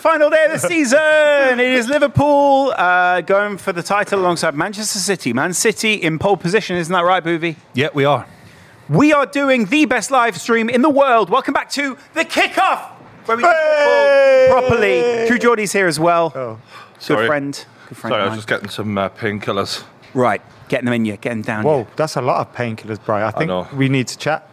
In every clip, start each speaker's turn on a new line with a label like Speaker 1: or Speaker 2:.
Speaker 1: final day of the season. it is Liverpool uh, going for the title alongside Manchester City. Man City in pole position, isn't that right, Boovy?
Speaker 2: Yeah, we are.
Speaker 1: We are doing the best live stream in the world. Welcome back to the kickoff, where we talk
Speaker 2: Hey!
Speaker 1: football properly. Drew Geordie's here as well. Good
Speaker 3: Sorry.
Speaker 1: friend. Good friend.
Speaker 3: Sorry, I
Speaker 1: of
Speaker 3: was
Speaker 1: mine.
Speaker 3: just getting some uh, painkillers.
Speaker 1: Right, getting them in you, getting down.
Speaker 4: Whoa,
Speaker 1: you.
Speaker 4: that's a lot of painkillers, Bri. I think
Speaker 3: know.
Speaker 4: we need to chat.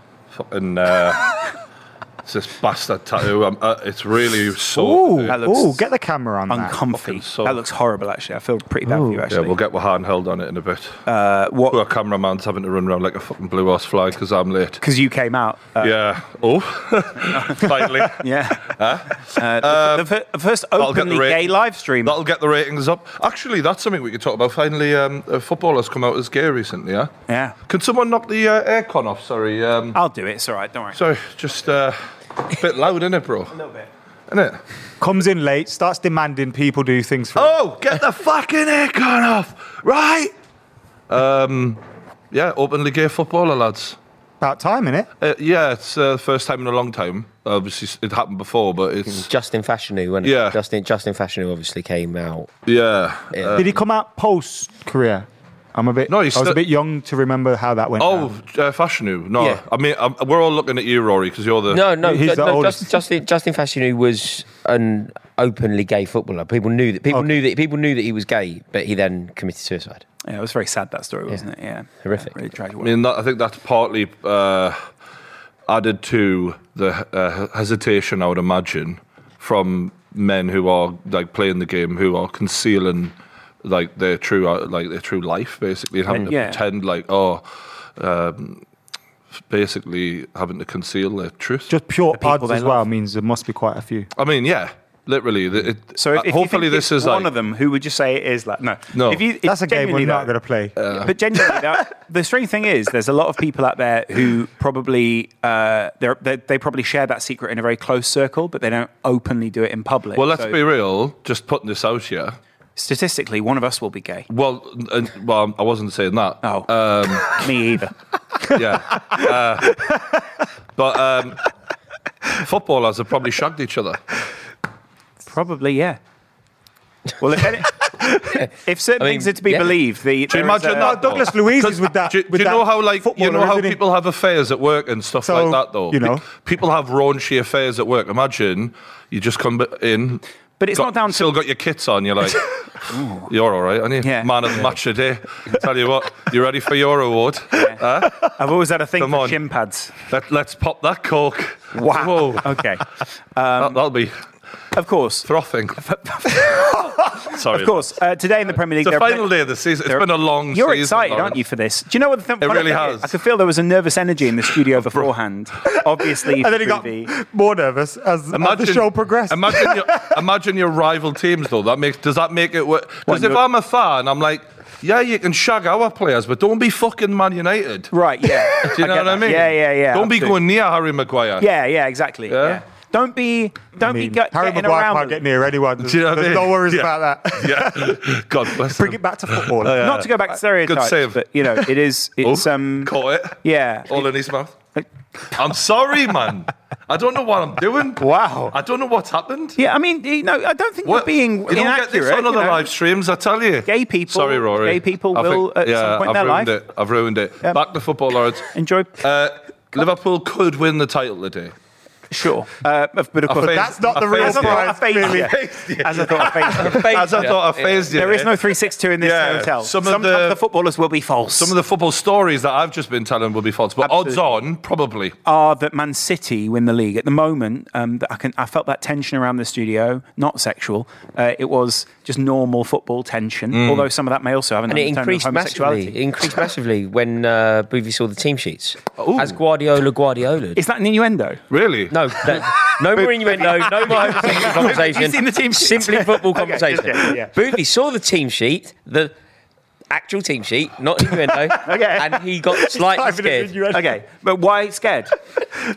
Speaker 3: Fucking. Uh, it's this bastard tattoo. I'm, uh, it's really so.
Speaker 4: Ooh,
Speaker 3: yeah,
Speaker 1: looks
Speaker 4: ooh, get the camera on
Speaker 1: uncomfy.
Speaker 3: Fucking soul.
Speaker 1: That looks horrible, actually. I feel pretty bad for you, actually.
Speaker 3: we'll get our handheld on it in a bit.
Speaker 1: Uh, what?
Speaker 3: Poor cameraman's having to run around like a fucking blue horse fly because I'm late.
Speaker 1: Because you came out. Uh,
Speaker 3: yeah. Oh. Finally.
Speaker 1: yeah. Uh, the, fir- the first
Speaker 3: Um, I'll get the
Speaker 1: openly
Speaker 3: rate.
Speaker 1: gay live stream.
Speaker 3: That'll get the ratings up. Actually, that's something we could talk about. Finally, um, a footballer's come out as gay recently, yeah?
Speaker 1: Yeah.
Speaker 3: Can someone knock the uh, aircon off? Sorry. Um,
Speaker 1: I'll do it. It's all right. Don't worry.
Speaker 3: sorry, just uh, a bit loud, innit, bro?
Speaker 1: a little bit.
Speaker 3: Innit?
Speaker 4: that. Comes in late, starts demanding people do things for
Speaker 3: Oh, get the fucking aircon off, right? Um, yeah, openly gay footballer, lads.
Speaker 4: about time, innit?
Speaker 3: Uh, yeah, it's uh, first time in a long time. Obviously, s- it happened before, but it's
Speaker 5: Justin Fashanu, wasn't it?
Speaker 3: Yeah.
Speaker 5: Justin Justin Fashanu obviously came out.
Speaker 3: yeah. Uh,
Speaker 4: Did he come out post career? I'm a bit.
Speaker 3: No,
Speaker 4: I
Speaker 3: he's
Speaker 4: was
Speaker 3: still-
Speaker 4: a bit young to remember how that went.
Speaker 3: oh,
Speaker 4: down.
Speaker 3: uh, Fashanu. No,
Speaker 5: Yeah.
Speaker 3: I mean um, we're all looking at you, Rory, because you're the
Speaker 5: No, no,
Speaker 4: He's
Speaker 5: ju-
Speaker 4: the
Speaker 5: no
Speaker 4: oldest.
Speaker 5: Justin, Justin Justin Fashanu was an openly gay footballer. People knew that people
Speaker 4: Okay.
Speaker 5: knew that people knew that he was gay, but he then committed suicide.
Speaker 1: Yeah, it was very sad that story, wasn't it? Yeah,
Speaker 5: Horrific.
Speaker 1: Yeah, really tragic.
Speaker 3: I mean, that, I think that's partly uh, added to the uh, hesitation, I would imagine, from men who are like playing the game, who are concealing like their true uh, like their true life, basically, and having to
Speaker 1: Yeah.
Speaker 3: pretend like oh, um, basically having to conceal their truth.
Speaker 4: just pure
Speaker 1: people
Speaker 4: odds
Speaker 1: they
Speaker 4: as well means there must be quite a few.
Speaker 3: I mean, yeah, literally. the- It,
Speaker 1: so if, if
Speaker 3: uh, hopefully
Speaker 1: you think
Speaker 3: this
Speaker 1: it's
Speaker 3: is
Speaker 1: one
Speaker 3: like
Speaker 1: of them, who would you say it is? Like, no,
Speaker 3: No.
Speaker 1: If you, it-
Speaker 4: That's a game
Speaker 1: genuinely
Speaker 4: we're not
Speaker 1: though-
Speaker 4: going to play.
Speaker 3: uh,
Speaker 1: But genuinely, though, the strange thing is, there's a lot of people out there who probably uh, they're, they they probably share that secret in a very close circle, but they don't openly do it in public.
Speaker 3: Well, let's
Speaker 1: So
Speaker 3: be real. Just putting this out here.
Speaker 1: statistically, one of us will be gay.
Speaker 3: Well, uh, well, I wasn't saying that.
Speaker 1: Oh,
Speaker 3: Um,
Speaker 1: me either.
Speaker 3: yeah. Uh, but um, footballers have probably shagged each other.
Speaker 1: Probably, yeah. Well, if, any, if certain
Speaker 5: I mean,
Speaker 1: things are to be
Speaker 5: yeah.
Speaker 1: believed, the
Speaker 3: Do you
Speaker 1: there is
Speaker 3: imagine
Speaker 1: a-
Speaker 3: that? though?
Speaker 4: Douglas Luiz is with that.
Speaker 3: Do, do
Speaker 4: with
Speaker 3: you
Speaker 4: that
Speaker 3: know how like you
Speaker 4: footballer,
Speaker 3: know how
Speaker 4: isn't he?
Speaker 3: people have affairs at work and stuff
Speaker 4: So,
Speaker 3: like that though.
Speaker 4: you know.
Speaker 3: Pe- people have raunchy affairs at work. Imagine you just come b- in,
Speaker 1: But it's
Speaker 3: got-
Speaker 1: not down to-
Speaker 3: still got your kits on. You're like, you're all right, aren't you?
Speaker 1: Yeah.
Speaker 3: Man of the match today. Tell you what, you ready for your award? Huh?
Speaker 1: I've always had a thing
Speaker 3: Come
Speaker 1: for
Speaker 3: on.
Speaker 1: shin pads.
Speaker 3: Let, let's pop that cork.
Speaker 1: Wow.
Speaker 3: Whoa,
Speaker 4: Um,
Speaker 1: Okay.
Speaker 3: that, will be
Speaker 1: Of course.
Speaker 3: frothing. Sorry.
Speaker 1: Of course. Uh, today in the Premier League,
Speaker 3: It's
Speaker 1: there
Speaker 3: the
Speaker 1: are
Speaker 3: final
Speaker 1: plenty-
Speaker 3: day of the season. It's
Speaker 1: there-
Speaker 3: been a long
Speaker 1: You're
Speaker 3: season.
Speaker 1: excited,
Speaker 3: Lauren.
Speaker 1: aren't you, for this? Do you know what the thing?
Speaker 3: It
Speaker 1: funny
Speaker 3: really
Speaker 1: thing is?
Speaker 3: has.
Speaker 1: I could feel there was a nervous energy in the studio beforehand. Obviously,
Speaker 4: And then he got
Speaker 1: Boovy-
Speaker 4: more nervous as, as the show progressed.
Speaker 3: Imagine your, imagine your rival teams, though. That makes does that make it work? Because if
Speaker 1: you're-
Speaker 3: I'm a fan, I'm like, yeah, you can shag our players, but don't be fucking Man United.
Speaker 1: right? Yeah.
Speaker 3: Do you know
Speaker 1: get
Speaker 3: what I
Speaker 1: that.
Speaker 3: mean?
Speaker 1: Yeah, yeah, yeah.
Speaker 3: Don't be
Speaker 1: Absolutely.
Speaker 3: going near Harry Maguire.
Speaker 1: Yeah, yeah, exactly. Yeah.
Speaker 3: Yeah?
Speaker 1: Don't be, don't
Speaker 4: I mean,
Speaker 1: be get,
Speaker 4: Harry
Speaker 1: getting
Speaker 4: Maguire
Speaker 1: around.
Speaker 4: can't
Speaker 1: them.
Speaker 4: get near anyone. There's,
Speaker 3: Do you know what I
Speaker 4: there's
Speaker 3: mean?
Speaker 4: no worries
Speaker 3: Yeah. Oh,
Speaker 4: about that.
Speaker 3: Yeah. God bless
Speaker 4: Bring
Speaker 3: him.
Speaker 4: it back to football.
Speaker 1: Not to go back to stereotypes,
Speaker 3: Uh, save.
Speaker 1: but you know, it is.
Speaker 3: Oh,
Speaker 1: It's um.
Speaker 3: caught it.
Speaker 1: Yeah.
Speaker 3: All in his mouth. I'm sorry, man. I don't know what I'm doing.
Speaker 4: Wow.
Speaker 3: I don't know what's happened.
Speaker 1: Yeah, I mean, you know, I don't think
Speaker 3: What?
Speaker 1: we're being
Speaker 3: you don't get
Speaker 1: inaccurate.
Speaker 3: this on
Speaker 1: you
Speaker 3: other
Speaker 1: know.
Speaker 3: live streams, I tell you.
Speaker 1: Gay people-
Speaker 3: Sorry, Rory.
Speaker 1: gay people
Speaker 3: I
Speaker 1: will at some point in
Speaker 3: I've
Speaker 1: their
Speaker 3: ruined
Speaker 1: life-
Speaker 3: It. I've ruined it. Back to football, Lawrence.
Speaker 1: Enjoy.
Speaker 3: Uh, Liverpool could win the title today.
Speaker 1: Sure, uh, but of course,
Speaker 3: phased-
Speaker 4: That's not the
Speaker 3: I
Speaker 4: real
Speaker 3: phased it.
Speaker 1: prize,
Speaker 4: prize, really.
Speaker 1: really. as I thought, I faced it.
Speaker 3: As I thought, I phased you.
Speaker 1: there is no three six two in this
Speaker 3: Yeah,
Speaker 1: hotel.
Speaker 3: some of
Speaker 1: Sometimes
Speaker 3: the-
Speaker 1: the, footballers will be false.
Speaker 3: Some of the football stories that I've just been telling will be false, but
Speaker 1: Absolutely.
Speaker 3: odds on, probably.
Speaker 1: are that Man City win the league at the moment. Um, that I can, I felt that tension around the studio. Not sexual. Uh, it was just normal football tension.
Speaker 3: Mm.
Speaker 1: Although some of that may also have an
Speaker 5: And it
Speaker 1: undertone of
Speaker 5: increased massively.
Speaker 1: homosexuality.
Speaker 5: It increased massively when uh, Boovy saw the team sheets. As Guardiola Guardiola.
Speaker 1: Is that an innuendo?
Speaker 3: Really?
Speaker 5: No, that, no more innuendo, no more homosexual conversation.
Speaker 1: seen the team sheet?
Speaker 5: Simply football
Speaker 1: Okay, just
Speaker 5: conversation.
Speaker 1: checking, yeah.
Speaker 5: Boovy saw the team sheet, the actual team sheet, not innuendo,
Speaker 1: Okay.
Speaker 5: and he got slightly scared.
Speaker 1: Okay, but why scared?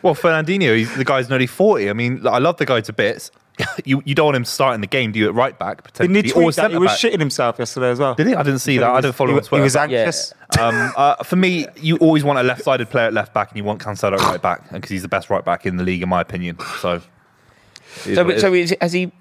Speaker 6: Well, Fernandinho, he's, the guy's nearly 40. I mean, I love the guy to bits. You you don't want him starting the game, do you, at right back,
Speaker 4: Didn't
Speaker 6: potentially?
Speaker 4: he tweet
Speaker 6: or
Speaker 4: that? He
Speaker 6: centre
Speaker 4: was
Speaker 6: back?
Speaker 4: shitting himself yesterday as well.
Speaker 6: Did he? I didn't see
Speaker 4: He
Speaker 6: that.
Speaker 4: was-
Speaker 6: I didn't follow
Speaker 4: he
Speaker 6: him on
Speaker 4: was- He
Speaker 6: Twitter.
Speaker 4: was anxious.
Speaker 6: but- um, uh, for me, you always want a left-sided player at left back, and you want Cancelo at right back, because he's the best right back in the league, in my opinion. So, it is
Speaker 5: So,
Speaker 6: what it
Speaker 5: so
Speaker 6: is.
Speaker 5: is, has he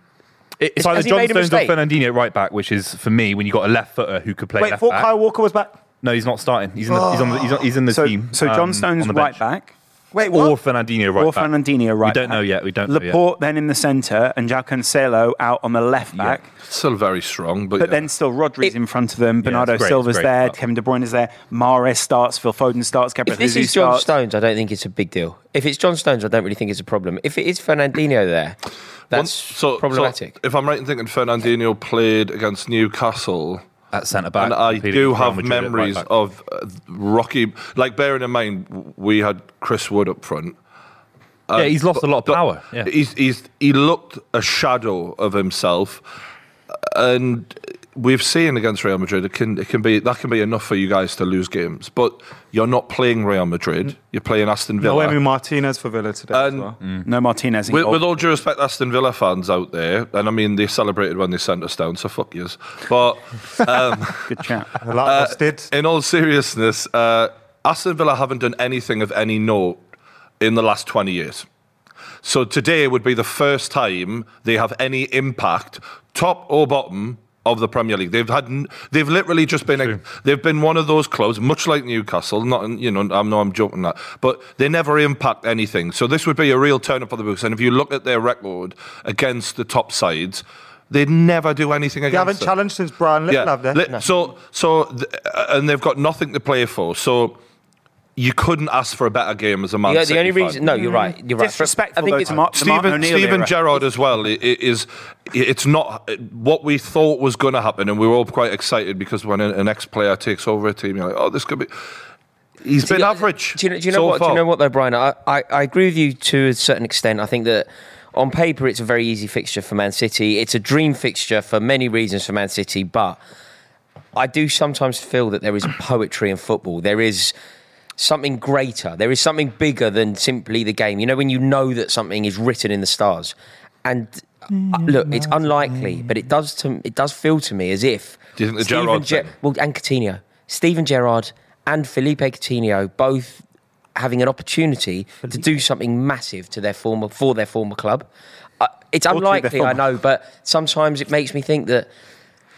Speaker 6: It's
Speaker 5: Has-
Speaker 6: either
Speaker 5: has he
Speaker 6: John
Speaker 5: made a
Speaker 6: Stones or
Speaker 5: mistake?
Speaker 6: Fernandinho at right back, which is for me when you got a left footer who could play
Speaker 4: Wait,
Speaker 6: left
Speaker 4: thought
Speaker 6: back.
Speaker 4: Kyle Walker was back.
Speaker 6: No, he's not starting. He's in the, he's on the, he's on, he's in the
Speaker 1: So,
Speaker 6: team.
Speaker 1: so
Speaker 6: um,
Speaker 1: John Stones
Speaker 6: on the
Speaker 1: right
Speaker 6: bench.
Speaker 1: back.
Speaker 4: Wait, what?
Speaker 6: or Fernandinho right
Speaker 1: or
Speaker 6: back.
Speaker 1: Fernandinho right
Speaker 6: We don't know
Speaker 1: back.
Speaker 6: yet. We don't know yet.
Speaker 1: Laporte then in the centre and Jao Cancelo out on the left back.
Speaker 3: Still very strong, but,
Speaker 1: But
Speaker 3: yeah.
Speaker 1: then still Rodri's
Speaker 5: It-
Speaker 1: in front of them. Bernardo
Speaker 6: it's great,
Speaker 1: Silva's
Speaker 6: it's great.
Speaker 1: there. Kevin De Bruyne is there. Mares starts. Phil Foden starts. Gabriel
Speaker 5: If this
Speaker 1: Jesus
Speaker 5: is John
Speaker 1: starts.
Speaker 5: Stones, I don't think it's a big deal. If it's John Stones, I don't really think it's a problem. If it is Fernandinho there,
Speaker 3: One-
Speaker 5: that's problematic.
Speaker 3: if I'm right in thinking, Fernandinho played against Newcastle.
Speaker 6: At centre back.
Speaker 3: and I
Speaker 6: Completely
Speaker 3: do
Speaker 6: Real
Speaker 3: have
Speaker 6: Madrid at right
Speaker 3: memories
Speaker 6: back.
Speaker 3: of uh, Rocky. Like, bearing in mind, w- we had Chris Wood up front.
Speaker 6: yeah, he's lost a lot of
Speaker 3: But
Speaker 6: power. Yeah.
Speaker 3: He's, he's, he looked a shadow of himself, and we've seen against Real Madrid it can it can be that can be enough for you guys to lose games. But you're not playing Real Madrid; you're playing Aston Villa.
Speaker 4: Noemi Martinez for Villa today as
Speaker 3: And-
Speaker 4: well.
Speaker 6: uh,
Speaker 1: No Martinez. In
Speaker 3: with,
Speaker 1: goal.
Speaker 3: with all due respect, Aston Villa fans out there, and I mean they celebrated when they sent us down, so fuck yous. But um,
Speaker 1: Good chat.
Speaker 4: A lot of us did.
Speaker 3: Uh, in all seriousness, uh, Aston Villa haven't done anything of any note in the last 20 years. So today would be the first time they have any impact, top or bottom, of the Premier League. They've had, n- they've literally just been, they've been one of those clubs, much like Newcastle. Not, you know, I know I'm joking that, but they never impact anything. So this would be a real turn up for the books. And if you look at their record against the top sides, they never do anything against.
Speaker 4: They haven't
Speaker 3: them.
Speaker 4: challenged since Brian
Speaker 3: Yeah.
Speaker 4: Little there.
Speaker 3: Li- So, so, th- uh, and they've got nothing to play for. So, you couldn't ask for a better game as a man.
Speaker 5: The, the
Speaker 3: City
Speaker 5: only
Speaker 3: fan.
Speaker 5: reason, no, you're right. You're right. For-
Speaker 1: Disrespectful
Speaker 5: I think
Speaker 1: though
Speaker 5: it's
Speaker 1: to Mark, the Martin
Speaker 3: Stephen,
Speaker 1: O'Neill
Speaker 3: Stephen
Speaker 1: era.
Speaker 3: Gerrard as well i- i- is it's not what we thought was going to happen, and we were all quite excited because when an an ex-player takes over a team, you're like, oh, this could be. He's
Speaker 5: Do
Speaker 3: been
Speaker 5: you-
Speaker 3: average.
Speaker 5: Do you, know- do you know
Speaker 3: so
Speaker 5: what? Do
Speaker 3: far.
Speaker 5: you know what though, Brian? I, I, I agree with you to a certain extent. I think that on paper it's a very easy fixture for Man City. It's a dream fixture for many reasons for Man City, but I do sometimes feel that there is poetry in football. There is something greater. There is something bigger than simply the game. You know, when you know that something is written in the stars, and uh, look, it's unlikely, but it does to it does feel to me as if.
Speaker 3: Do you think the
Speaker 5: Steven
Speaker 3: Gerrard
Speaker 5: Ger-
Speaker 3: thing?
Speaker 5: well, and Coutinho, Steven Gerrard, and Felipe Coutinho both having an opportunity to do something massive to their former for their former club. Uh, it's
Speaker 1: to their
Speaker 5: unlikely,
Speaker 1: former-
Speaker 5: I know, but sometimes it makes me think that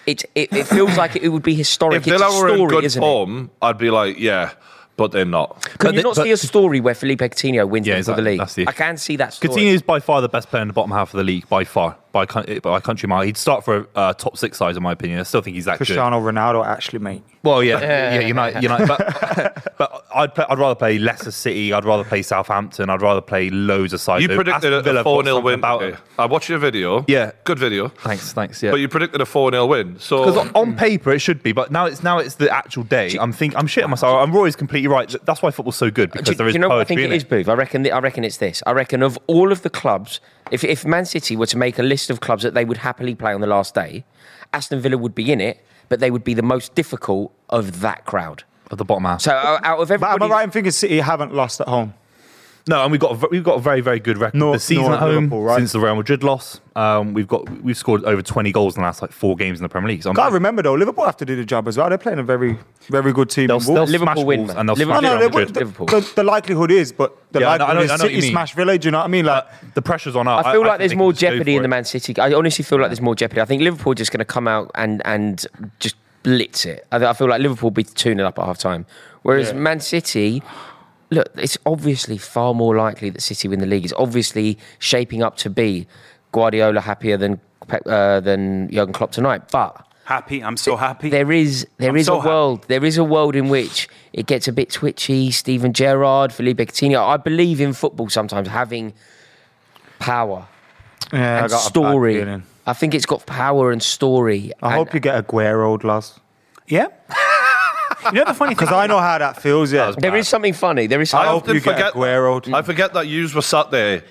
Speaker 5: it it, it feels like it would be historic.
Speaker 3: If Villa
Speaker 5: it's a
Speaker 3: were
Speaker 5: story,
Speaker 3: in good
Speaker 5: isn't it?
Speaker 3: form, I'd be like, yeah, but they're not.
Speaker 5: Can
Speaker 6: But
Speaker 5: you
Speaker 6: the-
Speaker 5: not
Speaker 6: but-
Speaker 5: see a story where Felipe Coutinho wins
Speaker 6: Yeah,
Speaker 5: them for
Speaker 6: exactly.
Speaker 5: the league?
Speaker 6: That's the
Speaker 5: I
Speaker 6: issue.
Speaker 5: can see that story.
Speaker 6: Coutinho is by far the best player in the bottom half of the league, by far, by, coun- by country mile. He'd start for a uh, top six size, in my opinion. I still think he's that good.
Speaker 4: Cristiano Ronaldo, actually, mate.
Speaker 6: Well, yeah, yeah, United, United. But, but I'd play, I'd rather play Leicester City. I'd rather play Southampton. I'd rather play loads of sides.
Speaker 3: You
Speaker 6: Aston
Speaker 3: predicted
Speaker 6: Villa
Speaker 3: a
Speaker 6: got
Speaker 3: four 0 win.
Speaker 6: something About
Speaker 3: Okay. I watched your video.
Speaker 6: Yeah.
Speaker 3: good video.
Speaker 6: Thanks, thanks. Yeah,
Speaker 3: But you predicted a four 0 win. So
Speaker 6: Because on paper it should be, but now it's now it's the actual day. I'm think I'm shitting myself. I'm Roy's completely right. Th- That's why football's so good because
Speaker 5: do,
Speaker 6: there
Speaker 5: do
Speaker 6: is
Speaker 5: you know what I
Speaker 6: poetry
Speaker 5: think
Speaker 6: in
Speaker 5: it is, Booth? I reckon. th- I reckon it's this. I reckon of all of the clubs, if if Man City were to make a list of clubs that they would happily play on the last day, Aston Villa would be in it, but they would be the most difficult of that crowd.
Speaker 6: Of the bottom half.
Speaker 5: So uh, out of
Speaker 4: But am
Speaker 5: everybody,
Speaker 4: I right in thinking City haven't lost at home?
Speaker 6: no, and we've got a, ve- we've got a very very good record
Speaker 4: Nor-
Speaker 6: this season
Speaker 4: nor
Speaker 6: at home
Speaker 4: Liverpool, right?
Speaker 6: since the Real Madrid loss. Um, we've got we've scored over 20 goals in the last like four games in the Premier League. So I'm-
Speaker 4: Gotta remember though, Liverpool have to do the job as well. They're playing a very, very good team.
Speaker 6: They'll
Speaker 4: in Wolves.
Speaker 6: still
Speaker 5: Liverpool
Speaker 6: smash
Speaker 5: win,
Speaker 6: Wolves
Speaker 5: man.
Speaker 6: and they'll
Speaker 5: Liverpool-
Speaker 6: smash
Speaker 4: no,
Speaker 5: No, Real
Speaker 6: Real
Speaker 4: no, they
Speaker 6: Madrid.
Speaker 4: would- the,
Speaker 5: Liverpool.
Speaker 4: the, the likelihood is, but the
Speaker 6: Yeah, I know- I
Speaker 4: likelihood
Speaker 6: know- I
Speaker 4: is
Speaker 6: know what
Speaker 4: City
Speaker 6: you mean.
Speaker 4: smash Villa. Do you know what I mean? Like,
Speaker 6: uh, the pressure's on.
Speaker 5: I feel like there's more jeopardy in the Man City. I honestly feel like there's more jeopardy. I think Liverpool are just going to come out and and just blitz it. I, I feel like Liverpool will be 2 0 up at half time. Whereas Man City, look, it's obviously far more likely that City win the league. It's obviously shaping up to be Guardiola happier than Pep- uh, than Jurgen Klopp tonight. But
Speaker 1: Happy. I'm so happy.
Speaker 5: there is there is
Speaker 1: I'm so
Speaker 5: a
Speaker 1: happy.
Speaker 5: world there is a world in which it gets a bit twitchy. Steven Gerrard, Felipe Coutinho. I believe in football sometimes having power
Speaker 4: yeah,
Speaker 5: and
Speaker 4: I got a bad
Speaker 5: story.
Speaker 4: feeling.
Speaker 5: I think it's got power and story.
Speaker 4: I hope you get Aguero, lads,
Speaker 1: yeah. you know the funny thing.
Speaker 4: because I know how that feels. Yeah,
Speaker 5: There is something funny. There is
Speaker 3: I
Speaker 5: something.
Speaker 4: hope
Speaker 3: often
Speaker 4: you get
Speaker 3: forget.
Speaker 4: Aguero.
Speaker 3: I forget that yous were sat there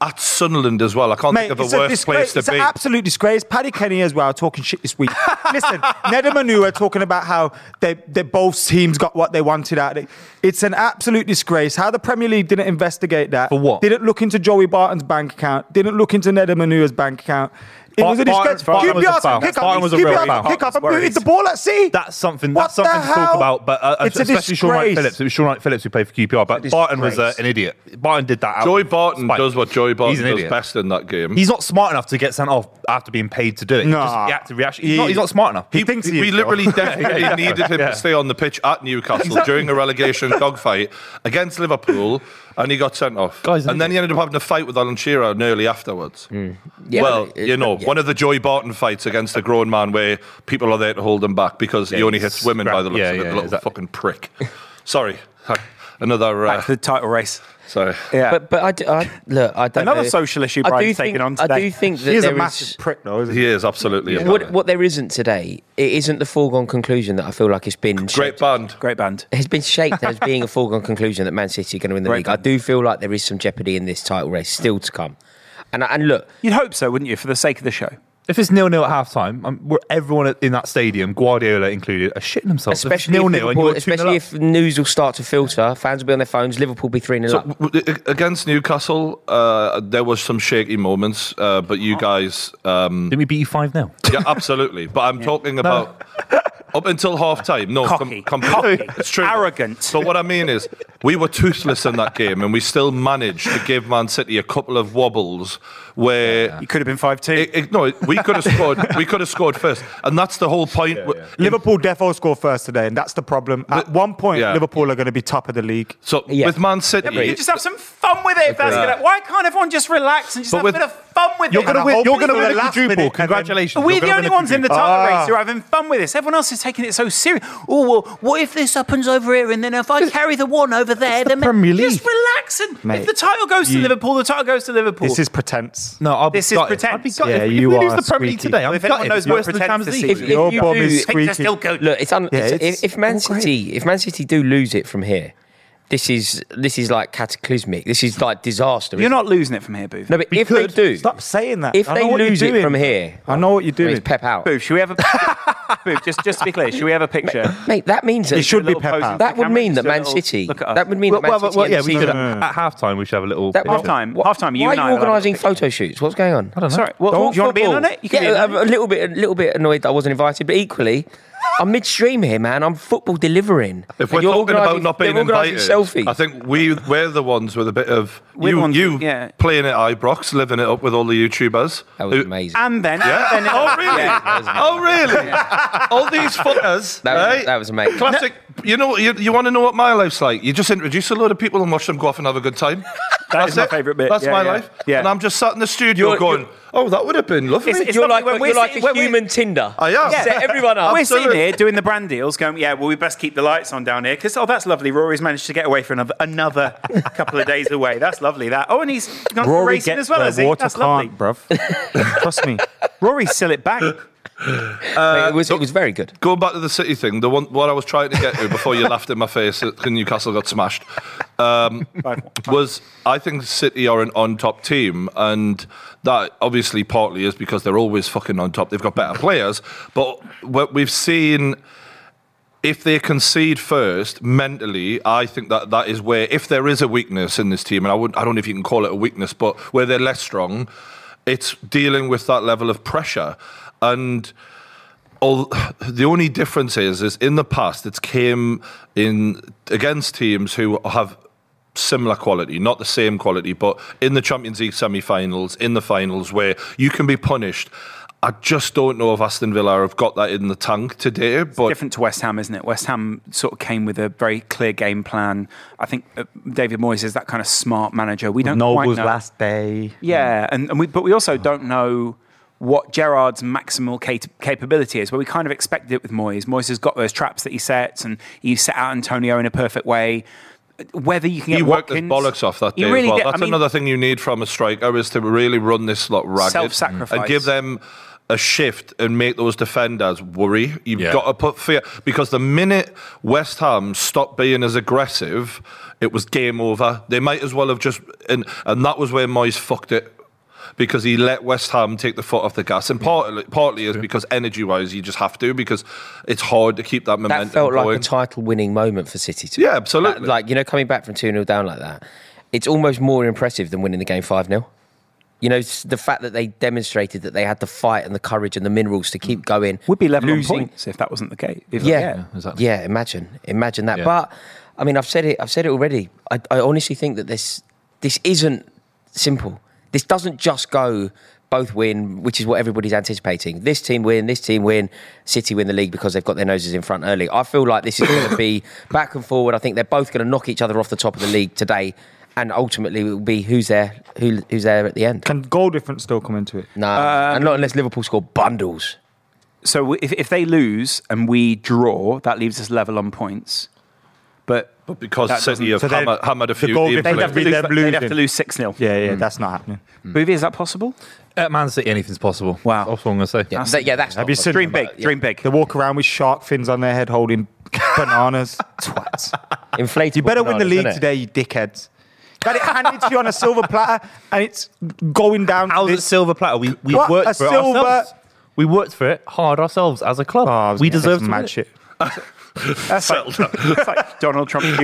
Speaker 3: at Sunderland as well. I can't
Speaker 4: Mate,
Speaker 3: think of
Speaker 4: it's
Speaker 3: a
Speaker 4: a
Speaker 3: worse
Speaker 4: disgrace.
Speaker 3: place to
Speaker 4: It's
Speaker 3: be.
Speaker 4: an absolute disgrace. Paddy Kenny as well talking shit this week. Listen, Ned and Manu are talking about how they, they both teams got what they wanted out. of it. It's an absolute disgrace. How the Premier League didn't investigate that.
Speaker 6: For what?
Speaker 4: Didn't look into Joey Barton's bank account. Didn't look into Ned and Manu's bank account. It was a
Speaker 6: Bar-
Speaker 4: disgrace.
Speaker 6: Barton was a foul.
Speaker 4: QPR pick
Speaker 6: Barton
Speaker 4: up,
Speaker 6: was a real
Speaker 4: QPR
Speaker 6: foul.
Speaker 4: pick up and
Speaker 1: Worries.
Speaker 4: booted the ball at sea.
Speaker 6: That's something.
Speaker 4: What
Speaker 6: that's something
Speaker 4: the
Speaker 6: to talk
Speaker 4: hell?
Speaker 6: about. But uh,
Speaker 4: It's a
Speaker 6: especially Sean Wright
Speaker 4: disgrace.
Speaker 6: Phillips. It was Sean Wright Phillips who played for QPR. But
Speaker 5: It's a
Speaker 6: Barton was uh,
Speaker 5: disgrace.
Speaker 6: an idiot. Barton did that. out
Speaker 3: Joy
Speaker 6: of
Speaker 3: Barton
Speaker 6: spite.
Speaker 3: does what Joy
Speaker 6: He's
Speaker 3: Barton
Speaker 6: an
Speaker 3: does
Speaker 6: idiot.
Speaker 3: best in that game.
Speaker 6: He's not smart enough to get sent off after being paid to do it. He
Speaker 4: Nah.
Speaker 6: just- he had to react. He's,
Speaker 4: He-
Speaker 6: not, he's not smart enough.
Speaker 4: he thinks he
Speaker 3: we
Speaker 4: is,
Speaker 3: literally definitely needed him to stay on the pitch at Newcastle during a relegation dogfight against Liverpool, and he got sent off.
Speaker 6: Guys,
Speaker 3: and then he ended up having a fight with Alan Shearer nearly afterwards. well,
Speaker 5: it-
Speaker 3: you know,
Speaker 5: yeah.
Speaker 3: one of the Joy Barton fights against a grown man where people are there to hold him back because he
Speaker 6: Yeah,
Speaker 3: only
Speaker 6: he's
Speaker 3: hits women by the looks of
Speaker 6: scrap-
Speaker 3: it,
Speaker 6: yeah,
Speaker 3: the
Speaker 6: yeah,
Speaker 3: little
Speaker 6: exactly.
Speaker 3: fucking prick. Sorry, another. Uh,
Speaker 1: Back to the title race.
Speaker 3: sorry,
Speaker 1: Yeah.
Speaker 5: But but I, do, I look. I don't
Speaker 1: Another
Speaker 5: know.
Speaker 1: social issue
Speaker 5: I do
Speaker 1: Brian's
Speaker 5: think-
Speaker 1: taking on
Speaker 5: I
Speaker 1: today.
Speaker 5: do think that
Speaker 4: He is a
Speaker 5: there
Speaker 4: massive prick, though, isn't he?
Speaker 3: he is absolutely. a
Speaker 5: what
Speaker 3: bad
Speaker 5: what there isn't today. It isn't the foregone conclusion that I feel like it's been
Speaker 3: Great
Speaker 5: shaped-
Speaker 3: band.
Speaker 1: Great band.
Speaker 5: has been shaped as being a foregone conclusion that Man City are going to win the
Speaker 1: Great
Speaker 5: league.
Speaker 1: man.
Speaker 5: I do feel like there is some jeopardy in this title race still to come. And and look,
Speaker 1: You'd hope so, wouldn't you, for the sake of the show?
Speaker 6: If it's nil nil at half time, um, we're, everyone in that stadium, Guardiola included, are shitting themselves. If it's
Speaker 5: especially if,
Speaker 6: nil-nil and
Speaker 5: Liverpool-
Speaker 6: you're 2-0
Speaker 5: especially
Speaker 6: up.
Speaker 5: if news will start to filter, fans will be on their phones. Liverpool be three 0
Speaker 3: So
Speaker 5: up.
Speaker 3: w- w- against Newcastle, uh, there was some shaky moments, uh, but you guys, um,
Speaker 6: Didn't we beat you 5 0?
Speaker 3: yeah, absolutely. But I'm talking about up until half time. No,
Speaker 1: Cocky.
Speaker 3: completely. It's true.
Speaker 1: Arrogant.
Speaker 3: But what I mean is, we were toothless in that game, and we still managed to give Man City a couple of wobbles where.
Speaker 1: You could have been 5 2.
Speaker 3: It, it- no, we could have scored. We could have scored first, and that's the whole point.
Speaker 4: Liverpool defo score first today, and that's the problem. At one point,
Speaker 3: yeah.
Speaker 4: Liverpool are going to be top of the league.
Speaker 3: So
Speaker 5: Yeah.
Speaker 3: with Man City,
Speaker 1: you just have some fun with it. If that's
Speaker 3: Yeah.
Speaker 1: gonna, why can't everyone just relax and just
Speaker 3: But
Speaker 1: have
Speaker 3: with-
Speaker 1: a bit of fun with
Speaker 6: You're
Speaker 1: it?
Speaker 6: going to
Speaker 4: I
Speaker 6: win,
Speaker 4: hope
Speaker 6: you're
Speaker 4: it's
Speaker 6: gonna
Speaker 4: the
Speaker 6: win the
Speaker 4: last minute,
Speaker 6: quadruple.
Speaker 4: and then-
Speaker 6: Congratulations.
Speaker 1: We're
Speaker 6: You're
Speaker 1: the
Speaker 6: gonna win
Speaker 1: only ones in the
Speaker 6: quadruple.
Speaker 1: title
Speaker 4: Ah.
Speaker 1: race who are having fun with this. Everyone else is taking it so serious. Oh well, what if this happens over here, and then if I carry the one over there,
Speaker 6: the
Speaker 1: then ma-
Speaker 6: Premier
Speaker 1: just
Speaker 6: League.
Speaker 1: relax. And
Speaker 4: Mate,
Speaker 1: if the title goes to
Speaker 4: you-
Speaker 1: Liverpool, the title goes to Liverpool.
Speaker 4: This is pretense.
Speaker 6: No, I'll be
Speaker 1: This is
Speaker 6: gutted.
Speaker 1: pretense.
Speaker 6: I'd be gutted.
Speaker 4: Yeah,
Speaker 6: if
Speaker 4: you
Speaker 6: we lose
Speaker 4: are
Speaker 6: the Premier League
Speaker 4: squeaky.
Speaker 6: today, I'm
Speaker 1: If anyone
Speaker 6: gutted.
Speaker 1: knows
Speaker 6: It's
Speaker 1: what
Speaker 6: worse than the
Speaker 1: pretense
Speaker 6: Champions
Speaker 1: this
Speaker 6: League.
Speaker 1: season
Speaker 5: If-
Speaker 4: Your
Speaker 5: you
Speaker 4: bomb
Speaker 5: do-
Speaker 4: is
Speaker 1: Pictures
Speaker 4: squeaky.
Speaker 1: still go.
Speaker 5: Look, it's un-
Speaker 4: Yeah,
Speaker 5: it's-
Speaker 4: it's-
Speaker 5: if, if Man
Speaker 4: it's great.
Speaker 5: City if Man City do lose it from here, this is this is like cataclysmic. This is like disaster.
Speaker 1: You're not losing it from here, Booth.
Speaker 5: No, but if they
Speaker 6: could.
Speaker 5: do,
Speaker 4: Stop saying that.
Speaker 5: If
Speaker 4: I
Speaker 5: they
Speaker 4: know what you're
Speaker 5: lose it
Speaker 4: doing.
Speaker 5: from here,
Speaker 4: I know what you're
Speaker 5: I mean,
Speaker 4: doing.
Speaker 5: it's Pep out.
Speaker 1: Booth, should we have a Booth? Just, just to be clear, should we have a picture?
Speaker 5: Mate, that means that
Speaker 4: It should be
Speaker 1: Little
Speaker 4: Pep
Speaker 1: pose
Speaker 4: out.
Speaker 1: into
Speaker 5: That
Speaker 1: the
Speaker 5: would
Speaker 1: camera,
Speaker 5: mean
Speaker 1: just
Speaker 5: that
Speaker 1: a
Speaker 5: Man
Speaker 1: little
Speaker 5: City.
Speaker 1: Look at us.
Speaker 5: That would mean
Speaker 6: Well,
Speaker 5: that Man
Speaker 6: well,
Speaker 5: City.
Speaker 6: well,
Speaker 5: and
Speaker 6: yeah, we
Speaker 5: City-
Speaker 6: could.
Speaker 4: no, no.
Speaker 6: At half time, we should have a little.
Speaker 5: That-
Speaker 1: Half time.
Speaker 5: What-
Speaker 1: Half time. You
Speaker 5: why
Speaker 1: and I
Speaker 5: are
Speaker 1: will
Speaker 5: you
Speaker 1: have a
Speaker 5: organising
Speaker 1: picture.
Speaker 5: photo shoots? What's going on? I don't
Speaker 1: Sorry, well, do you want to be in on it? You can be in
Speaker 5: yeah,
Speaker 1: on
Speaker 5: I'm a little bit, a little bit annoyed that I wasn't invited, but equally, I'm midstream here, man. I'm football delivering.
Speaker 3: If
Speaker 5: And
Speaker 3: we're
Speaker 5: you're
Speaker 3: talking about
Speaker 5: organising-
Speaker 3: not being
Speaker 5: they're organising
Speaker 3: invited,
Speaker 5: selfies.
Speaker 3: I think we we're the ones with a bit of
Speaker 1: We're the
Speaker 3: you,
Speaker 1: ones-
Speaker 3: you
Speaker 1: yeah.
Speaker 3: playing at Ibrox, living it up with all the YouTubers.
Speaker 5: that was
Speaker 3: who-
Speaker 5: amazing.
Speaker 1: And then,
Speaker 3: Yeah.
Speaker 1: and then
Speaker 3: oh really? oh really? all these fuckers.
Speaker 5: That was,
Speaker 3: right?
Speaker 5: that was amazing.
Speaker 3: classic. You know, you, you want to know what my life's like? You just introduce a load of people and watch them go off and have a good time. That's
Speaker 1: my
Speaker 3: it.
Speaker 1: favourite bit.
Speaker 3: That's
Speaker 1: Yeah,
Speaker 3: my
Speaker 1: yeah.
Speaker 3: life.
Speaker 1: Yeah.
Speaker 3: And I'm just sat in the studio
Speaker 5: You're-
Speaker 3: going,
Speaker 5: you're-
Speaker 3: "Oh, that would have been lovely."
Speaker 1: It's- it's
Speaker 5: you're
Speaker 1: lovely
Speaker 5: like,
Speaker 1: when we're
Speaker 5: you're like
Speaker 1: sitting-
Speaker 5: a
Speaker 1: when we're-
Speaker 5: human Tinder.
Speaker 3: I am.
Speaker 5: Set
Speaker 3: Oh, Yeah.
Speaker 5: everyone up.
Speaker 1: We're sitting
Speaker 3: Absolutely.
Speaker 1: here doing the brand deals, going, yeah, well, we best keep the lights on down here because oh, that's lovely. Rory's managed to get away for another another couple of days away. That's lovely. That. Oh, and he's gone for
Speaker 4: Rory
Speaker 1: racing
Speaker 4: gets
Speaker 1: as well
Speaker 4: where
Speaker 1: as he.
Speaker 4: water
Speaker 1: That's lovely.
Speaker 4: can't, bruv. Trust me.
Speaker 1: Rory, sell it back.
Speaker 5: Mate, it, was, it was very good.
Speaker 3: Going back to the city thing, the one what I was trying to get to before you laughed in my face that Newcastle got smashed um, was I think City are an on top team, and that obviously partly is because they're always fucking on top. They've got better players, but what we've seen. If they concede first mentally, I think that that is where, if there is a weakness in this team, and I, would, I don't know if you can call it a weakness, but where they're less strong, it's dealing with that level of pressure. And all, the only difference is, is in the past it's came in against teams who have similar quality, not the same quality, but in the Champions League semi-finals, in the finals, where you can be punished. I just don't know if Aston Villa have got that in the tank today, but
Speaker 1: Different to West Ham, isn't it? West Ham sort of came with a very clear game plan. I think uh, David Moyes is that kind of smart manager. We don't quite
Speaker 4: Noble's
Speaker 1: know.
Speaker 4: last day.
Speaker 1: Yeah, and, and we, but we also don't know what Gerard's maximal cap- capability is. Well, we kind of expected it with Moyes. Moyes has got those traps that he sets, and he set out Antonio in a perfect way. Whether you can get
Speaker 3: he worked his
Speaker 1: Watkins,
Speaker 3: bollocks off that
Speaker 1: He
Speaker 3: day as well.
Speaker 1: did. I
Speaker 3: That's
Speaker 1: mean,
Speaker 3: another thing you need from a striker is to really run this lot ragged,
Speaker 1: Self-sacrifice.
Speaker 3: and give them a shift and make those defenders worry. You've
Speaker 6: Yeah.
Speaker 3: got to put fear because the minute West Ham stopped being as aggressive, it was game over. They might as well have just and and that was where Moyes fucked it. Because he let West Ham take the foot off the gas, and partly, partly is because energy-wise you just have to because it's hard to keep that momentum
Speaker 5: That felt like
Speaker 3: going.
Speaker 5: a title winning moment for City. To
Speaker 3: Yeah, absolutely.
Speaker 5: Like, like, you know, coming back from 2 0 down like that, it's almost more impressive than winning the game 5 0. You know, s- the fact that they demonstrated that they had the fight and the courage and the minerals to keep going.
Speaker 1: Would be level on
Speaker 5: losing-
Speaker 1: points if that wasn't the case. If-
Speaker 5: yeah,
Speaker 1: yeah.
Speaker 3: exactly.
Speaker 5: Yeah, imagine, imagine that.
Speaker 3: Yeah.
Speaker 5: But I mean, I've said it. I've said it already. I, I honestly think that this this isn't simple. This doesn't just go both win, which is what everybody's anticipating. This team win, this team win, City win the league because they've got their noses in front early. I feel like this is going to be back and forward. I think they're both going to knock each other off the top of the league today, and ultimately it will be who's there, who, who's there at the end.
Speaker 4: Can Um, goal difference still come into it?
Speaker 5: No, and not unless Liverpool score bundles.
Speaker 1: So if, if they lose and we draw, that leaves us level on points. But
Speaker 3: But because
Speaker 1: That
Speaker 3: City have
Speaker 1: doesn't-
Speaker 4: so they-
Speaker 3: hammered, hammered a
Speaker 4: the
Speaker 3: few
Speaker 4: goal
Speaker 3: teams,
Speaker 4: difference
Speaker 1: they'd
Speaker 3: like,
Speaker 1: have to
Speaker 4: They'd
Speaker 1: lose,
Speaker 4: have
Speaker 1: they'd have to
Speaker 4: losing.
Speaker 1: lose 6 0.
Speaker 4: Yeah, yeah, that's not happening.
Speaker 1: Booby, is that possible?
Speaker 6: At Man City, anything's possible.
Speaker 1: Wow.
Speaker 6: That's all I'm going to say.
Speaker 5: Yeah, that, yeah, that's
Speaker 4: Have
Speaker 5: not
Speaker 4: you
Speaker 5: possible.
Speaker 4: seen
Speaker 1: Dream
Speaker 4: them?
Speaker 1: big, dream big.
Speaker 4: They walk around with shark fins on their head holding bananas. Twats.
Speaker 5: inflated.
Speaker 4: You better win the league today, you dickheads. Got it handed to you on a silver platter and it's going down. to
Speaker 6: How's it
Speaker 4: this-
Speaker 6: silver platter? We, we
Speaker 4: What?
Speaker 6: worked
Speaker 4: A
Speaker 6: for it
Speaker 4: silver-
Speaker 6: ourselves. We worked for it hard ourselves as a club.
Speaker 4: Oh, I was
Speaker 6: we
Speaker 4: gonna say
Speaker 6: deserve
Speaker 4: some
Speaker 6: to win
Speaker 4: mad
Speaker 6: it.
Speaker 4: shit.
Speaker 1: That's like, that's like Donald Trump Jr.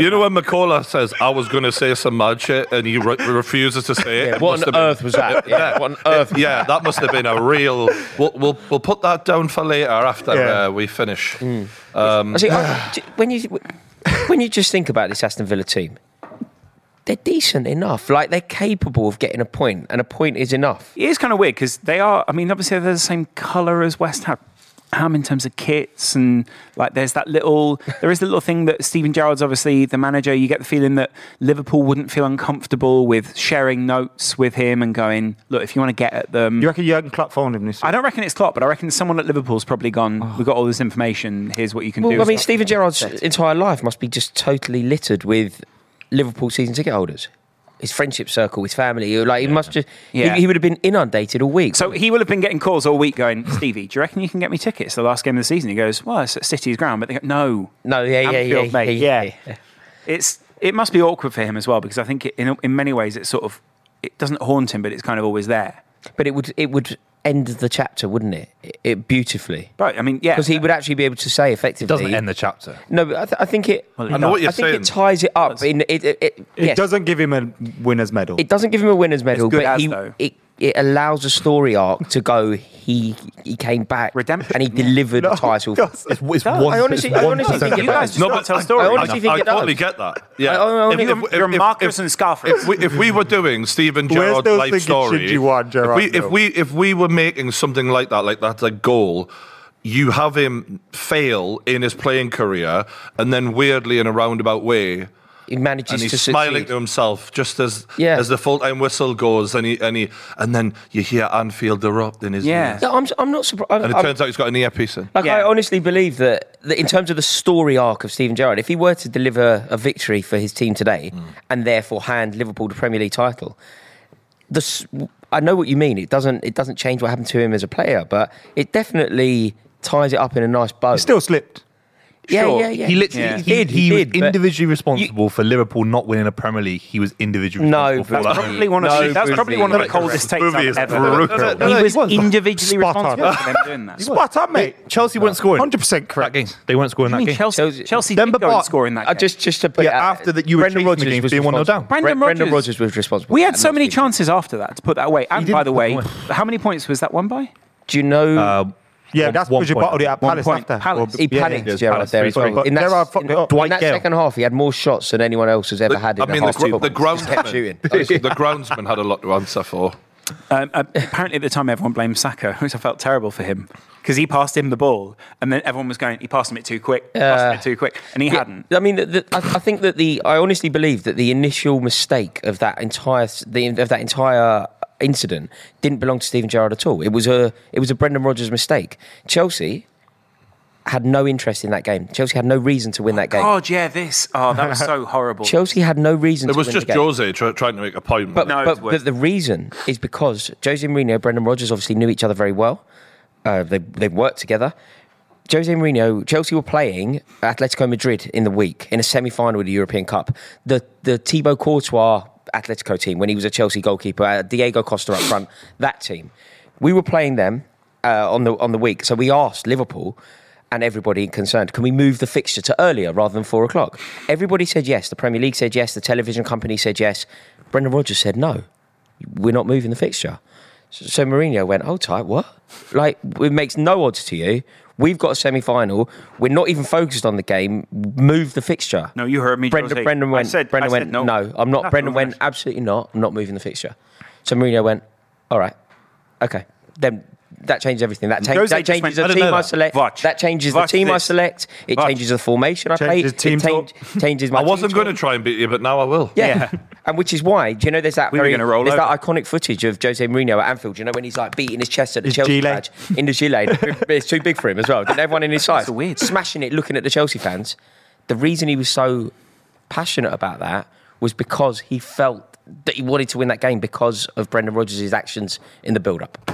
Speaker 3: you know when McCullough says, I was going to say some mad shit, and he re- refuses to say it?
Speaker 5: Yeah,
Speaker 3: it
Speaker 5: what
Speaker 3: must
Speaker 5: on
Speaker 3: have been-
Speaker 5: earth was that? Yeah, what on earth?
Speaker 3: yeah, that must have been a real. We'll, we'll, we'll put that down for later after
Speaker 4: Yeah.
Speaker 3: uh, we finish.
Speaker 5: See, I- j- when you when you just think about this Aston Villa team, they're decent enough. Like they're capable of getting a point, and a point is enough.
Speaker 1: It is kind of weird because they are. I mean, obviously they're the same color as West Ham. Ham in terms of kits and like there's that little there is the little thing that Stephen Gerrard's obviously the manager you get the feeling that Liverpool wouldn't feel uncomfortable with sharing notes with him and going look if you want to get at them
Speaker 4: You reckon Jurgen Klopp phoned him this
Speaker 1: I don't reckon it's Klopp but I reckon someone at Liverpool's probably gone we've got all this information here's what you can do
Speaker 5: Oh. Well, I mean,
Speaker 1: It's
Speaker 5: Stephen Gerrard's entire life must be just totally littered with Liverpool season ticket holders. His friendship circle, his family, he- like he must just, he-
Speaker 1: Yeah.
Speaker 5: he, would have been inundated all week.
Speaker 1: So he will have been getting calls all week going, Stevie, do you reckon you can get me tickets the last game of the season? He goes, well, it's at City's ground. But they go, no.
Speaker 5: No, yeah, yeah, yeah,
Speaker 1: Anfield,
Speaker 5: yeah,
Speaker 1: mate.
Speaker 5: yeah,
Speaker 1: yeah.
Speaker 5: yeah.
Speaker 1: It's, it must be awkward for him as well because I think it, in, in many ways it's sort of, it doesn't haunt him, but it's kind of always there.
Speaker 5: but it would it would end the chapter, wouldn't it? It, it beautifully
Speaker 1: Right. I mean, yeah.
Speaker 5: because he would actually be able to say
Speaker 6: It
Speaker 5: effectively.
Speaker 6: doesn't end the chapter.
Speaker 5: No, but I, th- I think it.
Speaker 1: Well, it I know does. what
Speaker 3: you're
Speaker 5: I think
Speaker 3: saying.
Speaker 5: it ties it up. In it, it, it,
Speaker 4: It
Speaker 5: yes.
Speaker 4: doesn't give him a winner's medal.
Speaker 5: It doesn't give him a winner's medal,
Speaker 1: good
Speaker 5: but
Speaker 1: as,
Speaker 5: he,
Speaker 1: though.
Speaker 5: it it allows a story arc to go. He he came back,
Speaker 1: Redemption,
Speaker 5: and he
Speaker 1: yeah.
Speaker 5: delivered the title.
Speaker 4: Yes.
Speaker 6: It's, it's one,
Speaker 5: I honestly-
Speaker 6: it's
Speaker 5: I honestly
Speaker 6: 1%
Speaker 5: think it
Speaker 1: you guys
Speaker 5: does.
Speaker 1: just
Speaker 3: No,
Speaker 1: don't
Speaker 3: but
Speaker 1: tell
Speaker 3: I-
Speaker 1: stories.
Speaker 5: I honestly think
Speaker 3: I
Speaker 5: it does.
Speaker 3: totally get that. Yeah,
Speaker 5: I- I- I think
Speaker 1: you're you're Marcus and Scarface.
Speaker 3: If we, if we were doing Stephen
Speaker 4: Where's
Speaker 3: Gerrard's
Speaker 4: those
Speaker 3: life
Speaker 4: thinking
Speaker 3: story,
Speaker 4: Shinji Wan, Gerrard,
Speaker 3: if, we,
Speaker 4: though?
Speaker 3: if we if we were making something like that, like that's a goal, you have him fail in his playing career, and then weirdly in a roundabout way,
Speaker 5: He manages
Speaker 3: and
Speaker 5: to
Speaker 3: he's smiling
Speaker 5: succeed.
Speaker 3: to himself just as
Speaker 5: Yeah.
Speaker 3: as the full time whistle goes, and he and he and then you hear Anfield erupt in his
Speaker 1: Yeah.
Speaker 3: ears.
Speaker 5: No, I'm I'm not surprised.
Speaker 3: and
Speaker 5: I'm,
Speaker 3: it
Speaker 5: I'm-
Speaker 3: turns out he's got an earpiece in.
Speaker 5: like, I
Speaker 1: Yeah.
Speaker 5: honestly believe that, that in terms of the story arc of Stephen Gerrard, if he were to deliver a victory for his team today and therefore hand Liverpool the Premier League title, the s- I know what you mean. It doesn't it doesn't change what happened to him as a player, but it definitely ties it up in a nice bow.
Speaker 4: Still slipped.
Speaker 5: yeah,
Speaker 1: Sure.
Speaker 5: yeah, yeah.
Speaker 6: He literally
Speaker 1: Yeah.
Speaker 6: he, did. He,
Speaker 5: did,
Speaker 6: was
Speaker 5: but-
Speaker 6: individually responsible for Liverpool not winning a Premier League. He was individually
Speaker 5: No,
Speaker 6: responsible
Speaker 5: that's
Speaker 6: for all that.
Speaker 1: Probably one of
Speaker 5: No,
Speaker 1: the, that's probably one of the
Speaker 3: Booby.
Speaker 1: coldest takes
Speaker 3: Booby
Speaker 1: I've
Speaker 3: is
Speaker 1: ever
Speaker 3: brutal.
Speaker 1: He was
Speaker 4: Spot on.
Speaker 1: individually responsible for them doing that.
Speaker 4: Spot on, mate.
Speaker 6: Chelsea weren't scoring.
Speaker 4: 100%
Speaker 6: That
Speaker 4: correct.
Speaker 6: game. They weren't scoring
Speaker 1: I
Speaker 6: that
Speaker 1: mean,
Speaker 6: game.
Speaker 1: Chelsea,
Speaker 5: Chelsea-
Speaker 1: Chelsea
Speaker 6: Denver
Speaker 1: did go and
Speaker 6: Bar-
Speaker 1: score in that
Speaker 5: I
Speaker 1: game.
Speaker 5: just just to put
Speaker 6: Yeah,
Speaker 5: it out
Speaker 6: after
Speaker 5: there,
Speaker 6: that you were
Speaker 5: Brendan
Speaker 6: chasing the
Speaker 5: Rodgers
Speaker 6: game
Speaker 5: was
Speaker 6: being 1-0 down.
Speaker 5: responsible.
Speaker 1: Brendan
Speaker 5: Bre- Brendan
Speaker 1: Rodgers.
Speaker 5: Rodgers was responsible.
Speaker 1: We
Speaker 5: for
Speaker 1: had
Speaker 5: that
Speaker 1: so
Speaker 5: last
Speaker 1: many
Speaker 5: game.
Speaker 1: chances after that, to put that away. And
Speaker 6: didn't
Speaker 1: by the
Speaker 6: put
Speaker 1: way,
Speaker 6: them away.
Speaker 1: how many points was that one by?
Speaker 5: Do you know?
Speaker 6: Uh,
Speaker 4: Yeah,
Speaker 6: one-
Speaker 4: that's
Speaker 6: one
Speaker 4: because you
Speaker 6: point.
Speaker 4: bottled it at
Speaker 1: One
Speaker 4: Palace
Speaker 1: point.
Speaker 4: after.
Speaker 1: Palace.
Speaker 5: he
Speaker 4: yeah,
Speaker 5: panicked
Speaker 6: yeah,
Speaker 5: Gerrard
Speaker 6: Palace
Speaker 5: there as
Speaker 6: three-three.
Speaker 5: well.
Speaker 4: But
Speaker 5: In that,
Speaker 4: Gerrard
Speaker 5: s-
Speaker 4: fucked
Speaker 5: in,
Speaker 4: it up.
Speaker 5: in
Speaker 4: Dwight
Speaker 5: that
Speaker 6: Gale.
Speaker 5: second half, he had more shots than anyone else has ever had. In
Speaker 3: I
Speaker 5: a
Speaker 3: mean, the,
Speaker 5: half
Speaker 3: gro- the
Speaker 5: ground kept shooting.
Speaker 3: groundsman, the groundsman had a lot to answer for.
Speaker 1: Um, uh, apparently, at the time, everyone blamed Saka, which I felt terrible for him because he passed him the ball, and then everyone was going, "He passed him it too quick, he passed him it too quick," and he
Speaker 5: Yeah,
Speaker 1: hadn't.
Speaker 5: I mean, the, the, I, I think that the I honestly believe that the initial mistake of that entire s- the, of that entire incident didn't belong to Stephen Gerrard at all. It was a it was a Brendan Rodgers mistake. Chelsea had no interest in that game. Chelsea had no reason to win that game.
Speaker 1: God, yeah, this. Oh, that was so horrible.
Speaker 5: Chelsea had no reason.
Speaker 3: It
Speaker 5: to
Speaker 3: was
Speaker 5: win
Speaker 3: just
Speaker 5: the game.
Speaker 3: Jose try, trying to make a point.
Speaker 5: But,
Speaker 3: wasn't
Speaker 1: No,
Speaker 3: it?
Speaker 1: it's
Speaker 5: but,
Speaker 1: worse.
Speaker 5: but the reason is because Jose Mourinho, Brendan Rodgers obviously knew each other very well. Uh, they, they've worked together. Jose Mourinho, Chelsea were playing Atletico Madrid in the week in a semi final of the European Cup. The, the Thibaut Courtois Atletico team, when he was a Chelsea goalkeeper, uh, Diego Costa up front, that team. We were playing them uh, on, the, on the week. So we asked Liverpool and everybody concerned, can we move the fixture to earlier rather than four o'clock? Everybody said yes. The Premier League said yes. The television company said yes. Brendan Rodgers said no. we're not moving the fixture. So, so Mourinho went, "Hold tight, what? Like it makes no odds to you. We've got a semi-final. We're not even focused on the game. Move the fixture."
Speaker 1: No, you heard me.
Speaker 5: Brendan,
Speaker 1: Jose.
Speaker 5: Brendan
Speaker 1: I
Speaker 5: went.
Speaker 1: said-
Speaker 5: Brendan
Speaker 1: I said
Speaker 5: went.
Speaker 1: no.
Speaker 5: No, I'm not.
Speaker 1: No,
Speaker 5: Brendan
Speaker 1: no,
Speaker 5: went.
Speaker 1: no.
Speaker 5: Absolutely not. I'm not moving the fixture. So Mourinho went. All right. Okay. Then that changes everything. That, change,
Speaker 1: Jose
Speaker 5: that
Speaker 1: just
Speaker 5: changes
Speaker 1: went, "I don't
Speaker 5: the team
Speaker 1: know
Speaker 5: I
Speaker 1: that."
Speaker 5: select.
Speaker 1: Vach.
Speaker 5: That changes the
Speaker 1: Vach
Speaker 5: team I
Speaker 1: this.
Speaker 5: select. It
Speaker 1: Vach.
Speaker 5: changes the formation I play.
Speaker 4: Changes team
Speaker 5: it change- changes my.
Speaker 3: I wasn't
Speaker 5: team
Speaker 3: going to
Speaker 5: talk.
Speaker 3: try and beat you, but now I will.
Speaker 5: Yeah. and which is why, do you know, there's that
Speaker 1: We were
Speaker 5: very,
Speaker 1: gonna roll
Speaker 5: there's
Speaker 1: over.
Speaker 5: that iconic footage of Jose Mourinho at Anfield. You know when he's like beating his chest at the
Speaker 4: His
Speaker 5: Chelsea
Speaker 4: gilet.
Speaker 5: badge in the gilet. it's too big for him as well. Didn't everyone in his size
Speaker 1: so weird.
Speaker 5: smashing it, looking at the Chelsea fans. The reason he was so passionate about that was because he felt that he wanted to win that game because of Brendan Rodgers' actions in the build-up.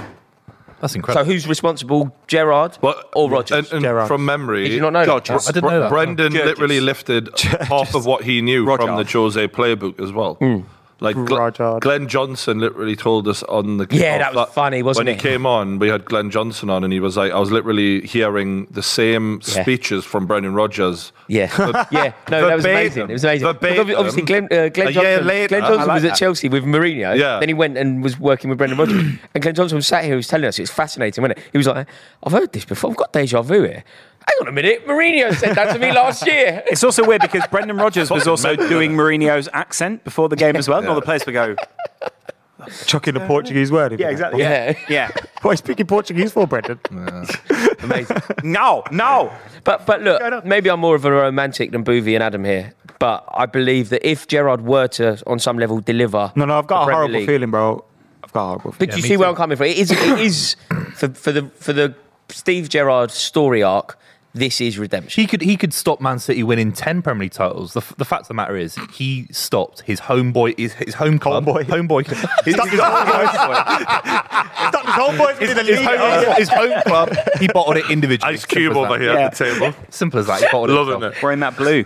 Speaker 6: That's
Speaker 5: So
Speaker 6: incredible.
Speaker 5: who's responsible, Gerard
Speaker 3: But,
Speaker 5: or
Speaker 1: uh,
Speaker 5: Rodgers?
Speaker 3: And, and
Speaker 4: Gerrard.
Speaker 3: from memory,
Speaker 5: Did you not know? that?
Speaker 6: I didn't know that.
Speaker 3: Brendan
Speaker 1: Judges.
Speaker 3: literally lifted half of what he knew from the
Speaker 1: Rodgers.
Speaker 3: Jose playbook as well.
Speaker 5: Hmm.
Speaker 3: Like Gl-
Speaker 4: Rodgers.
Speaker 3: Glenn Johnson literally told us on the
Speaker 5: Yeah,
Speaker 3: kickoff
Speaker 5: that was funny, wasn't
Speaker 3: when
Speaker 5: it?
Speaker 3: he came on, we had Glenn Johnson on, and he was like, "I was literally hearing the same
Speaker 5: Yeah.
Speaker 3: speeches from Brendan Rodgers."
Speaker 5: Yeah, yeah. No, that was
Speaker 3: verbatim.
Speaker 5: amazing. It was amazing.
Speaker 3: Verbatim.
Speaker 5: Because Obviously, Glenn, uh, Glenn
Speaker 3: A year
Speaker 5: Johnson,
Speaker 3: later.
Speaker 5: Glenn
Speaker 3: I
Speaker 5: Johnson
Speaker 1: like
Speaker 5: was at
Speaker 1: that.
Speaker 5: Chelsea with Mourinho.
Speaker 3: Yeah.
Speaker 5: Then he went and was working with Brendan Rodgers. and Glenn Johnson was sat here. He was telling us. It was fascinating, wasn't it? He was like, "I've heard this before. I've got deja vu here." Hang on a minute. Mourinho said that to me last year.
Speaker 1: It's also weird because Brendan Rodgers was also doing Mourinho's accent before the game as well. And all the players would go,
Speaker 4: Chucking the Portuguese word. in.
Speaker 5: Yeah.
Speaker 1: yeah.
Speaker 4: What are you speaking Portuguese for, Brendan?
Speaker 5: amazing.
Speaker 1: No, no.
Speaker 5: But but look, maybe I'm more of a romantic than Boovy and Adam here. But I believe that if Gerard were to, on some level, deliver
Speaker 4: No, no, I've
Speaker 5: the
Speaker 4: got a
Speaker 5: Premier
Speaker 4: horrible
Speaker 5: League-
Speaker 4: feeling, bro. I've got a horrible feeling.
Speaker 5: But do you see where I'm coming from? It is, it is for, for the for the Steve Gerrard story arc. This is redemption.
Speaker 6: He could he could stop Man City winning ten Premier League titles. The, f- the fact of the matter is, he stopped his homeboy his, his home club,
Speaker 4: Homeboy.
Speaker 6: homeboy his,
Speaker 4: Stop his homeboys. Stop his homeboys within the
Speaker 6: his
Speaker 4: league.
Speaker 6: home, his home club. He bottled it individually.
Speaker 3: Ice Cube
Speaker 6: Simple as
Speaker 3: over
Speaker 6: that.
Speaker 3: here at the table,
Speaker 6: Simple as that. He bottled it.
Speaker 3: loving
Speaker 6: himself.
Speaker 3: it.
Speaker 1: Wearing that blue.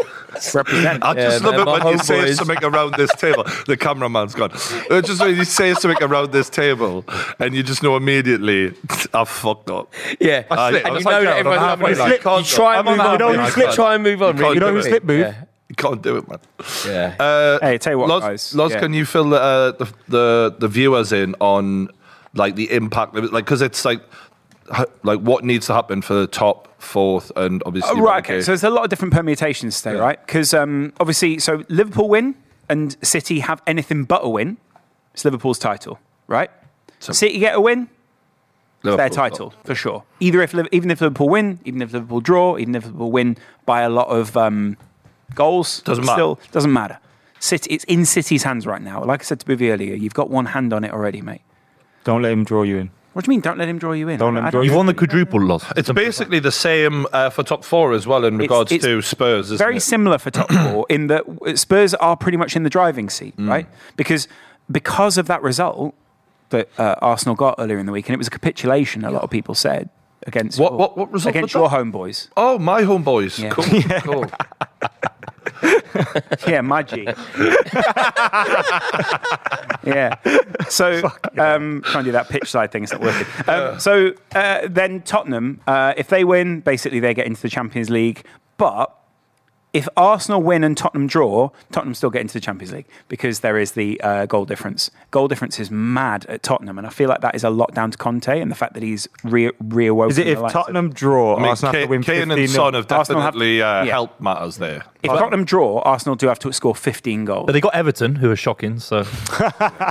Speaker 1: Represent.
Speaker 3: I just
Speaker 5: Yeah,
Speaker 3: love
Speaker 5: man,
Speaker 3: it
Speaker 5: Um, uh, my
Speaker 3: when you say
Speaker 5: homeboys.
Speaker 3: something around this table. The cameraman's gone. Uh, Just when you say something around this table, and you just know immediately, I've fucked up.
Speaker 5: Yeah,
Speaker 3: I slipped.
Speaker 5: and
Speaker 3: I
Speaker 5: you
Speaker 3: was
Speaker 5: know
Speaker 3: like,
Speaker 5: that
Speaker 3: "Gerrard, I'm
Speaker 5: everyone's loving
Speaker 3: halfway
Speaker 5: it.
Speaker 3: there.
Speaker 5: You
Speaker 3: Can't-
Speaker 5: try and
Speaker 3: I'm
Speaker 5: move
Speaker 3: on
Speaker 5: on.
Speaker 3: halfway
Speaker 5: you
Speaker 3: there.
Speaker 5: slip,
Speaker 3: I
Speaker 5: try and move on.
Speaker 3: can't
Speaker 5: Really.
Speaker 4: You know who
Speaker 3: do it.
Speaker 4: slip move?
Speaker 5: Yeah.
Speaker 3: You can't do it, man.
Speaker 5: Yeah.
Speaker 3: Uh,
Speaker 1: Hey, tell you what,
Speaker 3: Loz,
Speaker 1: guys.
Speaker 3: Loz,
Speaker 1: Yeah.
Speaker 3: can you fill the, uh, the the the viewers in on like the impact, of it? like because it's like h- like what needs to happen for the top, fourth, and obviously uh,
Speaker 1: Oh, right, okay.
Speaker 3: relegation.
Speaker 1: So there's a lot of different permutations today,
Speaker 3: Yeah.
Speaker 1: right? Because um, obviously, so Liverpool win and City have anything but a win. It's Liverpool's title, right? City get a win, it's their
Speaker 3: Liverpool's top.
Speaker 1: title for sure. Either if Liv- even if Liverpool win, even if Liverpool draw, even if Liverpool win by a lot of um, goals,
Speaker 3: Doesn't matter.
Speaker 1: still doesn't matter. City, it's in City's hands right now. Like I said to Booby earlier, you've got one hand on it already, mate.
Speaker 4: Don't let him draw you in.
Speaker 1: What do you mean? Don't let him draw you in.
Speaker 4: Don't let him
Speaker 1: I-
Speaker 4: draw
Speaker 6: You've
Speaker 4: you
Speaker 6: won the quadruple loss.
Speaker 3: It's basically the same uh, for top four as well in regards
Speaker 1: it's
Speaker 3: to Spurs. Isn't
Speaker 1: very
Speaker 3: it?
Speaker 1: similar for top four in that w- Spurs are pretty much in the driving seat,
Speaker 3: Mm.
Speaker 1: right? Because because of that result that uh, Arsenal got earlier in the week, and it was a capitulation. A lot of people said against
Speaker 3: What-
Speaker 1: your-
Speaker 3: what- what result
Speaker 1: against your
Speaker 3: was
Speaker 1: homeboys.
Speaker 3: Oh, my homeboys.
Speaker 1: Yeah.
Speaker 3: Cool. cool.
Speaker 1: Yeah, Maggi. yeah. So um, trying to do that pitch side thing. It's not working. Um, so uh, then Tottenham, uh, if they win, basically they get into the Champions League. But if Arsenal win and Tottenham draw, Tottenham still get into the Champions League because there is the uh, goal difference. Goal difference is mad at Tottenham, and I feel like that is a lot down to Conte and the fact that he's re- reawoken.
Speaker 4: Is it if
Speaker 1: the likes of-
Speaker 4: Tottenham draw,
Speaker 3: I mean,
Speaker 4: Arsenal have
Speaker 3: Kane,
Speaker 4: to win
Speaker 3: Kane
Speaker 4: 15
Speaker 3: and Son have
Speaker 1: Arsenal have-
Speaker 3: definitely uh,
Speaker 1: yeah.
Speaker 3: helped matters there.
Speaker 1: If Tottenham draw, Arsenal do have to score 15 goals.
Speaker 6: But they got Everton, who are shocking. So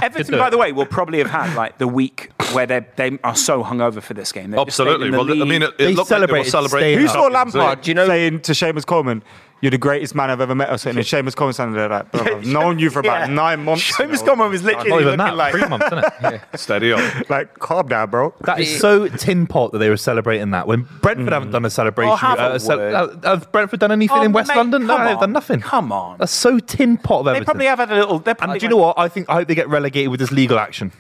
Speaker 1: Everton, by the way, will probably have had like the week where they they are so hungover for this game. They've just stayed
Speaker 3: Absolutely.
Speaker 1: in the
Speaker 3: Well, I mean,
Speaker 1: lead.
Speaker 3: it,
Speaker 6: They
Speaker 3: it looked like they were
Speaker 6: celebrated
Speaker 3: celebrating.
Speaker 6: staying
Speaker 4: Who
Speaker 6: up.
Speaker 4: saw
Speaker 3: the Champions
Speaker 4: Lampard
Speaker 5: Do you know-
Speaker 4: saying to Seamus Coleman, "You're the greatest man I've ever met"? Or something. And Seamus Coleman standing there like, "Brother, I've known you for about
Speaker 1: Yeah.
Speaker 4: nine months." you
Speaker 1: Seamus
Speaker 4: know."
Speaker 1: Coleman was literally
Speaker 6: not even
Speaker 1: looking
Speaker 6: that.
Speaker 1: like
Speaker 6: Three months, isn't it?
Speaker 3: League. Steady up.
Speaker 4: Like, calm down, bro.
Speaker 6: That is so tin pot that they were celebrating that when Brentford haven't done a celebration.
Speaker 1: Oh, have a
Speaker 6: uh, cel-
Speaker 1: word.
Speaker 6: uh, have Brentford done anything
Speaker 1: Oh,
Speaker 6: in West
Speaker 1: mate,
Speaker 6: London? No,
Speaker 1: come
Speaker 6: they've done
Speaker 1: on.
Speaker 6: nothing.
Speaker 1: Come on.
Speaker 6: that's so tin pot of
Speaker 1: they
Speaker 6: Everton.
Speaker 1: probably have had a little. They're
Speaker 6: and
Speaker 1: probably
Speaker 6: do you know what? I think I hope they get relegated with this legal action.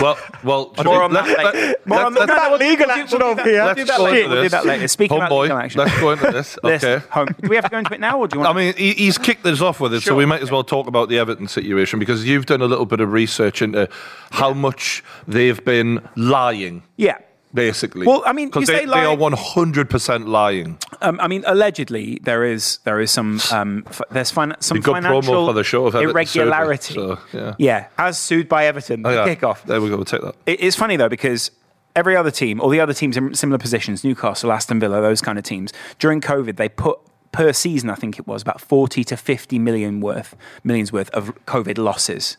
Speaker 3: Well, well.
Speaker 1: More on that later. More on that.
Speaker 4: that legal action over here.
Speaker 1: We'll do that later. We'll do that later. Speaking about legal
Speaker 3: Homeboy,
Speaker 1: action.
Speaker 3: let's go into this.
Speaker 1: This,
Speaker 3: Okay.
Speaker 1: home. Do we have to go into it now, or do you want?
Speaker 3: I mean, he, he's kicked this off with it, so
Speaker 1: Sure.
Speaker 3: we might as well talk about the Everton situation because you've done a little bit of research into how much they've been lying,
Speaker 1: yeah.
Speaker 3: basically.
Speaker 1: Well, I mean, you
Speaker 3: because they,
Speaker 1: say
Speaker 3: they are
Speaker 1: lying-
Speaker 3: one hundred percent lying.
Speaker 1: um, I mean, allegedly there is there is some um, f- there's fin- some
Speaker 3: Be good promo
Speaker 1: financial
Speaker 3: for the show if Everton sued me,
Speaker 1: irregularity.
Speaker 3: so, yeah.
Speaker 1: as sued by Everton.
Speaker 3: Oh,
Speaker 1: the
Speaker 3: yeah.
Speaker 1: Kickoff.
Speaker 3: There we go. We'll take that.
Speaker 1: It- it's funny though because every other team, all the other teams in similar positions, Newcastle, Aston Villa, those kind of teams, during COVID they put per season, I think it was about forty to fifty million worth millions worth of COVID losses.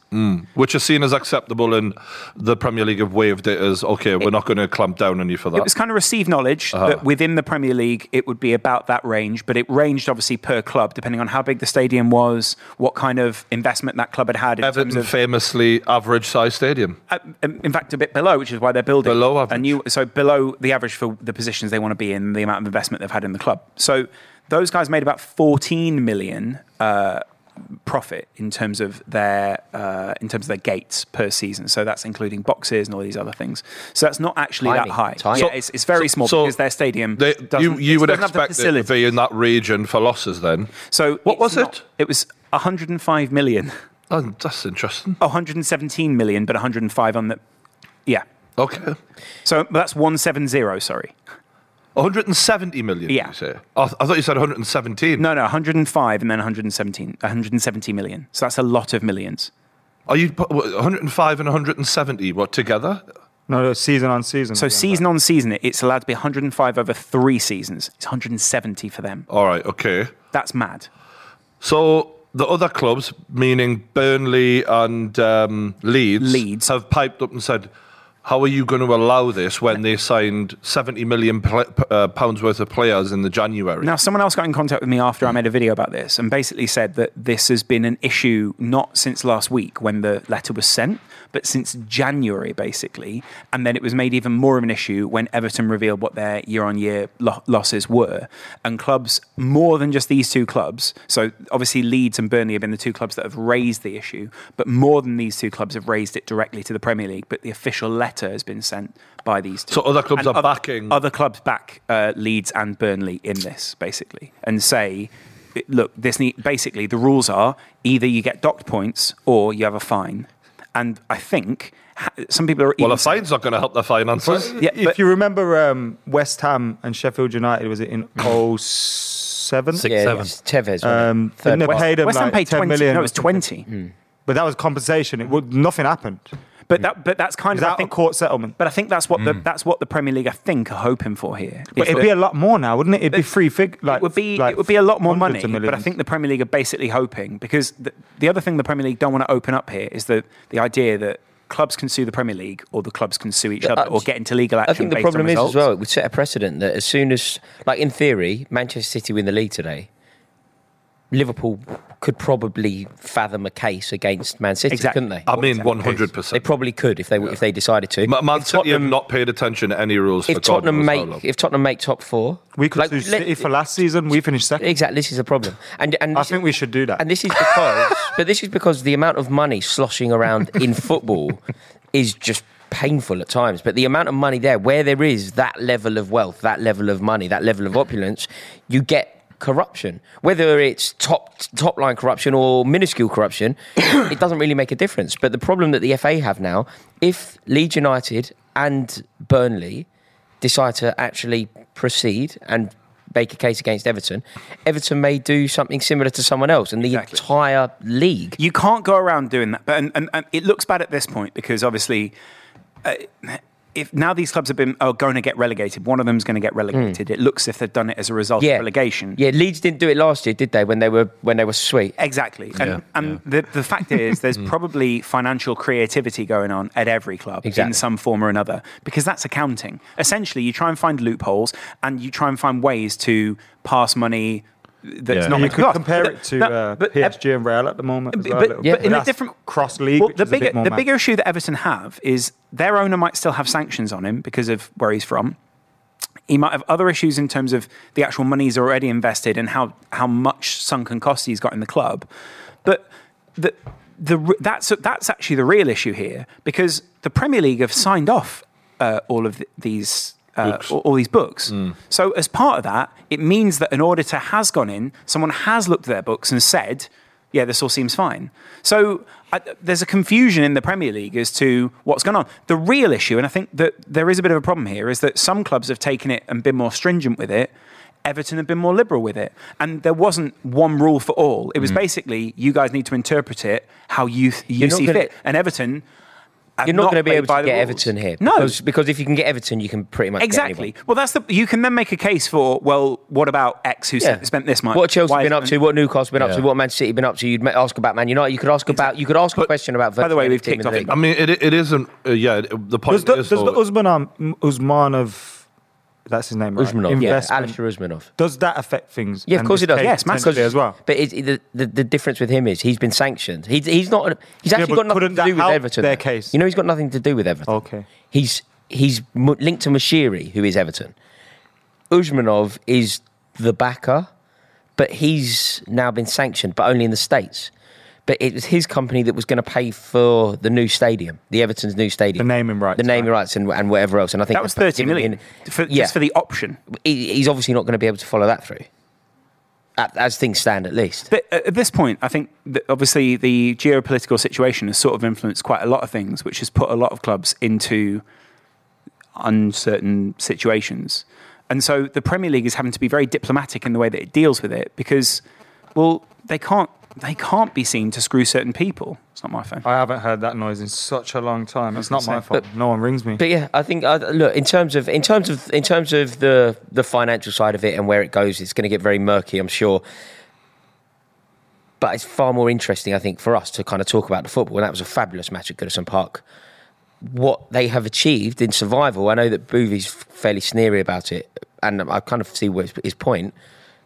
Speaker 3: Which is seen as acceptable, and the Premier League have waived it as okay. We're not going to clamp down on you for that.
Speaker 1: It was kind of received knowledge that within the Premier League it would be about that range, but it ranged obviously per club depending on how big the stadium was, what kind of investment that club had had in terms
Speaker 3: Everton
Speaker 1: of
Speaker 3: famously average size stadium.
Speaker 1: Uh, in fact, a bit below, which is why they're building
Speaker 3: Below average.
Speaker 1: a new. So below the average for the positions they want to be in, the amount of investment they've had in the club. So those guys made about 14 million uh, profit in terms of their uh, in terms of their gates per season. So that's including boxes and all these other things. So that's not actually
Speaker 5: Tiny,
Speaker 1: that high.
Speaker 5: tiny.
Speaker 1: Yeah,
Speaker 5: So-
Speaker 1: it's, it's very small
Speaker 3: so
Speaker 1: because their stadium
Speaker 3: They,
Speaker 1: doesn't.
Speaker 3: you you
Speaker 1: it
Speaker 3: would
Speaker 1: doesn't have the
Speaker 3: expect it to
Speaker 1: facility.
Speaker 3: be in that region for losses then.
Speaker 1: So
Speaker 3: What
Speaker 1: it's
Speaker 3: was
Speaker 1: not-
Speaker 3: it?
Speaker 1: It was 105 million.
Speaker 3: Oh, that's interesting.
Speaker 1: Oh, 117 million, but 105 on the. Yeah.
Speaker 3: Okay.
Speaker 1: So that's 170, sorry.
Speaker 3: 170 million,
Speaker 1: Yeah.
Speaker 3: you say? Oh, I thought you said 117.
Speaker 1: No, no, 105 and then 117, 170 million. So that's a lot of millions.
Speaker 3: Are you pu- what, 105 and 170, what, together?
Speaker 4: No, no, season on season.
Speaker 1: So season on season, it- it's allowed to be 105 over three seasons. It's 170 for them.
Speaker 3: All right, okay.
Speaker 1: That's mad.
Speaker 3: So the other clubs, meaning Burnley and um, Leeds,
Speaker 1: Leeds.
Speaker 3: have piped up and said, how are you going to allow this when they signed 70 million pl- p- uh, pounds worth of players in the January?
Speaker 1: Now, someone else got in contact with me after I made a video about this and basically said that this has been an issue not since last week when the letter was sent, but since January, basically. And then it was made even more of an issue when Everton revealed what their year on year losses were. And clubs, more than just these two clubs, so obviously Leeds and Burnley have been the two clubs that have raised the issue, but more than these two clubs have raised it directly to the Premier League. But the official letter has been sent by these two
Speaker 3: So other clubs
Speaker 1: and
Speaker 3: are
Speaker 1: other-
Speaker 3: backing.
Speaker 1: other clubs back uh, Leeds and Burnley in this basically, and say, look, this need, basically the rules are either you get docked points or you have a fine, and I think ha- some people are
Speaker 3: well,
Speaker 1: even
Speaker 3: a fine's not going to help their finances.
Speaker 1: yeah,
Speaker 4: if
Speaker 1: but-
Speaker 4: you remember um, West Ham and Sheffield United, was it in 07?
Speaker 6: Six,
Speaker 5: Yeah,
Speaker 6: seven.
Speaker 5: it's Tevez.
Speaker 4: Um,
Speaker 5: Um, Third
Speaker 4: and they
Speaker 5: part.
Speaker 4: paid him
Speaker 1: West Ham
Speaker 4: like
Speaker 1: paid
Speaker 4: 10
Speaker 1: twenty.
Speaker 4: million Mm.
Speaker 1: No, it
Speaker 4: or
Speaker 1: was
Speaker 4: something.
Speaker 1: twenty.
Speaker 4: But that was compensation. It would, nothing happened.
Speaker 1: But that, but that's kind
Speaker 4: Is
Speaker 1: of I
Speaker 4: that a
Speaker 1: think.
Speaker 4: court settlement?
Speaker 1: But I think that's what the that's what the Premier League I think are hoping for here.
Speaker 4: But
Speaker 1: is
Speaker 4: it'd
Speaker 1: that-
Speaker 4: be a lot more now, wouldn't it? It'd be free fig.
Speaker 1: it
Speaker 4: Like,
Speaker 1: would be
Speaker 4: like
Speaker 1: it would be a lot more money.
Speaker 4: hundreds of
Speaker 1: But I
Speaker 4: millions.
Speaker 1: think the Premier League are basically hoping because the, the other thing the Premier League don't want to open up here is the the idea that clubs can sue the Premier League or the clubs can sue each other
Speaker 5: uh,
Speaker 1: or get into legal action.
Speaker 5: I think the
Speaker 1: based on
Speaker 5: problem is as
Speaker 1: results.
Speaker 5: well, it would set a precedent that as soon as, like in theory, Manchester City win the league today, Liverpool could probably fathom a case against Man City,
Speaker 1: Exactly.
Speaker 5: couldn't they?
Speaker 3: I mean, 100%.
Speaker 5: They probably could if they if they decided to.
Speaker 3: Ma- Man
Speaker 5: If
Speaker 3: City have
Speaker 5: Tottenham-
Speaker 3: not paid attention to any rules. for
Speaker 5: if
Speaker 3: God
Speaker 5: Tottenham
Speaker 3: knows how
Speaker 5: make
Speaker 3: long.
Speaker 5: if Tottenham make top four,
Speaker 4: we could
Speaker 5: like,
Speaker 4: sue
Speaker 5: let-
Speaker 4: City for last season. We finished second.
Speaker 5: Exactly, this is a problem, and and
Speaker 4: I
Speaker 5: this-
Speaker 4: think we should do that.
Speaker 5: and this is because, but this is because the amount of money sloshing around in football is just painful at times. But the amount of money there, where there is that level of wealth, that level of money, that level of opulence, you get corruption. Whether it's top top line corruption or minuscule corruption, it doesn't really make a difference. But the problem that the FA have now, if Leeds United and Burnley decide to actually proceed and make a case against Everton, Everton may do something similar to someone else, and the
Speaker 1: Exactly.
Speaker 5: entire league.
Speaker 1: You can't go around doing that. But and, and, and it looks bad at this point because obviously, uh, if now these clubs have been are going to get relegated, one of them's going to get relegated. It looks if they've done it as a result
Speaker 5: Hmm. Yeah,
Speaker 1: of relegation.
Speaker 5: Yeah, Leeds didn't do it last year, did they? When they were when they were sweet.
Speaker 1: Exactly. And, and The, the fact is, there's
Speaker 6: Mm.
Speaker 1: probably financial creativity going on at every club in
Speaker 5: Exactly.
Speaker 1: some form or another because that's accounting. Essentially, you try and find loopholes and you try and find ways to pass money that's
Speaker 6: Yeah.
Speaker 1: not
Speaker 6: You
Speaker 1: meant to be
Speaker 4: You could
Speaker 1: passed.
Speaker 4: compare
Speaker 1: But-
Speaker 4: it to
Speaker 1: but-
Speaker 4: uh,
Speaker 1: but-
Speaker 4: PSG and Real at the moment. as
Speaker 1: but-
Speaker 4: well,
Speaker 1: but-
Speaker 4: little
Speaker 1: yeah,
Speaker 4: bit.
Speaker 1: but in a
Speaker 4: That's
Speaker 1: different-
Speaker 4: cross league.
Speaker 1: Well,
Speaker 4: which
Speaker 1: the
Speaker 4: is a bit
Speaker 1: bigger
Speaker 4: more
Speaker 1: the
Speaker 4: mad.
Speaker 1: bigger issue that Everton have is their owner might still have sanctions on him because of where he's from. He might have other issues in terms of the actual money he's already invested and how how much sunken cost he's got in the club. But the the r- that's that's actually the real issue here because the Premier League have signed off uh, all of th- these. Uh, all, all these books.
Speaker 4: Hmm.
Speaker 1: So, as part of that, it means that an auditor has gone in, someone has looked at their books and said, yeah, this all seems fine. So I, there's a confusion in the Premier League as to what's going on. The real issue, and I think that there is a bit of a problem here, is that some clubs have taken it and been more stringent with it. Everton have been more liberal with it. And there wasn't one rule for all. It was basically you guys need to interpret it how you th- you
Speaker 5: Mm. You're not
Speaker 1: see
Speaker 5: gonna-
Speaker 1: fit. And Everton. have
Speaker 5: You're not, going to be
Speaker 1: played
Speaker 5: able
Speaker 1: by
Speaker 5: to
Speaker 1: the
Speaker 5: get
Speaker 1: rules.
Speaker 5: Everton here.
Speaker 1: No,
Speaker 5: because, because if you can get Everton, you can pretty much get
Speaker 1: Exactly.
Speaker 5: anyone.
Speaker 1: Well, that's the. You can then make a case for well, what about X who
Speaker 5: Yeah.
Speaker 1: s- spent this much?
Speaker 5: What Chelsea
Speaker 1: Why-
Speaker 5: been up to?
Speaker 1: and-
Speaker 5: What Newcastle been up to?
Speaker 6: Yeah.
Speaker 5: What Man City been up to? You'd ma- ask about Man United. You could ask about. You could ask a question about.
Speaker 1: By the way,
Speaker 5: virtually
Speaker 1: we've
Speaker 5: every
Speaker 1: kicked
Speaker 5: team in the
Speaker 1: off
Speaker 5: league.
Speaker 3: I mean, it it isn't. Uh, yeah, it-
Speaker 4: Does
Speaker 3: the point
Speaker 4: the,
Speaker 3: is oh,
Speaker 4: does the
Speaker 3: though,
Speaker 4: Usman Usmanov, that's his name, right?
Speaker 5: Usmanov, yeah,
Speaker 4: Investment,
Speaker 5: Alistair Usmanov.
Speaker 4: Does that affect things?
Speaker 5: Yeah, of
Speaker 4: and
Speaker 5: course it
Speaker 4: his
Speaker 5: does.
Speaker 4: pay
Speaker 1: Yes, massive.
Speaker 4: potentially as well.
Speaker 5: But it, the, the the difference with him is he's been sanctioned. He's he's not. He's actually
Speaker 4: but
Speaker 5: got nothing
Speaker 4: couldn't
Speaker 5: to
Speaker 4: that
Speaker 5: do with
Speaker 4: help
Speaker 5: Everton.
Speaker 4: their
Speaker 5: though.
Speaker 4: case?
Speaker 5: You know, he's got nothing to do with Everton.
Speaker 4: Okay.
Speaker 5: He's he's mu- linked to Mashiri, who is Everton. Uzmanov is the backer, but he's now been sanctioned, but only in the states. But it was his company that was going to pay for the new stadium, the Everton's new stadium,
Speaker 4: The naming rights,
Speaker 5: the naming rights, and, and whatever else. And I think
Speaker 1: That was
Speaker 5: they've
Speaker 1: thirty
Speaker 5: given
Speaker 1: million
Speaker 5: him-
Speaker 1: for,
Speaker 5: yeah,
Speaker 1: just for the option.
Speaker 5: he, he's obviously not going to be able to follow that through, at, as things stand, at least.
Speaker 1: But at at this point, I think that obviously the geopolitical situation has sort of influenced quite a lot of things, which has put a lot of clubs into uncertain situations. And so the Premier League is having to be very diplomatic in the way that it deals with it because, well, they can't they can't be seen to screw certain people. It's not my phone.
Speaker 4: I haven't heard that noise in such a long time. It's not my
Speaker 1: insane.
Speaker 4: fault. no one rings me.
Speaker 5: But yeah, I think uh, look in terms of in terms of in terms of the the financial side of it and where it goes, it's going to get very murky, I'm sure. But it's far more interesting, I think, for us to kind of talk about the football. And that was a fabulous match at Goodison Park. What they have achieved in survival, I know that Boovy's fairly sneery about it, and I kind of see where his- his point.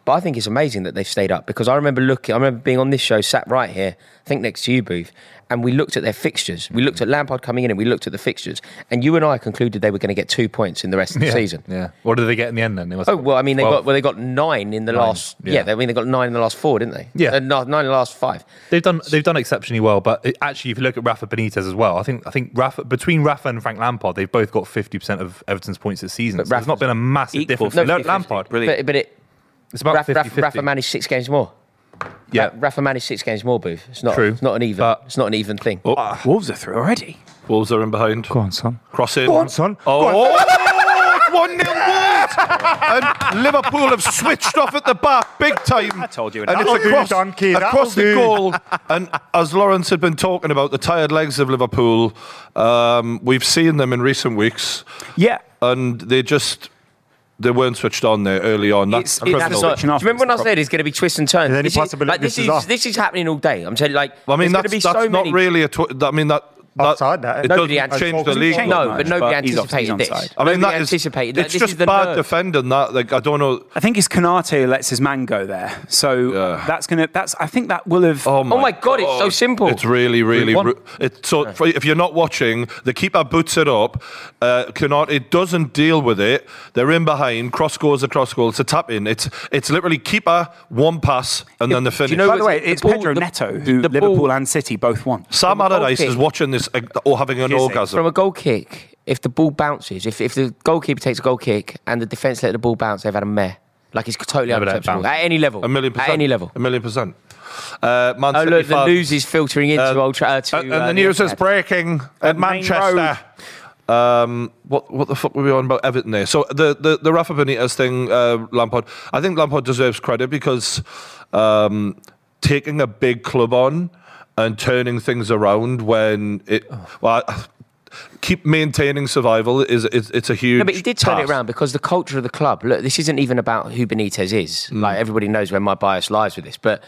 Speaker 5: But I think it's amazing that they've stayed up because I remember looking, I remember being on this show, sat right here, I think next to you, Booth, and we looked at their fixtures. We looked at Lampard coming in and we looked at the fixtures, and you and I concluded they were going to get two points in the rest of the season.
Speaker 6: Yeah. What did they get in the end then? They must
Speaker 5: Oh well, I mean they
Speaker 6: Well-
Speaker 5: got well they got nine in the last yeah.
Speaker 6: yeah.
Speaker 5: I mean they got nine in the last four, didn't they?
Speaker 6: Yeah.
Speaker 5: Uh, no- nine in the last five.
Speaker 6: They've done they've done exceptionally well, but it- actually, if you look at Rafa Benitez as well, I think I think Rafa between Rafa and Frank Lampard, they've both got fifty percent of Everton's points this season.
Speaker 5: But
Speaker 6: So there's
Speaker 5: Rafa's
Speaker 6: not been a massive
Speaker 1: equal
Speaker 6: difference.
Speaker 1: No,
Speaker 6: No,
Speaker 5: 50-50.
Speaker 6: Lampard,
Speaker 1: Brilliant.
Speaker 5: But but it
Speaker 6: it's about
Speaker 5: Rafa,
Speaker 6: 50
Speaker 5: Rafa, Rafa managed six games more.
Speaker 6: Yeah,
Speaker 5: Ra- Rafa managed six games more, Booth. It's not
Speaker 6: True,
Speaker 5: It's not an even.
Speaker 6: but-
Speaker 5: it's not an even thing.
Speaker 1: Wolves are through already.
Speaker 3: Wolves are in behind.
Speaker 4: Go on, son.
Speaker 3: Cross in.
Speaker 4: Go on, son. Go on.
Speaker 3: Oh, one nil Wolves. and Liverpool have switched off at the back, big time. I
Speaker 1: told you,
Speaker 3: And
Speaker 1: that'll
Speaker 3: it's
Speaker 4: do,
Speaker 3: across,
Speaker 4: donkey, that'll
Speaker 3: across the
Speaker 4: do.
Speaker 3: goal. And as Lawrence had been talking about the tired legs of Liverpool, um, we've seen them in recent weeks,
Speaker 1: Yeah.
Speaker 3: and they just they weren't switched on there early on.
Speaker 1: It's-
Speaker 3: That's
Speaker 1: it's
Speaker 3: criminal.
Speaker 1: not-
Speaker 5: Do you remember when I said it's going to be twists and turns?
Speaker 4: Is there any
Speaker 5: This is-
Speaker 4: possibility
Speaker 5: like, this,
Speaker 4: this is
Speaker 5: is,
Speaker 4: off?
Speaker 5: this is happening all day. I'm telling you, like
Speaker 3: I mean,
Speaker 5: there's going to
Speaker 3: that's,
Speaker 5: be
Speaker 3: that's
Speaker 5: so
Speaker 3: not
Speaker 5: many.
Speaker 3: really a. Tw- I mean, that, that
Speaker 4: Offside, that,
Speaker 3: it
Speaker 5: Nobody
Speaker 3: doesn't change the
Speaker 5: anticipated-
Speaker 3: league.
Speaker 5: No,
Speaker 1: much,
Speaker 5: but nobody
Speaker 1: but he's off-
Speaker 5: anticipated
Speaker 1: he's
Speaker 5: this.
Speaker 1: onside.
Speaker 3: I mean,
Speaker 5: nobody
Speaker 3: that is
Speaker 5: anticipated. that.
Speaker 3: it's
Speaker 5: This
Speaker 3: just
Speaker 5: is the
Speaker 3: bad
Speaker 5: nerve.
Speaker 3: defending that. Like I don't know.
Speaker 1: I think it's Canate lets his man go there. So
Speaker 3: Yeah.
Speaker 1: that's gonna that's I think that will have
Speaker 5: Oh my god, it's so simple.
Speaker 3: It's really, really.
Speaker 6: one.
Speaker 3: Ru- it, so for- if you're not watching, the keeper boots it up. Uh, cannot. It doesn't deal with it. They're in behind. Cross goes across goal. It's a tap in. It's it's literally keeper one pass and then the finish.
Speaker 5: know
Speaker 1: By the
Speaker 5: what's-
Speaker 1: way,
Speaker 5: the
Speaker 1: it's
Speaker 5: ball-
Speaker 1: Pedro
Speaker 5: the-
Speaker 1: Neto who
Speaker 5: the
Speaker 1: Liverpool
Speaker 5: ball-
Speaker 1: and City both want.
Speaker 3: Sam
Speaker 5: from a goal
Speaker 3: Allardyce is
Speaker 5: kick-
Speaker 3: watching this uh, or having an
Speaker 1: Excuse me.
Speaker 3: orgasm.
Speaker 5: from a goal kick, if the ball bounces, if, if the goalkeeper takes a goal kick and the defence let the ball bounce, they've had a meh. Like it's totally
Speaker 6: but that
Speaker 5: unacceptable
Speaker 6: bounce-
Speaker 5: at any level.
Speaker 3: a million percent.
Speaker 5: At any level.
Speaker 3: A million percent. Uh, Man
Speaker 5: Oh
Speaker 3: City
Speaker 5: look, the
Speaker 3: fan-
Speaker 5: news is filtering into
Speaker 3: Uh,
Speaker 5: Old Tra- uh, to,
Speaker 3: and, and
Speaker 5: uh,
Speaker 3: the news
Speaker 5: Etihad.
Speaker 3: is breaking at
Speaker 1: Main
Speaker 3: Manchester. Um, what what the fuck were we on about Everton there? So the the, the Rafa Benitez thing, uh, Lampard. I think Lampard deserves credit because um, taking a big club on and turning things around when it well. I- Keep maintaining survival is, is it's a huge.
Speaker 5: No, but he did turn
Speaker 3: task.
Speaker 5: it around because the culture of the club. Look, this isn't even about who Benitez is.
Speaker 6: Mm.
Speaker 5: Like everybody knows where my bias lies with this, but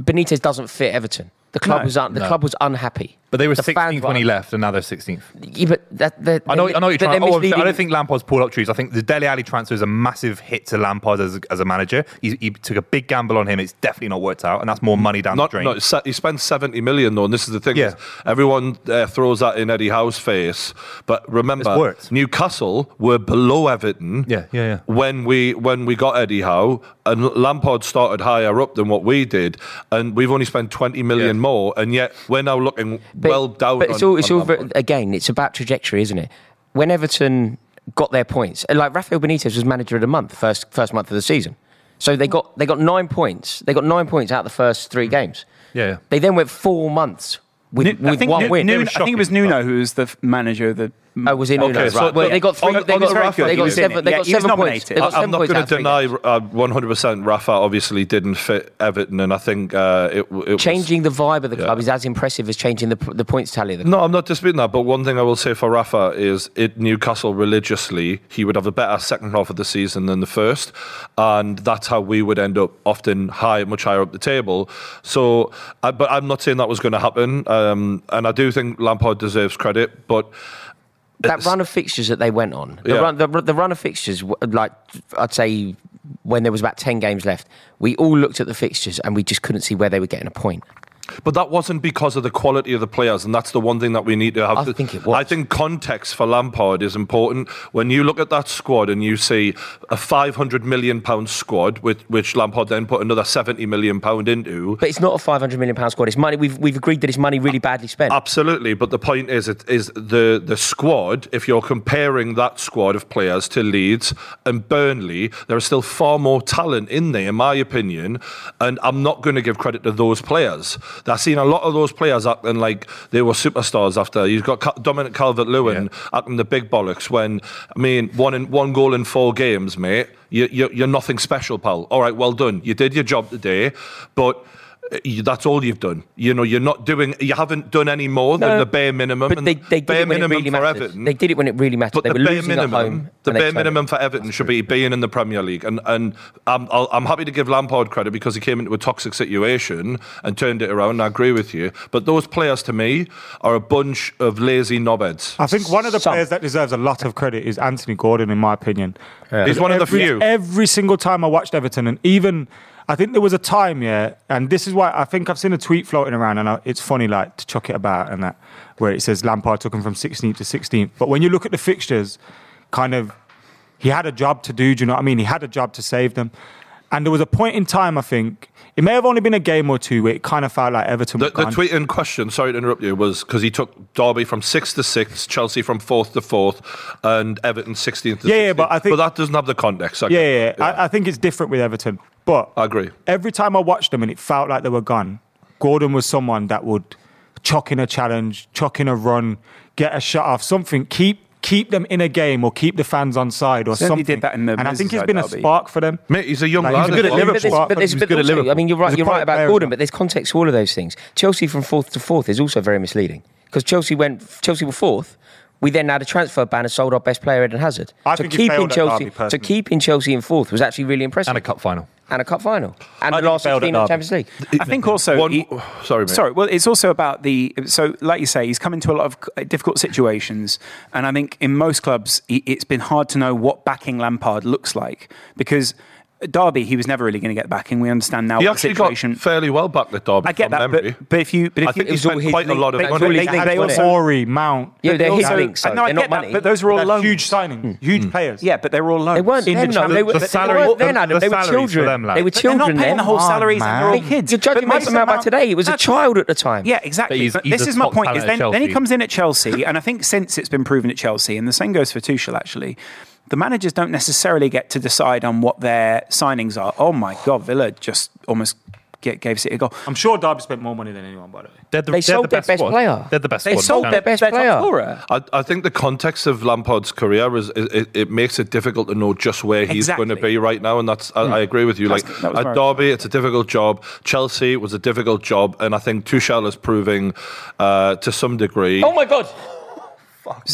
Speaker 5: Benitez doesn't fit Everton. The club
Speaker 1: No,
Speaker 5: was un- the club was unhappy.
Speaker 6: but they were
Speaker 5: The fans
Speaker 6: sixteenth
Speaker 5: were
Speaker 6: when he
Speaker 5: un-
Speaker 6: left, and now they're sixteenth.
Speaker 5: Yeah, but that, that-
Speaker 6: I know, I know what you're
Speaker 5: that
Speaker 6: trying.
Speaker 5: they're
Speaker 6: Oh, I'm saying- I
Speaker 5: misleading-
Speaker 6: don't think Lampard's pulled up trees. I think the Deli Alley transfer is a massive hit to Lampard as a, as a manager. He, he took a big gamble on him. It's definitely not worked out, and that's more money down
Speaker 3: Not,
Speaker 6: the drain.
Speaker 3: not se- he spent seventy million though, and this is the thing.
Speaker 6: Yeah.
Speaker 3: is everyone uh, throws that in Eddie Howe's face, but
Speaker 6: It's
Speaker 3: remember,
Speaker 6: worked.
Speaker 3: Newcastle were below Everton.
Speaker 6: Yeah, yeah, yeah.
Speaker 3: When we when we got Eddie Howe, and Lampard started higher up than what we did, and we've only spent twenty million
Speaker 6: Yeah.
Speaker 3: more, and yet we're now looking
Speaker 5: But-
Speaker 3: well down.
Speaker 5: But it's
Speaker 3: on-
Speaker 5: all, it's
Speaker 3: on
Speaker 5: all ver-
Speaker 3: Lampard.
Speaker 5: again. It's about trajectory, isn't it? When Everton got their points, and, like Rafael Benitez was manager of the month, first first month of the season. So they got they got nine points. They got nine points out of the first three games.
Speaker 6: Yeah, yeah.
Speaker 5: They then went four months with,
Speaker 1: Nu- I
Speaker 5: with
Speaker 1: think
Speaker 5: one
Speaker 1: Nu-
Speaker 5: win.
Speaker 1: Nu-
Speaker 6: It
Speaker 1: I
Speaker 6: was
Speaker 1: think it was
Speaker 6: shocking,
Speaker 1: Nuno who was the f- manager of the
Speaker 5: Oh, was in
Speaker 3: Okay,
Speaker 5: Nuno.
Speaker 3: so
Speaker 5: right. Well,
Speaker 3: the-
Speaker 5: they got three.
Speaker 3: on the-
Speaker 5: They
Speaker 3: on
Speaker 5: got
Speaker 3: the Rafa
Speaker 5: seven. They
Speaker 3: he
Speaker 5: got
Speaker 3: was in
Speaker 5: seven.
Speaker 1: it.
Speaker 5: They
Speaker 1: Yeah,
Speaker 5: got
Speaker 1: he was
Speaker 5: seven points.
Speaker 1: nominated.
Speaker 5: They got
Speaker 3: I- I'm
Speaker 5: seven
Speaker 3: not
Speaker 5: points
Speaker 3: going
Speaker 5: out
Speaker 3: to
Speaker 5: of three
Speaker 3: deny
Speaker 5: games.
Speaker 3: uh, 100% Rafa obviously didn't fit Everton, and I think uh, it, w- it was-
Speaker 5: Changing the vibe of the
Speaker 3: Yeah.
Speaker 5: club is as impressive as changing the, the points tally of the club.
Speaker 3: No, I'm not disputing that. But one thing I will say for Rafa is at Newcastle religiously, he would have a better second half of the season than the first. And that's how we would end up often high, much higher up the table. So, I, but I'm not saying that was going to happen. Um, and I do think Lampard deserves credit. But
Speaker 5: that run of fixtures that they went on, the,
Speaker 3: Yeah.
Speaker 5: run, the, the run of fixtures, w- like I'd say when there was about 10 games left, we all looked at the fixtures and we just couldn't see where they were getting a point.
Speaker 3: But that wasn't because of the quality of the players, and that's the one thing that we need to have.
Speaker 5: I
Speaker 3: to-
Speaker 5: think it was.
Speaker 3: I think context for Lampard is important. When you look at that squad and you see a 500 million pound squad, which, which Lampard then put another 70 million pound into.
Speaker 5: But it's not a 500 million pound squad. It's money. We've, we've agreed that it's money really badly spent.
Speaker 3: Uh, Absolutely, but the point is, it is the the squad. If you're comparing that squad of players to Leeds and Burnley, there is still far more talent in there, in my opinion. And I'm not going to give credit to those players. I've seen a lot of those players acting like they were superstars. After you've got Ca- Dominic Calvert-Lewin acting the big bollocks. When I mean, one in one goal in four games, mate. You, you, you're nothing special, pal. All right, well done. You did your job today, but you, that's all you've done. You know, you're not doing, you haven't done any more than
Speaker 5: No.
Speaker 3: the bare minimum.
Speaker 5: But
Speaker 3: and
Speaker 5: they, they did
Speaker 3: bare
Speaker 5: it when it
Speaker 3: minimum for
Speaker 5: really mattered.
Speaker 3: Everton.
Speaker 5: They did it when it really mattered.
Speaker 3: but
Speaker 5: they
Speaker 3: the
Speaker 5: were
Speaker 3: bare
Speaker 5: losing
Speaker 3: minimum,
Speaker 5: at home.
Speaker 3: the
Speaker 5: and
Speaker 3: bare
Speaker 5: they turned it.
Speaker 3: minimum for Everton should be being in the Premier League, and and I'm I'll, I'm happy to give Lampard credit because he came into a toxic situation and turned it around. and I agree with you, but those players to me are a bunch of lazy knobheads.
Speaker 4: I think one of the
Speaker 5: Some.
Speaker 4: players that deserves a lot of credit is Anthony Gordon, in my opinion.
Speaker 3: He's one of the
Speaker 4: every,
Speaker 3: few.
Speaker 4: Every single time I watched Everton, and even I think there was a time, yeah, and this is why I think I've seen a tweet floating around, and I, it's funny, like to chuck it about and that, where it says Lampard took him from 16th to 16th. But when you look at the fixtures, kind of, he had a job to do. Do you know what I mean? He had a job to save them, and there was a point in time, I think. It may have only been a game or two where it kind of felt like Everton.
Speaker 3: The,
Speaker 4: were
Speaker 3: the
Speaker 4: gone.
Speaker 3: tweet in question, sorry to interrupt you, was because he took Derby from sixth to sixth, Chelsea from fourth to fourth, and Everton sixteenth. to
Speaker 4: Yeah, yeah,
Speaker 3: 16th.
Speaker 4: but I think-
Speaker 3: but that doesn't have the context. I
Speaker 4: Yeah, yeah, yeah. I, I think it's different with Everton, but
Speaker 3: I agree.
Speaker 4: every time I watched them and it felt like they were gone, Gordon was someone that would chuck in a challenge, chuck in a run, get a shot off, something, keep keep them in a game or keep the fans on side or
Speaker 1: Certainly
Speaker 4: something.
Speaker 1: did that in the
Speaker 4: and I think he's
Speaker 1: Merseyside
Speaker 4: been a
Speaker 1: derby.
Speaker 4: spark for them.
Speaker 3: Mate, he's a young
Speaker 4: Like,
Speaker 3: lad.
Speaker 4: he's good
Speaker 3: as
Speaker 4: at
Speaker 3: well.
Speaker 4: Liverpool.
Speaker 5: But there's, but
Speaker 4: He's
Speaker 5: there's, but
Speaker 6: good at
Speaker 5: also,
Speaker 6: Liverpool.
Speaker 5: I mean, you're
Speaker 4: He's
Speaker 5: right.
Speaker 4: a
Speaker 5: You're
Speaker 4: quality
Speaker 5: right about
Speaker 4: player as
Speaker 5: Gordon,
Speaker 4: well.
Speaker 5: but there's context to all of those things. Chelsea from fourth to fourth is also very misleading because Chelsea went. Chelsea were fourth. We then had a transfer ban and sold our best player Eden Hazard.
Speaker 4: I
Speaker 5: so
Speaker 4: think he
Speaker 5: keeping
Speaker 4: failed at
Speaker 5: Chelsea,
Speaker 4: Derby,
Speaker 5: so
Speaker 4: personally.
Speaker 5: keeping Chelsea in fourth was actually really impressive.
Speaker 6: And a cup final.
Speaker 5: and a cup final, and
Speaker 6: I
Speaker 5: the
Speaker 6: think he
Speaker 5: last
Speaker 6: failed at
Speaker 5: sixteen of the
Speaker 6: Derby.
Speaker 5: Champions League.
Speaker 1: I think also.
Speaker 3: One-
Speaker 1: he-
Speaker 3: sorry, mate.
Speaker 1: Sorry. Well, it's also about the. So, like you say, he's come into a lot of uh, difficult situations. And I think in most clubs, i- it's been hard to know what backing Lampard looks like because Derby, he was never really going to get backing. We understand now
Speaker 3: He
Speaker 1: what the
Speaker 3: actually got
Speaker 1: situation.
Speaker 3: fairly well back the Derby.
Speaker 1: I get
Speaker 3: from
Speaker 1: that,
Speaker 3: memory.
Speaker 1: but, but if you, but if
Speaker 3: I
Speaker 1: you,
Speaker 3: think
Speaker 5: it
Speaker 3: he
Speaker 5: was all
Speaker 3: spent
Speaker 5: his
Speaker 3: quite a
Speaker 5: link-
Speaker 3: lot of
Speaker 5: but it was
Speaker 3: money.
Speaker 5: all his
Speaker 1: They-
Speaker 5: links,
Speaker 1: they
Speaker 5: wasn't it?
Speaker 1: also-
Speaker 4: Ori, Mount.
Speaker 5: Yeah, they're his
Speaker 1: also-
Speaker 5: links.
Speaker 1: I-
Speaker 5: though.
Speaker 1: no, I
Speaker 5: they're not
Speaker 1: get that,
Speaker 5: money.
Speaker 1: but those were all
Speaker 4: They're
Speaker 1: loans.
Speaker 4: huge signing,
Speaker 5: Mm.
Speaker 4: huge players.
Speaker 1: Yeah, but they were all loans.
Speaker 5: They weren't
Speaker 1: in
Speaker 5: then,
Speaker 1: the
Speaker 5: no, they were,
Speaker 6: the
Speaker 5: but
Speaker 6: salary-
Speaker 5: they weren't then,
Speaker 6: the-
Speaker 5: Adam.
Speaker 6: the
Speaker 5: they were
Speaker 6: salaries for
Speaker 5: children.
Speaker 6: them, like-
Speaker 5: they were
Speaker 6: But
Speaker 1: They're
Speaker 5: children
Speaker 1: not paying
Speaker 5: then.
Speaker 1: the whole
Speaker 4: Come on,
Speaker 1: salaries and they're all
Speaker 4: man.
Speaker 1: kids.
Speaker 5: You're judging
Speaker 1: But Mason
Speaker 5: Mason Mount by
Speaker 1: Mount-
Speaker 5: today. He was a
Speaker 1: That's-
Speaker 5: child at the time.
Speaker 1: Yeah, exactly.
Speaker 6: But he's-
Speaker 1: But
Speaker 6: he's
Speaker 1: this
Speaker 6: the
Speaker 1: is my
Speaker 6: top
Speaker 1: point.
Speaker 6: talent
Speaker 1: Is
Speaker 6: at
Speaker 1: then, then he
Speaker 6: Chelsea.
Speaker 1: comes in at Chelsea, and I think since it's been proven at Chelsea, and the same goes for Tuchel actually, the managers don't necessarily get to decide on what their signings are. Oh my God, Villa just almost get, gave City a goal.
Speaker 4: I'm sure Derby spent more money than anyone, by the way.
Speaker 6: They're the,
Speaker 5: They
Speaker 6: they're
Speaker 5: sold
Speaker 6: the
Speaker 5: their
Speaker 6: best
Speaker 5: best
Speaker 6: squad.
Speaker 5: player.
Speaker 6: They're the best
Speaker 5: They
Speaker 6: squad.
Speaker 5: sold their best
Speaker 1: Their top
Speaker 5: player.
Speaker 1: scorer.
Speaker 3: I, I think the context of Lampard's career is it, it, it makes it difficult to know just where he's
Speaker 1: Exactly. Hmm.
Speaker 3: going to be right now, and that's I, I agree with you. Like
Speaker 1: That's- that was
Speaker 3: at
Speaker 1: my-
Speaker 3: Derby, it's a difficult job. Chelsea was a difficult job, and I think Tuchel is proving uh, to some degree.
Speaker 5: Oh my God!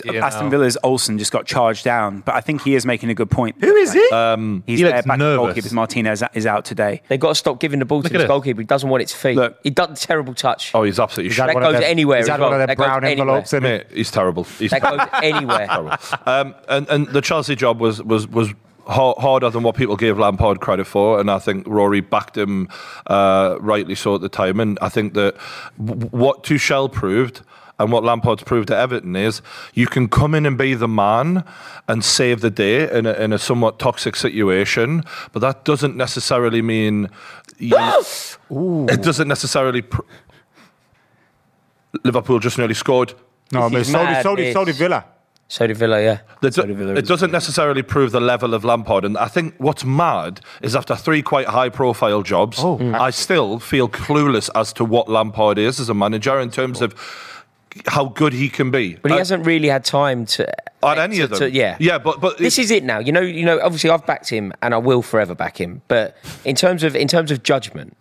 Speaker 1: Aston Villa's Olsen just got charged down, but I think he is making a good point. Who is he? Um, he's
Speaker 6: He
Speaker 1: their
Speaker 6: looks
Speaker 1: backup
Speaker 6: nervous.
Speaker 1: goalkeeper. Martinez is out today.
Speaker 5: They've got to stop giving the ball
Speaker 6: Look
Speaker 5: to
Speaker 6: at
Speaker 5: this
Speaker 6: it.
Speaker 5: goalkeeper. He doesn't want its feet.
Speaker 1: Look.
Speaker 5: He does terrible touch.
Speaker 3: Oh, he's absolutely
Speaker 5: That
Speaker 3: shit.
Speaker 5: goes anywhere
Speaker 4: He's
Speaker 5: as
Speaker 4: had
Speaker 5: well.
Speaker 4: one of
Speaker 5: That
Speaker 4: their
Speaker 5: goes
Speaker 4: brown
Speaker 5: anywhere.
Speaker 4: envelopes in
Speaker 3: Mate, he's terrible. He's
Speaker 5: That
Speaker 3: terrible.
Speaker 5: goes anywhere.
Speaker 3: terrible. Um, and and the Chelsea job was was was har- harder than what people gave Lampard credit for, and I think Rory backed him uh, rightly so at the time. And I think that w- what Tuchel proved. And what Lampard's proved at Everton is you can come in and be the man and save the day in a, in a somewhat toxic situation, but that doesn't necessarily mean you it doesn't necessarily. Pr- Liverpool just nearly scored.
Speaker 4: No,
Speaker 5: This
Speaker 4: but
Speaker 5: is
Speaker 4: so did, so
Speaker 5: madness.
Speaker 4: did, so did Villa.
Speaker 5: So did Villa, yeah.
Speaker 3: That do-
Speaker 1: Sort of a-
Speaker 3: it doesn't necessarily prove the level of Lampard, and I think what's mad is after three quite high-profile jobs,
Speaker 1: Oh.
Speaker 3: Mm. I still feel clueless as to what Lampard is as a manager in terms of how good he can be.
Speaker 5: But he
Speaker 3: Uh,
Speaker 5: hasn't really had time to
Speaker 3: on any
Speaker 5: to-
Speaker 3: of them.
Speaker 5: to- yeah,
Speaker 3: yeah, but but
Speaker 5: This
Speaker 3: it-
Speaker 5: is it now. You know, you know. Obviously, I've backed him, and I will forever back him. But in terms of in terms of judgment,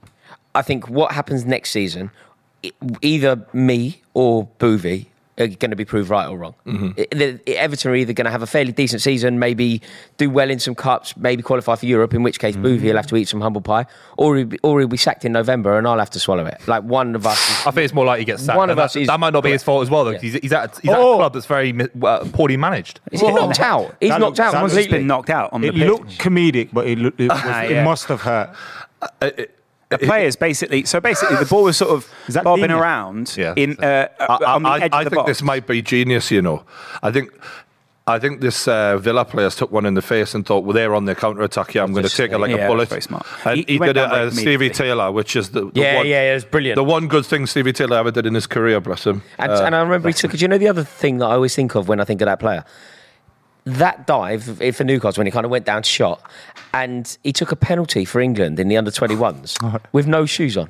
Speaker 5: I think what happens next season, e- either me or Boovy are going to be proved right or wrong. E- the- e- Everton are either going to have a fairly decent season, maybe do well in some cups, maybe qualify for Europe. In which case, Boovy will have to eat some humble pie, or he'll be, or he'll be sacked in November, and I'll have to swallow it. Like one of us. Is,
Speaker 6: I think it's more likely he gets sacked.
Speaker 5: One
Speaker 6: One
Speaker 5: of
Speaker 6: of that,
Speaker 5: us is-
Speaker 6: that might not be his fault as well, though. 'cause He's, he's, at, a- he's at
Speaker 4: Oh.
Speaker 6: a club that's very mi- uh, poorly managed.
Speaker 5: He's knocked out. He's
Speaker 4: That
Speaker 5: knocked
Speaker 4: looks-
Speaker 5: out
Speaker 4: that
Speaker 1: Someone's
Speaker 4: looks
Speaker 5: completely.
Speaker 1: been knocked out on
Speaker 4: It
Speaker 1: the pitch.
Speaker 4: looked comedic, but it, looked, it, was,
Speaker 1: Ah,
Speaker 4: it
Speaker 1: yeah.
Speaker 4: must have hurt.
Speaker 1: the players basically. So basically, the ball was sort of
Speaker 4: Is that
Speaker 1: bobbing
Speaker 4: Dina?
Speaker 1: around
Speaker 6: Yeah.
Speaker 1: in uh, uh,
Speaker 3: I,
Speaker 1: on the
Speaker 3: I-
Speaker 1: edge
Speaker 3: I
Speaker 1: of the
Speaker 3: think
Speaker 1: box.
Speaker 3: this might be genius. You know, I think. I think this uh, Villa players took one in the face and thought, "Well, they're on their counter attack. Yeah, I'm going to
Speaker 5: just
Speaker 3: take it
Speaker 5: saying.
Speaker 3: like
Speaker 1: Yeah,
Speaker 3: a bullet."
Speaker 1: that's very smart.
Speaker 3: And
Speaker 1: He-
Speaker 3: he,
Speaker 1: he went
Speaker 3: did it
Speaker 1: down like
Speaker 3: uh, Stevie
Speaker 1: immediately.
Speaker 3: Taylor, which is the, the
Speaker 5: Yeah,
Speaker 3: one,
Speaker 5: yeah, yeah, it's brilliant.
Speaker 3: The one good thing Stevie Taylor ever did in his career, bless him.
Speaker 5: And,
Speaker 3: Uh,
Speaker 5: and I remember he took. Do you know the other thing that I always think of when I think of that player? That dive eh, for Newcastle when he kind of went down to shot, and he took a penalty for England in the under 21s with no shoes on.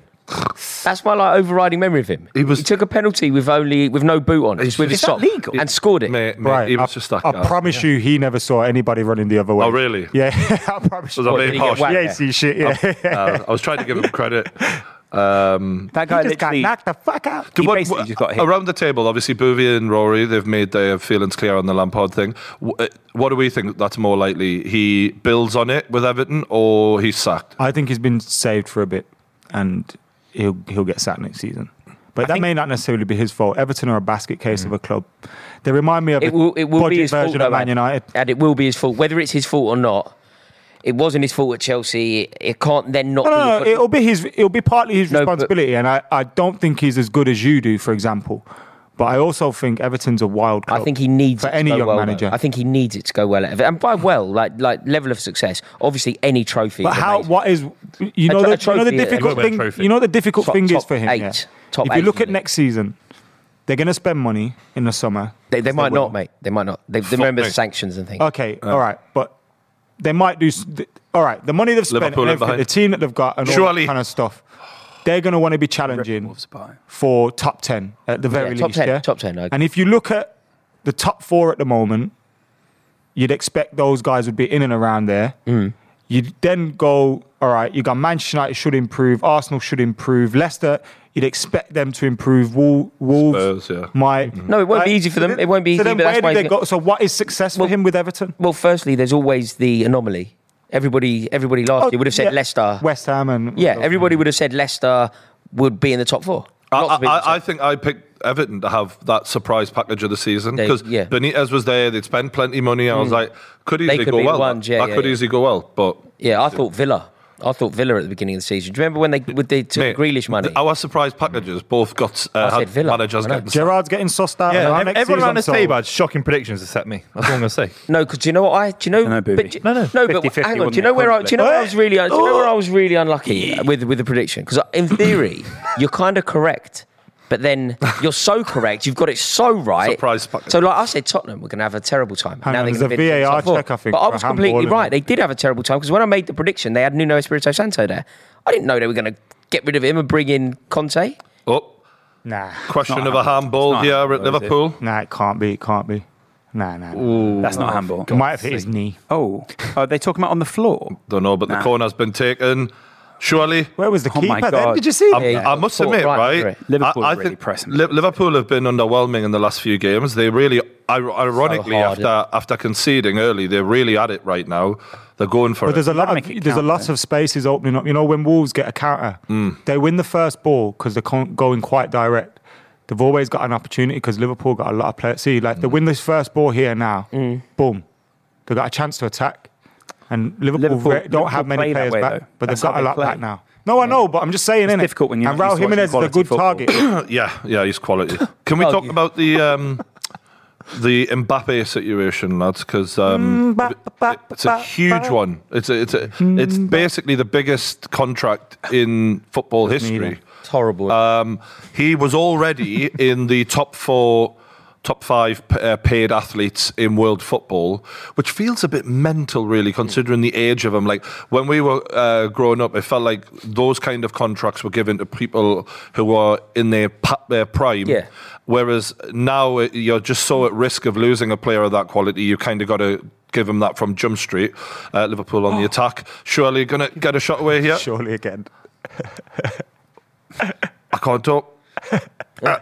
Speaker 5: That's my like overriding memory of him. He,
Speaker 3: He was-
Speaker 5: took a penalty with only with no boot on, just with his
Speaker 1: Is that
Speaker 5: sock,
Speaker 1: legal?
Speaker 5: and scored it.
Speaker 3: mate, mate,
Speaker 4: Right,
Speaker 3: he was
Speaker 4: I,
Speaker 3: just that
Speaker 4: I
Speaker 3: guy.
Speaker 4: promise you, he never saw anybody running the other way.
Speaker 3: Oh, really?
Speaker 4: Yeah, I promise
Speaker 3: So
Speaker 4: you.
Speaker 3: they're
Speaker 5: What, did
Speaker 3: being
Speaker 5: he get
Speaker 3: harsh.
Speaker 5: whacked?
Speaker 4: Yeah, see shit. Yeah,
Speaker 3: Uh, I was trying to give him credit. Um,
Speaker 1: that guy
Speaker 4: he just got
Speaker 1: literally.
Speaker 4: knocked the fuck out.
Speaker 1: He
Speaker 3: what-
Speaker 1: basically
Speaker 3: what-
Speaker 1: just got hit.
Speaker 3: Around the table, obviously, Bouvier and Rory, they've made their feelings clear on the Lampard thing. W- uh, What do we think that's more likely? He builds on it with Everton or he's sacked?
Speaker 4: I think he's been saved for a bit, and he'll he'll get sacked next season. But that may not necessarily be his fault. Everton are a basket case
Speaker 3: Mm.
Speaker 4: of a club. They remind me of
Speaker 5: It will. It will
Speaker 4: budget
Speaker 5: be his fault.
Speaker 4: version
Speaker 5: though,
Speaker 4: of Man
Speaker 5: Ad.
Speaker 4: United.
Speaker 5: and it will be his fault, whether it's his fault or not. It wasn't his fault at Chelsea. It can't then not
Speaker 4: No,
Speaker 5: be.
Speaker 4: no,
Speaker 5: your
Speaker 4: no.
Speaker 5: fault.
Speaker 4: It'll be his. It'll be partly his
Speaker 5: No, but-
Speaker 4: responsibility, and I, I don't think he's as good as you do, for example. But I also think Everton's a wild club.
Speaker 5: I think he needs
Speaker 4: for
Speaker 5: it to
Speaker 4: any
Speaker 5: go
Speaker 4: young
Speaker 5: well, though.
Speaker 4: manager.
Speaker 5: I think he needs it to go well at Everton. And by well, like like level of success, obviously any trophy.
Speaker 4: But
Speaker 5: is
Speaker 4: how?
Speaker 5: amazing.
Speaker 4: What is? You
Speaker 5: A
Speaker 4: know, the, you know
Speaker 5: tro- a
Speaker 4: the
Speaker 5: trophy, a
Speaker 4: difficult
Speaker 6: World
Speaker 4: thing.
Speaker 6: Trophy.
Speaker 4: You know the difficult
Speaker 5: Top-
Speaker 4: thing is
Speaker 5: top
Speaker 4: for him.
Speaker 5: eight.
Speaker 4: yeah.
Speaker 5: Top
Speaker 4: if you
Speaker 5: eight,
Speaker 4: look at
Speaker 5: isn't it?
Speaker 4: next season, they're going to spend money in the summer.
Speaker 5: They, they might
Speaker 4: will.
Speaker 5: not, mate. They might not. They, they remember
Speaker 3: me.
Speaker 5: sanctions and things.
Speaker 4: Okay,
Speaker 3: Uh,
Speaker 4: all right, but they might do. s- th- All right, the money they've spent, and
Speaker 3: Liverpool are
Speaker 4: everything,
Speaker 3: behind.
Speaker 4: the team that they've got, and all that
Speaker 3: Surely.
Speaker 4: kind of stuff. They're going to want to be challenging
Speaker 1: Wolves apart.
Speaker 4: for top ten at the very
Speaker 5: top
Speaker 4: least.
Speaker 5: 10,
Speaker 4: yeah?
Speaker 5: top 10, I agree.
Speaker 4: And if you look at the top four at the moment, you'd expect those guys would be in and around there.
Speaker 5: Mm.
Speaker 4: You'd then go, all right, you got Manchester United should improve, Arsenal should improve, Leicester, you'd expect them to improve, Wol- Wolves
Speaker 3: Spurs, yeah.
Speaker 4: might.
Speaker 5: Mm-hmm. No, it won't be
Speaker 4: Like,
Speaker 5: easy for them.
Speaker 4: so
Speaker 5: It won't be
Speaker 4: so
Speaker 5: easy,
Speaker 4: then
Speaker 5: but that's
Speaker 4: where
Speaker 5: why
Speaker 4: did they
Speaker 5: he's-
Speaker 4: go? So what is success for
Speaker 5: Well-
Speaker 4: him with Everton?
Speaker 5: Well, firstly, there's always the anomaly. Everybody, everybody last year would have said
Speaker 4: Oh, yeah.
Speaker 5: Leicester.
Speaker 4: West Ham, and
Speaker 5: yeah, everybody would have said Leicester would be in the top four.
Speaker 3: I,
Speaker 5: Lots of people
Speaker 3: I-
Speaker 5: said
Speaker 3: I, I think I picked Everton to have that surprise package of the season
Speaker 5: They-
Speaker 3: because
Speaker 5: yeah. Hmm.
Speaker 3: Benitez was there. They'd spent plenty of money. I was like, could easily
Speaker 5: could
Speaker 3: go
Speaker 5: be the
Speaker 3: well.
Speaker 5: ones, yeah,
Speaker 3: that
Speaker 5: yeah,
Speaker 3: could
Speaker 5: yeah.
Speaker 3: easily go well, but
Speaker 5: Yeah, I thought Villa. I thought Villa at the beginning of the season. Do you remember when they with they
Speaker 3: mate,
Speaker 5: took Grealish money?
Speaker 3: th- Our surprise packages both got
Speaker 5: I
Speaker 3: uh,
Speaker 5: said
Speaker 3: had
Speaker 5: Villa.
Speaker 3: managers
Speaker 5: I know.
Speaker 3: getting sacked.
Speaker 4: Gerard's getting sussed out.
Speaker 6: Yeah,
Speaker 4: and our
Speaker 6: ev-
Speaker 4: next
Speaker 6: everyone around
Speaker 4: season's
Speaker 6: this table
Speaker 4: sold.
Speaker 6: had shocking predictions except me. That's all I'm going to say.
Speaker 5: No, because do you know what I do you know?
Speaker 1: No, Booby.
Speaker 5: but, do-
Speaker 1: No, no.
Speaker 5: no. But
Speaker 1: 50-50,
Speaker 5: hang on, do you
Speaker 1: wasn't
Speaker 5: know
Speaker 1: it? Oh!
Speaker 5: where I do you know where I was really do you know where I was really unlucky with with the prediction? Because in theory, you're kind of correct, but then you're so correct, you've got it so right.
Speaker 3: Surprise fucker.
Speaker 5: So like I said, Tottenham were going to have a terrible time.
Speaker 4: Hang on,
Speaker 5: they're
Speaker 4: there's
Speaker 5: gonna
Speaker 4: a
Speaker 5: be in the
Speaker 4: VAR
Speaker 5: top four.
Speaker 4: check, I think,
Speaker 5: but I
Speaker 4: for
Speaker 5: was
Speaker 4: a
Speaker 5: completely
Speaker 4: handball,
Speaker 5: right.
Speaker 4: isn't
Speaker 5: They did have a terrible time because when I made the prediction, they had Nuno Espirito Santo there. I didn't know they were going to get rid of him and bring in Conte.
Speaker 3: Oh,
Speaker 4: Nah,
Speaker 3: question of a
Speaker 1: It's
Speaker 3: handball
Speaker 1: not
Speaker 3: here at
Speaker 1: happened, is it?
Speaker 3: Liverpool.
Speaker 4: nah, it can't be. It can't be. Nah, nah. nah.
Speaker 1: That's not handball.
Speaker 4: Might have hit his knee.
Speaker 1: Oh, are they talking about on the floor?
Speaker 3: Don't know, but
Speaker 1: Nah.
Speaker 3: the corner's been taken. Surely,
Speaker 4: Where was the
Speaker 1: Oh
Speaker 4: keeper?
Speaker 1: my
Speaker 4: Then
Speaker 1: God.
Speaker 4: did you see?
Speaker 3: I,
Speaker 4: that?
Speaker 5: yeah.
Speaker 3: I must
Speaker 5: Caught
Speaker 3: admit,
Speaker 5: right
Speaker 3: right?
Speaker 5: under it.
Speaker 1: Liverpool are really pressing.
Speaker 3: Li- Liverpool have been underwhelming in the last few games. They really, ir- ironically,
Speaker 5: hard,
Speaker 3: after after conceding early, they're really at it right now. They're going for
Speaker 4: But
Speaker 3: it.
Speaker 4: there's a lot of
Speaker 1: make it
Speaker 4: there's a
Speaker 1: count,
Speaker 4: lot
Speaker 1: though.
Speaker 4: of spaces opening up. You know, when Wolves get a counter,
Speaker 1: Mm.
Speaker 4: they win the first ball because they can't go in quite direct. They've always got an opportunity because Liverpool got a lot of players. See, like they
Speaker 1: Mm.
Speaker 4: win this first ball here now, boom, they got a chance to attack, and Liverpool,
Speaker 1: Liverpool-
Speaker 4: re- don't have
Speaker 1: Liverpool play
Speaker 4: many
Speaker 1: that
Speaker 4: players
Speaker 1: way,
Speaker 4: back,
Speaker 1: though.
Speaker 4: but
Speaker 1: That's
Speaker 4: they've got
Speaker 1: how
Speaker 4: a
Speaker 1: they
Speaker 4: lot
Speaker 1: play.
Speaker 4: back now. No, I know, but I'm just saying, innit?
Speaker 1: difficult when you're
Speaker 4: and
Speaker 1: not
Speaker 4: Raul
Speaker 1: used to watching
Speaker 4: Jimenez is a
Speaker 1: quality
Speaker 4: good
Speaker 1: football.
Speaker 4: target.
Speaker 3: yeah, yeah, he's quality. Can we
Speaker 5: Oh,
Speaker 3: talk
Speaker 5: yeah.
Speaker 3: about the um, the Mbappe situation, lads? Because um, it's a huge one. It's a, it's a, it's basically the biggest contract in football history.
Speaker 5: It's horrible.
Speaker 3: Um, he was already in the top four top five p- uh, paid athletes in world football, which feels a bit mental, really, considering the age of them. Like when we were uh, growing up, it felt like those kind of contracts were given to people who were in their pa- their prime.
Speaker 5: Yeah.
Speaker 3: Whereas now uh, you're just so at risk of losing a player of that quality, you kind of got to give him that from Jump Street. Uh, Liverpool on the attack. Surely going to get a shot away here.
Speaker 4: Surely again.
Speaker 3: I can't talk. Uh,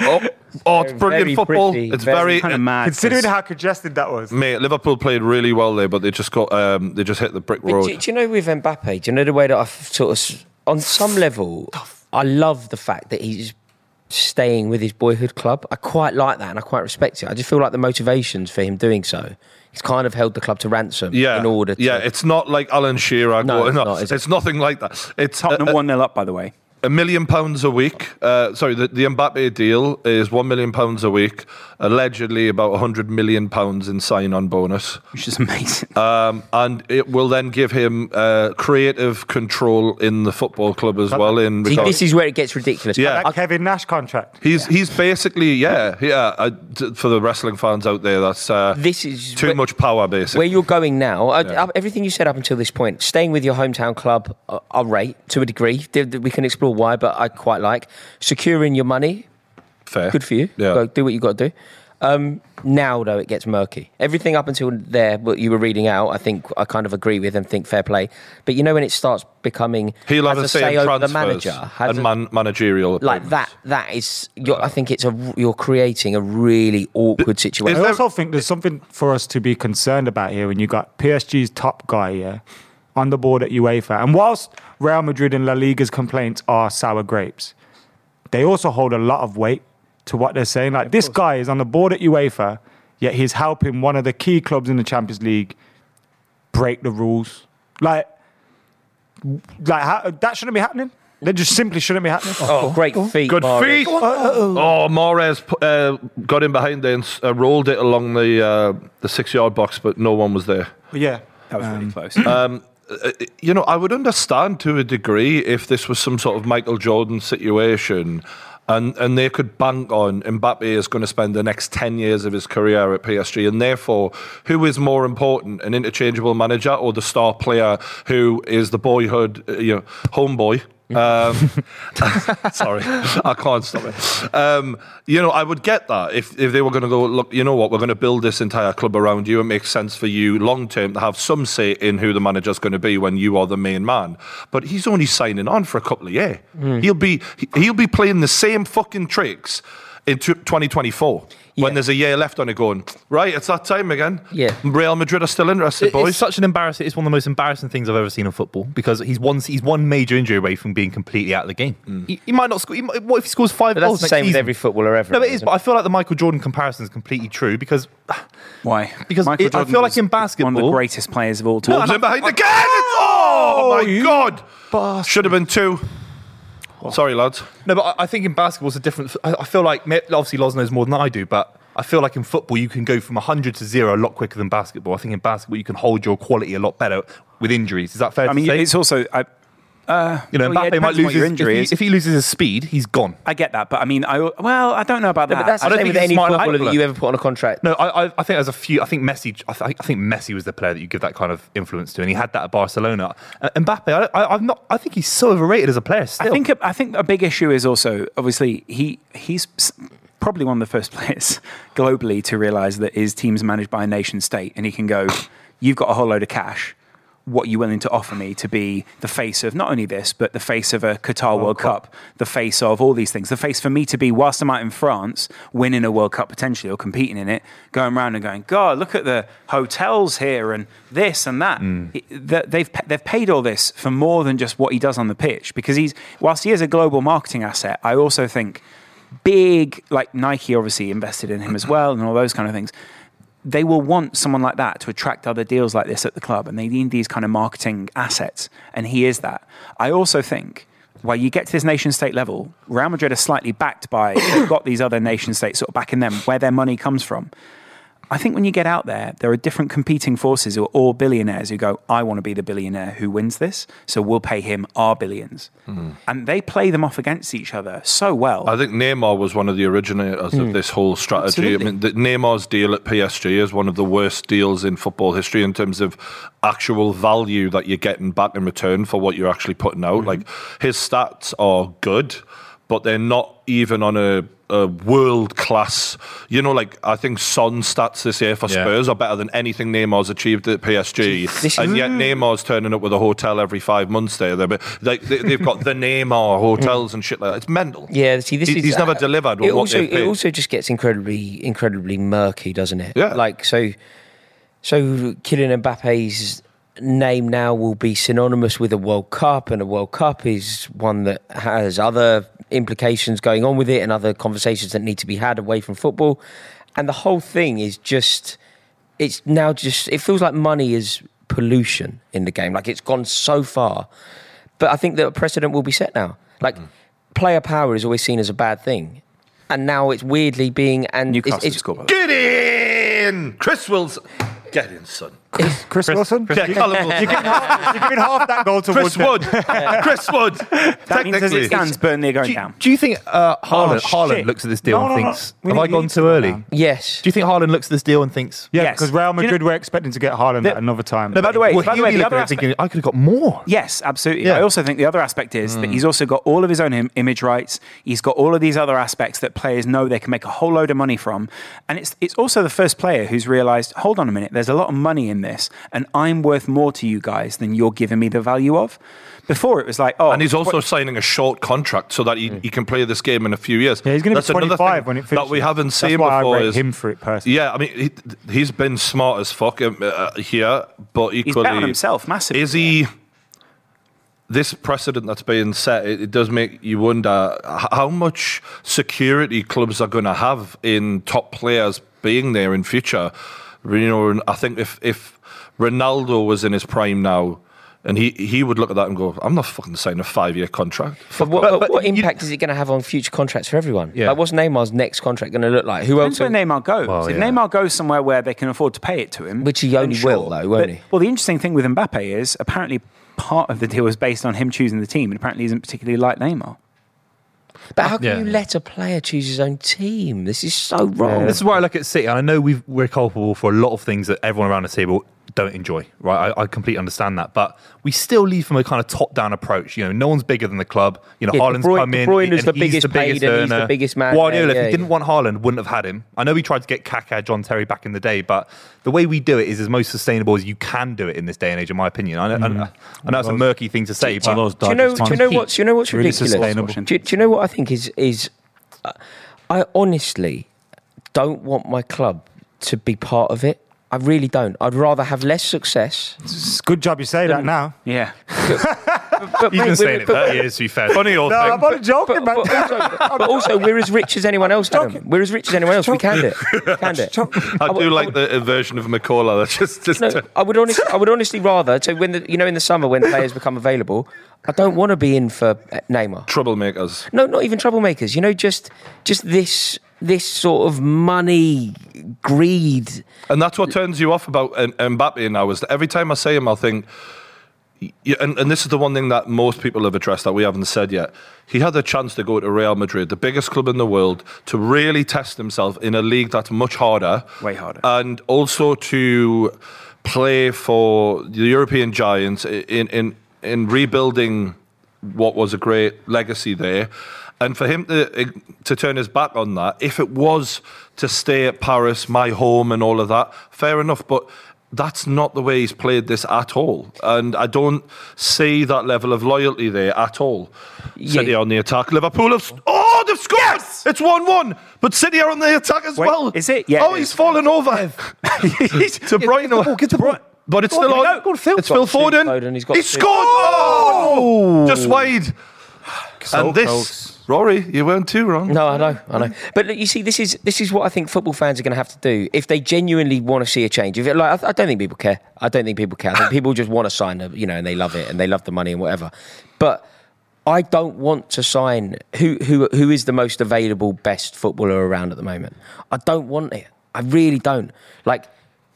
Speaker 3: oh, oh, it's
Speaker 5: Very,
Speaker 3: brilliant
Speaker 5: very
Speaker 3: football.
Speaker 5: pretty,
Speaker 3: it's
Speaker 5: very
Speaker 3: very, uh,
Speaker 1: Kind of mad.
Speaker 4: Considering
Speaker 1: 'cause-
Speaker 4: how congested that
Speaker 1: Mm.
Speaker 4: was.
Speaker 3: Mate, Liverpool played really well there, but they just got um, they just hit the brick
Speaker 5: But
Speaker 3: road.
Speaker 5: do, do you know with Mbappe? Do you know the way that I've sort of, s- on some level, I love the fact that he's staying with his boyhood club. I quite like that, and I quite respect it. I just feel like the motivations for him doing so, he's kind of held the club to ransom
Speaker 3: yeah,
Speaker 5: in order. To,
Speaker 3: yeah, it's not like Alan Shearer.
Speaker 5: No,
Speaker 3: going
Speaker 5: it's
Speaker 3: up.
Speaker 5: not, is it?
Speaker 3: it's nothing like that. It's a,
Speaker 1: Tottenham 1 0 up, by the way.
Speaker 3: a million pounds a week. Uh, sorry, the, the Mbappe deal is one million pounds a week. Allegedly, about hundred million pounds in sign-on bonus.
Speaker 1: which is amazing.
Speaker 3: Um, and it will then give him uh, creative control in the football club as well. In
Speaker 5: See,
Speaker 3: regards-
Speaker 5: this is where it gets ridiculous.
Speaker 3: Yeah.
Speaker 4: That
Speaker 5: I-
Speaker 4: Kevin Nash contract.
Speaker 3: he's he's basically yeah yeah. I, t- for the wrestling fans out there, that's uh,
Speaker 5: This is
Speaker 3: too
Speaker 5: where-
Speaker 3: much power
Speaker 5: where
Speaker 3: basically.
Speaker 5: you're going now, I, I- everything you said up until this point, staying with your hometown club, I- I'll rate to a degree. Th- th- We can explore why, but I quite like securing your money.
Speaker 3: Fair.
Speaker 5: Good for you.
Speaker 3: Yeah.
Speaker 5: Go do what you got to do. Um, now, though, it gets murky. Everything up until there, what you were reading out, I think I kind of agree with and think fair play. But you know when it starts becoming
Speaker 3: He'll have
Speaker 5: has
Speaker 3: a say in
Speaker 5: over E the
Speaker 3: transfers
Speaker 5: manager, has
Speaker 3: and
Speaker 5: a-
Speaker 3: man- managerial
Speaker 5: like that.
Speaker 3: appointments.
Speaker 5: That is, you're, I think it's a you're creating a really awkward situation.
Speaker 4: I also think there's something for us to be concerned about here when you got PSG's top guy here on the board at UEFA. And whilst Real Madrid and La Liga's complaints are sour grapes, they also hold a lot of weight to what they're saying. Like this guy is on the board at UEFA, yet he's helping one of the key clubs in the Champions League break the rules. Like, like how, that shouldn't be happening. That just simply shouldn't be happening.
Speaker 5: Oh, great feat!
Speaker 3: Good
Speaker 5: Mahrez.
Speaker 3: feet. Oh, Mares uh, got in behind there and s- uh, rolled it along the uh, the six yard box, but no one was there.
Speaker 4: Yeah.
Speaker 1: That was really close.
Speaker 3: you know, I would understand to a degree if this was some sort of Michael Jordan situation. And, and they could bank on Mbappe is going to spend the next 10 years of his career at PSG. And therefore, who is more important, an interchangeable manager or the star player who is the boyhood, uh, you know, homeboy? Um, sorry, I can't stop it. Um, you know, I would get that if, if they were going to go, look, you know what, we're going to build this entire club around you. It makes sense for you long term to have some say in who the manager's going to be when you are the main man. But he's only signing on for a couple of years.
Speaker 6: Hmm.
Speaker 3: He'll be he- he'll be playing the same fucking tricks in tw- 2024 when there's a year left on it going, right, it's that time again.
Speaker 5: Yeah.
Speaker 3: Real Madrid are still interested,
Speaker 6: It-
Speaker 3: boys.
Speaker 6: It's such an embarrassing. It's one of the most embarrassing things I've ever seen in football because he's one he's one major injury away from being completely out of the game. He, he might not score. He might, what if he scores five
Speaker 5: But that's
Speaker 6: goals?
Speaker 5: the
Speaker 6: next
Speaker 5: same with
Speaker 6: season?
Speaker 5: every footballer ever.
Speaker 6: No, but it is.
Speaker 5: isn't
Speaker 6: But I feel like the Michael Jordan comparison is completely true because
Speaker 1: Why?
Speaker 6: because it- I feel like
Speaker 1: was
Speaker 6: in
Speaker 1: one of
Speaker 6: basketball-
Speaker 1: the greatest players of all time.
Speaker 3: Comes in behind again. Oh, my God.
Speaker 4: bastard.
Speaker 3: Should have been two. Sorry, lads.
Speaker 6: no, but I, I think in basketball it's a different. I, I feel like ma- obviously Loz knows more than I do, but. I feel like in football you can go from 100 to zero a lot quicker than basketball. I think in basketball you can hold your quality a lot better with injuries. Is that fair
Speaker 1: I
Speaker 6: to
Speaker 1: mean,
Speaker 6: say?
Speaker 1: it's also I,
Speaker 6: you know,
Speaker 1: well, yeah, it
Speaker 6: Mbappe might
Speaker 1: depends on
Speaker 6: lose
Speaker 1: what your
Speaker 6: his,
Speaker 1: injury
Speaker 6: if,
Speaker 1: is.
Speaker 6: he, if he loses his speed, he's gone.
Speaker 1: I get that, but I mean, I well, I don't know about
Speaker 5: No,
Speaker 1: that.
Speaker 5: but that's
Speaker 6: I
Speaker 5: the
Speaker 6: don't
Speaker 5: same
Speaker 6: think
Speaker 5: with
Speaker 6: he's
Speaker 5: any
Speaker 6: my
Speaker 5: footballer that
Speaker 6: idol.
Speaker 5: you ever put on a contract.
Speaker 6: No, I, I, I think there's a few. I think Messi. I, th- I think Messi was the player that you give that kind of influence to, and he had that at Barcelona. Uh, Mbappe, I, I, I'm not. I think he's so overrated as a player. Still,
Speaker 1: I think a, I think a big issue is also obviously he he's s- probably one of the first players globally to realize that his team's managed by a nation state, and he can go, "You've got a whole load of cash. What are you willing to offer me to be the face of not only this, but the face of a Qatar World Cup, the face of all these things, the face for me to be whilst I'm out in France, winning a World Cup potentially or competing in it, going around and going, God, look at the hotels here and this and that. It- that they've pa- they've paid all this for more than just what he does on the pitch because he's whilst he is a global marketing asset, I also think big like Nike obviously invested in him as well and all those kind of things. They will want someone like that to attract other deals like this at the club, and they need these kind of marketing assets, and he is that. I also think while you get to this nation state level, Real Madrid are slightly backed by they've got these other nation states sort of backing them where their money comes from. I think when you get out there, there are different competing forces who are all billionaires who go, I want to be the billionaire who wins this, so we'll pay him our billions. And they play them off against each other so well.
Speaker 3: I think Neymar was one of the originators of this whole strategy.
Speaker 1: Absolutely.
Speaker 3: I mean, the, Neymar's deal at PSG is one of the worst deals in football history in terms of actual value that you're getting back in return for what you're actually putting out. Like his stats are good, but they're not even on a, a world class. You know, like I think Son stats this year for
Speaker 6: Yeah.
Speaker 3: Spurs are better than anything Neymar's achieved at PSG,
Speaker 5: This is-
Speaker 3: and yet Neymar's turning up with a hotel every five months there. They're, like they, they've got the Neymar hotels and shit like that. It's mental.
Speaker 5: Yeah, see, this
Speaker 3: He-
Speaker 5: is uh,
Speaker 3: he's never delivered
Speaker 5: It
Speaker 3: what
Speaker 5: also,
Speaker 3: they've paid.
Speaker 5: it also just gets incredibly, incredibly murky, doesn't it?
Speaker 3: Yeah.
Speaker 5: Like so, so Kylian Mbappe's name now will be synonymous with a World Cup, and a World Cup is one that has other implications going on with it, and other conversations that need to be had away from football, and the whole thing is just it's now just it feels like money is pollution in the game. Like it's gone so far. But I think that a precedent will be set now. Like
Speaker 1: Mm-hmm.
Speaker 5: player power is always seen as a bad thing. And now it's weirdly being and it's-
Speaker 1: Newcastle
Speaker 5: it's,
Speaker 1: score, by the way.
Speaker 3: Get in, Chris Wilson. Get in, son.
Speaker 4: Chris, Wilson?
Speaker 3: Yeah, Callum Wilson.
Speaker 4: You're giving half that goal to
Speaker 3: Chris
Speaker 4: Wood.
Speaker 3: Wood. Chris Wood.
Speaker 1: That means as it
Speaker 3: Technically.
Speaker 1: stands, Burnley are going
Speaker 6: Do you,
Speaker 1: down. Oh,
Speaker 6: do you think uh, Haaland,
Speaker 4: shit.
Speaker 6: Haaland looks at this deal
Speaker 4: No, no,
Speaker 6: and
Speaker 4: no.
Speaker 6: thinks,
Speaker 4: We
Speaker 6: have
Speaker 4: need-
Speaker 6: I
Speaker 4: we
Speaker 6: gone
Speaker 4: need to
Speaker 6: too
Speaker 4: go
Speaker 6: early?
Speaker 4: down.
Speaker 5: Yes.
Speaker 6: Do you think Haaland looks at this deal and thinks,
Speaker 4: Yeah,
Speaker 1: Yes.
Speaker 4: because Real
Speaker 1: Do you know-
Speaker 4: Madrid were expecting to get Haaland at another time.
Speaker 1: No, by the way,
Speaker 6: well,
Speaker 1: by the
Speaker 6: he'll
Speaker 1: way,
Speaker 6: be
Speaker 1: the
Speaker 6: looking
Speaker 1: other
Speaker 6: at it
Speaker 1: aspect,
Speaker 6: thinking, I could have got more?
Speaker 1: Yes, absolutely.
Speaker 6: Yeah.
Speaker 1: I also think the other aspect is
Speaker 3: Hmm.
Speaker 1: that he's also got all of his own im- image rights. He's got all of these other aspects that players know they can make a whole load of money from. And it's it's also the first player who's realised, hold on a minute, there's a lot of money in this, and I'm worth more to you guys than you're giving me the value of. Before it was like, oh,
Speaker 3: And he's also
Speaker 1: what-
Speaker 3: signing a short contract so that he, he can play this game in a few years.
Speaker 4: Yeah, he's going to
Speaker 3: That's
Speaker 4: be
Speaker 3: another thing
Speaker 4: 25 when it finishes.
Speaker 3: That we haven't
Speaker 4: That's
Speaker 3: seen
Speaker 4: why
Speaker 3: before
Speaker 4: I rate
Speaker 3: is
Speaker 4: him for it personally.
Speaker 3: Yeah, I mean, he, he's been smart as fuck um, uh, here, but
Speaker 1: he's
Speaker 3: equally.
Speaker 1: bet on himself massively.
Speaker 3: Is he. This precedent that's being set, it, it does make you wonder h- how much security clubs are going to have in top players being there in future. You know, and I think if if Ronaldo was in his prime now, and he, he would look at that and go, "I'm not fucking signing a five year contract."
Speaker 5: But what,
Speaker 6: But-
Speaker 5: but
Speaker 6: but
Speaker 5: what
Speaker 6: you-
Speaker 5: impact is it going to have on future contracts for everyone?
Speaker 6: Yeah.
Speaker 5: Like, what's Neymar's next contract going to look like? Who else?
Speaker 1: Depends where Neymar goes.
Speaker 6: Well,
Speaker 1: if
Speaker 6: yeah.
Speaker 1: Neymar goes somewhere where they can afford to pay it to him,
Speaker 5: Which he
Speaker 1: then
Speaker 5: only will, though, won't
Speaker 1: But-
Speaker 5: he?
Speaker 1: Well, the interesting thing with Mbappe is apparently part of the deal was based on him choosing the team, and apparently he isn't particularly like Neymar.
Speaker 5: But how can
Speaker 6: Yeah.
Speaker 5: you let a player choose his own team? This is so wrong.
Speaker 6: This is why I look at City. And I know we've, we're culpable for a lot of things that everyone around the table don't enjoy, right? I, I completely understand that. But we still lead from a kind of top down approach. You know, no one's bigger than the club. You know,
Speaker 5: Yeah, De
Speaker 6: Haaland's
Speaker 5: Bruyne-
Speaker 6: come
Speaker 5: De
Speaker 6: in.
Speaker 5: Bruyne
Speaker 6: and
Speaker 5: is the
Speaker 6: he's
Speaker 5: biggest paid and he's the
Speaker 6: earner.
Speaker 5: biggest man
Speaker 6: Guardiola,
Speaker 5: there,
Speaker 6: if
Speaker 5: yeah,
Speaker 6: he didn't want Haaland, wouldn't have had him. I know we tried to get Kaká, John Terry back in the day, but the way we do it is as most sustainable as you can do it in this day and age, in my opinion. I know, I know-
Speaker 5: Mm-hmm.
Speaker 6: I know it's a murky thing to say, but
Speaker 4: those
Speaker 5: do you
Speaker 4: Dodgers
Speaker 5: know? Do you
Speaker 4: times
Speaker 5: know
Speaker 4: peak.
Speaker 5: what's? You know what's
Speaker 4: Really
Speaker 5: ridiculous?
Speaker 4: sustainable.
Speaker 5: Do, you- do you know what I think is is? uh, I honestly don't want my club to be part of it. I really don't. I'd rather have less success.
Speaker 4: It's good job you say that now.
Speaker 1: Yeah.
Speaker 5: But, mate,
Speaker 6: you've
Speaker 5: we're-
Speaker 6: been saying it
Speaker 5: but-
Speaker 6: for years, to be fair.
Speaker 3: Funny old
Speaker 4: No,
Speaker 3: thing.
Speaker 4: I'm only joking,
Speaker 5: But,
Speaker 4: man.
Speaker 5: but also, but also, we're as rich as anyone else, Adam. We're as rich as anyone else. We can do it. We can do it.
Speaker 3: I do
Speaker 5: would- I
Speaker 3: like
Speaker 5: would-
Speaker 3: the version of McCullough that's just just.
Speaker 5: No, I would honestly, I would honestly rather. So when the, you know, in the summer when players become available, I don't want to be in for uh, Neymar.
Speaker 3: Troublemakers.
Speaker 5: no, not even troublemakers. You know, just just this this sort of money greed.
Speaker 3: And that's what turns you off about M- Mbappe now is that every time I see him, I think, yeah, and, and this is the one thing that most people have addressed that we haven't said yet. He had the chance to go to Real Madrid, the biggest club in the world, to really test himself in a league that's much harder. Uh,
Speaker 1: Way harder.
Speaker 3: And also to play for the European giants i- in, in, in rebuilding what was a great legacy there. And for him to, eh, to turn his back on that, if it was to stay at Paris, my home, and all of that, fair enough. But that's not the way he's played this at all. And I don't see that level of loyalty there at all. City
Speaker 5: Yeah.
Speaker 3: on the attack. Liverpool have. Oh, they've scored! It's 1 1. But City are on the attack as
Speaker 1: Wait,
Speaker 3: well.
Speaker 1: is it? Yeah,
Speaker 3: Oh,
Speaker 1: it
Speaker 3: he's
Speaker 1: is.
Speaker 3: fallen over. to Brighton. But it's
Speaker 6: Go on,
Speaker 3: still
Speaker 6: go
Speaker 3: on.
Speaker 6: on, go on, Phil.
Speaker 3: It's Phil
Speaker 5: He's got two,
Speaker 3: Foden.
Speaker 5: Foden, he's got
Speaker 3: He
Speaker 5: two.
Speaker 3: scored! Oh! Just wide. and this, Rory, you weren't too wrong.
Speaker 5: No, I know, I know. But look, you see, this is this is what I think football fans are going to have to do if they genuinely want to see a change. If it, like, I, I don't think people care. I don't think people care. I think people just want to sign, a, you know, and they love it and they love the money and whatever. But I don't want to sign who who who is the most available best footballer around at the moment. I don't want it. I really don't. Like,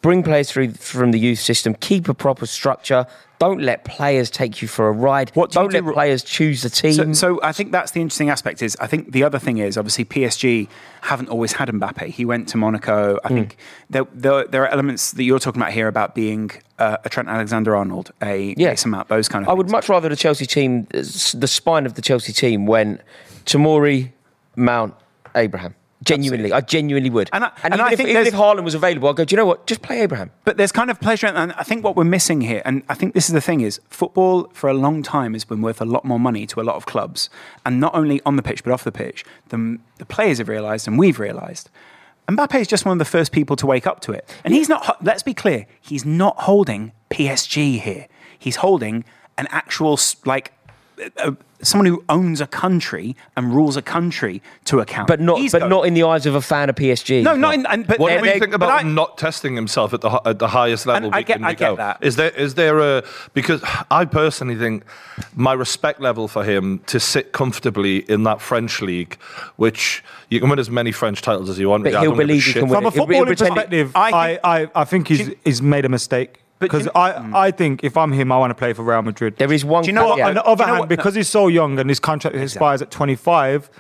Speaker 5: bring players through from the youth system. Keep a proper structure. Don't let players take you for a ride.
Speaker 1: What do you
Speaker 5: don't
Speaker 1: do-
Speaker 5: let players choose the team.
Speaker 1: So, so I think that's the interesting aspect. Is I think the other thing is obviously PSG haven't always had Mbappe. He went to Monaco. I think there, there, there are elements that you're talking about here about being uh, a Trent Alexander-Arnold, a
Speaker 5: Yeah.
Speaker 1: Mason Mount, those kind of.
Speaker 5: I would
Speaker 1: things.
Speaker 5: much rather the Chelsea team, s- the spine of the Chelsea team, went Tamori, Mount, Abraham. Genuinely, I genuinely would.
Speaker 1: And I- and
Speaker 5: even
Speaker 1: I
Speaker 5: if,
Speaker 1: think
Speaker 5: even
Speaker 1: there's-
Speaker 5: if Haaland was available, I'd go. Do you know what? Just play Abraham.
Speaker 1: But there's kind of pleasure, in- and I think what we're missing here, and I think this is the thing: is football for a long time has been worth a lot more money to a lot of clubs, and not only on the pitch but off the pitch. The, the players have realised, and we've realised. Mbappe is just one of the first people to wake up to it, and he's not. ho- Let's be clear: he's not holding PSG here. He's holding an actual s- like. uh, uh, Someone who owns a country and rules a country to account,
Speaker 5: But not,
Speaker 1: He's
Speaker 5: but
Speaker 1: going-
Speaker 5: not in the eyes of a fan of PSG.
Speaker 1: No, not in. And, but
Speaker 3: What
Speaker 1: they're-
Speaker 3: do we
Speaker 1: they're-
Speaker 3: think
Speaker 1: but
Speaker 3: about
Speaker 1: I-
Speaker 3: him not testing himself at the hi- at the highest level?
Speaker 1: And I
Speaker 3: week
Speaker 1: get-
Speaker 3: in,
Speaker 1: I
Speaker 3: week
Speaker 1: get
Speaker 3: out?
Speaker 1: that.
Speaker 3: Is there is there a because I personally think my respect level for him to sit comfortably in that French league, which you can win as many French titles as you want.
Speaker 5: But
Speaker 3: I
Speaker 5: he'll
Speaker 3: don't give
Speaker 5: believe he
Speaker 3: shit.
Speaker 5: can win
Speaker 4: From a
Speaker 5: it- it really
Speaker 4: footballing
Speaker 5: pretended-
Speaker 4: perspective,
Speaker 1: I
Speaker 4: I,
Speaker 1: think-
Speaker 4: I, I think he's, he's made a mistake.
Speaker 1: But
Speaker 4: Because
Speaker 1: you-
Speaker 4: I, I think if I'm him, I want to play for Real Madrid.
Speaker 5: there is one.
Speaker 1: Do you know what?
Speaker 5: caveat.
Speaker 1: Yeah.
Speaker 4: on the other
Speaker 1: Do you know
Speaker 4: hand,
Speaker 1: what-
Speaker 4: because he's so young and his contract expires at 25,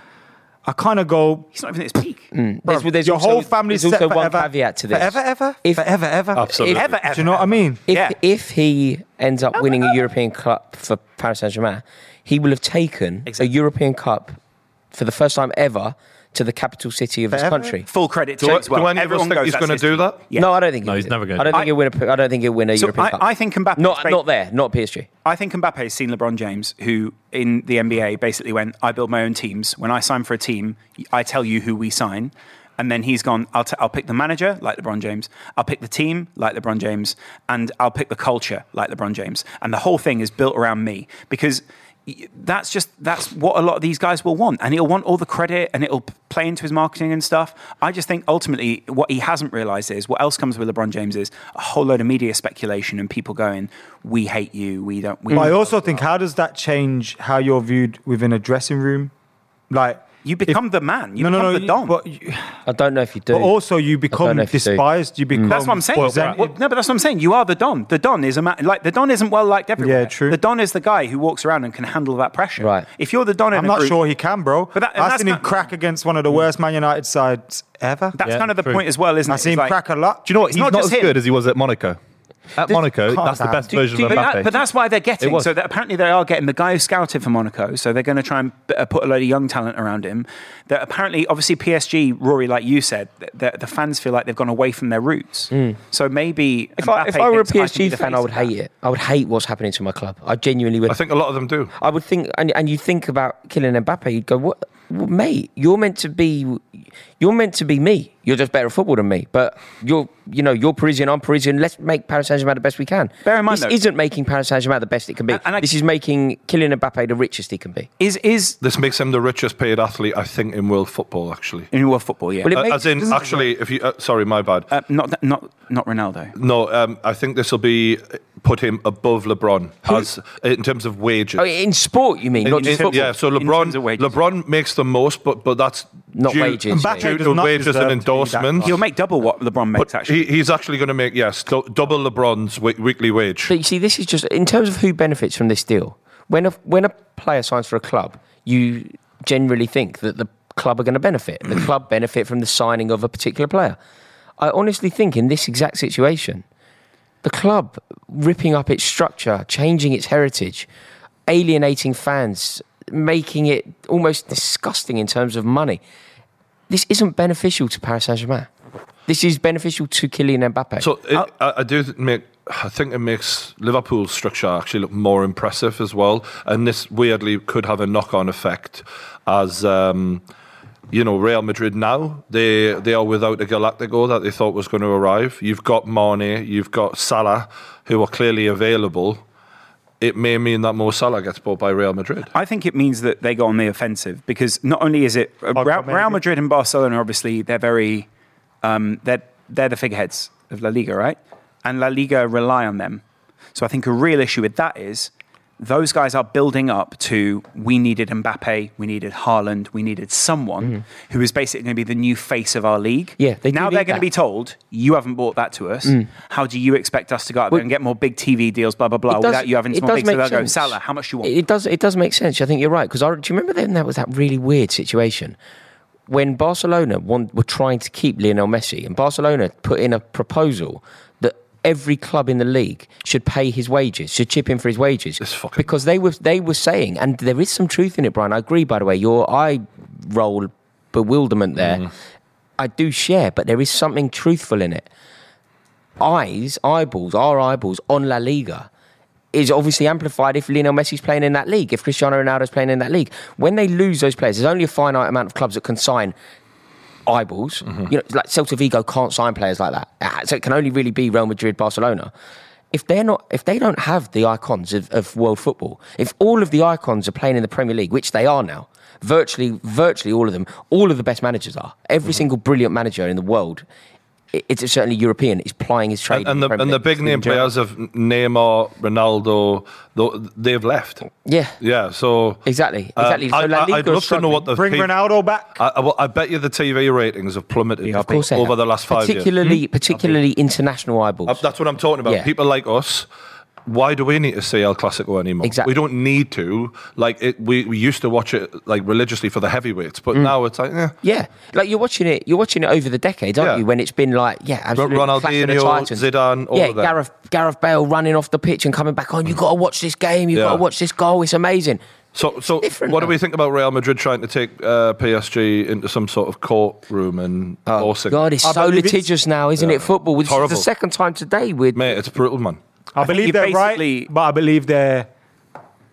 Speaker 4: I kind of go.
Speaker 1: He's not even at his peak.
Speaker 5: There's, there's
Speaker 4: your
Speaker 5: also,
Speaker 4: whole family's
Speaker 5: there's
Speaker 4: set
Speaker 5: also one
Speaker 4: forever.
Speaker 5: caveat to this.
Speaker 4: Forever, ever,
Speaker 5: If-
Speaker 4: forever, ever.
Speaker 3: Absolutely.
Speaker 1: Ever,
Speaker 4: Do you know what I mean?
Speaker 5: If,
Speaker 1: Yeah.
Speaker 5: if he ends up winning a European Cup for Paris Saint Germain, he will have taken a European Cup for the first time ever to the capital city of his
Speaker 4: Forever?
Speaker 5: country.
Speaker 1: Full credit to
Speaker 3: Do,
Speaker 1: it
Speaker 3: I-
Speaker 1: as well.
Speaker 3: do any of us
Speaker 1: Everyone
Speaker 3: think
Speaker 1: goes
Speaker 3: he's
Speaker 1: that's
Speaker 3: going to
Speaker 1: his
Speaker 3: do
Speaker 1: team.
Speaker 3: that?
Speaker 1: Yeah.
Speaker 5: No, I don't think.
Speaker 2: No,
Speaker 5: he
Speaker 2: he's
Speaker 5: will.
Speaker 2: never gonna
Speaker 5: I don't
Speaker 2: do
Speaker 5: think he'll win a. I don't think he'll win a
Speaker 1: So
Speaker 5: European
Speaker 1: I-
Speaker 5: Cup.
Speaker 1: I think Mbappe's
Speaker 5: Not
Speaker 1: ba-
Speaker 5: not there. Not PSG.
Speaker 1: I think Mbappe has seen LeBron James, who in the NBA basically went, I build my own teams. When I sign for a team, I tell you who we sign. And then he's gone, I'll, t- I'll pick the manager, like LeBron James. I'll pick the team, like LeBron James. And I'll pick the culture, like LeBron James. And the whole thing is built around me because y- that's just that's what a lot of these guys will want and he'll want all the credit and it'll p- play into his marketing and stuff i just think ultimately what he hasn't realized is what else comes with lebron james is a whole load of media speculation and people going we hate you we don't we
Speaker 4: But I
Speaker 1: don't
Speaker 4: also think, how does that change how you're viewed within a dressing room? Like
Speaker 1: You become the man. You
Speaker 4: no,
Speaker 1: become
Speaker 4: no, no,
Speaker 1: the don.
Speaker 4: But, you-
Speaker 5: I don't know if you do.
Speaker 4: but also, you become
Speaker 5: know if you do.
Speaker 4: despised. You become.
Speaker 1: that's what I'm saying.
Speaker 4: resented.
Speaker 1: Well, no, but that's what I'm saying. You are the don. The don is a man. Like the don isn't well liked everywhere.
Speaker 4: Yeah, true.
Speaker 1: The don is the guy who walks around and can handle that pressure.
Speaker 5: Right.
Speaker 1: If you're the don, in
Speaker 4: I'm
Speaker 1: a
Speaker 4: not
Speaker 1: group,
Speaker 4: sure he can, bro.
Speaker 1: But that- and
Speaker 4: I've
Speaker 1: that's
Speaker 4: seen him
Speaker 1: not-
Speaker 4: crack against one of the worst Man United sides ever.
Speaker 1: That's
Speaker 2: Yeah,
Speaker 1: kind of the
Speaker 2: true.
Speaker 1: point as well, isn't it?
Speaker 4: I've seen
Speaker 1: It's
Speaker 4: him
Speaker 1: like-
Speaker 4: crack a lot.
Speaker 6: Do you know what?
Speaker 1: It's
Speaker 6: He's
Speaker 1: not
Speaker 6: not,
Speaker 1: just
Speaker 6: as
Speaker 1: him. Oh,
Speaker 6: good as he was at Monaco. At Monaco,
Speaker 4: God
Speaker 6: that's the
Speaker 4: damn.
Speaker 6: best
Speaker 4: Do-
Speaker 6: version of
Speaker 1: but,
Speaker 6: Mbappe.
Speaker 1: that, but that's why they're
Speaker 6: It
Speaker 1: getting.
Speaker 6: was.
Speaker 1: So that apparently they are getting the guy who scouted for Monaco. So they're going to try and uh, put a load of young talent around him. That apparently, obviously, PSG, Rory, like you said, th- the, the fans feel like they've gone away from their roots. So maybe
Speaker 5: Hmm. if I, if I were a PSG fan, I would
Speaker 1: hate
Speaker 5: hate it. I would hate what's happening to my club. I genuinely would.
Speaker 3: I think a lot of them do.
Speaker 5: I would think, and, and you think about killing Mbappe, you'd go, what, what, mate? You're meant to be, you're meant to be me. You're just better at football than me. But you're, you know, you're Parisian. I'm Parisian. Let's make Paris Saint Germain the best we can.
Speaker 1: Bear in mind,
Speaker 5: this
Speaker 1: though-
Speaker 5: isn't making Paris Saint Germain the best it can be.
Speaker 1: And- and I-
Speaker 5: this is making killing Mbappe the richest he can be.
Speaker 1: Is is
Speaker 3: This makes him the richest paid athlete, I think, in world football. Actually,
Speaker 1: in world football? Yeah,
Speaker 5: Well, it
Speaker 3: Uh,
Speaker 5: makes,
Speaker 3: as in, actually, if you uh, sorry, my bad.
Speaker 1: uh, not not not Ronaldo.
Speaker 3: No, um, I think this will be uh, put him above LeBron as in terms of wages.
Speaker 5: oh, in sport, you mean?
Speaker 3: In-
Speaker 5: not just
Speaker 3: in-
Speaker 5: football.
Speaker 3: yeah, so
Speaker 1: in
Speaker 3: LeBron
Speaker 1: terms of wages.
Speaker 3: LeBron makes the most, but but that's
Speaker 5: Not
Speaker 3: due,
Speaker 5: wages, Mbappe
Speaker 3: due
Speaker 4: does
Speaker 3: to
Speaker 4: not
Speaker 3: wages
Speaker 4: deserve to be
Speaker 3: and
Speaker 4: that
Speaker 3: endorsements.
Speaker 4: class.
Speaker 1: He'll make double what LeBron makes.
Speaker 3: But
Speaker 1: Actually,
Speaker 3: he, he's actually going to make yes dou double LeBron's w- weekly wage.
Speaker 5: But you see, this is just in terms of who benefits from this deal. When a when a player signs for a club, you generally think that the club are going to benefit. The club benefit from the signing of a particular player. I honestly think in this exact situation, the club ripping up its structure, changing its heritage, alienating fans, making it almost disgusting in terms of money. This isn't beneficial to Paris Saint Germain. This is beneficial to Kylian Mbappe.
Speaker 3: So it, I, I do th- make. I think it makes Liverpool's structure actually look more impressive as well, and this weirdly could have a knock-on effect, as um, you know, Real Madrid now they they are without a Galactico that they thought was going to arrive. You've got Mane, you've got Salah, who are clearly available. It may mean that Mo Salah gets bought by Real Madrid.
Speaker 1: I think it means that they go on the offensive because not only is it
Speaker 5: Oh,
Speaker 1: uh, Real,
Speaker 4: maybe.
Speaker 1: Real Madrid and Barcelona, obviously they're very um, they're they're the figureheads of La Liga, right? And La Liga rely on them. So I think a real issue with that is those guys are building up to we needed Mbappe, we needed Haaland, we needed someone who is basically going to be the new face of our league.
Speaker 5: Mm-hmm. Yeah, they do
Speaker 1: now
Speaker 5: need
Speaker 1: they're going to
Speaker 5: that. Mm.
Speaker 1: be told you haven't bought that to us. How do you expect us to go out there and get more big TV deals, blah blah blah,
Speaker 5: It does-
Speaker 1: without you having
Speaker 5: it
Speaker 1: some
Speaker 5: does
Speaker 1: big? So
Speaker 5: make
Speaker 1: they'll go,
Speaker 5: sense.
Speaker 1: Salah, how much do you want?
Speaker 5: It, it does. It does make sense. I think you're right because do you remember then that was that really weird situation when Barcelona want, were trying to keep Lionel Messi and Barcelona put in a proposal that every club in the league should pay his wages, should chip in for his wages
Speaker 3: fucking-
Speaker 5: because they were they were saying, and there is some truth in it, Brian. I agree. By the way, your eye roll bewilderment there.
Speaker 1: Mm-hmm.
Speaker 5: I do share, but there is something truthful in it eyes, eyeballs, our eyeballs on La Liga is obviously amplified if Lionel Messi's playing in that league, if Cristiano Ronaldo's playing in that league. When they lose those players, there's only a finite amount of clubs that can sign eyeballs.
Speaker 3: Mm-hmm.
Speaker 5: You know, like Celta Vigo can't sign players like that. Ah, So it can only really be Real Madrid, Barcelona. If they're not, if they don't have the icons of, of world football, if all of the icons are playing in the Premier League, which they are now, virtually, virtually all of them, all of the best managers are.
Speaker 3: Mm-hmm.
Speaker 5: Every single brilliant manager in the world, i- it's certainly European, is plying his
Speaker 3: And,
Speaker 5: trade. in
Speaker 3: and the,
Speaker 5: Premier
Speaker 3: and the
Speaker 5: League,
Speaker 3: big name
Speaker 5: including Gerrard.
Speaker 3: players of Neymar, Ronaldo, tho- they've left.
Speaker 5: Yeah.
Speaker 3: Yeah, so
Speaker 5: Exactly,
Speaker 3: Uh,
Speaker 5: exactly. So
Speaker 3: I,
Speaker 5: La
Speaker 3: I, would
Speaker 5: Liga are
Speaker 3: love to know
Speaker 5: struggling.
Speaker 3: what the
Speaker 4: Bring
Speaker 3: P-
Speaker 4: Ronaldo back.
Speaker 3: I, I, well, I bet you the TV ratings have plummeted
Speaker 1: Yeah, of
Speaker 5: Of course they
Speaker 3: over
Speaker 5: have.
Speaker 3: the last five years.
Speaker 5: particularly, particularly international
Speaker 3: Uh,
Speaker 5: eyeballs.
Speaker 3: That's what I'm talking about.
Speaker 5: Yeah.
Speaker 3: People like us. Why do we need to see El Clasico anymore?
Speaker 5: Exactly.
Speaker 3: We don't need to. Like it, we, we used to watch it like religiously for the heavyweights,
Speaker 5: Mm.
Speaker 3: but now it's like, eh.
Speaker 5: Yeah, like you're watching it. You're watching it over the decades, aren't
Speaker 3: Yeah.
Speaker 5: you? When it's been like, yeah, absolutely.
Speaker 3: Ronaldinho,
Speaker 5: clash of the titans.
Speaker 3: Zidane, all
Speaker 5: yeah,
Speaker 3: of that.
Speaker 5: Gareth Gareth Bale running off the pitch and coming back on. You got to watch this game. You have
Speaker 3: Yeah.
Speaker 5: got to watch this goal. It's amazing.
Speaker 3: So, so
Speaker 5: different
Speaker 3: what do
Speaker 5: now.
Speaker 3: we think about Real Madrid trying to take uh, PSG into some sort of courtroom and forcing?
Speaker 5: Oh, God, it's
Speaker 4: I
Speaker 5: so
Speaker 4: believe it's-
Speaker 5: litigious now, isn't it? Football. This is the
Speaker 3: horrible.
Speaker 5: second time today with
Speaker 3: Mate, it's brutal, man.
Speaker 4: I,
Speaker 1: think
Speaker 4: believe
Speaker 1: you
Speaker 4: they're
Speaker 1: basically-
Speaker 4: right, but I believe they're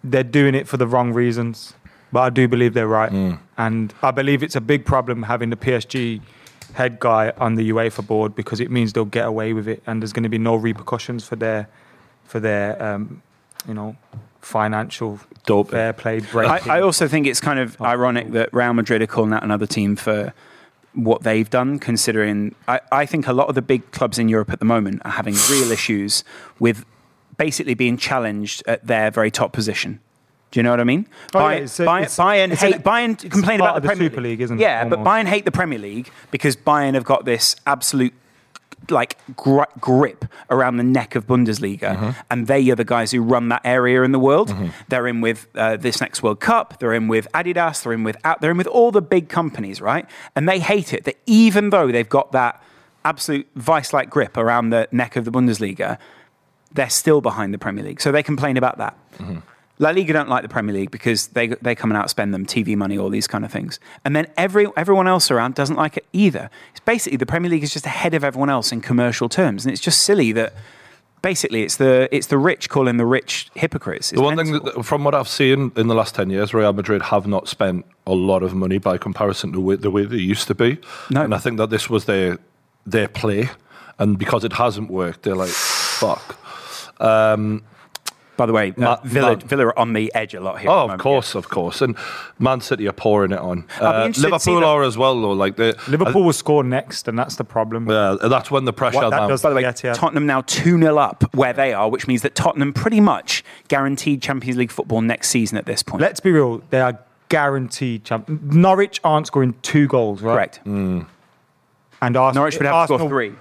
Speaker 4: they're doing it for the wrong reasons. But I do believe they're right,
Speaker 1: Hmm.
Speaker 4: and I believe it's a big problem having the PSG head guy on the UEFA board because it means they'll get away with it, and there's going to be no repercussions for their for their um, you know financial
Speaker 3: Doping.
Speaker 4: fair play
Speaker 1: I,
Speaker 4: breaking.
Speaker 1: I also think it's kind
Speaker 4: Oh.
Speaker 1: of ironic that Real Madrid are calling out another team for what they've done, considering I, I think a lot of the big clubs in Europe at the moment are having real issues with basically being challenged at their very top position. Do you know what I mean?
Speaker 4: Oh, yeah,
Speaker 1: Bayern,
Speaker 4: it's a-
Speaker 1: Bayern,
Speaker 4: it's-
Speaker 1: Bayern
Speaker 4: it's
Speaker 1: hate
Speaker 4: an-
Speaker 1: Bayern
Speaker 4: it's
Speaker 1: complain
Speaker 4: part
Speaker 1: about
Speaker 4: of
Speaker 1: the
Speaker 4: the
Speaker 1: Premier
Speaker 4: Super League, isn't it,
Speaker 1: yeah, but
Speaker 4: almost?
Speaker 1: Bayern hate the Premier League because Bayern have got this absolute like gri- grip around the neck of Bundesliga,
Speaker 4: Mm-hmm.
Speaker 1: and they are the guys who run that area in the world. They're in with uh, this next World Cup. They're in with Adidas. They're in with A- they're in with all the big companies, right? And they hate it that even though they've got that absolute vice-like grip around the neck of the Bundesliga, they're still behind the Premier League. So they complain about that.
Speaker 3: Mm-hmm.
Speaker 1: La Liga don't like the Premier League because they they come and outspend them, TV money, all these kind of things. And then every everyone else around doesn't like it either. It's basically the Premier League is just ahead of everyone else in commercial terms, and it's just silly that basically it's the it's the rich calling the rich hypocrites. It's
Speaker 3: The one thing,
Speaker 1: mental.
Speaker 3: that, from what I've seen in the last 10 years, Real Madrid have not spent a lot of money by comparison to way, the way they used to be.
Speaker 1: No.
Speaker 3: And I think that this was their, their play. And because it hasn't worked, they're like, fuck. Um,
Speaker 1: by the way, uh,
Speaker 3: Ma-
Speaker 1: Villa
Speaker 3: Ma-
Speaker 1: Villa are on the edge a lot here.
Speaker 3: oh,
Speaker 1: at the
Speaker 3: of
Speaker 1: moment,
Speaker 3: course, of course. And Man City are pouring it on. Uh,
Speaker 1: I'll be interested to see
Speaker 3: Liverpool
Speaker 1: that-
Speaker 3: are as well, though. Like they,
Speaker 4: Liverpool will score next, and that's the problem.
Speaker 3: uh, that's when the pressure
Speaker 4: that
Speaker 3: now-
Speaker 4: does-
Speaker 1: By the way,
Speaker 4: Yes, yeah.
Speaker 1: Tottenham now 2 0 up where they are, which means that Tottenham pretty much guaranteed Champions League football next season at this point.
Speaker 4: Let's be real; they are guaranteed champ. Norwich aren't scoring two goals, right?
Speaker 1: Correct.
Speaker 3: Mm.
Speaker 4: And Arsenal,
Speaker 1: Norwich would have to score
Speaker 4: Arsenal-
Speaker 1: three.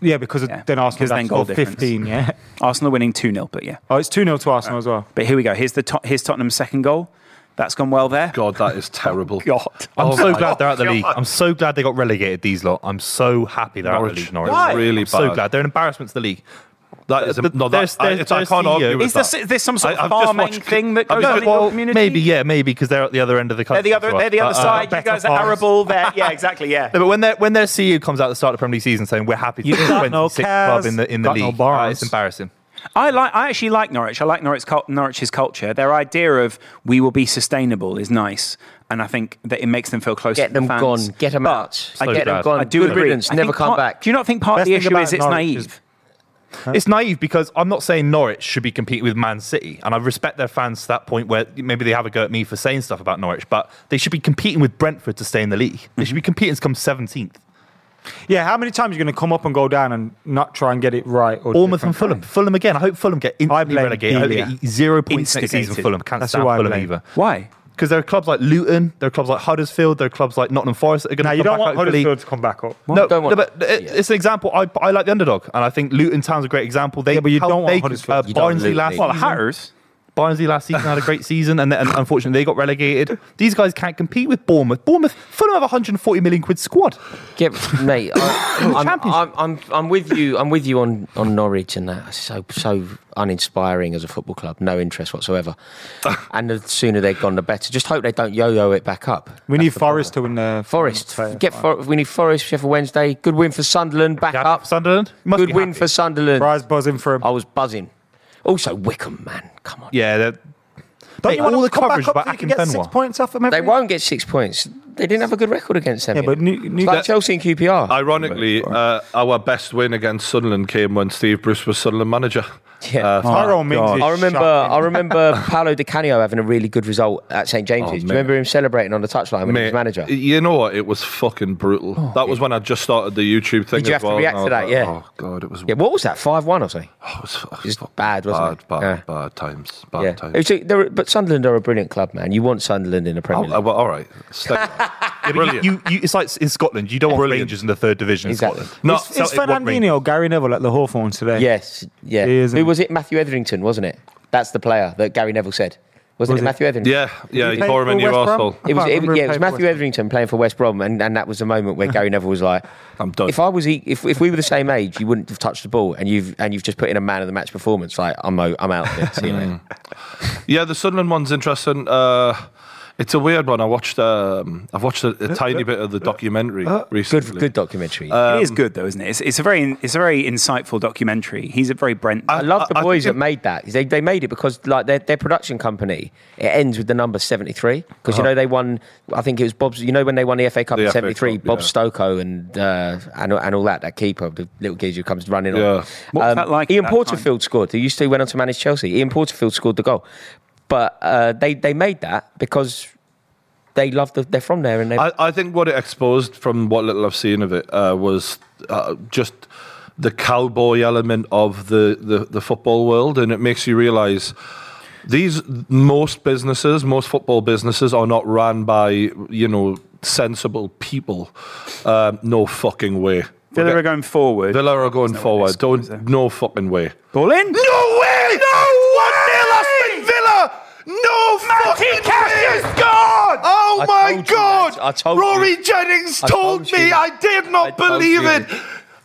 Speaker 4: Yeah, because of-
Speaker 1: Yeah,
Speaker 4: then Arsenal
Speaker 1: because
Speaker 4: have
Speaker 1: then
Speaker 4: to score
Speaker 1: goal difference.
Speaker 4: 15, yeah.
Speaker 1: Arsenal winning 2 0, but yeah.
Speaker 4: Oh, it's 2 0 to Arsenal as well.
Speaker 1: But here we go. Here's the Tot- here's Tottenham's second goal. That's gone well there.
Speaker 3: God, that is terrible.
Speaker 1: God.
Speaker 6: I'm
Speaker 3: Oh
Speaker 6: so
Speaker 3: my
Speaker 6: glad they're out of the league.
Speaker 3: God.
Speaker 6: I'm so glad they got relegated. These lot. I'm so happy they're out of the
Speaker 3: Norwich.
Speaker 6: league. Norwich.
Speaker 3: Why? Really
Speaker 6: I'm so
Speaker 3: bad.
Speaker 6: glad they're an embarrassment to the league.
Speaker 1: Oh,
Speaker 3: That is, no, that,
Speaker 6: There's-
Speaker 3: I,
Speaker 6: there's-
Speaker 3: it's, I
Speaker 6: there's
Speaker 3: can't
Speaker 6: CEO.
Speaker 3: argue with
Speaker 1: Is there,
Speaker 3: that.
Speaker 1: is there some sort
Speaker 3: I-
Speaker 1: of
Speaker 3: I've just
Speaker 1: farming
Speaker 3: watched-
Speaker 1: thing that
Speaker 3: I've
Speaker 1: goes
Speaker 3: just
Speaker 1: on in your
Speaker 3: watched-
Speaker 1: community?
Speaker 6: Maybe yeah, maybe because they're at the other end of the country.
Speaker 1: They're the other,
Speaker 6: to us.
Speaker 1: they're the other
Speaker 6: Uh, uh,
Speaker 1: side. you
Speaker 6: better
Speaker 1: guys are
Speaker 6: farms.
Speaker 1: arable there. Yeah, exactly. Yeah.
Speaker 6: No, but when their when their CEO comes out at the start of the Premier League season saying we're happy to be the
Speaker 4: got no
Speaker 6: 26th
Speaker 4: cars,
Speaker 6: club in the in the
Speaker 4: got no
Speaker 6: league,
Speaker 4: bars.
Speaker 6: uh, it's embarrassing.
Speaker 1: I like. I actually like Norwich. I like Norwich cul- Norwich's culture. Their idea of we will be sustainable is nice, and I think that it makes them feel closer.
Speaker 5: get
Speaker 1: to
Speaker 5: them
Speaker 1: the fans.
Speaker 5: gone, get them
Speaker 1: But
Speaker 5: out,
Speaker 1: I
Speaker 5: get
Speaker 1: do-
Speaker 5: them
Speaker 6: bad.
Speaker 5: gone.
Speaker 1: I do
Speaker 5: Good
Speaker 1: agree.
Speaker 5: riddance,
Speaker 1: I
Speaker 5: never
Speaker 1: think
Speaker 5: come
Speaker 1: part-
Speaker 5: back.
Speaker 1: Do you not think part
Speaker 4: Best
Speaker 1: of the
Speaker 4: thing
Speaker 1: issue is
Speaker 4: about
Speaker 1: it's
Speaker 4: Norwich is-
Speaker 1: naive?
Speaker 6: It's naive because I'm not saying Norwich should be competing with Man City, and I respect their fans to that point where maybe they have a go at me for saying
Speaker 4: Mm-hmm.
Speaker 6: stuff about Norwich, but they should be competing with Brentford to stay in the league. They should be competing to come 17th.
Speaker 4: Yeah, how many times are you going to come up and go down and not try and get it right? Or
Speaker 6: Bournemouth
Speaker 4: different?
Speaker 6: and Fulham. Fulham again. I hope Fulham get instantly
Speaker 4: blame
Speaker 6: relegated. I hope they
Speaker 4: Delia.
Speaker 6: get zero points next season.
Speaker 1: Instigated.
Speaker 6: Fulham can't
Speaker 4: That's
Speaker 6: stand
Speaker 4: who I
Speaker 6: Fulham
Speaker 4: blame.
Speaker 6: either.
Speaker 1: Why?
Speaker 6: Because there are clubs like Luton, there are clubs like Huddersfield, there are clubs like Nottingham Forest that are going
Speaker 4: Now
Speaker 6: to
Speaker 4: you
Speaker 6: come
Speaker 4: don't want
Speaker 6: back out of the league.
Speaker 4: Huddersfield to come back up.
Speaker 6: No,
Speaker 5: Don't
Speaker 6: no,
Speaker 5: want-
Speaker 6: but it,
Speaker 5: Yeah.
Speaker 6: it's an example. I, I like the underdog, and I think Luton Town's a great example. They
Speaker 4: Yeah, but you
Speaker 6: how
Speaker 4: don't want
Speaker 6: they-
Speaker 4: Huddersfield.
Speaker 6: uh,
Speaker 5: You don't
Speaker 6: Barnsley
Speaker 5: loot
Speaker 6: last
Speaker 5: league.
Speaker 1: Well, the
Speaker 6: season-
Speaker 1: Hatters.
Speaker 6: Barnsley last season had a great season, and, then, and unfortunately they got relegated. These guys can't compete with Bournemouth. Bournemouth, Fulham have a 140 million quid squad.
Speaker 5: Get, mate, I, I'm,
Speaker 6: Championship.
Speaker 5: I'm, I'm, I'm with you. I'm with you on, on Norwich and that. It's So so uninspiring as a football club. No interest whatsoever. and the sooner they're gone, the better. Just hope they don't yo-yo it back up.
Speaker 4: We need Forest to win the
Speaker 5: Forest,
Speaker 4: Fair,
Speaker 5: get
Speaker 4: fine.
Speaker 5: for, we need Forest Sheffield Wednesday. Good win for Sunderland. Back
Speaker 6: Yeah,
Speaker 5: up.
Speaker 6: Sunderland. You must
Speaker 5: Good
Speaker 6: be
Speaker 5: win
Speaker 6: happy.
Speaker 5: for Sunderland.
Speaker 4: Rise buzzing for him.
Speaker 5: I was buzzing. Also Wickham, man. Come on.
Speaker 6: Yeah, they're-
Speaker 4: Don't
Speaker 6: Mate,
Speaker 4: you want
Speaker 6: all
Speaker 4: to
Speaker 6: the
Speaker 4: come
Speaker 6: coverage
Speaker 4: back up
Speaker 6: about
Speaker 4: so you can
Speaker 6: Akin
Speaker 4: get six
Speaker 6: Benoit.
Speaker 4: points off them every
Speaker 5: They won't get six points. They didn't have a good record against them.
Speaker 4: Yeah, but New, New,
Speaker 5: It's like Chelsea and QPR.
Speaker 3: Ironically, uh, our best win against Sunderland came when Steve Bruce was Sunderland manager.
Speaker 5: Yeah.
Speaker 3: Uh,
Speaker 4: Tyrone Mings
Speaker 1: God.
Speaker 4: is
Speaker 5: I remember,
Speaker 4: shocking.
Speaker 5: I remember Paolo Di Canio having a really good result at St James's. Do you
Speaker 3: mate.
Speaker 5: remember him celebrating on the touchline when he was
Speaker 3: mate,
Speaker 5: manager? Oh,
Speaker 3: You know what? It was fucking brutal. that was when I just started the YouTube thing.
Speaker 5: Did
Speaker 3: as
Speaker 5: you have to
Speaker 3: well,
Speaker 5: react
Speaker 3: and I
Speaker 5: to
Speaker 3: was
Speaker 5: that? Yeah.
Speaker 3: Oh god, it was.
Speaker 5: Yeah, what was that? Five one or something?
Speaker 3: oh, it was, fu-
Speaker 5: was
Speaker 3: fucking
Speaker 5: bad, wasn't it?
Speaker 3: bad, Bad,
Speaker 5: Yeah.
Speaker 3: bad times. Bad
Speaker 5: yeah,
Speaker 3: times.
Speaker 5: It was- they were- but Sunderland are a brilliant club, man. You want Sunderland in the Premier
Speaker 3: Oh,
Speaker 5: League?
Speaker 3: uh, well, all right. Stick-
Speaker 6: yeah, but you,
Speaker 3: Brilliant.
Speaker 6: you, you, it's like in Scotland. You don't want Rangers in the third division
Speaker 5: Exactly.
Speaker 6: in Scotland.
Speaker 3: No,
Speaker 4: Is, is
Speaker 6: Celtic want
Speaker 4: Fernandinho or Gary Neville at the Hawthorns today?
Speaker 5: yes, yeah.
Speaker 4: He is, isn't
Speaker 5: Who was it? Matthew Etherington, wasn't it? That's the player that Gary Neville said. Wasn't
Speaker 4: Was
Speaker 5: it
Speaker 4: it?
Speaker 5: Matthew Etherington?
Speaker 3: yeah, yeah.
Speaker 4: Did
Speaker 3: You
Speaker 4: he
Speaker 3: tore him
Speaker 4: play
Speaker 3: in
Speaker 4: for
Speaker 3: your
Speaker 4: West Brom?
Speaker 3: arsehole.
Speaker 5: It was,
Speaker 4: can't
Speaker 5: it,
Speaker 4: remember who
Speaker 5: yeah, it was
Speaker 4: played for
Speaker 5: Matthew
Speaker 4: West
Speaker 5: Etherington playing for West Brom, and, and that was the moment where Gary Neville was like,
Speaker 3: I'm done.
Speaker 5: If I was, e- if if we were the same age, you wouldn't have touched the ball, and you've and you've just put in a man of the match performance. Like I'm, o- I'm out. of it. See you later.
Speaker 3: Yeah, the Sunderland one's interesting. Uh, it's a weird one. I watched. Um, I've watched a,
Speaker 5: Uh,
Speaker 3: a tiny bit of the documentary recently.
Speaker 5: Good, good documentary.
Speaker 3: Uh,
Speaker 1: it is good though, isn't it? It's, it's a very it's a very insightful documentary. He's a very Brent.
Speaker 5: I love the
Speaker 3: I- I
Speaker 5: boys
Speaker 3: think-
Speaker 5: that made that. They, they made it because like their, their production company it ends with the number seventy three because you know they won. I think it was Bob's. You know when they won the FA Cup
Speaker 3: Uh-huh. The
Speaker 5: in
Speaker 3: FA
Speaker 5: seventy three,
Speaker 3: Cup,
Speaker 5: Bob
Speaker 3: yeah.
Speaker 5: Stokoe and uh, and and all that. That keeper, the little kid who comes running
Speaker 3: Yeah.
Speaker 5: on. Um,
Speaker 1: What was that like at
Speaker 5: Ian
Speaker 1: that
Speaker 5: Porterfield scored. Who used to went on to manage Chelsea. Ian Porterfield scored the goal, but uh, they they made that because they love the, They're from there and they.
Speaker 3: I, I think what it exposed from what little I've seen of it uh, was uh, just the cowboy element of the, the, the football world, and it makes you realise these most businesses, most football businesses, are not run by you know sensible people. Um, no fucking way.
Speaker 1: Villa are going forward.
Speaker 3: Villa are going forward.
Speaker 1: scored, is there?
Speaker 3: Don't no fucking way.
Speaker 1: Ball in.
Speaker 3: eh? No way! No one nil Aston Villa. No fucking way! God! Oh
Speaker 5: I
Speaker 3: my
Speaker 5: told you,
Speaker 3: God!
Speaker 5: lads. I told
Speaker 3: Rory
Speaker 5: you.
Speaker 3: Jennings
Speaker 5: I
Speaker 3: told
Speaker 5: told
Speaker 3: me.
Speaker 5: you.
Speaker 3: I did
Speaker 5: I
Speaker 3: not
Speaker 5: told
Speaker 3: believe
Speaker 5: you.
Speaker 3: it.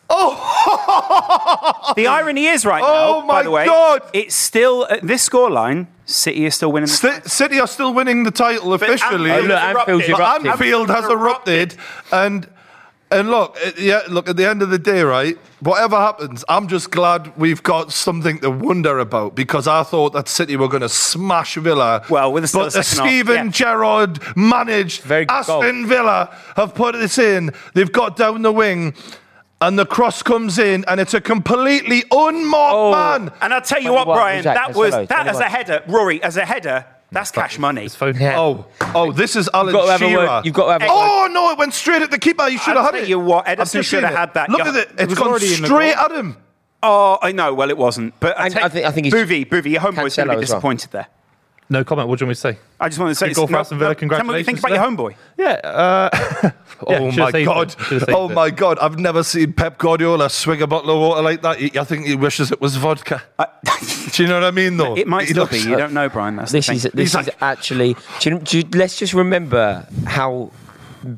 Speaker 3: Oh!
Speaker 1: The irony is right
Speaker 3: Oh
Speaker 1: now.
Speaker 3: my
Speaker 1: by the way,
Speaker 3: God.
Speaker 1: It's still at this scoreline. City is still winning. The
Speaker 3: Sti- City are still winning the title officially.
Speaker 5: Anfield- Oh, look, Anfield's
Speaker 3: But
Speaker 5: erupted.
Speaker 3: Anfield has erupted, and and look, it- yeah, look. At the end of the day, right? Whatever happens, I'm just glad we've got something to wonder about because I thought that City were going to smash Villa.
Speaker 1: Well, with the-
Speaker 3: but
Speaker 1: the
Speaker 3: the
Speaker 1: second half,
Speaker 3: Steven
Speaker 1: yeah.
Speaker 3: Gerrard managed
Speaker 5: Very good goal.
Speaker 3: Aston Villa have put this in. They've got down the wing. And the cross comes in, and it's a completely
Speaker 5: Oh.
Speaker 3: unmarked man.
Speaker 1: And I'll tell you what,
Speaker 5: 21,
Speaker 1: Brian,
Speaker 5: Jack,
Speaker 1: that
Speaker 5: that's
Speaker 1: was
Speaker 5: hello,
Speaker 1: that as a
Speaker 5: 21.
Speaker 1: header, Rory, as a header. That's cash money.
Speaker 6: His phone.
Speaker 5: Yeah.
Speaker 3: Oh, oh, this is Alan
Speaker 5: got to have a
Speaker 3: Shearer.
Speaker 5: word- you've got to have a
Speaker 3: oh no, it went straight at the keeper. You should
Speaker 1: I'll
Speaker 3: have had
Speaker 1: tell
Speaker 3: it.
Speaker 1: you what,
Speaker 3: I've
Speaker 1: Ederson
Speaker 3: just
Speaker 1: should have
Speaker 3: seen it.
Speaker 1: had that.
Speaker 3: Look
Speaker 1: Yeah.
Speaker 3: at it.
Speaker 1: It
Speaker 3: It's
Speaker 1: was
Speaker 3: gone
Speaker 4: already in the
Speaker 3: straight
Speaker 4: goal.
Speaker 3: at him.
Speaker 1: Oh, I know. Well, it wasn't. But I,
Speaker 5: And
Speaker 1: take,
Speaker 5: I think- I think he's-
Speaker 1: Boovy, Boovy, your homeboy's going to
Speaker 5: Cancelo
Speaker 1: be
Speaker 5: as well.
Speaker 1: disappointed there.
Speaker 6: No comment. What do you want me to say?
Speaker 1: I just wanted to say,
Speaker 6: Good goal for
Speaker 1: no,
Speaker 6: Aston Villa.
Speaker 1: no, Tell me what you think
Speaker 6: Congratulations
Speaker 1: about
Speaker 6: to
Speaker 1: your
Speaker 6: them.
Speaker 1: homeboy.
Speaker 6: Yeah. Uh, yeah,
Speaker 3: oh
Speaker 6: should've
Speaker 3: my
Speaker 6: saved
Speaker 3: god.
Speaker 6: it. Should've saved
Speaker 3: Oh
Speaker 6: it.
Speaker 3: my god. I've never seen Pep Guardiola swig a bottle of water like that. He- I think he wishes it was vodka. Do you know what I mean? Though
Speaker 1: It might
Speaker 3: He
Speaker 1: still
Speaker 3: looks-
Speaker 1: be. You don't know, Brian. That's
Speaker 5: this
Speaker 1: the thing.
Speaker 5: is this
Speaker 3: He's
Speaker 5: is
Speaker 3: like-
Speaker 5: actually. Do you, do you, let's just remember how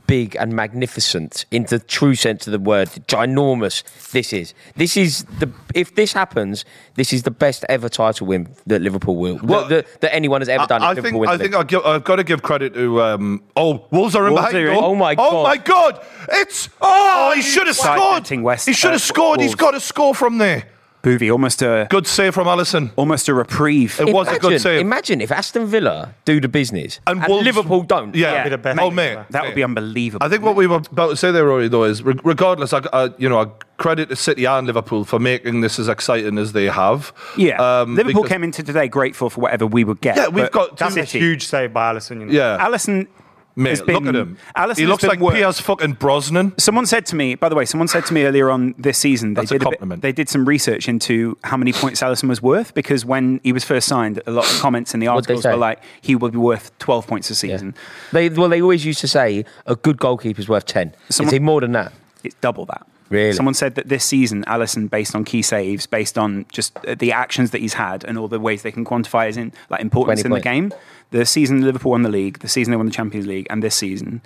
Speaker 5: big and magnificent, in the true sense of the word, ginormous this is. This is the if this happens, this is the best ever title win that Liverpool will
Speaker 3: Well,
Speaker 5: that, that, that anyone has ever done. if
Speaker 3: I, I
Speaker 5: Liverpool
Speaker 3: think
Speaker 5: win
Speaker 3: I
Speaker 5: the
Speaker 3: think
Speaker 5: league.
Speaker 3: I give, I've got to give credit to um, oh Wolves are in
Speaker 1: Wolves
Speaker 3: behind.
Speaker 1: are in.
Speaker 3: goal.
Speaker 5: Oh my
Speaker 3: Oh
Speaker 5: God.
Speaker 3: my god! It's oh, he
Speaker 1: you
Speaker 3: should have
Speaker 1: side
Speaker 3: scored.
Speaker 1: betting West-
Speaker 3: he should
Speaker 1: uh,
Speaker 3: have scored. He's
Speaker 1: Wolves.
Speaker 3: got to score from there.
Speaker 1: Boovy, almost a
Speaker 3: Good save from Allison.
Speaker 1: almost a reprieve.
Speaker 3: It was a good save.
Speaker 5: Imagine if Aston Villa do the business and,
Speaker 3: Wolves-
Speaker 5: Liverpool don't.
Speaker 3: Yeah,
Speaker 1: Yeah,
Speaker 4: best.
Speaker 3: oh mate,
Speaker 1: that would be unbelievable.
Speaker 3: I think what we were about to say there, Rory, though, is re- regardless, I, I, you know, I credit to City and Liverpool for making this as exciting as they have.
Speaker 1: yeah, Liverpool
Speaker 3: um, because-
Speaker 1: came into today grateful for whatever we would get.
Speaker 3: Yeah, we've
Speaker 1: but
Speaker 3: got two
Speaker 4: That's a
Speaker 1: City-
Speaker 4: huge save by Allison. You know.
Speaker 3: Yeah,
Speaker 1: Allison
Speaker 3: Mate,
Speaker 1: has been-
Speaker 3: look at him.
Speaker 1: Alisson
Speaker 3: he
Speaker 1: has
Speaker 3: looks
Speaker 1: been
Speaker 3: like
Speaker 1: worse.
Speaker 3: Piers fucking Brosnan.
Speaker 1: Someone said to me, by the way, someone said to me earlier on this season, they,
Speaker 3: That's a
Speaker 1: did,
Speaker 3: compliment.
Speaker 1: Bit, they did some research into how many points Allison was worth because when he was first signed, a lot of comments in the
Speaker 5: What'd they
Speaker 1: articles were
Speaker 5: say?
Speaker 1: like, he will be worth 12 points a
Speaker 5: Yeah.
Speaker 1: season.
Speaker 5: They well, they always used to say a good goalkeeper's worth ten.
Speaker 1: Someone-
Speaker 5: Is he more than that?
Speaker 1: It's double that.
Speaker 5: Really?
Speaker 1: Someone said that this season, Allison, based on key saves, based on just uh, the actions that he's had and all the ways they can quantify his in, like importance
Speaker 5: 20
Speaker 1: in the
Speaker 5: points.
Speaker 1: game, the season Liverpool won the league, the season they won the Champions League, and this season,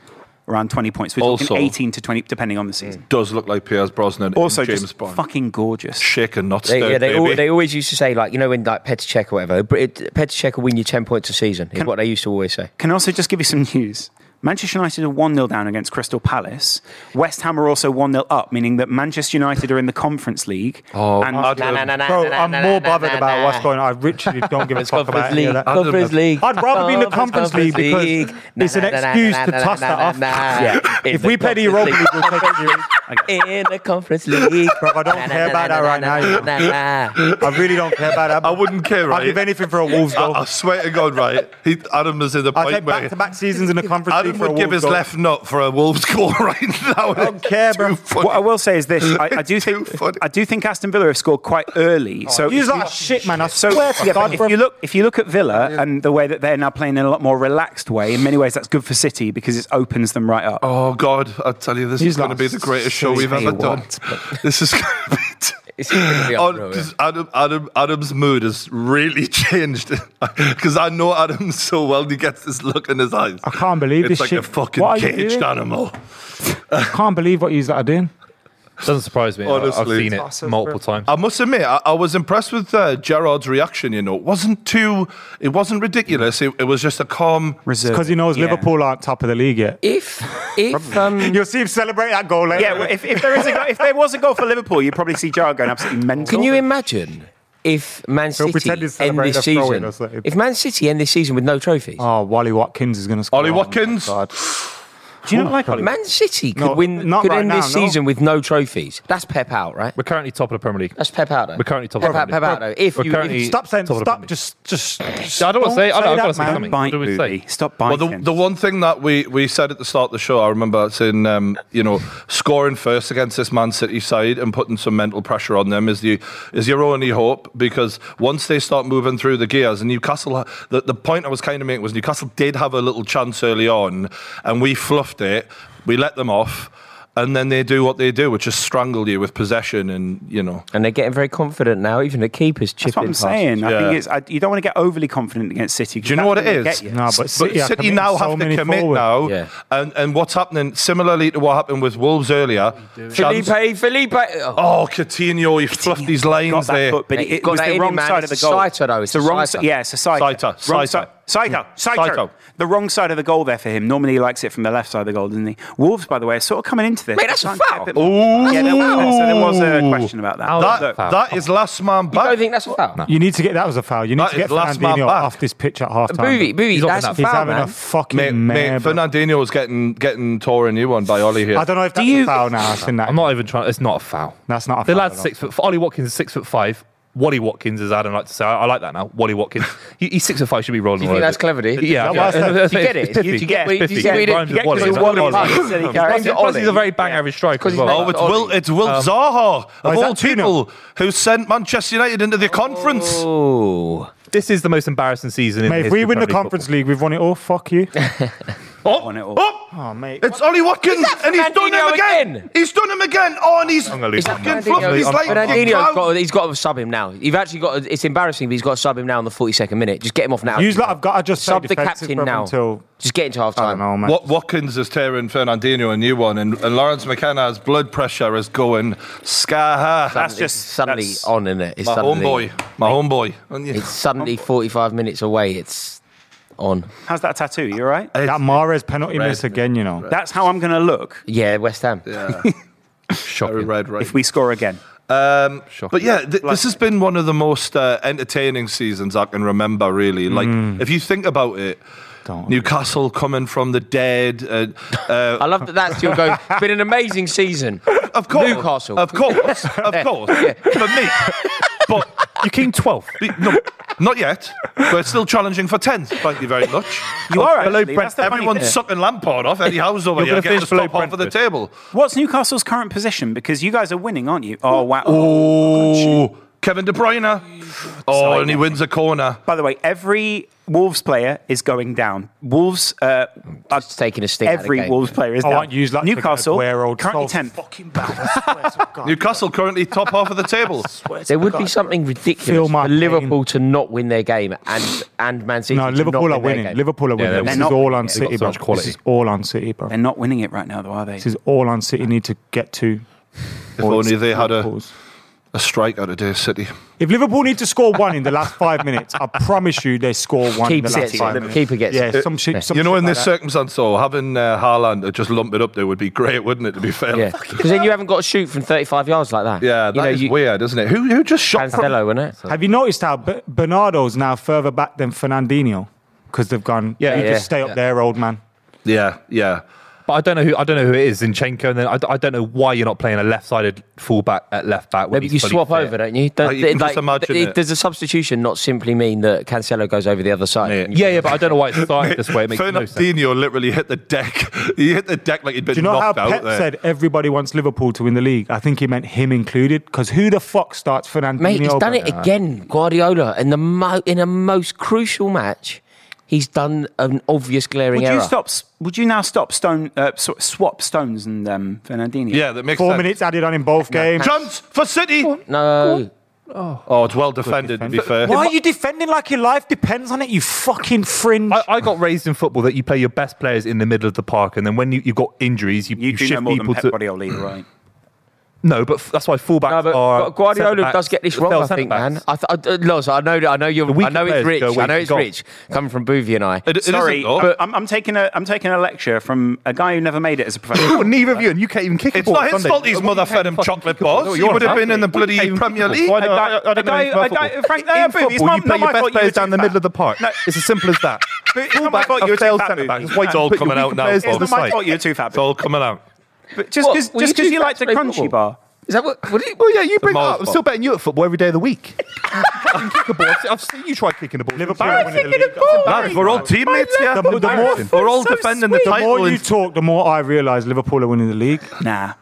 Speaker 1: around 20 points. We're
Speaker 3: Also-
Speaker 1: talking 18 to 20, depending on the season.
Speaker 3: Does look like Piers Brosnan. in
Speaker 1: Also,
Speaker 3: James
Speaker 1: just
Speaker 3: Bond.
Speaker 1: fucking gorgeous.
Speaker 3: shaken, not
Speaker 5: They,
Speaker 3: stirred,
Speaker 5: yeah, they,
Speaker 3: baby.
Speaker 5: al- they always used to say like you know when like Petr Cech or whatever, but it, Petr Cech will win you ten points a season. Is
Speaker 1: Can-
Speaker 5: what they used to always say.
Speaker 1: Can I also just give you some news? Manchester United are 1 0 down against Crystal Palace. West Ham are also 1 0 up, meaning that Manchester United are in the Conference League.
Speaker 3: Oh,
Speaker 1: and
Speaker 3: I'd-
Speaker 5: Nah, nah, nah, nah,
Speaker 4: Bro,
Speaker 5: nah,
Speaker 4: I'm
Speaker 5: nah,
Speaker 4: more
Speaker 5: nah,
Speaker 4: bothered
Speaker 5: nah,
Speaker 4: about
Speaker 5: nah.
Speaker 4: what's going on. I literally don't give a fuck about
Speaker 5: Conference
Speaker 4: any
Speaker 5: League.
Speaker 4: of that.
Speaker 3: I don't
Speaker 5: Conference
Speaker 3: know.
Speaker 5: League.
Speaker 4: I'd rather be in the Conference League because it's an excuse to toss that off.
Speaker 5: Yeah.
Speaker 4: If we play the Europa League, we'll take it serious.
Speaker 5: in the Conference League.
Speaker 4: Bro, I don't care about that right now, you
Speaker 5: now.
Speaker 4: I really don't care about that.
Speaker 3: I wouldn't care,
Speaker 4: I'd give
Speaker 3: right?
Speaker 4: anything for a Wolves
Speaker 3: I, I
Speaker 4: goal.
Speaker 3: swear to God, right? He, Adam is in the
Speaker 4: I'd
Speaker 3: point
Speaker 4: take
Speaker 3: where
Speaker 4: back-to-back seasons in the Conference League
Speaker 3: Adam
Speaker 4: for a
Speaker 3: would
Speaker 4: Wolves
Speaker 3: give his
Speaker 4: goal.
Speaker 3: left nut for a Wolves goal right now. I
Speaker 4: don't care, bro.
Speaker 1: what I will say is this I, I, do think,
Speaker 3: Too funny.
Speaker 1: I do think Aston Villa have scored quite early. so
Speaker 4: You're like shit, man. I
Speaker 1: So
Speaker 4: swear to
Speaker 1: yeah, but
Speaker 4: God,
Speaker 1: if
Speaker 4: bro.
Speaker 1: you look, if you look at Villa and the way that they're now playing in a lot more relaxed way, in many ways that's good for City because it opens them right up.
Speaker 3: Oh God, I tell you, this
Speaker 4: He's
Speaker 3: is going to
Speaker 4: like,
Speaker 3: be the greatest show
Speaker 4: "Say
Speaker 3: we've ever
Speaker 4: what,
Speaker 3: done. This is going to be.
Speaker 5: It's gonna be
Speaker 3: on,
Speaker 5: unreal, yeah.
Speaker 3: 'cause Adam, Adam, Adam's mood has really changed because I know Adam so well. He gets this look in his eyes.
Speaker 4: I can't believe
Speaker 3: it's
Speaker 4: this
Speaker 3: like
Speaker 4: shit.
Speaker 3: a fucking
Speaker 4: What are you
Speaker 3: caged
Speaker 4: doing?
Speaker 3: animal.
Speaker 4: I can't believe what yous lot are doing.
Speaker 6: Doesn't surprise me. I- I've
Speaker 3: Honestly.
Speaker 6: seen it
Speaker 4: Toss us,
Speaker 6: multiple
Speaker 4: bro.
Speaker 6: times.
Speaker 3: I must admit, I, I was impressed with uh, Gerard's reaction. You know, it wasn't too. It wasn't ridiculous. It, it was just a calm.
Speaker 1: Reserve.
Speaker 4: Because he knows
Speaker 1: Yeah.
Speaker 4: Liverpool aren't top of the league yet.
Speaker 5: If if um
Speaker 4: You'll see him celebrate that goal later.
Speaker 1: Yeah, well, if, if there is a go- if there was a goal for Liverpool, you'd probably see Gerrard going absolutely mental.
Speaker 5: Can you imagine if Man City
Speaker 4: pretend he's
Speaker 5: end
Speaker 4: celebrating
Speaker 5: this
Speaker 4: a throw-in
Speaker 5: season?
Speaker 4: or something.
Speaker 5: If Man City end this season with no trophies,
Speaker 4: Oh, Wally Watkins is going to score.
Speaker 3: Ollie
Speaker 4: Oh, my
Speaker 3: Watkins?
Speaker 4: God.
Speaker 1: Do you not like Ollie?
Speaker 5: Man City could
Speaker 4: No,
Speaker 5: win.
Speaker 4: not
Speaker 5: could
Speaker 4: right
Speaker 5: end this
Speaker 4: now, no.
Speaker 5: season with no trophies. That's Pep out, right?
Speaker 6: We're currently top of the Premier League.
Speaker 5: That's Pep out. Though.
Speaker 6: We're currently top of
Speaker 5: Pep
Speaker 6: the
Speaker 5: out.
Speaker 6: Premier
Speaker 5: Pep out.
Speaker 6: League.
Speaker 5: Though. If
Speaker 6: We're
Speaker 5: you
Speaker 6: currently-
Speaker 5: if-
Speaker 4: Stop saying,
Speaker 6: Top of the
Speaker 4: stop,
Speaker 6: Premier
Speaker 4: just, just.
Speaker 6: I don't want to say. I don't
Speaker 4: that,
Speaker 6: want to say
Speaker 4: man.
Speaker 1: Don't
Speaker 6: something.
Speaker 1: bite
Speaker 6: What do we
Speaker 1: Booby.
Speaker 6: say?
Speaker 1: Stop
Speaker 3: Well,
Speaker 1: biting.
Speaker 3: the, the one thing that we, we said at the start of the show, I remember saying, um, you know, scoring first against this Man City side and putting some mental pressure on them is the is your only hope because once they start moving through the gears, and Newcastle, ha- the, the point I was kind of making was Newcastle did have a little chance early on, and we fluffed it, we let them off, and then they do what they do, which is strangle you with possession and you know.
Speaker 5: and they're getting very confident now. Even the keepers chipping.
Speaker 1: That's what I'm saying.
Speaker 5: past.
Speaker 1: I
Speaker 3: Yeah.
Speaker 1: think it's I, you don't want to get overly confident against City. 'cause
Speaker 3: Do you know
Speaker 1: that's
Speaker 3: what it
Speaker 1: gonna
Speaker 3: is?
Speaker 1: get you.
Speaker 4: No, but City, are committing
Speaker 3: now
Speaker 4: so
Speaker 3: have to
Speaker 4: many
Speaker 3: commit
Speaker 4: forward.
Speaker 3: now,
Speaker 5: Yeah.
Speaker 3: and and what's happening similarly to what happened with Wolves earlier. Chance-
Speaker 5: Felipe, Felipe. Oh,
Speaker 3: Oh, Coutinho, he fluffed these lines
Speaker 1: Got that
Speaker 3: there.
Speaker 1: foot, but
Speaker 5: Mate,
Speaker 1: it,
Speaker 5: he's
Speaker 1: it
Speaker 5: got
Speaker 1: was
Speaker 5: that in
Speaker 1: the
Speaker 5: him,
Speaker 1: wrong
Speaker 5: man.
Speaker 1: side of the
Speaker 5: It's
Speaker 1: goal.
Speaker 5: Saito, though. It's
Speaker 1: the
Speaker 5: a
Speaker 1: wrong
Speaker 5: Saito.
Speaker 1: side. Yeah, it's a Saito.
Speaker 3: Saito,
Speaker 1: Wrong
Speaker 3: Saito.
Speaker 1: side. Saito. Saito.
Speaker 3: Saito.
Speaker 1: The wrong side of the goal there for him. Normally he likes it from the left side of the goal, doesn't he? Wolves, by the way, are sort of coming into this.
Speaker 5: Mate, that's a
Speaker 1: Trying to
Speaker 5: foul.
Speaker 1: get bit more- Yeah, there was, so there was a
Speaker 3: Ooh.
Speaker 1: question about that.
Speaker 6: That-
Speaker 1: Look,
Speaker 3: That, that is last man
Speaker 5: you
Speaker 3: back.
Speaker 5: don't think that's a foul?
Speaker 4: You need to get that was a foul. You need
Speaker 3: That
Speaker 4: to get
Speaker 3: is last man
Speaker 4: Fernandinho
Speaker 3: back.
Speaker 4: off this pitch at half time.
Speaker 5: Booby, Booby,
Speaker 6: He's not
Speaker 5: that's a
Speaker 6: having
Speaker 4: He's
Speaker 5: foul,
Speaker 4: having
Speaker 5: man.
Speaker 4: a fucking
Speaker 3: mate,
Speaker 4: mare,
Speaker 3: mate,
Speaker 4: bro.
Speaker 3: Fernandinho's getting getting tore a new one by Ollie here.
Speaker 4: I don't know if that's
Speaker 1: you-
Speaker 4: a foul now. I've seen that.
Speaker 6: I'm not even trying. It's not a foul.
Speaker 4: That's not a
Speaker 6: the
Speaker 4: foul
Speaker 6: lad's
Speaker 4: at all.
Speaker 6: six foot. Ollie Watkins is six foot five. Wally Watkins, as Adam likes to say, I, I like that now. Wally Watkins, he, he's six foot five, should be rolling.
Speaker 5: Do you
Speaker 6: all
Speaker 5: think that's clever,
Speaker 6: over it.
Speaker 5: dude?
Speaker 6: Yeah,
Speaker 4: Is that what I
Speaker 6: yeah.
Speaker 4: said?
Speaker 5: You get it?
Speaker 6: It's
Speaker 5: You-
Speaker 1: you
Speaker 6: pithy.
Speaker 1: get-
Speaker 6: It's
Speaker 1: you
Speaker 6: pithy.
Speaker 5: get-
Speaker 6: It rhymes
Speaker 5: you
Speaker 6: with
Speaker 5: get-
Speaker 6: Wally.
Speaker 5: you
Speaker 6: It's
Speaker 5: get-
Speaker 6: Wally.
Speaker 5: Wally. Wally. Silly character.
Speaker 6: Plus, plus he's a very bang
Speaker 5: Yeah.
Speaker 6: average striker.
Speaker 5: Because
Speaker 6: as
Speaker 5: he's
Speaker 6: well.
Speaker 5: not-
Speaker 3: Oh, it's
Speaker 5: Ollie.
Speaker 3: Will, it's Will
Speaker 1: Um,
Speaker 3: Zaha, of
Speaker 1: oh,
Speaker 4: is that
Speaker 3: all people, who sent Manchester United into the conference.
Speaker 5: Oh,
Speaker 6: This is the most embarrassing season in the
Speaker 4: Mate, if
Speaker 6: history
Speaker 4: we
Speaker 6: of
Speaker 4: win the
Speaker 6: Premier League
Speaker 4: Conference League, we've won it all. Fuck you.
Speaker 3: Oh,
Speaker 1: on it all.
Speaker 3: oh,
Speaker 4: Oh, mate.
Speaker 3: it's Ollie Watkins,
Speaker 5: that
Speaker 3: and he's done him
Speaker 5: Fernandinho
Speaker 3: again.
Speaker 5: again?
Speaker 3: He's done him again. Oh, and he's
Speaker 6: gonna lose
Speaker 3: fucking
Speaker 6: that man.
Speaker 3: fluffed his
Speaker 6: Fernandinho-
Speaker 3: line.
Speaker 5: Fernandinho's
Speaker 3: You
Speaker 5: got,
Speaker 3: clown.
Speaker 5: he's got to sub him now. You've actually got. To, it's embarrassing, but he's got to sub him now in the 42nd minute. Just get him off now.
Speaker 4: Yous lot have got to just stay
Speaker 5: sub the
Speaker 4: defensive,
Speaker 5: captain
Speaker 4: bro,
Speaker 5: now.
Speaker 4: until
Speaker 5: Just get into half
Speaker 4: I don't
Speaker 5: time.
Speaker 4: know, man.
Speaker 3: Wat- Watkins is tearing Fernandinho a new one, and, and Lawrence McKenna's blood pressure is going sky high.
Speaker 1: That's just
Speaker 5: suddenly
Speaker 1: that's-
Speaker 5: on in it. It's
Speaker 3: my
Speaker 5: suddenly,
Speaker 3: homeboy, my homeboy. And you-
Speaker 5: It's suddenly 45 minutes away. It's on.
Speaker 1: How's that tattoo? You all right?
Speaker 4: that Mares penalty miss again, you know.
Speaker 1: That's how I'm going to look
Speaker 5: Yeah, West Ham.
Speaker 3: uh, Very red, right?
Speaker 1: if we score again.
Speaker 3: Um, but yeah, th- this has been one of the most uh, entertaining seasons I can remember. Really, like if you think about it,
Speaker 4: Don't.
Speaker 3: Newcastle coming from the dead. Uh, uh,
Speaker 5: I love that that's your go. It's been an amazing season.
Speaker 3: of course,
Speaker 5: Newcastle.
Speaker 3: of course, of course, for me. But
Speaker 6: You came 12th.
Speaker 3: No, not yet, but it's still challenging for 10th. Thank you very much.
Speaker 1: You are
Speaker 6: below
Speaker 1: actually.
Speaker 6: Brent-
Speaker 1: That's the funny
Speaker 3: Everyone's
Speaker 1: bit.
Speaker 3: sucking Lampard off. Eddie Howe's over here
Speaker 6: You're gonna
Speaker 3: getting the
Speaker 6: finish below
Speaker 3: stop half of the
Speaker 6: Brentford.
Speaker 3: table.
Speaker 1: What's Newcastle's current position? Because you guys are winning, aren't you? Oh wow!
Speaker 3: Oh, Kevin De Bruyne. Oh, and he wins a corner.
Speaker 1: By the way, every Wolves player is going down. Wolves uh, are
Speaker 5: Just taking a sting out of the
Speaker 1: Every
Speaker 5: game.
Speaker 1: Wolves player is
Speaker 4: I
Speaker 1: down.
Speaker 4: won't use that.
Speaker 1: Newcastle
Speaker 4: Where old
Speaker 1: currently
Speaker 4: soul's
Speaker 1: tenth.
Speaker 4: Fucking bad. I swear to God.
Speaker 3: Newcastle currently top half of the table.
Speaker 5: There would be something ridiculous
Speaker 4: Feel my
Speaker 5: for Liverpool to not win their game and and Man City.
Speaker 4: No,
Speaker 5: to not
Speaker 4: Liverpool are
Speaker 5: win their
Speaker 4: winning.
Speaker 5: game.
Speaker 4: Liverpool are winning.
Speaker 6: they're
Speaker 4: this is
Speaker 1: not-
Speaker 4: all on
Speaker 1: they've
Speaker 6: got
Speaker 4: City,
Speaker 6: so
Speaker 4: bro.
Speaker 6: much quality.
Speaker 4: This is all on City, bro.
Speaker 1: They're not winning it right now, though, are they?
Speaker 4: This is all on City need to get to.
Speaker 3: If only they had a,
Speaker 4: Liverpool's.
Speaker 3: a strike out of their city.
Speaker 4: If Liverpool need to score one in the last five minutes, I promise you they score one
Speaker 5: Keeper
Speaker 4: in the last
Speaker 5: gets it.
Speaker 4: five
Speaker 5: Liverpool-
Speaker 4: minutes.
Speaker 5: keeper gets
Speaker 4: yeah,
Speaker 5: it.
Speaker 4: some shit. Some
Speaker 3: You know,
Speaker 4: shit
Speaker 3: in
Speaker 4: like
Speaker 3: this
Speaker 4: that.
Speaker 3: circumstance, though, having uh, Haaland to just lump it up there would be great, wouldn't it, to be fair?
Speaker 5: Yeah, because then you haven't got to shoot from 35 yards like that.
Speaker 3: Yeah,
Speaker 5: you
Speaker 3: that is weird, isn't it? Who who just shot from
Speaker 5: Cancelo, isn't it?
Speaker 4: Have you noticed how B- Bernardo's now further back than Fernandinho because they've gone? Yeah,
Speaker 6: Yeah,
Speaker 4: you
Speaker 5: yeah,
Speaker 4: just stay up there, old man.
Speaker 3: Yeah, yeah.
Speaker 6: But I don't know who I don't know who it is, Zinchenko, and then I, d- I don't know why you're not playing a left-sided fullback at left back. when
Speaker 5: Maybe you
Speaker 6: he's fully
Speaker 5: swap
Speaker 6: fit.
Speaker 5: over, don't you? Don't-
Speaker 3: Like, you can just imagine
Speaker 5: th-
Speaker 3: it.
Speaker 5: Does a substitution not simply mean that Cancelo goes over the other side?
Speaker 3: Mate.
Speaker 5: And you-
Speaker 6: Yeah, yeah, but I don't know why it's started this way. It makes no sense.
Speaker 3: Fernandinho literally hit the deck. He hit the deck like he'd been
Speaker 4: Do you know how
Speaker 3: knocked out
Speaker 4: Pep
Speaker 3: there.
Speaker 4: said everybody wants Liverpool to win the league? I think he meant him included because who the fuck starts Fernandinho?
Speaker 5: Mate, he's
Speaker 4: bro?
Speaker 5: done it again, Guardiola, in the mo- in a most crucial match. He's done an obvious glaring
Speaker 1: Would
Speaker 5: error.
Speaker 1: you stop? s- Would you now stop Stone? Uh, s- swap Stones and um, Fernandinho.
Speaker 3: yeah, that makes
Speaker 4: Four
Speaker 3: sense.
Speaker 4: minutes added on in both games.
Speaker 3: Chance for City.
Speaker 5: No,
Speaker 3: Oh, it's well defended, to be fair.
Speaker 4: Why are you defending like your life depends on it? You fucking fringe.
Speaker 6: I, I got raised in football that you play your best players in the middle of the park, and then when you, you've got injuries, you,
Speaker 1: you,
Speaker 6: you,
Speaker 1: do know
Speaker 6: shift
Speaker 1: more than
Speaker 6: people
Speaker 1: Pep
Speaker 6: to.
Speaker 1: Guardiola, right?
Speaker 6: No, but f- that's why fullbacks
Speaker 5: no, but
Speaker 6: are.
Speaker 5: Gu- Guardiola
Speaker 6: centre-backs-
Speaker 5: does get this
Speaker 6: they're
Speaker 5: wrong. I think,
Speaker 6: centre-backs.
Speaker 5: man. I, th- I, d- Loz, I know, I know you're, I
Speaker 6: weaker
Speaker 5: know it's
Speaker 6: players
Speaker 5: rich.
Speaker 6: go away
Speaker 5: I know
Speaker 6: to
Speaker 5: it's
Speaker 6: goal.
Speaker 5: rich. Coming from Booby and I.
Speaker 3: It- it isn't,
Speaker 1: Sorry,
Speaker 3: though.
Speaker 1: but I'm, I'm taking a I'm taking a lecture from a guy who never made it as a professional.
Speaker 6: Well, neither of you, and you can't even kick a
Speaker 3: It's
Speaker 6: ball
Speaker 3: not
Speaker 6: on
Speaker 3: his
Speaker 6: Sunday.
Speaker 3: fault his
Speaker 6: Well,
Speaker 3: mother
Speaker 6: you
Speaker 3: fed
Speaker 6: can't
Speaker 3: him
Speaker 6: fucking
Speaker 3: chocolate
Speaker 6: kick a ball.
Speaker 3: bars. He
Speaker 6: You're
Speaker 3: would have
Speaker 6: hungry.
Speaker 3: been in the bloody
Speaker 6: You can't even
Speaker 3: Premier
Speaker 6: kick a
Speaker 3: League.
Speaker 6: ball.
Speaker 1: I
Speaker 6: I don't- I- I
Speaker 1: don't-
Speaker 6: don't know
Speaker 1: I don't-
Speaker 6: anything about
Speaker 1: I
Speaker 6: football.
Speaker 1: don't- Frank, no,
Speaker 6: In
Speaker 1: Booby, it's
Speaker 6: football,
Speaker 1: not-
Speaker 6: you play
Speaker 1: not my
Speaker 6: your best
Speaker 1: fault you
Speaker 6: players
Speaker 1: do
Speaker 6: down the
Speaker 1: that.
Speaker 6: middle of the park.
Speaker 1: No.
Speaker 6: It's as simple as that.
Speaker 1: But it's not my
Speaker 6: Fullbacks
Speaker 1: fault
Speaker 6: are
Speaker 1: you were too
Speaker 6: failed
Speaker 1: fat.
Speaker 6: centre-backs.
Speaker 1: Booby.
Speaker 6: Why do you
Speaker 1: It's
Speaker 3: all
Speaker 6: put your
Speaker 3: coming out
Speaker 6: weaker
Speaker 3: now,
Speaker 6: players
Speaker 3: Bob?
Speaker 6: to the
Speaker 1: not my
Speaker 6: side?
Speaker 1: fault you were too fat.
Speaker 3: It's all coming out.
Speaker 1: But just because
Speaker 5: What? Were
Speaker 1: just
Speaker 5: you
Speaker 1: because
Speaker 5: too
Speaker 1: you
Speaker 5: fat
Speaker 1: like to
Speaker 5: to play
Speaker 1: crunchy
Speaker 5: football?
Speaker 1: bar.
Speaker 5: Is that what? what do you,
Speaker 6: Well, yeah, you bring it
Speaker 3: Miles'
Speaker 6: up. I'm
Speaker 3: fault.
Speaker 6: still betting you at football every day of the week. Fucking kick a ball. I've seen- I've seen you try kicking a ball.
Speaker 4: Liverpool
Speaker 6: You're
Speaker 4: are winning the
Speaker 6: kicking a
Speaker 4: league.
Speaker 6: ball.
Speaker 3: Lads, we're all teammates here.
Speaker 4: The- the more-
Speaker 3: we're all
Speaker 1: so
Speaker 3: defending
Speaker 1: sweet.
Speaker 3: the
Speaker 4: the
Speaker 3: title.
Speaker 4: more you
Speaker 3: in-
Speaker 4: talk, the more I realise Liverpool are winning the league.
Speaker 1: Nah.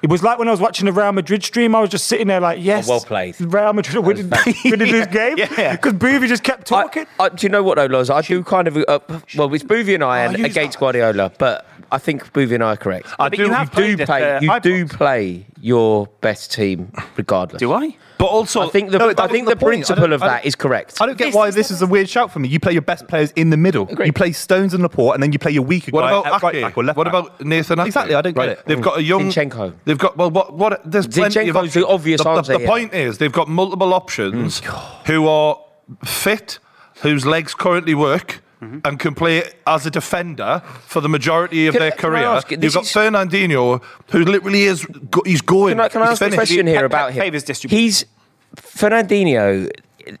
Speaker 4: It was like when I was watching the Real Madrid stream. I was just sitting there like, yes,
Speaker 5: well played.
Speaker 4: Real Madrid are winning, winning this game
Speaker 1: yeah.
Speaker 4: because Booby just kept talking.
Speaker 5: I, I, do you know what though, Loz? I do kind of uh, well. It's Booby and I
Speaker 4: Oh,
Speaker 5: and
Speaker 4: use
Speaker 5: against
Speaker 4: that.
Speaker 5: Guardiola, but I think Booby and I are correct.
Speaker 1: I
Speaker 5: But
Speaker 1: do-
Speaker 5: You,
Speaker 1: you have
Speaker 5: do
Speaker 1: played at
Speaker 5: play.
Speaker 6: uh,
Speaker 1: the
Speaker 5: You
Speaker 1: Ibrox.
Speaker 5: do play your best team regardless.
Speaker 1: Do I?
Speaker 3: But also,
Speaker 5: I think the
Speaker 6: No, that
Speaker 5: I
Speaker 6: was
Speaker 5: think the,
Speaker 6: the point. I
Speaker 5: principle
Speaker 6: don't-
Speaker 5: of
Speaker 6: I
Speaker 5: that
Speaker 6: don't-
Speaker 5: is correct.
Speaker 6: I don't get why this is a weird shout for me. You play your best players in the middle. You play Stones and Laporte, and then you play your weaker
Speaker 3: What
Speaker 6: guy
Speaker 3: about
Speaker 6: at
Speaker 3: Ake?
Speaker 6: right back or left
Speaker 3: what
Speaker 6: back.
Speaker 3: about Nathan Ake?
Speaker 6: Exactly, I don't get it.
Speaker 3: They've got a young
Speaker 5: Zinchenko.
Speaker 3: They've got well, what? What? There's plenty of
Speaker 5: Zinchenko's the
Speaker 3: options.
Speaker 5: obvious
Speaker 3: The,
Speaker 5: answer
Speaker 3: the
Speaker 5: here. Mm.
Speaker 3: point is, they've got multiple options who are fit, whose legs currently work.
Speaker 5: Mm-hmm.
Speaker 3: And can play as a defender for the majority of
Speaker 5: Can-
Speaker 3: their
Speaker 5: can I
Speaker 3: career.
Speaker 5: ask,
Speaker 3: You've
Speaker 5: this
Speaker 3: got
Speaker 5: is-
Speaker 3: Fernandinho, who literally is go, he's going.
Speaker 5: Can I, can I
Speaker 3: He's
Speaker 5: ask a
Speaker 3: finished.
Speaker 5: question here
Speaker 1: Pep-
Speaker 5: about
Speaker 1: Pep
Speaker 5: him?
Speaker 1: favours distribution.
Speaker 5: He's Fernandinho.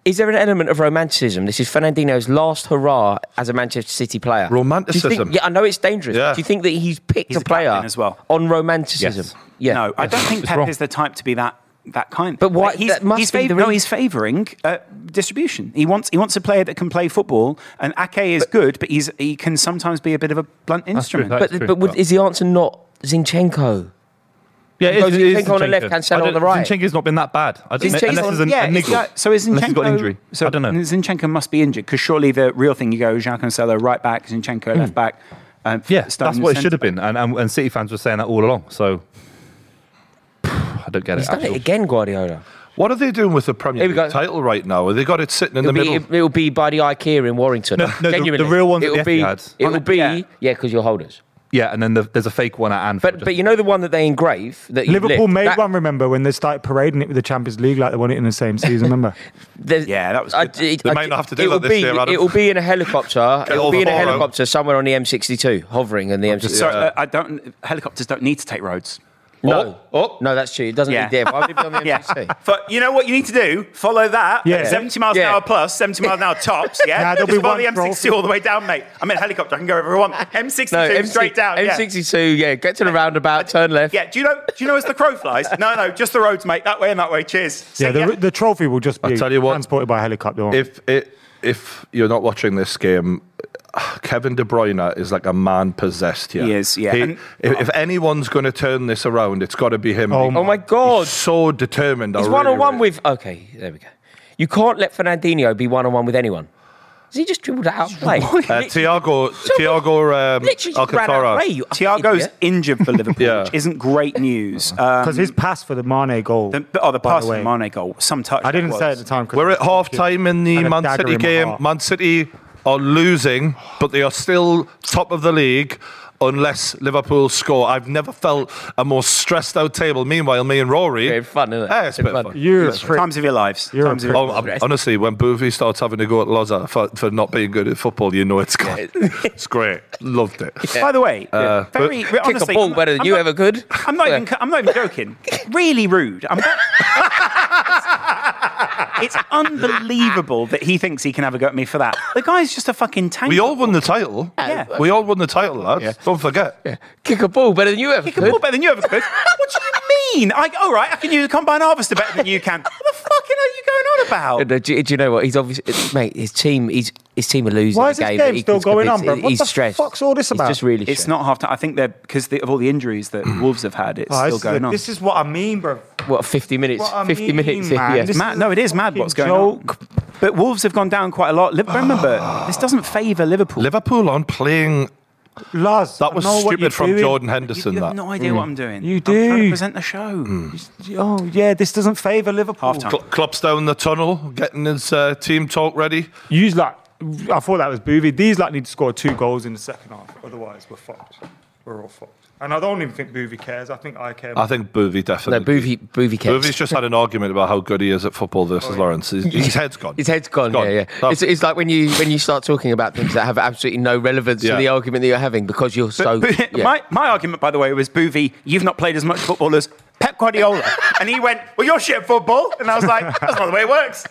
Speaker 5: Is there an element of romanticism? This is Fernandinho's last hurrah as a Manchester City player. Do you
Speaker 3: Romanticism.
Speaker 5: think- yeah, I know it's dangerous.
Speaker 3: Yeah.
Speaker 5: Do you think that he's picked
Speaker 1: He's
Speaker 5: a
Speaker 1: a
Speaker 5: player
Speaker 1: captain as well.
Speaker 5: on romanticism?
Speaker 6: Yes.
Speaker 5: Yeah.
Speaker 1: No, I don't think Pep
Speaker 6: wrong.
Speaker 1: is the type to be that that kind.
Speaker 5: But why-
Speaker 1: Like, he's,
Speaker 5: that must
Speaker 1: he's
Speaker 5: be the
Speaker 1: no,
Speaker 5: reason.
Speaker 1: he's favouring uh, distribution. He wants he wants a player that can play football, and Ake is good, but he's he can sometimes be a bit of a blunt instrument.
Speaker 6: true.
Speaker 5: But,
Speaker 6: That's
Speaker 5: but would,
Speaker 6: but-
Speaker 5: is the answer not Zinchenko?
Speaker 6: Yeah,
Speaker 5: Zinchenko on the left, Cancelo
Speaker 6: I don't-
Speaker 5: on the right.
Speaker 6: Zinchenko's not been that bad. I don't,
Speaker 5: Zinchenko's
Speaker 6: unless
Speaker 5: on-
Speaker 6: there's an,
Speaker 1: yeah,
Speaker 6: a
Speaker 1: it's
Speaker 6: niggle.
Speaker 1: got- so is Zinchenko?
Speaker 6: Unless he's got an injury.
Speaker 1: So
Speaker 6: I don't know.
Speaker 1: Zinchenko must be injured because surely the real thing you go Jean Cancelo right back, Zinchenko left back. Um,
Speaker 6: Hmm. yeah,
Speaker 1: Stones
Speaker 6: that's what it
Speaker 1: centre
Speaker 6: should have
Speaker 1: back.
Speaker 6: been, and, and and City fans were saying that all along. So I don't get
Speaker 5: He's
Speaker 6: it.
Speaker 5: done
Speaker 6: at
Speaker 5: it
Speaker 6: all.
Speaker 5: again, Guardiola.
Speaker 3: What are they doing with the Premier
Speaker 5: Here we
Speaker 3: League
Speaker 5: go.
Speaker 3: title right now? Have they got it sitting in the
Speaker 5: It'll be,
Speaker 3: middle?
Speaker 5: it, will be by the IKEA in Warrington.
Speaker 6: No, no, the-
Speaker 5: Genuinely.
Speaker 6: the real ones at
Speaker 5: It'll
Speaker 6: the
Speaker 5: be.
Speaker 6: Etihad's.
Speaker 5: It'll be.
Speaker 1: Yeah.
Speaker 5: Yeah, because you're holders.
Speaker 6: Yeah, and then the, there's a fake one at Anfield.
Speaker 5: But but you know the one that they engrave that you
Speaker 4: Liverpool
Speaker 5: lift?
Speaker 4: made
Speaker 5: That-
Speaker 4: one. Remember when they started parading it with the Champions League like they won it in the same season? Remember?
Speaker 5: There's-
Speaker 1: Yeah, that was good.
Speaker 5: it-
Speaker 3: They might not have to do
Speaker 5: it'll
Speaker 3: that this
Speaker 5: be,
Speaker 3: year, Adam.
Speaker 5: It'll be in a helicopter.
Speaker 3: all
Speaker 5: it'll be
Speaker 3: the
Speaker 5: in a
Speaker 3: fallout.
Speaker 5: helicopter somewhere on the M62, hovering in the M62.
Speaker 1: Sorry, uh, I don't. Helicopters don't need to take roads.
Speaker 5: No.
Speaker 3: Oh, oh.
Speaker 5: No, that's true. It doesn't
Speaker 1: Yeah.
Speaker 5: need there. Why would it be on the
Speaker 1: Yeah.
Speaker 5: MGC?
Speaker 1: For, you know what you need to do? Follow that.
Speaker 4: E Yeah.
Speaker 1: at 70 miles an
Speaker 5: Yeah.
Speaker 1: hour plus, 70 miles an hour tops. Yeah.
Speaker 4: Nah, there'll
Speaker 1: Just
Speaker 4: be
Speaker 1: follow the
Speaker 4: one for all
Speaker 1: M62 all the way down, mate. I'm in a helicopter. I can go wherever I want. M62
Speaker 5: No, M6-
Speaker 1: straight down. yeah.
Speaker 5: M62, yeah. Get to the roundabout, turn left.
Speaker 1: Yeah, do you know? Do you know as the crow flies? No, no, just the roads, mate. That way and that way. Cheers. So,
Speaker 4: Yeah, the, the trophy will just be
Speaker 3: tell you what,
Speaker 4: transported by helicopter. won't it?
Speaker 3: If it, if you're not watching this game, Kevin De Bruyne is like a man possessed here.
Speaker 1: He is, yeah. And-
Speaker 3: if, if anyone's going to turn this around, it's got to be him.
Speaker 4: Oh
Speaker 5: Oh my God.
Speaker 3: He's so determined.
Speaker 5: He's one on one with. Okay, there we go. You can't let Fernandinho be one on one with anyone. Has he just dribbled it out of play?
Speaker 3: Uh, Tiago, Tiago um,
Speaker 5: Literally just ran out of
Speaker 3: Alcantara.
Speaker 5: play, you
Speaker 1: Tiago's
Speaker 5: idiot.
Speaker 1: injured for Liverpool,
Speaker 3: Yeah.
Speaker 1: which isn't great news. Um,
Speaker 4: Because his pass for the Mane goal.
Speaker 1: the, oh, the
Speaker 4: by
Speaker 1: pass
Speaker 4: way.
Speaker 1: from Mane goal, some touch.
Speaker 4: I
Speaker 1: that
Speaker 4: didn't
Speaker 1: was.
Speaker 4: say at the time. 'cause
Speaker 3: We're
Speaker 4: it
Speaker 3: at
Speaker 4: was
Speaker 3: half
Speaker 4: cute.
Speaker 3: time in the
Speaker 4: And a
Speaker 3: Man
Speaker 4: dagger
Speaker 3: City
Speaker 4: in my
Speaker 3: game.
Speaker 4: heart.
Speaker 3: Man City are losing, but they are still top of the league unless Liverpool score. I've never felt a more stressed out table. Meanwhile, me and Rory.
Speaker 5: Great fun, isn't it?
Speaker 3: Yeah, it's a bit
Speaker 5: Fun.
Speaker 3: fun.
Speaker 4: You're a prick.
Speaker 1: Times of your lives.
Speaker 4: You're a
Speaker 1: Times of your
Speaker 3: Oh, I'm- honestly, when Boovy starts having to go at Loza for, for not being good at football, you know it's gone. it's great. Loved it.
Speaker 1: By the way,
Speaker 3: but-
Speaker 1: very
Speaker 5: Kick
Speaker 1: honestly,
Speaker 5: a ball
Speaker 1: I'm-
Speaker 5: better than
Speaker 1: I'm
Speaker 5: you
Speaker 1: not-
Speaker 5: ever could.
Speaker 1: I'm not even. I'm not even joking. Really rude. I'm not, it's unbelievable that he thinks he can have a go at me for that. The guy's just a fucking tank.
Speaker 3: We all won the title.
Speaker 1: Yeah.
Speaker 3: We all won the title, lads. Don't forget.
Speaker 5: Kick a ball better than you ever
Speaker 1: He can
Speaker 5: could.
Speaker 1: pull better than you ever could. what do you mean? I, all right, I can use a combine harvester better than you can. What the fucking are you going on about?
Speaker 5: No, Uh, do, do you know what? He's obviously mate. His team, he's, his team are losing.
Speaker 4: Why
Speaker 5: the
Speaker 4: is this
Speaker 5: game.
Speaker 4: game
Speaker 5: He
Speaker 4: still
Speaker 5: was
Speaker 4: going on,
Speaker 5: convinced-
Speaker 4: bro? What
Speaker 5: he's
Speaker 4: the
Speaker 5: stressed.
Speaker 4: fuck's all this about?
Speaker 5: He's just really.
Speaker 1: It's
Speaker 5: stressed.
Speaker 1: not half time. I think they're because of all the injuries that Wolves have had. It's
Speaker 4: Oh,
Speaker 1: still
Speaker 4: this, is
Speaker 1: going
Speaker 4: the-
Speaker 1: on.
Speaker 4: this is what I mean, bro.
Speaker 5: what fifty minutes.
Speaker 4: What I
Speaker 5: fifty
Speaker 4: mean,
Speaker 5: minutes. in,
Speaker 4: man.
Speaker 5: yeah.
Speaker 4: This-
Speaker 1: mad. No, it is mad. What's going
Speaker 4: Joke.
Speaker 1: on? But Wolves have gone down quite a lot. Liv- Remember, this doesn't favour Liverpool.
Speaker 3: Liverpool aren't playing.
Speaker 4: Lars,
Speaker 3: That was
Speaker 4: I know what you're
Speaker 3: stupid from
Speaker 4: doing.
Speaker 3: Jordan
Speaker 1: you
Speaker 3: Henderson.
Speaker 1: have
Speaker 3: that.
Speaker 1: no idea
Speaker 5: Mm.
Speaker 1: what I'm doing.
Speaker 4: You
Speaker 1: I'm trying to
Speaker 4: do.
Speaker 1: present the show.
Speaker 4: Oh yeah, this doesn't favour Liverpool.
Speaker 1: Half-time.
Speaker 3: Cl- Klopp's down the tunnel, getting his uh, team talk ready.
Speaker 4: Use like I thought that was Boovy. These like need to score two goals in the second half. Otherwise, we're fucked. We're all fucked. And I don't even think Boovy cares. I think I care.
Speaker 3: I think Boovy
Speaker 5: No,
Speaker 3: definitely.
Speaker 5: Boovy, Boovy kept.
Speaker 3: Boovy's just had an argument about how good he is at football versus Lawrence. His, his head's gone.
Speaker 5: Oh, His head's gone.
Speaker 3: Gone.
Speaker 5: Yeah, yeah.
Speaker 3: Done.
Speaker 5: It's, it's like when you when you start talking about things that have absolutely no relevance
Speaker 3: Yeah.
Speaker 5: to the argument that you're having because you're so. yeah.
Speaker 1: my, my argument, by the way, was Boovy, you've not played as much football as Pep Guardiola. and he went, Well, you're shit at football. And I was like, That's not the way it works.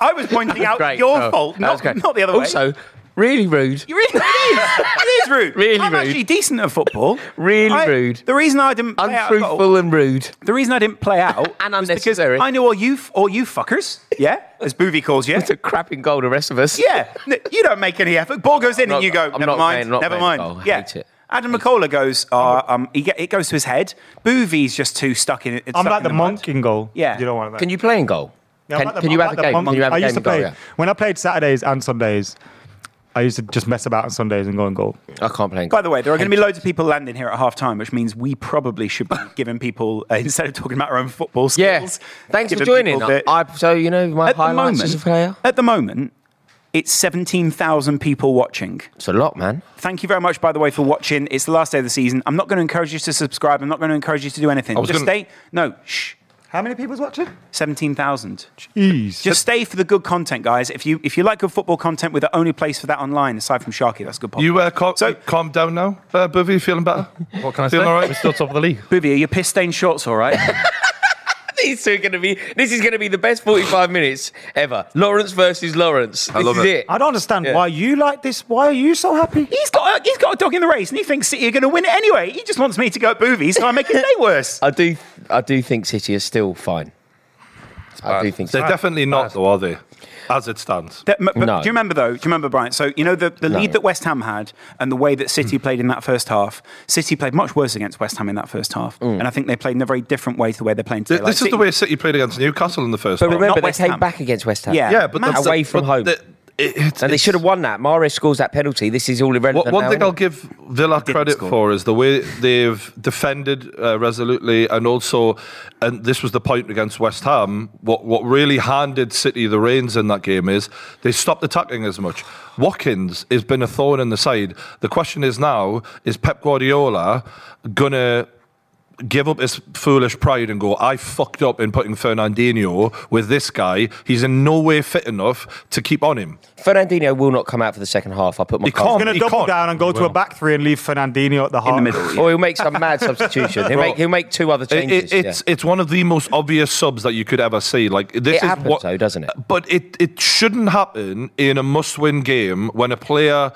Speaker 1: I was pointing out
Speaker 5: Great.
Speaker 1: your
Speaker 5: Oh,
Speaker 1: fault,
Speaker 5: that
Speaker 1: not,
Speaker 5: was great.
Speaker 1: not the other way.
Speaker 5: Also, really rude.
Speaker 1: You really, it is. It is rude.
Speaker 5: Really
Speaker 1: I'm
Speaker 5: rude.
Speaker 1: actually decent at football.
Speaker 5: Really
Speaker 1: I-
Speaker 5: rude.
Speaker 1: The reason I didn't play out a goal-
Speaker 5: Untruthful and rude.
Speaker 1: the reason I didn't play out
Speaker 5: And
Speaker 1: was because
Speaker 5: unnecessary.
Speaker 1: I knew all you f- all you fuckers. Yeah, as Boovy calls you.
Speaker 5: It's a crapping goal. The rest of us.
Speaker 1: Yeah, n- you don't make any effort. Ball goes in
Speaker 5: not-
Speaker 1: and you go,
Speaker 5: I'm
Speaker 1: never
Speaker 5: not
Speaker 1: mind,
Speaker 5: playing- not
Speaker 1: never
Speaker 5: playing
Speaker 1: mind.
Speaker 5: goal. I
Speaker 1: Yeah.
Speaker 5: hate it.
Speaker 1: Adam McCullough goes, uh, um, he get, it goes to his head. Boovy's just too stuck in it.
Speaker 4: I'm
Speaker 1: stuck
Speaker 4: like
Speaker 1: in
Speaker 4: the,
Speaker 1: mud.
Speaker 4: monk in goal.
Speaker 1: Yeah.
Speaker 4: You don't want that.
Speaker 5: Can you play in goal?
Speaker 4: Yeah, I'm
Speaker 5: can,
Speaker 4: like the-
Speaker 5: can you
Speaker 4: I'm
Speaker 5: have
Speaker 4: like
Speaker 5: a
Speaker 4: the
Speaker 5: game?
Speaker 4: monk.
Speaker 5: Can you have a
Speaker 4: I
Speaker 5: game
Speaker 4: used to
Speaker 5: in goal?
Speaker 4: play
Speaker 5: Yeah.
Speaker 4: when I played Saturdays and Sundays. I used to just mess about on Sundays and go and goal.
Speaker 5: I can't play in goal.
Speaker 1: By the way, there are going to be loads of people landing here at half time, which means we probably should be giving people, uh, instead of talking about our own football
Speaker 5: Yeah.
Speaker 1: skills.
Speaker 5: Thanks for
Speaker 1: giving
Speaker 5: joining.
Speaker 1: people the-
Speaker 5: I, so you know my
Speaker 1: at, the
Speaker 5: highlights
Speaker 1: moment,
Speaker 5: as a player.
Speaker 1: at the moment, it's 17,000 people watching.
Speaker 5: It's a lot, man.
Speaker 1: Thank you very much, by the way, for watching. It's the last day of the season. I'm not going to encourage you to subscribe. I'm not going to encourage you to do anything.
Speaker 3: was
Speaker 1: Just
Speaker 3: gonna-
Speaker 1: stay. No, shh.
Speaker 4: How many people's watching?
Speaker 1: 17,000.
Speaker 4: Jeez.
Speaker 1: Just stay for the good content, guys. If you if you like good football content, we're the only place for that online, aside from Sharky. That's good podcast.
Speaker 3: You uh, cal-
Speaker 1: So-
Speaker 3: calm down now, uh, Boovy. Feeling better?
Speaker 6: What can I say?
Speaker 3: Feeling all right?
Speaker 6: We're still top of the league.
Speaker 1: Booby, are your piss stained shorts all right?
Speaker 5: These two are going to be. This is going to be the best 45 minutes ever. Lawrence versus Lawrence. This
Speaker 3: love
Speaker 5: is
Speaker 3: it.
Speaker 5: it.
Speaker 4: I don't understand
Speaker 5: Yeah.
Speaker 4: why you like this. Why are you so happy?
Speaker 1: he's got a, he's got a dog in the race, and he thinks City are going to win it anyway. He just wants me to go at Booby, so I make his day worse.
Speaker 5: I do. I do think City are still fine. I do think.
Speaker 3: They're
Speaker 5: So.
Speaker 3: definitely not, though, are they? As it stands.
Speaker 1: That- m- but
Speaker 5: No.
Speaker 1: Do you remember though? Do you remember Brian? So you know the, the lead that West Ham had and the way that
Speaker 3: Hmm.
Speaker 1: City played in that first half. City played much worse against West Ham in that first half, and I think they played in a very different way to the way they're playing today.
Speaker 3: Hmm. Th-
Speaker 1: Like,
Speaker 3: this is the
Speaker 1: City-
Speaker 3: way City played against Newcastle in the first.
Speaker 5: But
Speaker 3: half.
Speaker 5: remember,
Speaker 1: not
Speaker 5: they
Speaker 1: West
Speaker 5: came
Speaker 1: Ham.
Speaker 5: back against West Ham.
Speaker 1: Yeah.
Speaker 3: yeah, but
Speaker 1: Massive.
Speaker 3: that's-
Speaker 5: Away from
Speaker 3: but
Speaker 5: home.
Speaker 3: the- it- it's-
Speaker 5: And they should have won that. Mares scores that penalty. This is all irrelevant.
Speaker 3: What, one
Speaker 5: now,
Speaker 3: thing
Speaker 5: isn't
Speaker 3: I'll
Speaker 5: it?
Speaker 3: give Villa credit
Speaker 1: score.
Speaker 3: for is the way they've defended uh, resolutely, and also, and this was the point against West Ham. What what really handed City the reins in that game is they stopped attacking as much. Watkins has been a thorn in the side. The question is now: Is Pep Guardiola gonna? Give up his foolish pride and go. I fucked up in putting Fernandinho with this guy. He's in no way fit enough to keep on him.
Speaker 5: Fernandinho will not come out for the second half. I put my
Speaker 3: He
Speaker 5: card-
Speaker 3: can't.
Speaker 4: He's going
Speaker 3: He
Speaker 4: to double
Speaker 3: can't.
Speaker 4: down and go to a back three and leave Fernandinho at the heart.
Speaker 1: in the middle. yeah.
Speaker 5: Or he'll make some mad substitution. He'll, make, he'll make two other
Speaker 3: It-
Speaker 5: changes.
Speaker 3: it- it's it's one of the most obvious subs that you could ever see. Like this
Speaker 5: It
Speaker 3: is
Speaker 5: happens
Speaker 3: what,
Speaker 5: though, doesn't it?
Speaker 3: But it it shouldn't happen in a must-win game when a player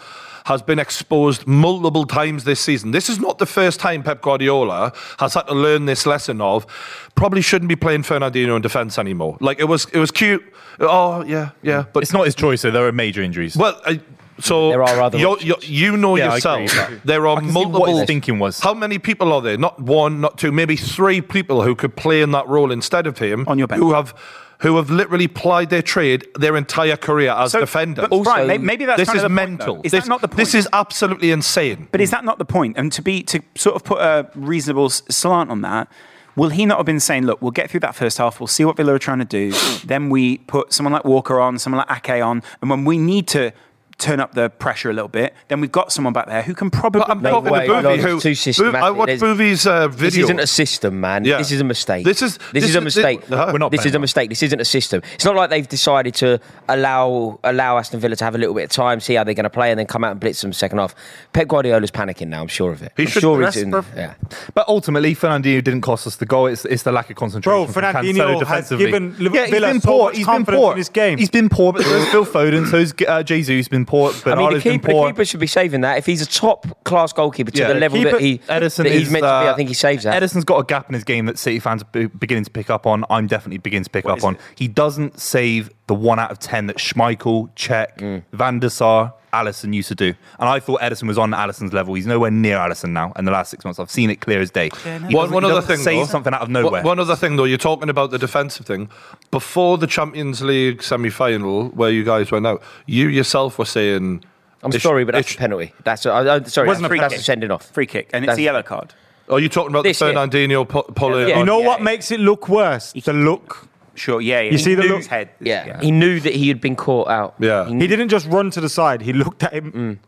Speaker 3: has been exposed multiple times this season. This is not the first time Pep Guardiola has had to learn this lesson of probably shouldn't be playing Fernandinho in defence anymore. Like it was it was cute. Oh yeah, yeah, but
Speaker 6: It's not his choice, though. There are major injuries.
Speaker 3: well. I, so
Speaker 5: There are other
Speaker 3: you're- you're- you know
Speaker 6: Yeah, I agree
Speaker 3: yourself.
Speaker 6: with that.
Speaker 3: There are
Speaker 6: I can see what
Speaker 3: multiple
Speaker 6: his thinking was.
Speaker 3: How many people are there? Not one, not two, maybe three people who could play in that role instead of him.
Speaker 1: On your bench.
Speaker 3: who have who have literally plied their trade their entire career as defenders.
Speaker 1: But, Brian, may- maybe that's
Speaker 3: this
Speaker 1: kind
Speaker 3: is
Speaker 1: of the point,
Speaker 3: mental.
Speaker 1: though. is
Speaker 3: this,
Speaker 1: that not the point?
Speaker 3: This is absolutely insane.
Speaker 1: But is that not the point? And to be to sort of put a reasonable s- slant on that, will he not have been saying, "Look, we'll get through that first half. We'll see what Villa are trying to do. then we put someone like Walker on, someone like Ake on, and when we need to." Turn up the pressure a little bit. Then we've got someone back there who can probably.
Speaker 3: I'm
Speaker 5: No
Speaker 3: talking
Speaker 5: way,
Speaker 3: to Boovy,
Speaker 5: Lodge,
Speaker 3: who
Speaker 5: it's too systematic.
Speaker 3: I watched
Speaker 5: There's-
Speaker 3: Boovy's uh, video.
Speaker 5: This isn't a system, man.
Speaker 3: Yeah.
Speaker 5: This is a mistake.
Speaker 3: This is-
Speaker 5: this,
Speaker 3: this
Speaker 5: is a
Speaker 3: is-
Speaker 5: mistake.
Speaker 3: No, we're
Speaker 6: not
Speaker 5: this is
Speaker 6: playing
Speaker 5: a
Speaker 6: well.
Speaker 5: mistake. This isn't a system. It's not like they've decided to allow allow Aston Villa to have a little bit of time, see how they're going to play, and then come out and blitz them second half. Pep Guardiola's panicking now. I'm sure of it.
Speaker 3: He
Speaker 5: I'm
Speaker 3: should
Speaker 5: sure
Speaker 3: rest,
Speaker 5: in-
Speaker 3: bruv.
Speaker 5: yeah.
Speaker 6: But ultimately, Fernandinho didn't cost us the goal. It's, it's the lack of concentration.
Speaker 4: Bro,
Speaker 6: from
Speaker 4: Fernandinho
Speaker 6: Cancelo
Speaker 4: has
Speaker 6: defensively.
Speaker 4: given Liv- Villa so much confidence in this game.
Speaker 6: He's been poor, but so's Phil Foden, so's uh, Jesus been poor.
Speaker 5: I mean, the
Speaker 6: Bernardo's been
Speaker 5: keeper, the
Speaker 6: poor.
Speaker 5: keeper should be saving that. If he's a top class goalkeeper to
Speaker 6: Yeah.
Speaker 5: the level
Speaker 6: Keeper-
Speaker 5: that he
Speaker 6: Edison
Speaker 5: that he's
Speaker 6: is,
Speaker 5: meant to be,
Speaker 6: uh,
Speaker 5: I think he saves that.
Speaker 6: Edison's got a gap in his game that City fans are be- beginning to pick up on. I'm definitely beginning to pick up
Speaker 1: is
Speaker 6: on.
Speaker 1: it?
Speaker 6: He doesn't save the one out of ten that Schmeichel, Czech,
Speaker 5: Mm.
Speaker 6: Van der Sar, Allison used to do. And I thought Edison was on Allison's level. He's nowhere near Allison now. In the last six months, I've seen it clear as day. He
Speaker 3: One-
Speaker 6: doesn't-
Speaker 3: one
Speaker 6: he
Speaker 3: other
Speaker 6: doesn't
Speaker 3: thing,
Speaker 6: save
Speaker 3: though.
Speaker 6: something out of nowhere.
Speaker 3: One other thing, though, you're talking about the defensive thing. Before the Champions League semi-final, where you guys went out, you yourself were saying,
Speaker 5: I'm
Speaker 3: Ish-
Speaker 5: sorry, but that's
Speaker 3: Ish-
Speaker 5: a penalty. That's a, I, I, sorry.
Speaker 1: Wasn't a
Speaker 5: that's, that's
Speaker 1: free
Speaker 5: a
Speaker 1: kick.
Speaker 5: sending off.
Speaker 1: Free kick, and it's
Speaker 5: That's-
Speaker 1: a yellow card.
Speaker 3: Are you talking about
Speaker 5: This
Speaker 3: the
Speaker 5: here.
Speaker 3: Fernandinho Oh, pu- pulling?
Speaker 5: Yeah.
Speaker 3: on-
Speaker 4: You know
Speaker 5: Yeah,
Speaker 4: what
Speaker 5: yeah.
Speaker 4: makes it look worse? The look.
Speaker 1: Sure, yeah, yeah.
Speaker 4: You see the
Speaker 1: knew
Speaker 4: look-
Speaker 1: his head.
Speaker 5: Yeah. he knew that he had been caught out.
Speaker 3: Yeah.
Speaker 5: He knew-
Speaker 4: He didn't just run to the side. He looked at him.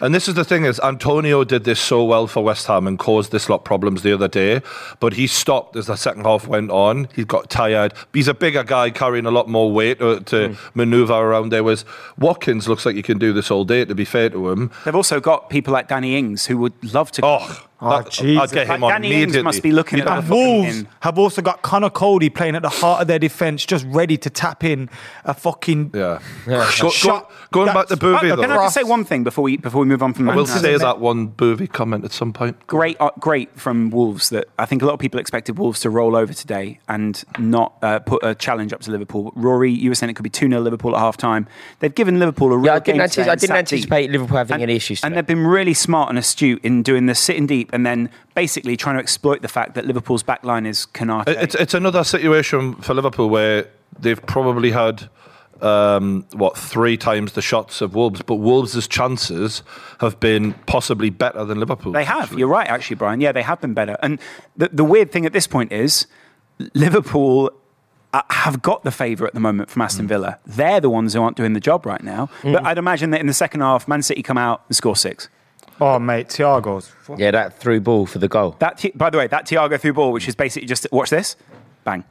Speaker 3: And this is the thing is Antonio did this so well for West Ham and caused this lot problems the other day, but he stopped as the second half went on. He got tired. He's a bigger guy carrying a lot more weight uh, to maneuver around. There was Watkins looks like he can do this all day. To be fair to him,
Speaker 1: They've also got people like Danny Ings who would love to.
Speaker 3: oh,
Speaker 4: Oh,
Speaker 3: that-
Speaker 4: Jesus.
Speaker 3: I'd get him
Speaker 1: Like,
Speaker 3: on
Speaker 1: Danny Ings
Speaker 3: immediately.
Speaker 1: must be looking
Speaker 3: You
Speaker 1: at
Speaker 3: know,
Speaker 1: that.
Speaker 4: And
Speaker 1: fucking
Speaker 4: Wolves
Speaker 1: in.
Speaker 4: have also got Connor Cody playing at the heart of their defence, just ready to tap in a fucking.
Speaker 3: Yeah. Go- go-
Speaker 4: Shot.
Speaker 3: going back to
Speaker 4: That's-
Speaker 3: Booby
Speaker 1: Oh,
Speaker 3: though.
Speaker 1: can I just say one thing before we before we move on from
Speaker 3: I will
Speaker 1: Manchester?
Speaker 3: say that one Booby comment at some point.
Speaker 1: great, uh, great from Wolves. That I think a lot of people expected Wolves to roll over today and not uh, put a challenge up to Liverpool. Rory, you were saying it could be two 0 Liverpool at half time. They've given Liverpool a real
Speaker 5: I didn't
Speaker 1: game.
Speaker 5: antici-
Speaker 1: today
Speaker 5: I
Speaker 1: and sat
Speaker 5: didn't
Speaker 1: deep.
Speaker 5: anticipate Liverpool having
Speaker 1: And-
Speaker 5: any issues
Speaker 1: And
Speaker 5: today.
Speaker 1: they've been really smart and astute in doing the sitting deep and then basically trying to exploit the fact that Liverpool's back line is Canate.
Speaker 3: It- It's it's another situation for Liverpool where they've probably had um, what three times the shots of Wolves, but Wolves' chances have been possibly better than Liverpool.
Speaker 1: They have. You're right, actually, Brian. Yeah, they have been better. And the, the weird thing at this point is Liverpool uh, have got the favour at the moment from Aston Villa. They're the ones who aren't doing the job right now. But I'd imagine that in the second half, Man City come out and score six.
Speaker 4: Oh, mate, Thiago's.
Speaker 5: Yeah, that through ball for the goal.
Speaker 1: That, Thi- by the way, that Thiago through ball, which is basically just watch this, bang.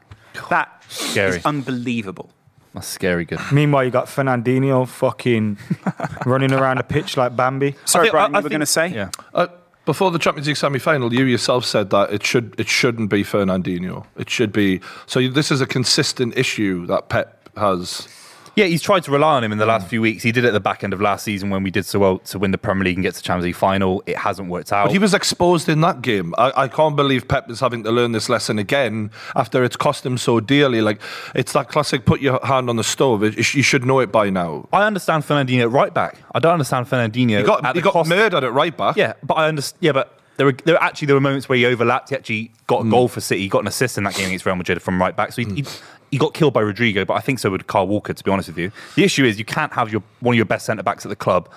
Speaker 1: That is
Speaker 6: Scary.
Speaker 1: unbelievable.
Speaker 6: That's scary good.
Speaker 4: Meanwhile, you got Fernandinho fucking running around the pitch like Bambi.
Speaker 1: Sorry,
Speaker 6: think-
Speaker 1: Brian,
Speaker 6: I- I
Speaker 1: you were
Speaker 6: think-
Speaker 1: going to say.
Speaker 6: Yeah.
Speaker 3: Uh, before the Champions League semi-final, you yourself said that it should it shouldn't be Fernandinho. It should be. So you- this is a consistent issue that Pep has.
Speaker 6: Yeah, he's tried to rely on him in the
Speaker 3: Hmm.
Speaker 6: last few weeks. He did it at the back end of last season when we did so well to win the Premier League and get to Champions League final. It hasn't worked out.
Speaker 3: But he was exposed in that game. I, I can't believe Pep is having to learn this lesson again after it's cost him so dearly. Like it's that classic: put your hand on the stove. It- you should know it by now.
Speaker 6: I understand Fernandinho at right back. I don't understand Fernandinho.
Speaker 3: He got
Speaker 6: at
Speaker 3: he
Speaker 6: the
Speaker 3: got
Speaker 6: cost-
Speaker 3: murdered at right back.
Speaker 6: Yeah, but I understand. Yeah, but there were there were actually there were moments where he overlapped. He actually got a goal for City. He got an assist in that game against Real Madrid from right back. So he, he, he got killed by Rodrigo, but I think so would Carl Walker. To be honest with you, the issue is you can't have your one of your best centre backs at the club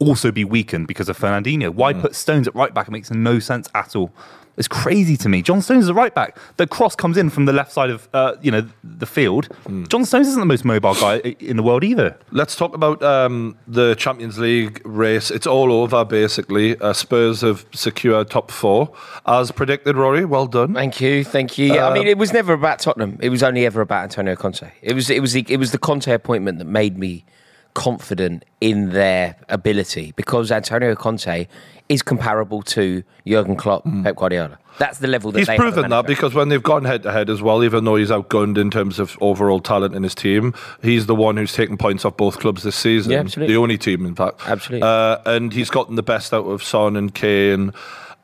Speaker 6: also be weakened because of Fernandinho. Why put Stones at right back? It makes no sense at all. It's crazy to me. John Stones is a right back. The cross comes in from the left side of uh, you know the field. John Stones isn't the most mobile guy i- in the world either.
Speaker 3: Let's talk about um, the Champions League race. It's all over basically. Uh, Spurs have secured top four as predicted. Rory, well done.
Speaker 5: Thank you, thank you. Yeah, I mean, it was never about Tottenham. It was only ever about Antonio Conte. It was, it was the, it was the Conte appointment that made me confident in their ability because Antonio Conte is comparable to Jurgen Klopp, Pep Guardiola. That's the level that
Speaker 3: He's
Speaker 5: they have a
Speaker 3: proven that
Speaker 5: manager.
Speaker 3: because when they've gone head to head as well, even though he's outgunned in terms of overall talent in his team, he's the one who's taken points off both clubs this season.
Speaker 5: Yeah, absolutely.
Speaker 3: The only team, in fact.
Speaker 5: Absolutely.
Speaker 3: Uh, and he's gotten the best out of Son and Kane.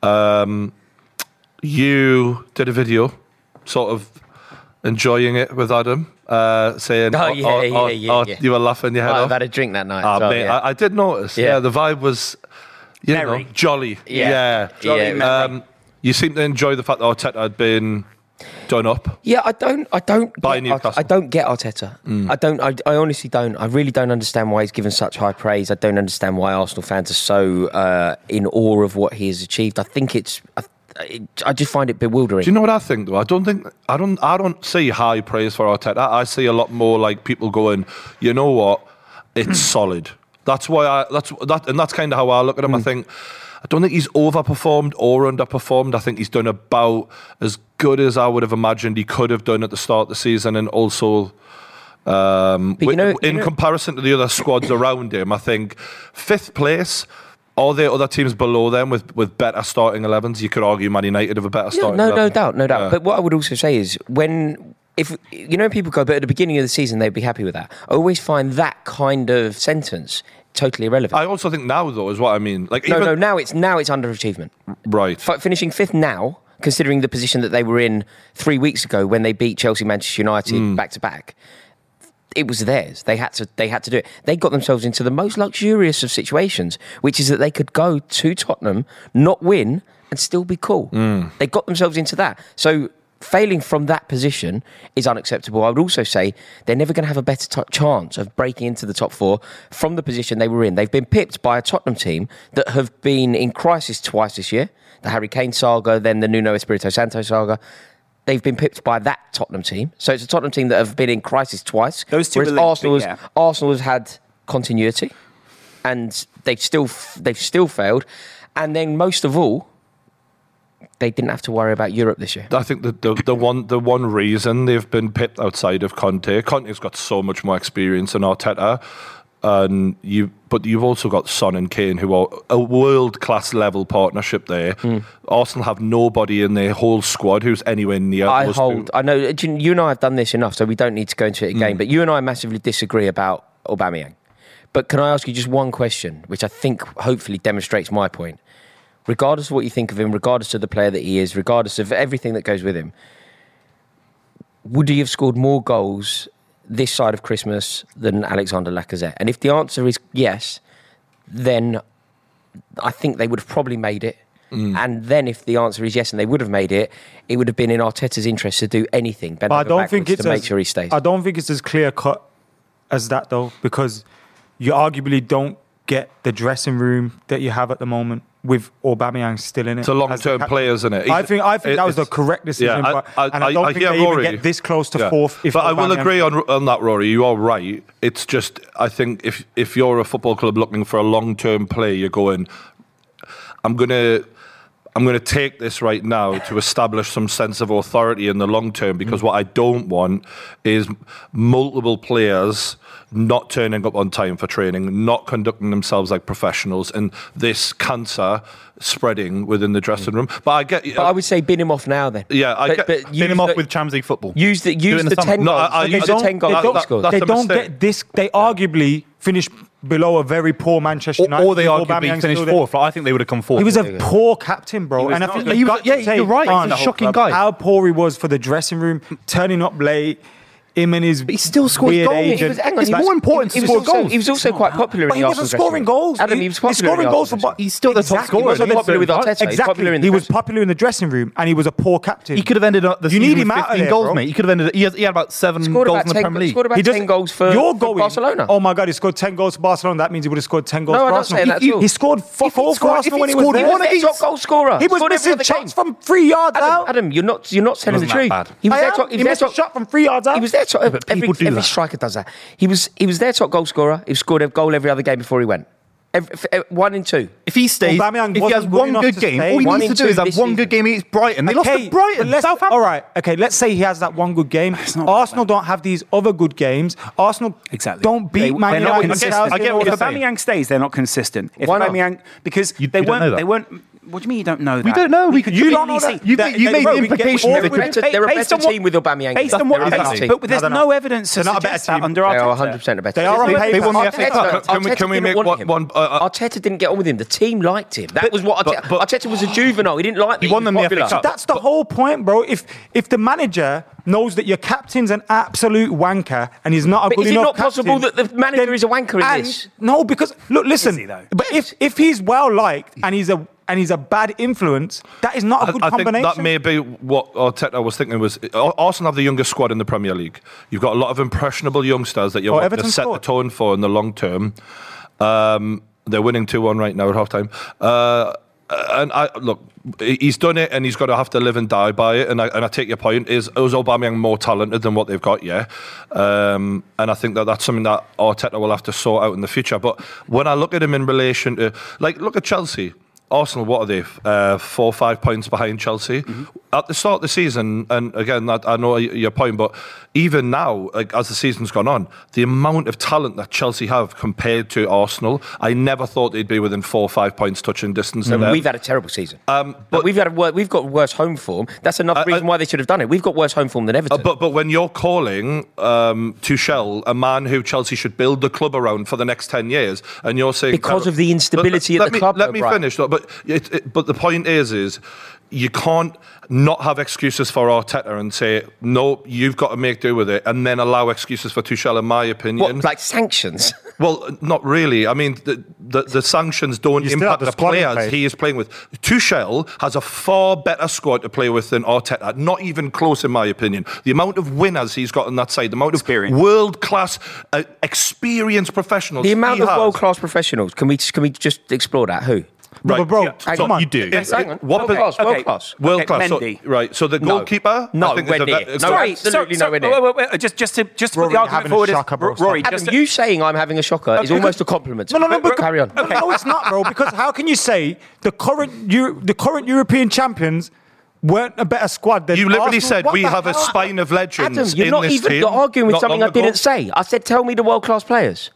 Speaker 3: Um, you did a video, sort of enjoying it with Adam, uh, saying,
Speaker 5: Oh, yeah, yeah, yeah, yeah.
Speaker 3: you were laughing your head
Speaker 5: Might
Speaker 3: off.
Speaker 5: have had a drink that night.
Speaker 3: Ah,
Speaker 5: as well,
Speaker 3: mate,
Speaker 5: yeah.
Speaker 3: I, I did notice. Yeah.
Speaker 5: Yeah.
Speaker 3: the vibe was, you
Speaker 1: Merry.
Speaker 3: know, jolly.
Speaker 5: Yeah.
Speaker 3: Yeah.
Speaker 5: Jolly, Yeah, it was
Speaker 3: um, you seem to enjoy the fact that Arteta had been done up.
Speaker 5: Yeah, I don't, I don't,
Speaker 3: By
Speaker 5: get
Speaker 3: Newcastle. Mm.
Speaker 5: Arte- I don't get Arteta. I don't, I, I honestly don't. I really don't understand why he's given such high praise. I don't understand why Arsenal fans are so uh, in awe of what he has achieved. I think it's, I, it- I just find it bewildering.
Speaker 3: Do you know what I think though? I don't think I don't I don't see high praise for Arteta. I see a lot more like people going, you know what, it's solid. That's why I that's that and that's kind of how I look at
Speaker 5: Mm.
Speaker 3: him. I think I don't think he's overperformed or underperformed. I think he's done about as good as I would have imagined he could have done at the start of the season, and also Um,
Speaker 5: But you
Speaker 3: wi-
Speaker 5: know- you
Speaker 3: in
Speaker 5: know-
Speaker 3: comparison to the other squads around him, I think fifth place. All the other teams below them with, with better starting 11s, you could argue Man United have a better
Speaker 5: Yeah,
Speaker 3: starting
Speaker 5: no,
Speaker 3: 11.
Speaker 5: no doubt, no doubt.
Speaker 3: Yeah.
Speaker 5: But what I would also say is when. If you know people go, but at the beginning of the season they'd be happy with that. I always find that kind of sentence totally irrelevant.
Speaker 3: I also think now, though, is what I mean. Like,
Speaker 5: no,
Speaker 3: even,
Speaker 5: no, now it's now it's underachievement.
Speaker 3: right.
Speaker 5: F- finishing fifth now, considering the position that they were in three weeks ago when they beat Chelsea, Manchester United back to back, it was theirs. They had to. They had to do it. They got themselves into the most luxurious of situations, which is that they could go to Tottenham, not win, and still be cool. They got themselves into that. So. Failing from that position is unacceptable. I would also say they're never going to have a better t- chance of breaking into the top four from the position they were in. They've been pipped by a Tottenham team that have been in crisis twice this year the Harry Kane saga, then the Nuno Espirito Santo saga. They've been pipped by that Tottenham team. So it's a Tottenham team that have been in crisis twice.
Speaker 1: Those two
Speaker 5: Whereas
Speaker 1: were linked,
Speaker 5: Arsenal,
Speaker 1: but
Speaker 5: has,
Speaker 1: yeah.
Speaker 5: Arsenal has had continuity, and they've still f- they've still failed. And then most of all, they didn't have to worry about Europe this year.
Speaker 3: I think the, the the one the one reason they've been pipped outside of Conte, Conte's got so much more experience than Arteta, and you but you've also got Son and Kane who are a world class level partnership there.
Speaker 5: Hmm.
Speaker 3: Arsenal have nobody in their whole squad who's anywhere near.
Speaker 5: I
Speaker 3: those two.
Speaker 5: hold. I know do you you and I have done this enough, so we don't need to go into it again. But you and I massively disagree about Aubameyang. But can I ask you just one question, which I think hopefully demonstrates my point? Regardless of what you think of him, regardless of the player that he is, regardless of everything that goes with him, would he have scored more goals this side of Christmas than Alexander Lacazette? And if the answer is yes, then I think they would have probably made it.
Speaker 3: Mm.
Speaker 5: And then, if the answer is yes, and they would have made it, it would have been in Arteta's interest to do anything. Bend
Speaker 4: But I
Speaker 5: over
Speaker 4: don't think
Speaker 5: backwards
Speaker 4: it's
Speaker 5: to make
Speaker 4: as,
Speaker 5: sure he stays.
Speaker 4: I don't think it's as clear cut as that though, because you arguably don't get the dressing room that you have at the moment with Aubameyang still in it.
Speaker 3: It's a long
Speaker 4: as the
Speaker 3: term
Speaker 4: captain.
Speaker 3: player, isn't it?
Speaker 4: I think I think
Speaker 3: It-
Speaker 4: that was the
Speaker 3: it's-
Speaker 4: correct decision,
Speaker 3: I-
Speaker 4: but, and I don't think
Speaker 3: hear
Speaker 4: they even
Speaker 3: Rory.
Speaker 4: get this close to
Speaker 3: Yeah.
Speaker 4: fourth. If
Speaker 3: but I will
Speaker 4: Aubameyang-
Speaker 3: agree on on that, Rory. You are right. It's just I think if if you're a football club looking for a long term play, you're going. I'm gonna. I'm going to take this right now to establish some sense of authority in the long term
Speaker 5: Mm.
Speaker 3: because what I don't want is multiple players not turning up on time for training, not conducting themselves like professionals, and this cancer spreading within the dressing room. But I get.
Speaker 5: Mm. but I would say bin him off now then.
Speaker 3: Yeah, I
Speaker 5: but,
Speaker 3: get-
Speaker 5: but
Speaker 6: Bin
Speaker 5: use
Speaker 6: him off
Speaker 5: the-
Speaker 6: with Champions League football.
Speaker 5: Use the
Speaker 6: Do it
Speaker 5: use
Speaker 6: in
Speaker 5: the,
Speaker 6: the summer.
Speaker 5: ten
Speaker 3: No,
Speaker 5: goals.
Speaker 3: I- I-
Speaker 5: use
Speaker 3: I
Speaker 5: the
Speaker 3: don't-
Speaker 5: ten
Speaker 4: they
Speaker 5: goals
Speaker 4: don't-
Speaker 5: he scored.
Speaker 3: that-
Speaker 4: They
Speaker 3: That's a
Speaker 4: don't
Speaker 3: mistake.
Speaker 4: get this. They arguably finish below a very poor Manchester
Speaker 6: Or,
Speaker 4: United.
Speaker 6: or they
Speaker 4: with
Speaker 6: arguably
Speaker 4: Aubameyang
Speaker 6: finished
Speaker 4: still there.
Speaker 6: fourth. Like, I think they would have come fourth.
Speaker 4: He was a poor captain, bro.
Speaker 1: was
Speaker 4: and I
Speaker 1: not
Speaker 4: think
Speaker 1: good.
Speaker 4: you've
Speaker 1: He
Speaker 6: was-
Speaker 4: got
Speaker 6: yeah,
Speaker 4: to take
Speaker 6: you're right. He's
Speaker 4: on
Speaker 6: a shocking guy.
Speaker 4: How poor he was for the dressing room, turning up late. Him and his
Speaker 6: But he still scored
Speaker 4: weird
Speaker 6: goals. He
Speaker 4: age and-
Speaker 6: was- hang on, It's he- more important
Speaker 5: he
Speaker 6: to
Speaker 5: was
Speaker 6: score
Speaker 5: also,
Speaker 6: goals.
Speaker 5: He was also quite popular
Speaker 4: but
Speaker 5: in
Speaker 4: he
Speaker 5: the
Speaker 4: wasn't
Speaker 5: Arsenal
Speaker 4: scoring
Speaker 5: dressing room.
Speaker 4: goals.
Speaker 5: Adam, he, was popular
Speaker 4: he's
Speaker 5: in
Speaker 4: scoring
Speaker 5: the
Speaker 4: goals for.
Speaker 5: Arsenal
Speaker 4: Bo-
Speaker 5: dressing room.
Speaker 6: He's still the top
Speaker 4: Exactly.
Speaker 6: scorer.
Speaker 4: So
Speaker 6: He's
Speaker 4: they-
Speaker 5: popular with Arteta. He's
Speaker 4: Exactly.
Speaker 5: popular in the
Speaker 4: he was
Speaker 5: dressing room.
Speaker 4: popular in the dressing room, and he was a poor captain.
Speaker 6: He could have ended up the
Speaker 4: You
Speaker 6: season
Speaker 4: need him
Speaker 6: with
Speaker 4: out of
Speaker 6: 15
Speaker 4: there,
Speaker 6: goals,
Speaker 4: bro.
Speaker 6: mate. He could have ended. He had, he had about seven
Speaker 5: Scored
Speaker 6: goals
Speaker 5: about
Speaker 6: in the
Speaker 5: 10
Speaker 6: Premier League.
Speaker 5: scored about
Speaker 4: He
Speaker 5: 10 goals for-
Speaker 4: you're
Speaker 5: for
Speaker 4: going,
Speaker 5: Barcelona.
Speaker 4: Oh my god, he scored ten goals for Barcelona. That means he would have scored ten goals
Speaker 5: No,
Speaker 4: for
Speaker 5: I'm not
Speaker 4: Arsenal.
Speaker 5: saying that
Speaker 4: he,
Speaker 5: at all.
Speaker 4: he scored four
Speaker 5: If he
Speaker 4: for
Speaker 5: scored-
Speaker 4: Arsenal
Speaker 5: if
Speaker 4: when
Speaker 5: he
Speaker 4: he was
Speaker 5: scored
Speaker 4: there.
Speaker 5: one of these- Top goal scorer.
Speaker 4: He was
Speaker 5: Scored every
Speaker 4: missing
Speaker 5: other
Speaker 4: shots
Speaker 5: game.
Speaker 4: from three yards
Speaker 5: Adam,
Speaker 4: out.
Speaker 5: Adam, you're not you're not telling the
Speaker 6: Wasn't that
Speaker 5: truth.
Speaker 6: bad?
Speaker 5: He
Speaker 4: I
Speaker 5: was their
Speaker 4: am.
Speaker 5: top.
Speaker 4: He
Speaker 5: was their
Speaker 4: missed a
Speaker 5: top-
Speaker 4: shot from three yards out.
Speaker 5: He was their top.
Speaker 6: but
Speaker 5: every
Speaker 6: people do
Speaker 5: every
Speaker 6: that.
Speaker 5: striker does that. He was he was their top goal scorer. He scored a goal every other game before he went. Every, f- eh, one in two.
Speaker 6: If he stays,
Speaker 4: Aubameyang
Speaker 6: if he has
Speaker 4: wasn't good
Speaker 6: one
Speaker 4: enough
Speaker 6: good
Speaker 4: to
Speaker 6: game,
Speaker 4: stay.
Speaker 6: all he
Speaker 5: One
Speaker 6: needs to
Speaker 5: in
Speaker 6: do
Speaker 5: two
Speaker 6: is have
Speaker 5: this
Speaker 6: one
Speaker 5: season.
Speaker 6: good game against Brighton. They lost to Brighton.
Speaker 4: let's-
Speaker 6: Southampton.
Speaker 4: All right, okay, let's say he has that one good game.
Speaker 1: not
Speaker 4: Arsenal don't have these other good games. Arsenal
Speaker 1: Exactly.
Speaker 4: don't beat
Speaker 1: They-
Speaker 4: Man
Speaker 1: they're not
Speaker 4: United.
Speaker 1: consistent.
Speaker 4: Chelsea,
Speaker 6: I get what
Speaker 4: or
Speaker 6: you're
Speaker 1: If
Speaker 4: something.
Speaker 6: saying.
Speaker 1: Aubameyang stays, they're not consistent. If
Speaker 5: Why not?
Speaker 1: Aubameyang because
Speaker 6: You-
Speaker 1: they
Speaker 6: you don't
Speaker 1: weren't,
Speaker 6: know that.
Speaker 1: they weren't. What do you mean you don't know that?
Speaker 6: We don't know. We could
Speaker 1: you
Speaker 6: clearly
Speaker 1: don't know
Speaker 6: see-
Speaker 1: that.
Speaker 6: You
Speaker 1: That-
Speaker 6: made- you
Speaker 1: that-
Speaker 6: made
Speaker 1: bro,
Speaker 6: the
Speaker 1: we get
Speaker 6: implication
Speaker 1: all
Speaker 5: They're a
Speaker 1: the-
Speaker 5: better-
Speaker 1: ba-
Speaker 5: they're a
Speaker 1: based
Speaker 5: better
Speaker 1: on what-
Speaker 5: team with Aubameyang.
Speaker 1: Based on
Speaker 5: They're
Speaker 1: what
Speaker 5: a better
Speaker 1: they
Speaker 5: team.
Speaker 1: but there's
Speaker 4: No, they're
Speaker 1: no
Speaker 4: not.
Speaker 1: evidence to
Speaker 4: They're not a better
Speaker 1: suggest that
Speaker 4: team.
Speaker 1: under
Speaker 5: They are
Speaker 1: Arteta.
Speaker 5: 100% a better
Speaker 4: They
Speaker 5: team.
Speaker 4: are on
Speaker 1: They-
Speaker 4: paper.
Speaker 1: they won the
Speaker 4: Arteta-
Speaker 3: FA Cup. Can we-
Speaker 5: Arteta
Speaker 3: can we
Speaker 5: didn't
Speaker 3: make
Speaker 5: want
Speaker 3: one-
Speaker 5: him.
Speaker 3: one- uh, uh,
Speaker 5: Arteta didn't get on with him. The team liked him. That was what
Speaker 3: but-
Speaker 5: Arteta,
Speaker 3: but-
Speaker 5: Arteta was a juvenile. He didn't like. that
Speaker 6: He won
Speaker 5: was
Speaker 6: them the FA
Speaker 5: popular.
Speaker 6: Cup.
Speaker 4: That's the whole point, bro. If if the manager knows that your captain's an absolute wanker and he's not a
Speaker 5: But
Speaker 4: good
Speaker 5: is it
Speaker 4: enough
Speaker 5: not possible
Speaker 4: captain,
Speaker 5: that the manager
Speaker 4: then-
Speaker 5: is a wanker in
Speaker 4: and-
Speaker 5: this?
Speaker 4: No, because look, listen.
Speaker 1: he, though?
Speaker 4: but if if he's well liked and he's a and he's a bad influence, that is not a good
Speaker 3: I, I think
Speaker 4: combination.
Speaker 3: that may be what Arteta was thinking was Ar- Arsenal have the youngest squad in the Premier League. You've got a lot of impressionable youngsters that you
Speaker 4: Oh,
Speaker 3: want
Speaker 4: Everton
Speaker 3: to set
Speaker 4: scored.
Speaker 3: the tone for in the long term. Um, they're winning 2 1 right now at half time. Uh, and I look, he- he's done it and he's got to have to live and die by it. And I, and I take your point. Is, is Aubameyang more talented than what they've got? Yeah. Um, and I think that that's something that Arteta will have to sort out in the future. But when I look at him in relation to, like, look at Chelsea. Arsenal, what are they? Uh, four or five points behind Chelsea at the start of the season. And again, I, I know y- your point, but even now, like, as the season's gone on, the amount of talent that Chelsea have compared to Arsenal, I never thought they'd be within four or five points touching distance. of them.
Speaker 5: Mm-hmm. We've had a terrible season. but we've had a wor- we've got worse home form. That's another reason why they should have done it. We've got worse home form than Everton.
Speaker 3: Uh, But but when you're calling um, Tuchel a man who Chelsea should build the club around for the next ten years, and you're saying
Speaker 5: Because of the instability
Speaker 3: Let- let
Speaker 5: at the
Speaker 3: me-
Speaker 5: club,
Speaker 3: Let
Speaker 5: though,
Speaker 3: me
Speaker 5: Brian.
Speaker 3: finish. Though, but it, it, but the point is is you can't not have excuses for Arteta and say no, you've got to make do with it, and then allow excuses for Tuchel. In my opinion,
Speaker 5: what, like sanctions?
Speaker 3: well, not really. I mean, the the, the sanctions don't
Speaker 4: You still have
Speaker 3: impact
Speaker 4: the
Speaker 3: the,
Speaker 4: squad in
Speaker 3: players
Speaker 4: place.
Speaker 3: he is playing with. Tuchel has a far better squad to play with than Arteta. Not even close, in my opinion. The amount of winners he's got on that side, the amount
Speaker 1: Experience.
Speaker 3: of world class, uh, experienced professionals.
Speaker 5: the amount
Speaker 3: he
Speaker 5: of
Speaker 3: has.
Speaker 5: world class professionals. Can we can we just explore that? Who?
Speaker 4: No, but bro,
Speaker 3: yeah,
Speaker 4: come
Speaker 3: so
Speaker 4: on.
Speaker 6: you do.
Speaker 5: Yes, hang on. World class. World class.
Speaker 3: World
Speaker 1: Okay,
Speaker 3: class. So-
Speaker 1: Mendy.
Speaker 3: right. So the goalkeeper.
Speaker 5: No,
Speaker 3: I think is
Speaker 5: we're
Speaker 3: a
Speaker 5: near.
Speaker 3: ve-
Speaker 5: No,
Speaker 1: Sorry,
Speaker 5: absolutely
Speaker 1: so-
Speaker 5: no, we're
Speaker 1: so-
Speaker 5: not.
Speaker 1: wait, wait, wait, just just to just to put
Speaker 4: Rory,
Speaker 1: the
Speaker 4: you're
Speaker 1: argument
Speaker 4: having a
Speaker 1: forward,
Speaker 4: shocker,
Speaker 1: is,
Speaker 4: bro, stop.
Speaker 1: Rory,
Speaker 5: Adam,
Speaker 1: just
Speaker 5: you saying I'm having a shocker is almost a compliment.
Speaker 4: No, no, no, but
Speaker 5: carry on.
Speaker 4: No, no, it's not, bro. Because how can you say the current Euro- the current European champions weren't a better squad than
Speaker 3: You literally
Speaker 4: Arsenal?
Speaker 3: said
Speaker 4: What
Speaker 3: we
Speaker 4: the
Speaker 3: have a
Speaker 4: hell?
Speaker 3: spine of legends
Speaker 5: Adam, you're
Speaker 3: in
Speaker 5: not
Speaker 3: this
Speaker 5: even
Speaker 3: team.
Speaker 5: you're arguing with
Speaker 3: Not
Speaker 5: something I
Speaker 3: long ago.
Speaker 5: didn't say. I said, tell me the world class players.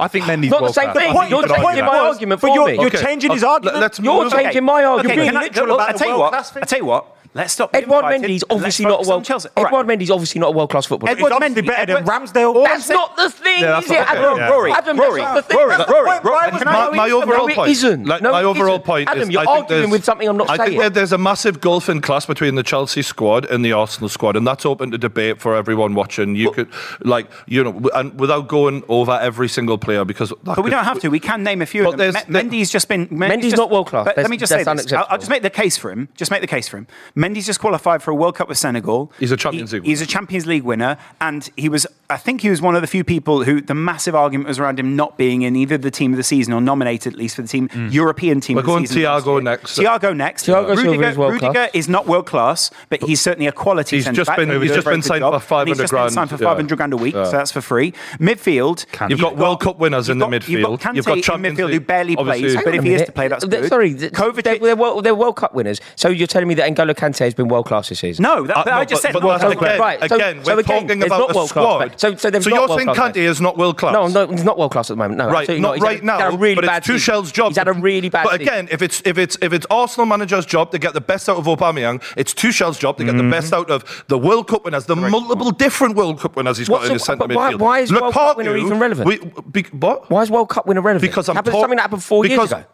Speaker 6: I think Mendy's
Speaker 5: Not the
Speaker 6: world
Speaker 5: same
Speaker 6: class.
Speaker 5: thing.
Speaker 6: I think
Speaker 5: You're
Speaker 6: you could
Speaker 5: changing
Speaker 6: argue
Speaker 5: my
Speaker 6: that.
Speaker 5: argument
Speaker 4: But
Speaker 5: for
Speaker 4: you're,
Speaker 5: me.
Speaker 4: You're
Speaker 3: Okay,
Speaker 4: changing his
Speaker 3: uh,
Speaker 4: argument.
Speaker 3: let's
Speaker 5: You're
Speaker 3: move on.
Speaker 5: changing my argument.
Speaker 1: Okay,
Speaker 4: being
Speaker 1: can I-
Speaker 4: literal
Speaker 1: well,
Speaker 4: about
Speaker 1: I
Speaker 4: the
Speaker 1: tell you
Speaker 4: world
Speaker 1: what.
Speaker 4: class thing.
Speaker 1: I tell you what. Let's stop.
Speaker 5: Edouard
Speaker 1: being
Speaker 5: Mendy's
Speaker 1: fighting.
Speaker 5: obviously
Speaker 1: Let's
Speaker 5: not
Speaker 1: focus
Speaker 5: a
Speaker 1: on
Speaker 5: world.
Speaker 1: Chelsea. All right.
Speaker 5: Edouard Mendy's obviously not a world class footballer.
Speaker 4: It's obviously
Speaker 1: Mendy,
Speaker 4: better than
Speaker 1: Edward-
Speaker 4: Ramsdale.
Speaker 5: that's not the thing,
Speaker 6: Yeah,
Speaker 5: is
Speaker 6: that's
Speaker 5: it,
Speaker 6: not- okay,
Speaker 5: Adam?
Speaker 6: yeah.
Speaker 1: Rory,
Speaker 5: Adam,
Speaker 1: Rory,
Speaker 5: that's not the
Speaker 1: Rory,
Speaker 5: thing.
Speaker 1: Rory, Rory,
Speaker 4: why was
Speaker 1: can
Speaker 4: my-
Speaker 1: I-
Speaker 3: my, my
Speaker 5: No, it-
Speaker 3: overall
Speaker 5: no, it
Speaker 3: point
Speaker 5: isn't.
Speaker 3: Like,
Speaker 5: No,
Speaker 3: my
Speaker 5: it
Speaker 3: overall
Speaker 5: isn't.
Speaker 3: point
Speaker 5: Adam,
Speaker 3: is
Speaker 5: you're
Speaker 3: I think
Speaker 5: arguing
Speaker 3: there's-
Speaker 5: with something I'm not
Speaker 3: I
Speaker 5: saying.
Speaker 3: think there- there's a massive gulf in class between the Chelsea squad and the Arsenal squad, and that's open to debate for everyone watching. You could, like, you know, w- and without going over every single player because that
Speaker 1: But we
Speaker 3: could-
Speaker 1: don't have to. We can name a few of
Speaker 3: But
Speaker 1: them.
Speaker 3: there's-
Speaker 1: Me- Mendy's just been.
Speaker 5: Mendy's
Speaker 1: just-
Speaker 5: not world class.
Speaker 1: But let
Speaker 5: That's-
Speaker 1: me just say
Speaker 5: that's
Speaker 1: this. I'll, I'll just
Speaker 5: unacceptable.
Speaker 1: make the case for him. Just make the case for him. Mendy's just qualified for a World Cup with Senegal.
Speaker 3: He's a Champions
Speaker 1: He-
Speaker 3: League
Speaker 1: He's a Champions League winner, and he was. I think he was one of the few people who the massive argument was around him not being in either the team of the season or nominated at least for the team European team.
Speaker 3: Mm. We're
Speaker 1: of the
Speaker 3: going
Speaker 1: season last
Speaker 3: Thiago
Speaker 1: year.
Speaker 3: next.
Speaker 1: Thiago next.
Speaker 5: Thiago Silva
Speaker 1: Rudiger,
Speaker 5: is world
Speaker 1: Rudiger
Speaker 5: class.
Speaker 1: is not world class, but he's certainly a quality.
Speaker 3: He's
Speaker 1: centre
Speaker 3: just
Speaker 1: back.
Speaker 3: been-
Speaker 1: He
Speaker 3: he's
Speaker 1: does a
Speaker 3: just
Speaker 1: very
Speaker 3: been
Speaker 1: good
Speaker 3: signed
Speaker 1: job,
Speaker 3: for
Speaker 1: and He's
Speaker 3: 500
Speaker 1: just been
Speaker 3: grand,
Speaker 1: signed for
Speaker 3: yeah.
Speaker 1: five hundred grand a week, so that's for free. Midfield,
Speaker 3: You've got World Cup winners in the midfield.
Speaker 1: You've got Kante
Speaker 3: You've got
Speaker 1: in
Speaker 3: Champions
Speaker 1: midfield who
Speaker 3: League,
Speaker 1: barely plays,
Speaker 3: obviously.
Speaker 1: but if
Speaker 5: Hang
Speaker 1: he
Speaker 5: on a
Speaker 1: is
Speaker 5: minute.
Speaker 1: to play, that's
Speaker 5: Th-
Speaker 1: good.
Speaker 5: Sorry, th- they're,
Speaker 1: Kovacic.
Speaker 5: they're, world, they're World Cup winners. So you're telling me that N'Golo Kante has been world class this season?
Speaker 1: no, that,
Speaker 3: Uh,
Speaker 1: that
Speaker 3: no,
Speaker 1: I just
Speaker 3: but-
Speaker 1: said.
Speaker 3: but
Speaker 1: world class.
Speaker 3: that's again,
Speaker 5: Right, so-
Speaker 3: again,
Speaker 5: so
Speaker 3: we're
Speaker 5: again,
Speaker 3: talking
Speaker 5: it's
Speaker 3: about
Speaker 5: not
Speaker 3: a
Speaker 5: world class,
Speaker 3: squad.
Speaker 5: but- so- so they've got
Speaker 3: you're
Speaker 5: world
Speaker 3: saying
Speaker 5: class
Speaker 3: Kante
Speaker 5: players.
Speaker 3: is not world class?
Speaker 5: No, no, he's not world class at the moment. No,
Speaker 3: right,
Speaker 5: absolutely
Speaker 3: not
Speaker 5: He's had a-
Speaker 3: right now.
Speaker 5: He's had a really
Speaker 3: but
Speaker 5: bad
Speaker 3: it's
Speaker 5: season.
Speaker 3: Tuchel's job.
Speaker 5: He's had a really bad.
Speaker 3: But
Speaker 5: season.
Speaker 3: again, if it's if it's if it's Arsenal manager's job to get the best out of Aubameyang, it's Tuchel's job to get
Speaker 5: Mm-hmm.
Speaker 3: the best out of the World Cup winners, the multiple different World Cup winners he's
Speaker 5: What's
Speaker 3: got in
Speaker 5: the-
Speaker 3: his centre
Speaker 5: but why-
Speaker 3: midfield.
Speaker 5: why is World Cup winner even relevant?
Speaker 3: We, be, what?
Speaker 5: why is World Cup winner relevant?
Speaker 3: Because I'm
Speaker 5: Happened-
Speaker 3: talk-
Speaker 5: something that happened four
Speaker 3: because
Speaker 5: years ago.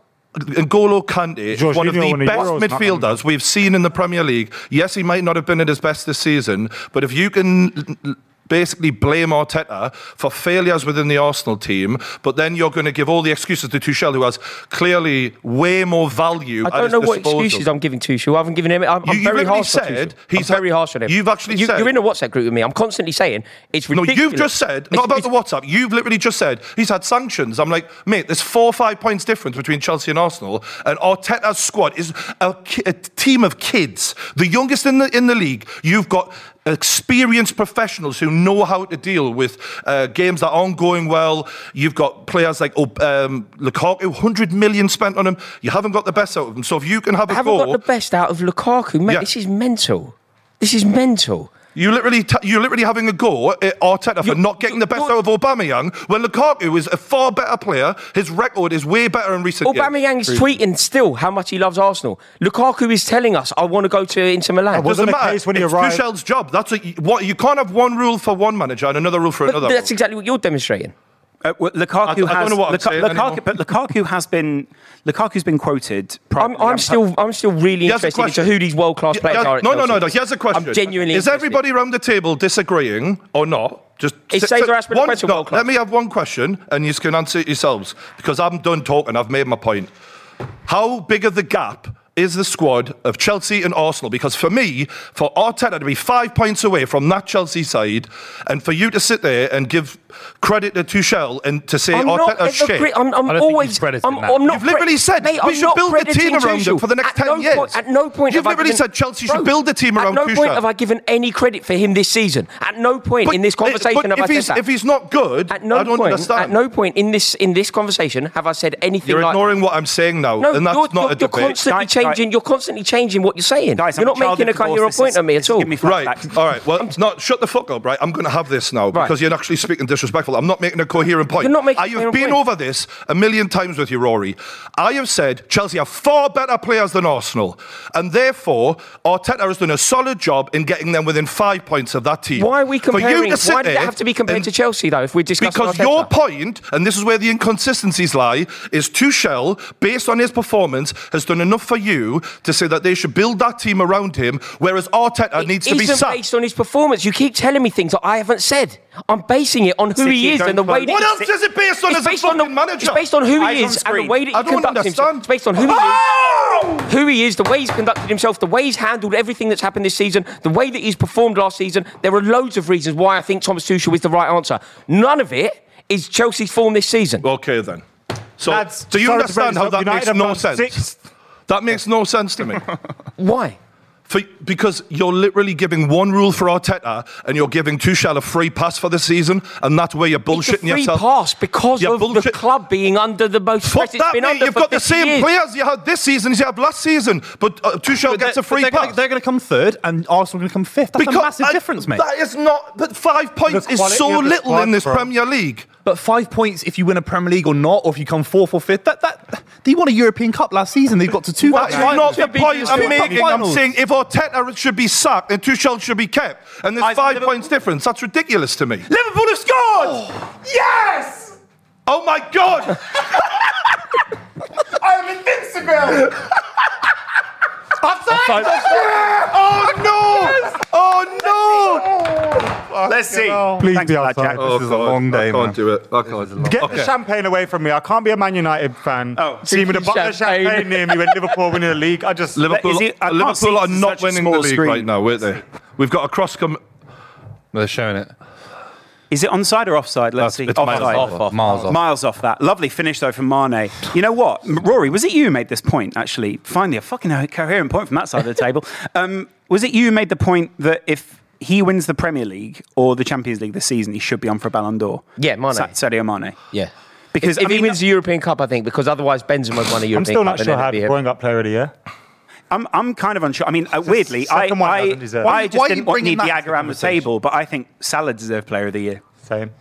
Speaker 3: N'Golo Kante is
Speaker 4: Jorginho
Speaker 3: one of
Speaker 4: won
Speaker 3: the
Speaker 4: a
Speaker 3: best
Speaker 4: Euros, not
Speaker 3: midfielders we've seen in the Premier League. Yes, he might not have been at his best this season, but if you can l- l- basically blame Arteta for failures within the Arsenal team, but then you're going to give all the excuses to Tuchel, who has clearly way more value.
Speaker 5: I
Speaker 3: at
Speaker 5: don't
Speaker 3: his
Speaker 5: know what
Speaker 3: disposal.
Speaker 5: excuses I'm giving Tuchel. I haven't given him. I'm,
Speaker 3: You-
Speaker 5: I'm
Speaker 3: you
Speaker 5: very
Speaker 3: literally
Speaker 5: harsh on
Speaker 3: said
Speaker 5: Tuchel.
Speaker 3: he's
Speaker 5: I'm
Speaker 3: had-
Speaker 5: very harsh on him.
Speaker 3: you've actually
Speaker 5: you,
Speaker 3: said-
Speaker 5: you're in a WhatsApp group with me. I'm constantly saying it's
Speaker 3: No,
Speaker 5: ridiculous.
Speaker 3: you've just said,
Speaker 5: It's-
Speaker 3: not about
Speaker 5: it's-
Speaker 3: the WhatsApp, you've literally just said he's had sanctions. I'm like, mate, there's four or five points difference between Chelsea and Arsenal, and Arteta's squad is a, ki- a team of kids, the youngest in the, in the league. You've got experienced professionals who know how to deal with uh, games that aren't going well. You've got players like oh, um, Lukaku, 100 million spent on him. You haven't got the best out of him. So if you can have a
Speaker 5: I haven't
Speaker 3: go,
Speaker 5: got the best out of Lukaku. Mate,
Speaker 3: Yeah.
Speaker 5: this is mental. This is mental.
Speaker 3: You literally, t- you're literally having a go at Arteta for not getting the best out of Aubameyang when Lukaku is a far better player. His record is way better in recent years.
Speaker 5: Aubameyang is tweeting still how much he loves Arsenal. Lukaku is telling us, "I want to go to Inter Milan."
Speaker 4: wasn't
Speaker 3: Doesn't
Speaker 4: the
Speaker 3: matter.
Speaker 4: case when he
Speaker 3: it's
Speaker 4: arrived-
Speaker 3: Tuchel's job. That's what you, what you can't have one rule for one manager and another rule for
Speaker 5: But
Speaker 3: another.
Speaker 5: that's exactly what you're demonstrating.
Speaker 1: Uh, well,
Speaker 3: I
Speaker 1: Lukaku
Speaker 3: don't- I don't
Speaker 1: has
Speaker 3: know what I'm saying anymore.
Speaker 1: Lukaku, but Lukaku has been Lukaku's been quoted.
Speaker 5: I'm,
Speaker 1: privately.
Speaker 5: I'm still, I'm still really
Speaker 3: He has a
Speaker 5: interested into
Speaker 3: question.
Speaker 5: who these world class
Speaker 3: Yeah,
Speaker 5: players
Speaker 3: yeah,
Speaker 5: are. at
Speaker 3: no, no, no,
Speaker 5: Chelsea.
Speaker 3: no. Here's a question.
Speaker 5: I'm genuinely.
Speaker 3: Is
Speaker 5: interested.
Speaker 3: everybody around the table disagreeing or not? Just
Speaker 5: Is
Speaker 3: s-
Speaker 5: Cesar
Speaker 3: s-
Speaker 5: Azpilicueta
Speaker 3: one-
Speaker 5: world
Speaker 3: no,
Speaker 5: class?
Speaker 3: Let me have one question, and you can answer it yourselves because I'm done talking. I've made my point. How big of the gap is the squad of Chelsea and Arsenal? Because for me, for Arteta to be five points away from that Chelsea side, and for you to sit there and give credit to Tuchel and to say
Speaker 5: I'm not
Speaker 3: Arteta's
Speaker 5: ever
Speaker 3: oh, shit.
Speaker 5: cri- I'm, I'm
Speaker 6: I don't think
Speaker 5: always.
Speaker 6: you've credited
Speaker 5: I'm,
Speaker 6: that.
Speaker 5: I'm not
Speaker 3: You've literally
Speaker 5: cre-
Speaker 3: said
Speaker 5: Mate,
Speaker 3: we
Speaker 5: I'm
Speaker 3: should
Speaker 5: not
Speaker 3: build a team
Speaker 5: crediting
Speaker 3: around
Speaker 5: Tuchel.
Speaker 3: them for the next
Speaker 5: at
Speaker 3: 10
Speaker 5: no
Speaker 3: years.
Speaker 5: Point, at no point.
Speaker 3: You've
Speaker 5: have I
Speaker 3: literally
Speaker 5: given-
Speaker 3: said Chelsea should
Speaker 5: Bro,
Speaker 3: build a team around
Speaker 5: At no point
Speaker 3: Tuchel.
Speaker 5: have I given any credit for him this season. At no point in this
Speaker 3: But-
Speaker 5: conversation
Speaker 3: but
Speaker 5: have I
Speaker 3: if
Speaker 5: said
Speaker 3: he's,
Speaker 5: that.
Speaker 3: if he's not good,
Speaker 5: At no
Speaker 3: I don't
Speaker 5: point,
Speaker 3: understand.
Speaker 5: at no point in this in this conversation have I said anything
Speaker 3: You're
Speaker 5: like
Speaker 3: ignoring what I'm saying now,
Speaker 5: No,
Speaker 3: and that's
Speaker 5: you're,
Speaker 3: not
Speaker 5: you're,
Speaker 3: a
Speaker 5: you're
Speaker 3: debate.
Speaker 5: constantly
Speaker 1: Guys, guys.
Speaker 5: changing. You're constantly changing what you're saying.
Speaker 1: Guys, I'm
Speaker 5: you're not
Speaker 1: child
Speaker 5: making a
Speaker 1: of divorce.
Speaker 5: coherent
Speaker 1: This
Speaker 5: point
Speaker 1: is-
Speaker 5: on me
Speaker 1: this
Speaker 5: at
Speaker 1: is
Speaker 5: all.
Speaker 1: giving me
Speaker 3: Right.
Speaker 1: flashbacks.
Speaker 3: All right. Well, it's not shut the fuck up, right? I'm going to have this now
Speaker 5: Right.
Speaker 3: because you're actually speaking disrespectful. I'm not making a coherent point.
Speaker 5: You're not making a
Speaker 3: I have
Speaker 5: coherent
Speaker 3: been
Speaker 5: point.
Speaker 3: over this a million times with you, Rory. I have said Chelsea have far better players than Arsenal, and therefore Arteta has done a solid job in getting them within five points of that team.
Speaker 5: Why are we
Speaker 3: For you to
Speaker 5: comparing?
Speaker 3: sit
Speaker 5: Why did it
Speaker 3: there
Speaker 5: have to be compared
Speaker 3: and-
Speaker 5: to Chelsea though? If we're discussing
Speaker 3: Because
Speaker 5: Arteta?
Speaker 3: your point, and this is where the inconsistencies lie, is Tuchel, based on his performance, has done enough for you to say that they should build that team around him, whereas Arteta
Speaker 5: It
Speaker 3: needs to be
Speaker 5: isn't
Speaker 3: sacked.
Speaker 5: based on his performance. You keep telling me things that I haven't said. I'm basing it on who
Speaker 1: City
Speaker 5: he is
Speaker 1: don't
Speaker 5: and the way
Speaker 1: play-
Speaker 5: that
Speaker 3: What
Speaker 5: he-
Speaker 3: else is it based on
Speaker 5: It's
Speaker 3: as a
Speaker 5: based on the-
Speaker 3: fucking manager?
Speaker 5: It's based on who
Speaker 1: Eyes
Speaker 5: he
Speaker 1: on
Speaker 5: is and the
Speaker 1: screen.
Speaker 5: way that he
Speaker 3: I don't
Speaker 5: conducts himself.
Speaker 3: understand. Oh!
Speaker 5: It's based on who he is. who he is, the way he's conducted himself, the way he's handled everything that's happened this season, the way that he's performed last season. There are loads of reasons why I think Thomas Tuchel is the right answer. None of it is Chelsea's form this season.
Speaker 3: Okay, then. So,
Speaker 4: Lads,
Speaker 3: do you
Speaker 4: sorry to break
Speaker 3: understand
Speaker 4: this
Speaker 3: how
Speaker 4: up.
Speaker 3: that
Speaker 4: United
Speaker 3: makes
Speaker 4: have
Speaker 3: no
Speaker 4: gone
Speaker 3: sense?
Speaker 4: sixth.
Speaker 3: That makes no sense to me.
Speaker 5: Why?
Speaker 3: For, because you're literally giving one rule for Arteta and you're giving Tuchel a free pass for the season, and that's where you're
Speaker 5: It's a
Speaker 3: bullshitting
Speaker 5: free
Speaker 3: yourself.
Speaker 5: pass because
Speaker 3: You're
Speaker 5: of the
Speaker 3: bullshit-
Speaker 5: club being under the most
Speaker 3: Fuck
Speaker 5: stress it's
Speaker 3: that,
Speaker 5: been
Speaker 3: mate.
Speaker 5: under
Speaker 3: You've
Speaker 5: for
Speaker 3: got the
Speaker 5: 50
Speaker 3: same
Speaker 5: years.
Speaker 3: players you had this season as you had last season, but uh, Tuchel gets a free
Speaker 6: they're,
Speaker 3: pass.
Speaker 6: Gonna, they're going to come third, and Arsenal going to come fifth. That's a massive
Speaker 3: I-
Speaker 6: difference, mate.
Speaker 3: That is not. But five points is
Speaker 4: quality
Speaker 3: so
Speaker 4: of the
Speaker 3: little
Speaker 4: squad,
Speaker 3: in this
Speaker 4: bro.
Speaker 3: Premier League.
Speaker 6: But five points if you win a Premier League or not, or if you come fourth or fifth. That that they won a European Cup last season. They've got to two.
Speaker 3: That's
Speaker 6: finals.
Speaker 3: not the
Speaker 6: Two
Speaker 3: point I'm
Speaker 6: Cup
Speaker 3: making. I'm
Speaker 6: finals.
Speaker 3: saying if Arteta should be sacked and Tuchel should be kept, and there's
Speaker 6: I-
Speaker 3: five
Speaker 6: Liverpool-
Speaker 3: points difference, that's ridiculous to me.
Speaker 6: Liverpool have scored.
Speaker 3: Yes! Oh my God! I'm invincible! oh no! Oh no!
Speaker 1: Let's see.
Speaker 4: Please
Speaker 1: Thanks
Speaker 4: be
Speaker 1: for that,
Speaker 4: outside.
Speaker 1: Jack.
Speaker 4: Oh,
Speaker 6: This is a long day,
Speaker 3: I can't
Speaker 6: man.
Speaker 3: do it. I can't do
Speaker 4: Get the champagne away from me. I can't be a Man United fan.
Speaker 1: Oh.
Speaker 4: see with a bottle of
Speaker 5: Champagne.
Speaker 4: champagne near me when Liverpool winning the league. I just
Speaker 1: Is
Speaker 3: Liverpool,
Speaker 1: it- I can't see
Speaker 3: Liverpool are
Speaker 1: this is
Speaker 3: not
Speaker 1: such a
Speaker 3: winning the
Speaker 1: small
Speaker 3: league
Speaker 1: screen.
Speaker 3: right now, aren't they? We've got a cross come.
Speaker 6: They're showing it.
Speaker 1: Is it onside or offside? Let's see.
Speaker 3: it's miles
Speaker 1: offside.
Speaker 3: off,
Speaker 6: off, miles off.
Speaker 1: Miles off that. Lovely finish though from Mane. You know what, M- Rory? Was it you who made this point? Actually, finally a fucking coherent point from that side of the table. Um, was it you who made the point that if he wins the Premier League or the Champions League this season, he should be on for a Ballon d'Or?
Speaker 5: Yeah, Mane.
Speaker 1: Sa- Sadio Mane.
Speaker 5: Yeah.
Speaker 1: Because
Speaker 5: if
Speaker 1: I mean,
Speaker 5: he wins the European Cup, I think, because otherwise Benzema would won a European Cup.
Speaker 4: I'm still not sure
Speaker 5: and then it'd
Speaker 4: how
Speaker 5: be him.
Speaker 4: growing up player of the year.
Speaker 1: I'm, I'm kind of unsure. I mean, uh, weirdly, I,
Speaker 4: second one
Speaker 1: I,
Speaker 4: doesn't deserve it.
Speaker 1: I just
Speaker 3: Why are you
Speaker 1: didn't want
Speaker 3: bringing
Speaker 1: need the
Speaker 3: that to the
Speaker 1: around the table, but I think Salah deserved Player of the Year.
Speaker 4: Same.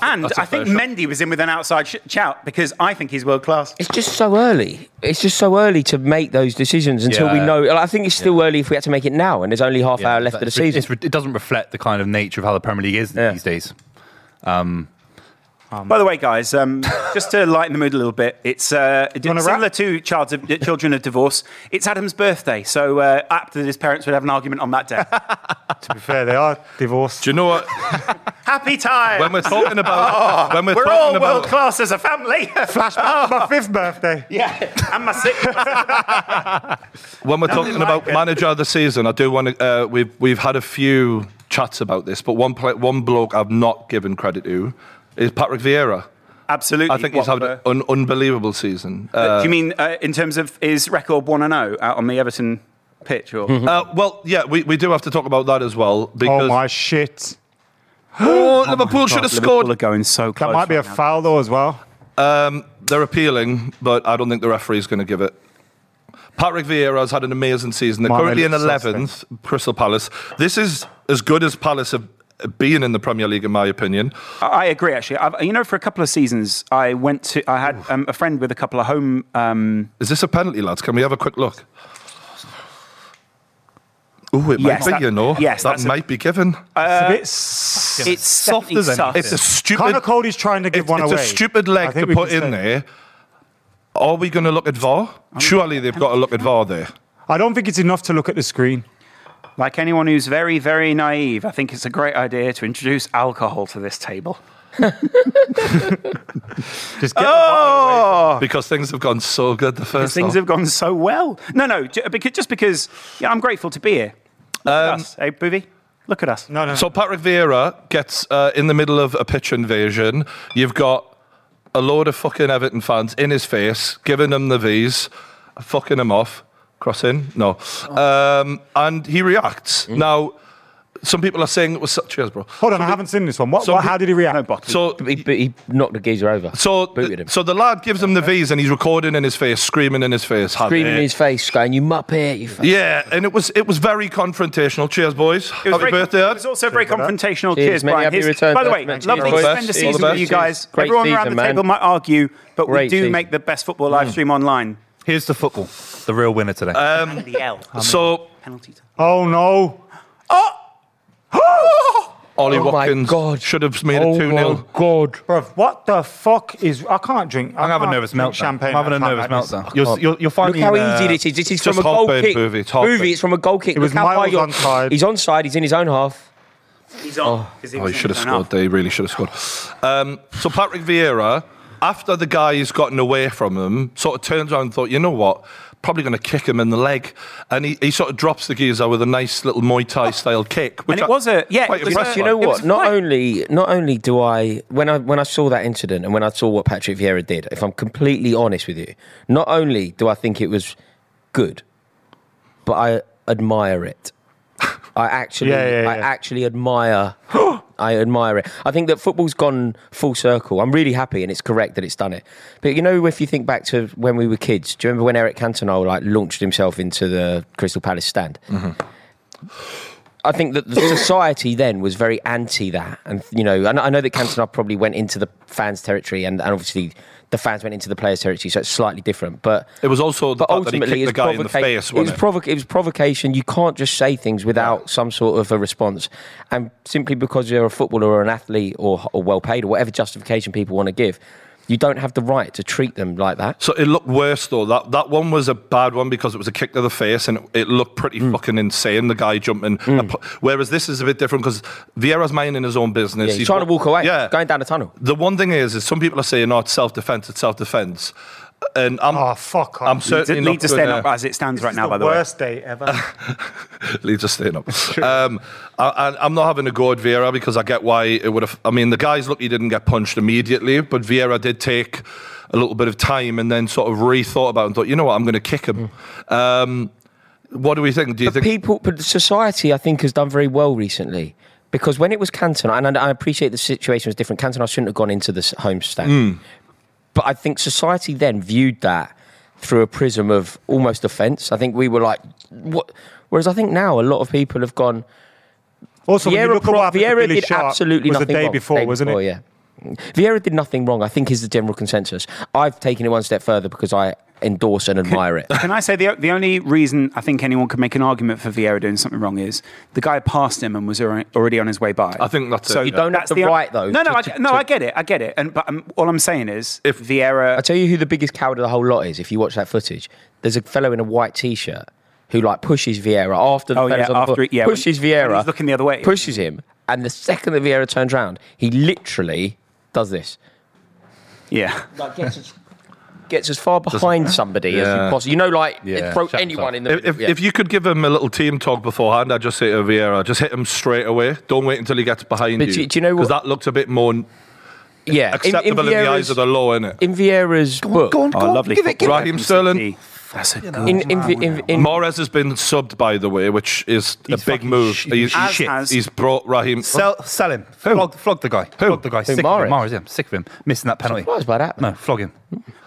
Speaker 1: And
Speaker 3: that's a
Speaker 1: I think
Speaker 3: fair shot.
Speaker 1: Mendy was in with an outside sh- shout because I think he's world class.
Speaker 5: It's just so early. It's just so early to make those decisions until we
Speaker 6: Yeah.
Speaker 5: know. like, I think it's still early if we had to make it now, and there's only half hour left of the
Speaker 6: It's re-
Speaker 5: season.
Speaker 6: it's re- it doesn't reflect the kind of nature of how the Premier League is
Speaker 5: Yeah.
Speaker 6: these days.
Speaker 1: By the way, guys, um, just to lighten the mood a little bit, it's uh, d-
Speaker 4: wanna
Speaker 1: similar
Speaker 4: wrap?
Speaker 1: to Child's of, Children of Divorce. It's Adam's birthday, so uh, apt that his parents would have an argument on that day.
Speaker 4: To be fair, they are divorced.
Speaker 3: Do you know what?
Speaker 1: Happy time!
Speaker 3: When we're talking about. when we're,
Speaker 1: Oh, We're
Speaker 3: talking
Speaker 1: all
Speaker 3: about.
Speaker 1: world class as a family.
Speaker 4: Flashback to my fifth birthday.
Speaker 1: yeah, and my six.
Speaker 3: when we're talking
Speaker 1: like
Speaker 3: about
Speaker 1: it.
Speaker 3: manager of the season, I do want to. Uh, we've we've had a few chats about this, but one pla one bloke I've not given credit to is Patrick Vieira.
Speaker 1: Absolutely.
Speaker 3: I think he's had
Speaker 1: What the-
Speaker 3: an unbelievable season. Uh,
Speaker 1: Do you mean uh, in terms of his record 1 0 out oh, on the Everton pitch? Or
Speaker 3: Uh, well, yeah, we, we do have to talk about that as well because
Speaker 4: Oh my shit!
Speaker 3: Oh, Liverpool should have
Speaker 1: Liverpool are
Speaker 3: scored.
Speaker 1: going so
Speaker 4: That
Speaker 1: close.
Speaker 4: might be a
Speaker 1: right now.
Speaker 4: foul though as well.
Speaker 3: Um, they're appealing, but I don't think the referee's going to give it. Patrick Vieira's had an amazing season. They're
Speaker 4: Martin
Speaker 3: currently in
Speaker 4: Ellis is
Speaker 3: 11th, Crystal Palace. This is as good as Palace have been in the Premier League, in my opinion.
Speaker 1: I I agree, actually. I've, you know, for a couple of seasons, I went to. I had um, a friend with a couple of home. Um,
Speaker 3: Is this a penalty, lads? Can we have a quick look? Oh, it
Speaker 1: Yes,
Speaker 3: might be,
Speaker 1: that-
Speaker 3: you know.
Speaker 1: yes,
Speaker 3: that
Speaker 1: that's a-
Speaker 3: might be given.
Speaker 4: it's a bit.
Speaker 1: it's soft
Speaker 6: as
Speaker 1: as
Speaker 6: anything.
Speaker 4: Ah.
Speaker 1: soft.
Speaker 3: It's a stupid.
Speaker 4: Connor Cody's trying to give
Speaker 3: it's,
Speaker 4: one
Speaker 3: it's
Speaker 4: away.
Speaker 3: a stupid
Speaker 4: I
Speaker 3: leg
Speaker 4: think
Speaker 3: to
Speaker 4: we
Speaker 3: put
Speaker 4: can
Speaker 3: in
Speaker 4: say-
Speaker 3: there. Are we going to look at VAR? Surely they've got to look at VAR there.
Speaker 4: I don't think it's enough to look at the screen.
Speaker 1: like anyone who's very, very naive, I think it's a great idea to introduce alcohol to this table.
Speaker 4: Just get
Speaker 3: Because things have gone so good the first
Speaker 1: Things
Speaker 3: half.
Speaker 1: have gone so well. No, no, ju- because, just because yeah, I'm grateful to be here. Look at
Speaker 3: Um,
Speaker 1: us, hey, Boovy, look at us.
Speaker 4: the, no, no.
Speaker 3: So Patrick Vieira gets uh, in the middle of a pitch invasion. You've got a load of fucking Everton fans in his face, giving him the V's, fucking him off, crossing, no.
Speaker 5: Oh.
Speaker 3: Um, and he reacts.
Speaker 5: Mm.
Speaker 3: Now, some people are saying it was such... Cheers, bro.
Speaker 4: Hold on, I haven't seen this one. What,
Speaker 3: so
Speaker 4: what-
Speaker 3: we-
Speaker 4: how did he react?
Speaker 1: No bottle.
Speaker 3: So
Speaker 5: He, but he knocked the geezer over.
Speaker 3: So, uh,
Speaker 5: booted him.
Speaker 3: so the lad gives him the V's and he's recording in his face, screaming in his face. had
Speaker 5: Screaming
Speaker 3: it.
Speaker 5: in his face, going, "You muppet! You fuck.
Speaker 3: Yeah, and it was it was very confrontational. Cheers, boys.
Speaker 1: It
Speaker 3: Happy
Speaker 1: was very-
Speaker 3: birthday.
Speaker 1: It was also very confrontational.
Speaker 5: Cheers,
Speaker 1: Cheers,
Speaker 5: mate.
Speaker 1: Brian.
Speaker 5: Happy
Speaker 1: Here's-
Speaker 5: return,
Speaker 1: by the
Speaker 5: bro.
Speaker 1: way,
Speaker 5: Thank you.
Speaker 1: lovely
Speaker 5: All
Speaker 1: to
Speaker 5: the
Speaker 1: spend a
Speaker 3: best.
Speaker 1: season
Speaker 3: All the
Speaker 1: with you
Speaker 3: best.
Speaker 1: guys.
Speaker 5: Great
Speaker 1: Everyone around
Speaker 5: season,
Speaker 1: the
Speaker 5: man.
Speaker 1: table might argue, but we
Speaker 5: Great
Speaker 1: do
Speaker 5: season.
Speaker 1: make the best football
Speaker 3: Mm.
Speaker 1: live stream online.
Speaker 6: Here's the football, the real winner today.
Speaker 1: The L.
Speaker 3: So
Speaker 1: Penalty time.
Speaker 4: Oh no!
Speaker 3: Ollie
Speaker 5: Oh my
Speaker 3: Watkins
Speaker 5: God.
Speaker 3: should have made
Speaker 5: Oh
Speaker 3: it 2
Speaker 5: my
Speaker 3: 0.
Speaker 5: god!
Speaker 4: Bruv, what the fuck is? I can't drink. I
Speaker 6: I'm having a
Speaker 4: can't
Speaker 6: nervous
Speaker 4: drink
Speaker 6: meltdown.
Speaker 4: Champagne.
Speaker 6: I'm having a
Speaker 4: I can't
Speaker 6: nervous
Speaker 4: like this.
Speaker 6: meltdown. You're, you're, you're
Speaker 5: Look
Speaker 6: finding
Speaker 5: how
Speaker 6: uh,
Speaker 5: easy this is. This is
Speaker 3: just
Speaker 5: from a
Speaker 3: hot
Speaker 5: goal
Speaker 3: bait,
Speaker 5: kick.
Speaker 3: Boovy, it's hot
Speaker 5: Boovy,
Speaker 3: bait.
Speaker 5: it's from a goal kick.
Speaker 4: It
Speaker 5: Look
Speaker 4: was
Speaker 5: how high
Speaker 4: miles
Speaker 5: you're-
Speaker 4: onside.
Speaker 5: He's onside. He's in his own half.
Speaker 1: He's on. 'cause
Speaker 3: Oh,
Speaker 1: was
Speaker 3: he should have
Speaker 1: in his own
Speaker 3: scored there. He really should have scored. Um, so Patrick Vieira, after the guy has gotten away from him, sort of turns around and thought, you know what? Probably going to kick him in the leg. And he, he sort of drops the geezer with a nice little Muay Thai style kick. Which
Speaker 1: it was a- yeah,
Speaker 3: quite
Speaker 1: it was a-
Speaker 3: impressed
Speaker 5: You
Speaker 3: by.
Speaker 5: know
Speaker 1: It
Speaker 5: what?
Speaker 1: was
Speaker 5: Not
Speaker 1: fine.
Speaker 5: only not only do I when I when I saw that incident and when I saw what Patrick Vieira did, if I'm completely honest with you, not only do I think it was good, but I admire it. I actually
Speaker 4: Yeah, yeah,
Speaker 5: I
Speaker 4: yeah.
Speaker 5: actually admire I admire it. I think that football's gone full circle. I'm really happy and it's correct that it's done it. But you know if you think back to when we were kids, do you remember when Eric Cantona like launched himself into the Crystal Palace stand? I think that the society then was very anti that, and you know, I know, I know that Cantona probably went into the fans' territory, and, and obviously the fans went into the players' territory, so it's slightly different. But
Speaker 3: It was also the fact
Speaker 5: but
Speaker 3: that he
Speaker 5: ultimately,
Speaker 3: kicked
Speaker 5: it's
Speaker 3: the guy in the
Speaker 5: provoca-
Speaker 3: face,
Speaker 5: It was,
Speaker 3: wasn't it?
Speaker 5: provoc- it was provocation. You can't just say things without some sort of a response, and simply because you're a footballer or an athlete or, or well paid or whatever justification people want to give, you don't have the right to treat them like that.
Speaker 3: So it looked worse though. That that one was a bad one because it was a kick to the face and it, it looked pretty
Speaker 5: Mm.
Speaker 3: fucking insane. The guy jumping. Apo- Whereas this is a bit different because Vieira's minding his own business.
Speaker 5: Yeah, he's trying to walk away,
Speaker 3: Yeah.
Speaker 5: going down the tunnel.
Speaker 3: the one thing is, is some people are saying, "Oh, it's self-defense. It's self-defense," and I'm
Speaker 4: Oh fuck!
Speaker 3: I'm
Speaker 4: off.
Speaker 3: certain
Speaker 1: half.
Speaker 3: not
Speaker 1: Leeds are staying
Speaker 3: gonna-
Speaker 1: up as it stands
Speaker 4: This
Speaker 1: right
Speaker 4: is
Speaker 1: now, by the way.
Speaker 4: worst day ever.
Speaker 3: Leeds are staying up. Um, I, I, I'm not having a go at Vieira because I get why it would have. I mean, the guys look, he didn't get punched immediately, but Vieira did take a little bit of time and then sort of rethought about it and thought, you know what, I'm going to kick him. Um, what do we think? Do you
Speaker 5: Mm. But
Speaker 3: think?
Speaker 5: people, but society, I think, has done very well recently. Because when it was Cantona, and I I appreciate the situation was different, Cantona shouldn't have gone into this home stand.
Speaker 4: Mm.
Speaker 5: But I think society then viewed that through a prism of almost offence. I think we were like, what? Whereas I think now a lot of people have gone,
Speaker 4: Also, when you
Speaker 5: Vieira,
Speaker 4: look at
Speaker 5: pro-
Speaker 4: what happened to
Speaker 5: Vieira
Speaker 4: Billy
Speaker 5: did
Speaker 4: Sharp,
Speaker 5: absolutely
Speaker 4: was
Speaker 5: nothing
Speaker 4: the day
Speaker 5: wrong.
Speaker 4: before, wasn't
Speaker 5: before,
Speaker 4: it?
Speaker 5: Yeah. Vieira did nothing wrong, I think, is the general consensus. I've taken it one step further because I endorse and admire it.
Speaker 1: Can I say the the only reason I think anyone could make an argument for Vieira doing something wrong is the guy passed him and was alre- already on his way by.
Speaker 3: I think that's
Speaker 1: so.
Speaker 3: it.
Speaker 5: You don't have
Speaker 1: that's
Speaker 5: the
Speaker 1: o-
Speaker 5: right, though,
Speaker 1: No, no,
Speaker 5: to-
Speaker 1: I,
Speaker 5: to-
Speaker 1: no.
Speaker 5: to-
Speaker 1: I get it. I get it. And but um, all I'm saying is, if Vieira,
Speaker 5: I tell you who the biggest coward of the whole lot is. If you watch that footage, there's a fellow in a white t-shirt who like pushes Vieira after the
Speaker 1: Oh, yeah,
Speaker 5: fella's on the
Speaker 1: after
Speaker 5: floor,
Speaker 1: it- yeah, when-
Speaker 5: pushes
Speaker 1: when
Speaker 5: Vieira,
Speaker 1: he's looking the other way.
Speaker 5: pushes him, and the second that Vieira turns round, he literally does this.
Speaker 1: yeah,
Speaker 5: Like gets as, gets as far behind somebody as you possibly. You know, like
Speaker 6: Yeah,
Speaker 5: throw
Speaker 6: shut him
Speaker 5: anyone
Speaker 6: up.
Speaker 5: in the
Speaker 3: If,
Speaker 5: middle.
Speaker 3: if,
Speaker 5: yeah.
Speaker 3: if you could give him a little team talk beforehand, I'd just say to Vieira, just hit him straight away. Don't wait until he gets behind
Speaker 5: But
Speaker 3: you.
Speaker 5: do- do you know
Speaker 3: Because
Speaker 5: what-
Speaker 3: that looked a bit more
Speaker 5: yeah,
Speaker 3: acceptable in, the eyes
Speaker 5: Vieira's-
Speaker 3: of the law, innit?
Speaker 5: in Vieira's book,
Speaker 1: oh, lovely.
Speaker 3: Raheem Sterling.
Speaker 1: That's a good.
Speaker 5: In, in, in, in, in,
Speaker 3: Mares has been subbed, by the way, which is
Speaker 6: He's
Speaker 3: a big
Speaker 6: fucking
Speaker 3: move.
Speaker 6: sh-
Speaker 3: he's,
Speaker 6: As
Speaker 1: shit. has-
Speaker 3: he's brought Raheem.
Speaker 6: Sell, sell him. Flog, flog the guy. Flog the guy. Sick of
Speaker 5: Mahrez?
Speaker 6: him. Mahrez, yeah. I'm sick of him. Missing that penalty.
Speaker 5: surprised by that.
Speaker 6: No, flog him.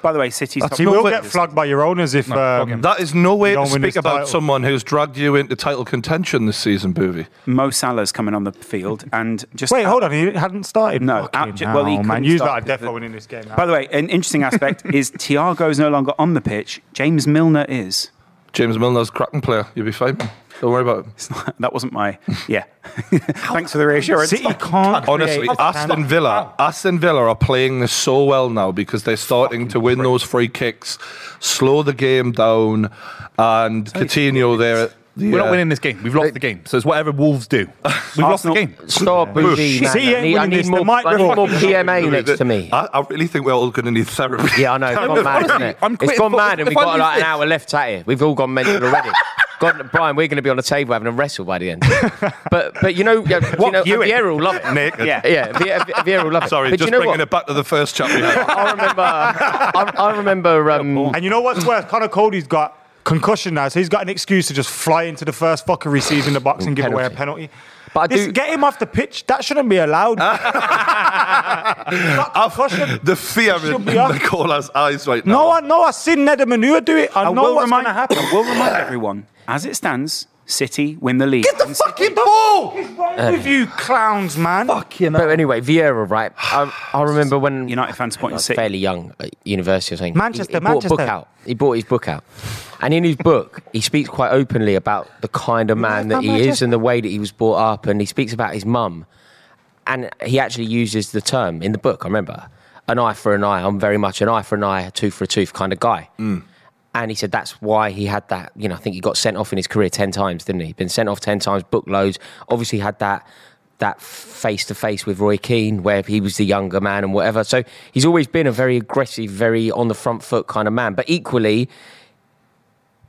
Speaker 1: By the way, City's top
Speaker 4: You will
Speaker 1: goal
Speaker 4: get
Speaker 1: scorers.
Speaker 4: flogged by your owners if.
Speaker 6: fuck
Speaker 4: um,
Speaker 6: him.
Speaker 3: That is no way
Speaker 4: You
Speaker 3: to
Speaker 4: don't win
Speaker 3: speak
Speaker 4: this
Speaker 3: about
Speaker 4: title.
Speaker 3: someone who's dragged you into title contention this season, Boovy.
Speaker 1: Mo Salah's coming on the field and just
Speaker 4: Wait, hold on. He hadn't started.
Speaker 1: No,
Speaker 4: Fucking
Speaker 1: abj- well, he
Speaker 4: hell, man.
Speaker 1: couldn't
Speaker 4: Use that.
Speaker 1: start
Speaker 4: I'm
Speaker 1: because
Speaker 4: definitely
Speaker 1: the-
Speaker 4: winning this game.
Speaker 1: By the way, an interesting aspect is Tiago's no longer on the pitch. James Milner is.
Speaker 3: James Milner's a cracking player. You'll be fine. Don't worry about it.
Speaker 1: It's not- that wasn't my. Yeah. Thanks for the reassurance.
Speaker 4: City can't.
Speaker 3: Honestly,
Speaker 4: create-
Speaker 3: Aston Villa, Aston Villa are playing this so well now because they're starting to win those free kicks, slow the game down, and Coutinho there. the,
Speaker 6: We're
Speaker 3: uh,
Speaker 6: not winning this game. We've lost the game. So it's whatever Wolves do. We've lost the
Speaker 1: Arsenal-
Speaker 6: game.
Speaker 5: Stop, Boozy. man.
Speaker 4: See, he
Speaker 5: I
Speaker 4: ain't
Speaker 5: need, I
Speaker 4: winning
Speaker 5: need
Speaker 4: this.
Speaker 5: more,
Speaker 4: They might
Speaker 5: I need
Speaker 4: reform
Speaker 5: more
Speaker 4: the-
Speaker 5: PMA next to me.
Speaker 3: I, I really think we're all going to need therapy.
Speaker 5: Yeah, I know. It's gone mad, isn't it?
Speaker 6: I'm
Speaker 5: It's
Speaker 6: quitting
Speaker 5: gone
Speaker 6: football.
Speaker 5: mad, and we've
Speaker 6: If I
Speaker 5: got
Speaker 6: lose
Speaker 5: like an
Speaker 6: this-
Speaker 5: hour left at it. We've all gone mental already. God, Brian, we're going to be on a table having a wrestle by the end. But but you know, yeah, you know,
Speaker 1: you in?
Speaker 5: Vieira will love it.
Speaker 3: Naked.
Speaker 1: Yeah.
Speaker 5: Yeah, Vieira, Vieira will love it.
Speaker 3: Sorry,
Speaker 5: but
Speaker 3: just
Speaker 5: you know
Speaker 3: bringing
Speaker 5: what?
Speaker 3: it back to the first chapter.
Speaker 5: I remember. I, I remember. Um,
Speaker 4: And you know what's worse? Connor Cody's got concussion now, so he's got an excuse to just fly into the first fucker he sees in the box and give away a penalty.
Speaker 5: But I
Speaker 4: This-
Speaker 5: do-
Speaker 4: get him off the pitch. That shouldn't be allowed. Not concussion.
Speaker 3: the fear in
Speaker 4: Should be up.
Speaker 3: Nicola's eyes right now.
Speaker 4: No, I know. I seen Ned Manure do it. I,
Speaker 1: I
Speaker 4: know
Speaker 1: will
Speaker 4: what's going
Speaker 1: remind.
Speaker 4: to happen.
Speaker 1: I will remind everyone. As it stands, City win the league.
Speaker 4: the fucking ball! What's wrong with you clowns, man?
Speaker 5: but anyway, Vieira, right? I, I remember when
Speaker 1: United fans pointing
Speaker 5: was
Speaker 1: City.
Speaker 5: fairly young at university or something.
Speaker 4: Manchester,
Speaker 5: he, he bought a book
Speaker 4: Manchester.
Speaker 5: out. He bought his book out, and in his book, he speaks quite openly about the kind of man that he is and the way that he was brought up, and he speaks about his mum, and he actually uses the term in the book. I remember an eye for an eye. I'm very much an eye for an eye, a tooth for a tooth kind of guy. And he said that's why he had that. You know, I think he got sent off in his career ten times, didn't he? Been sent off ten times, book loads. Obviously had that that face to face with Roy Keane, where he was the younger man and whatever. So he's always been a very aggressive, very on the front foot kind of man, but equally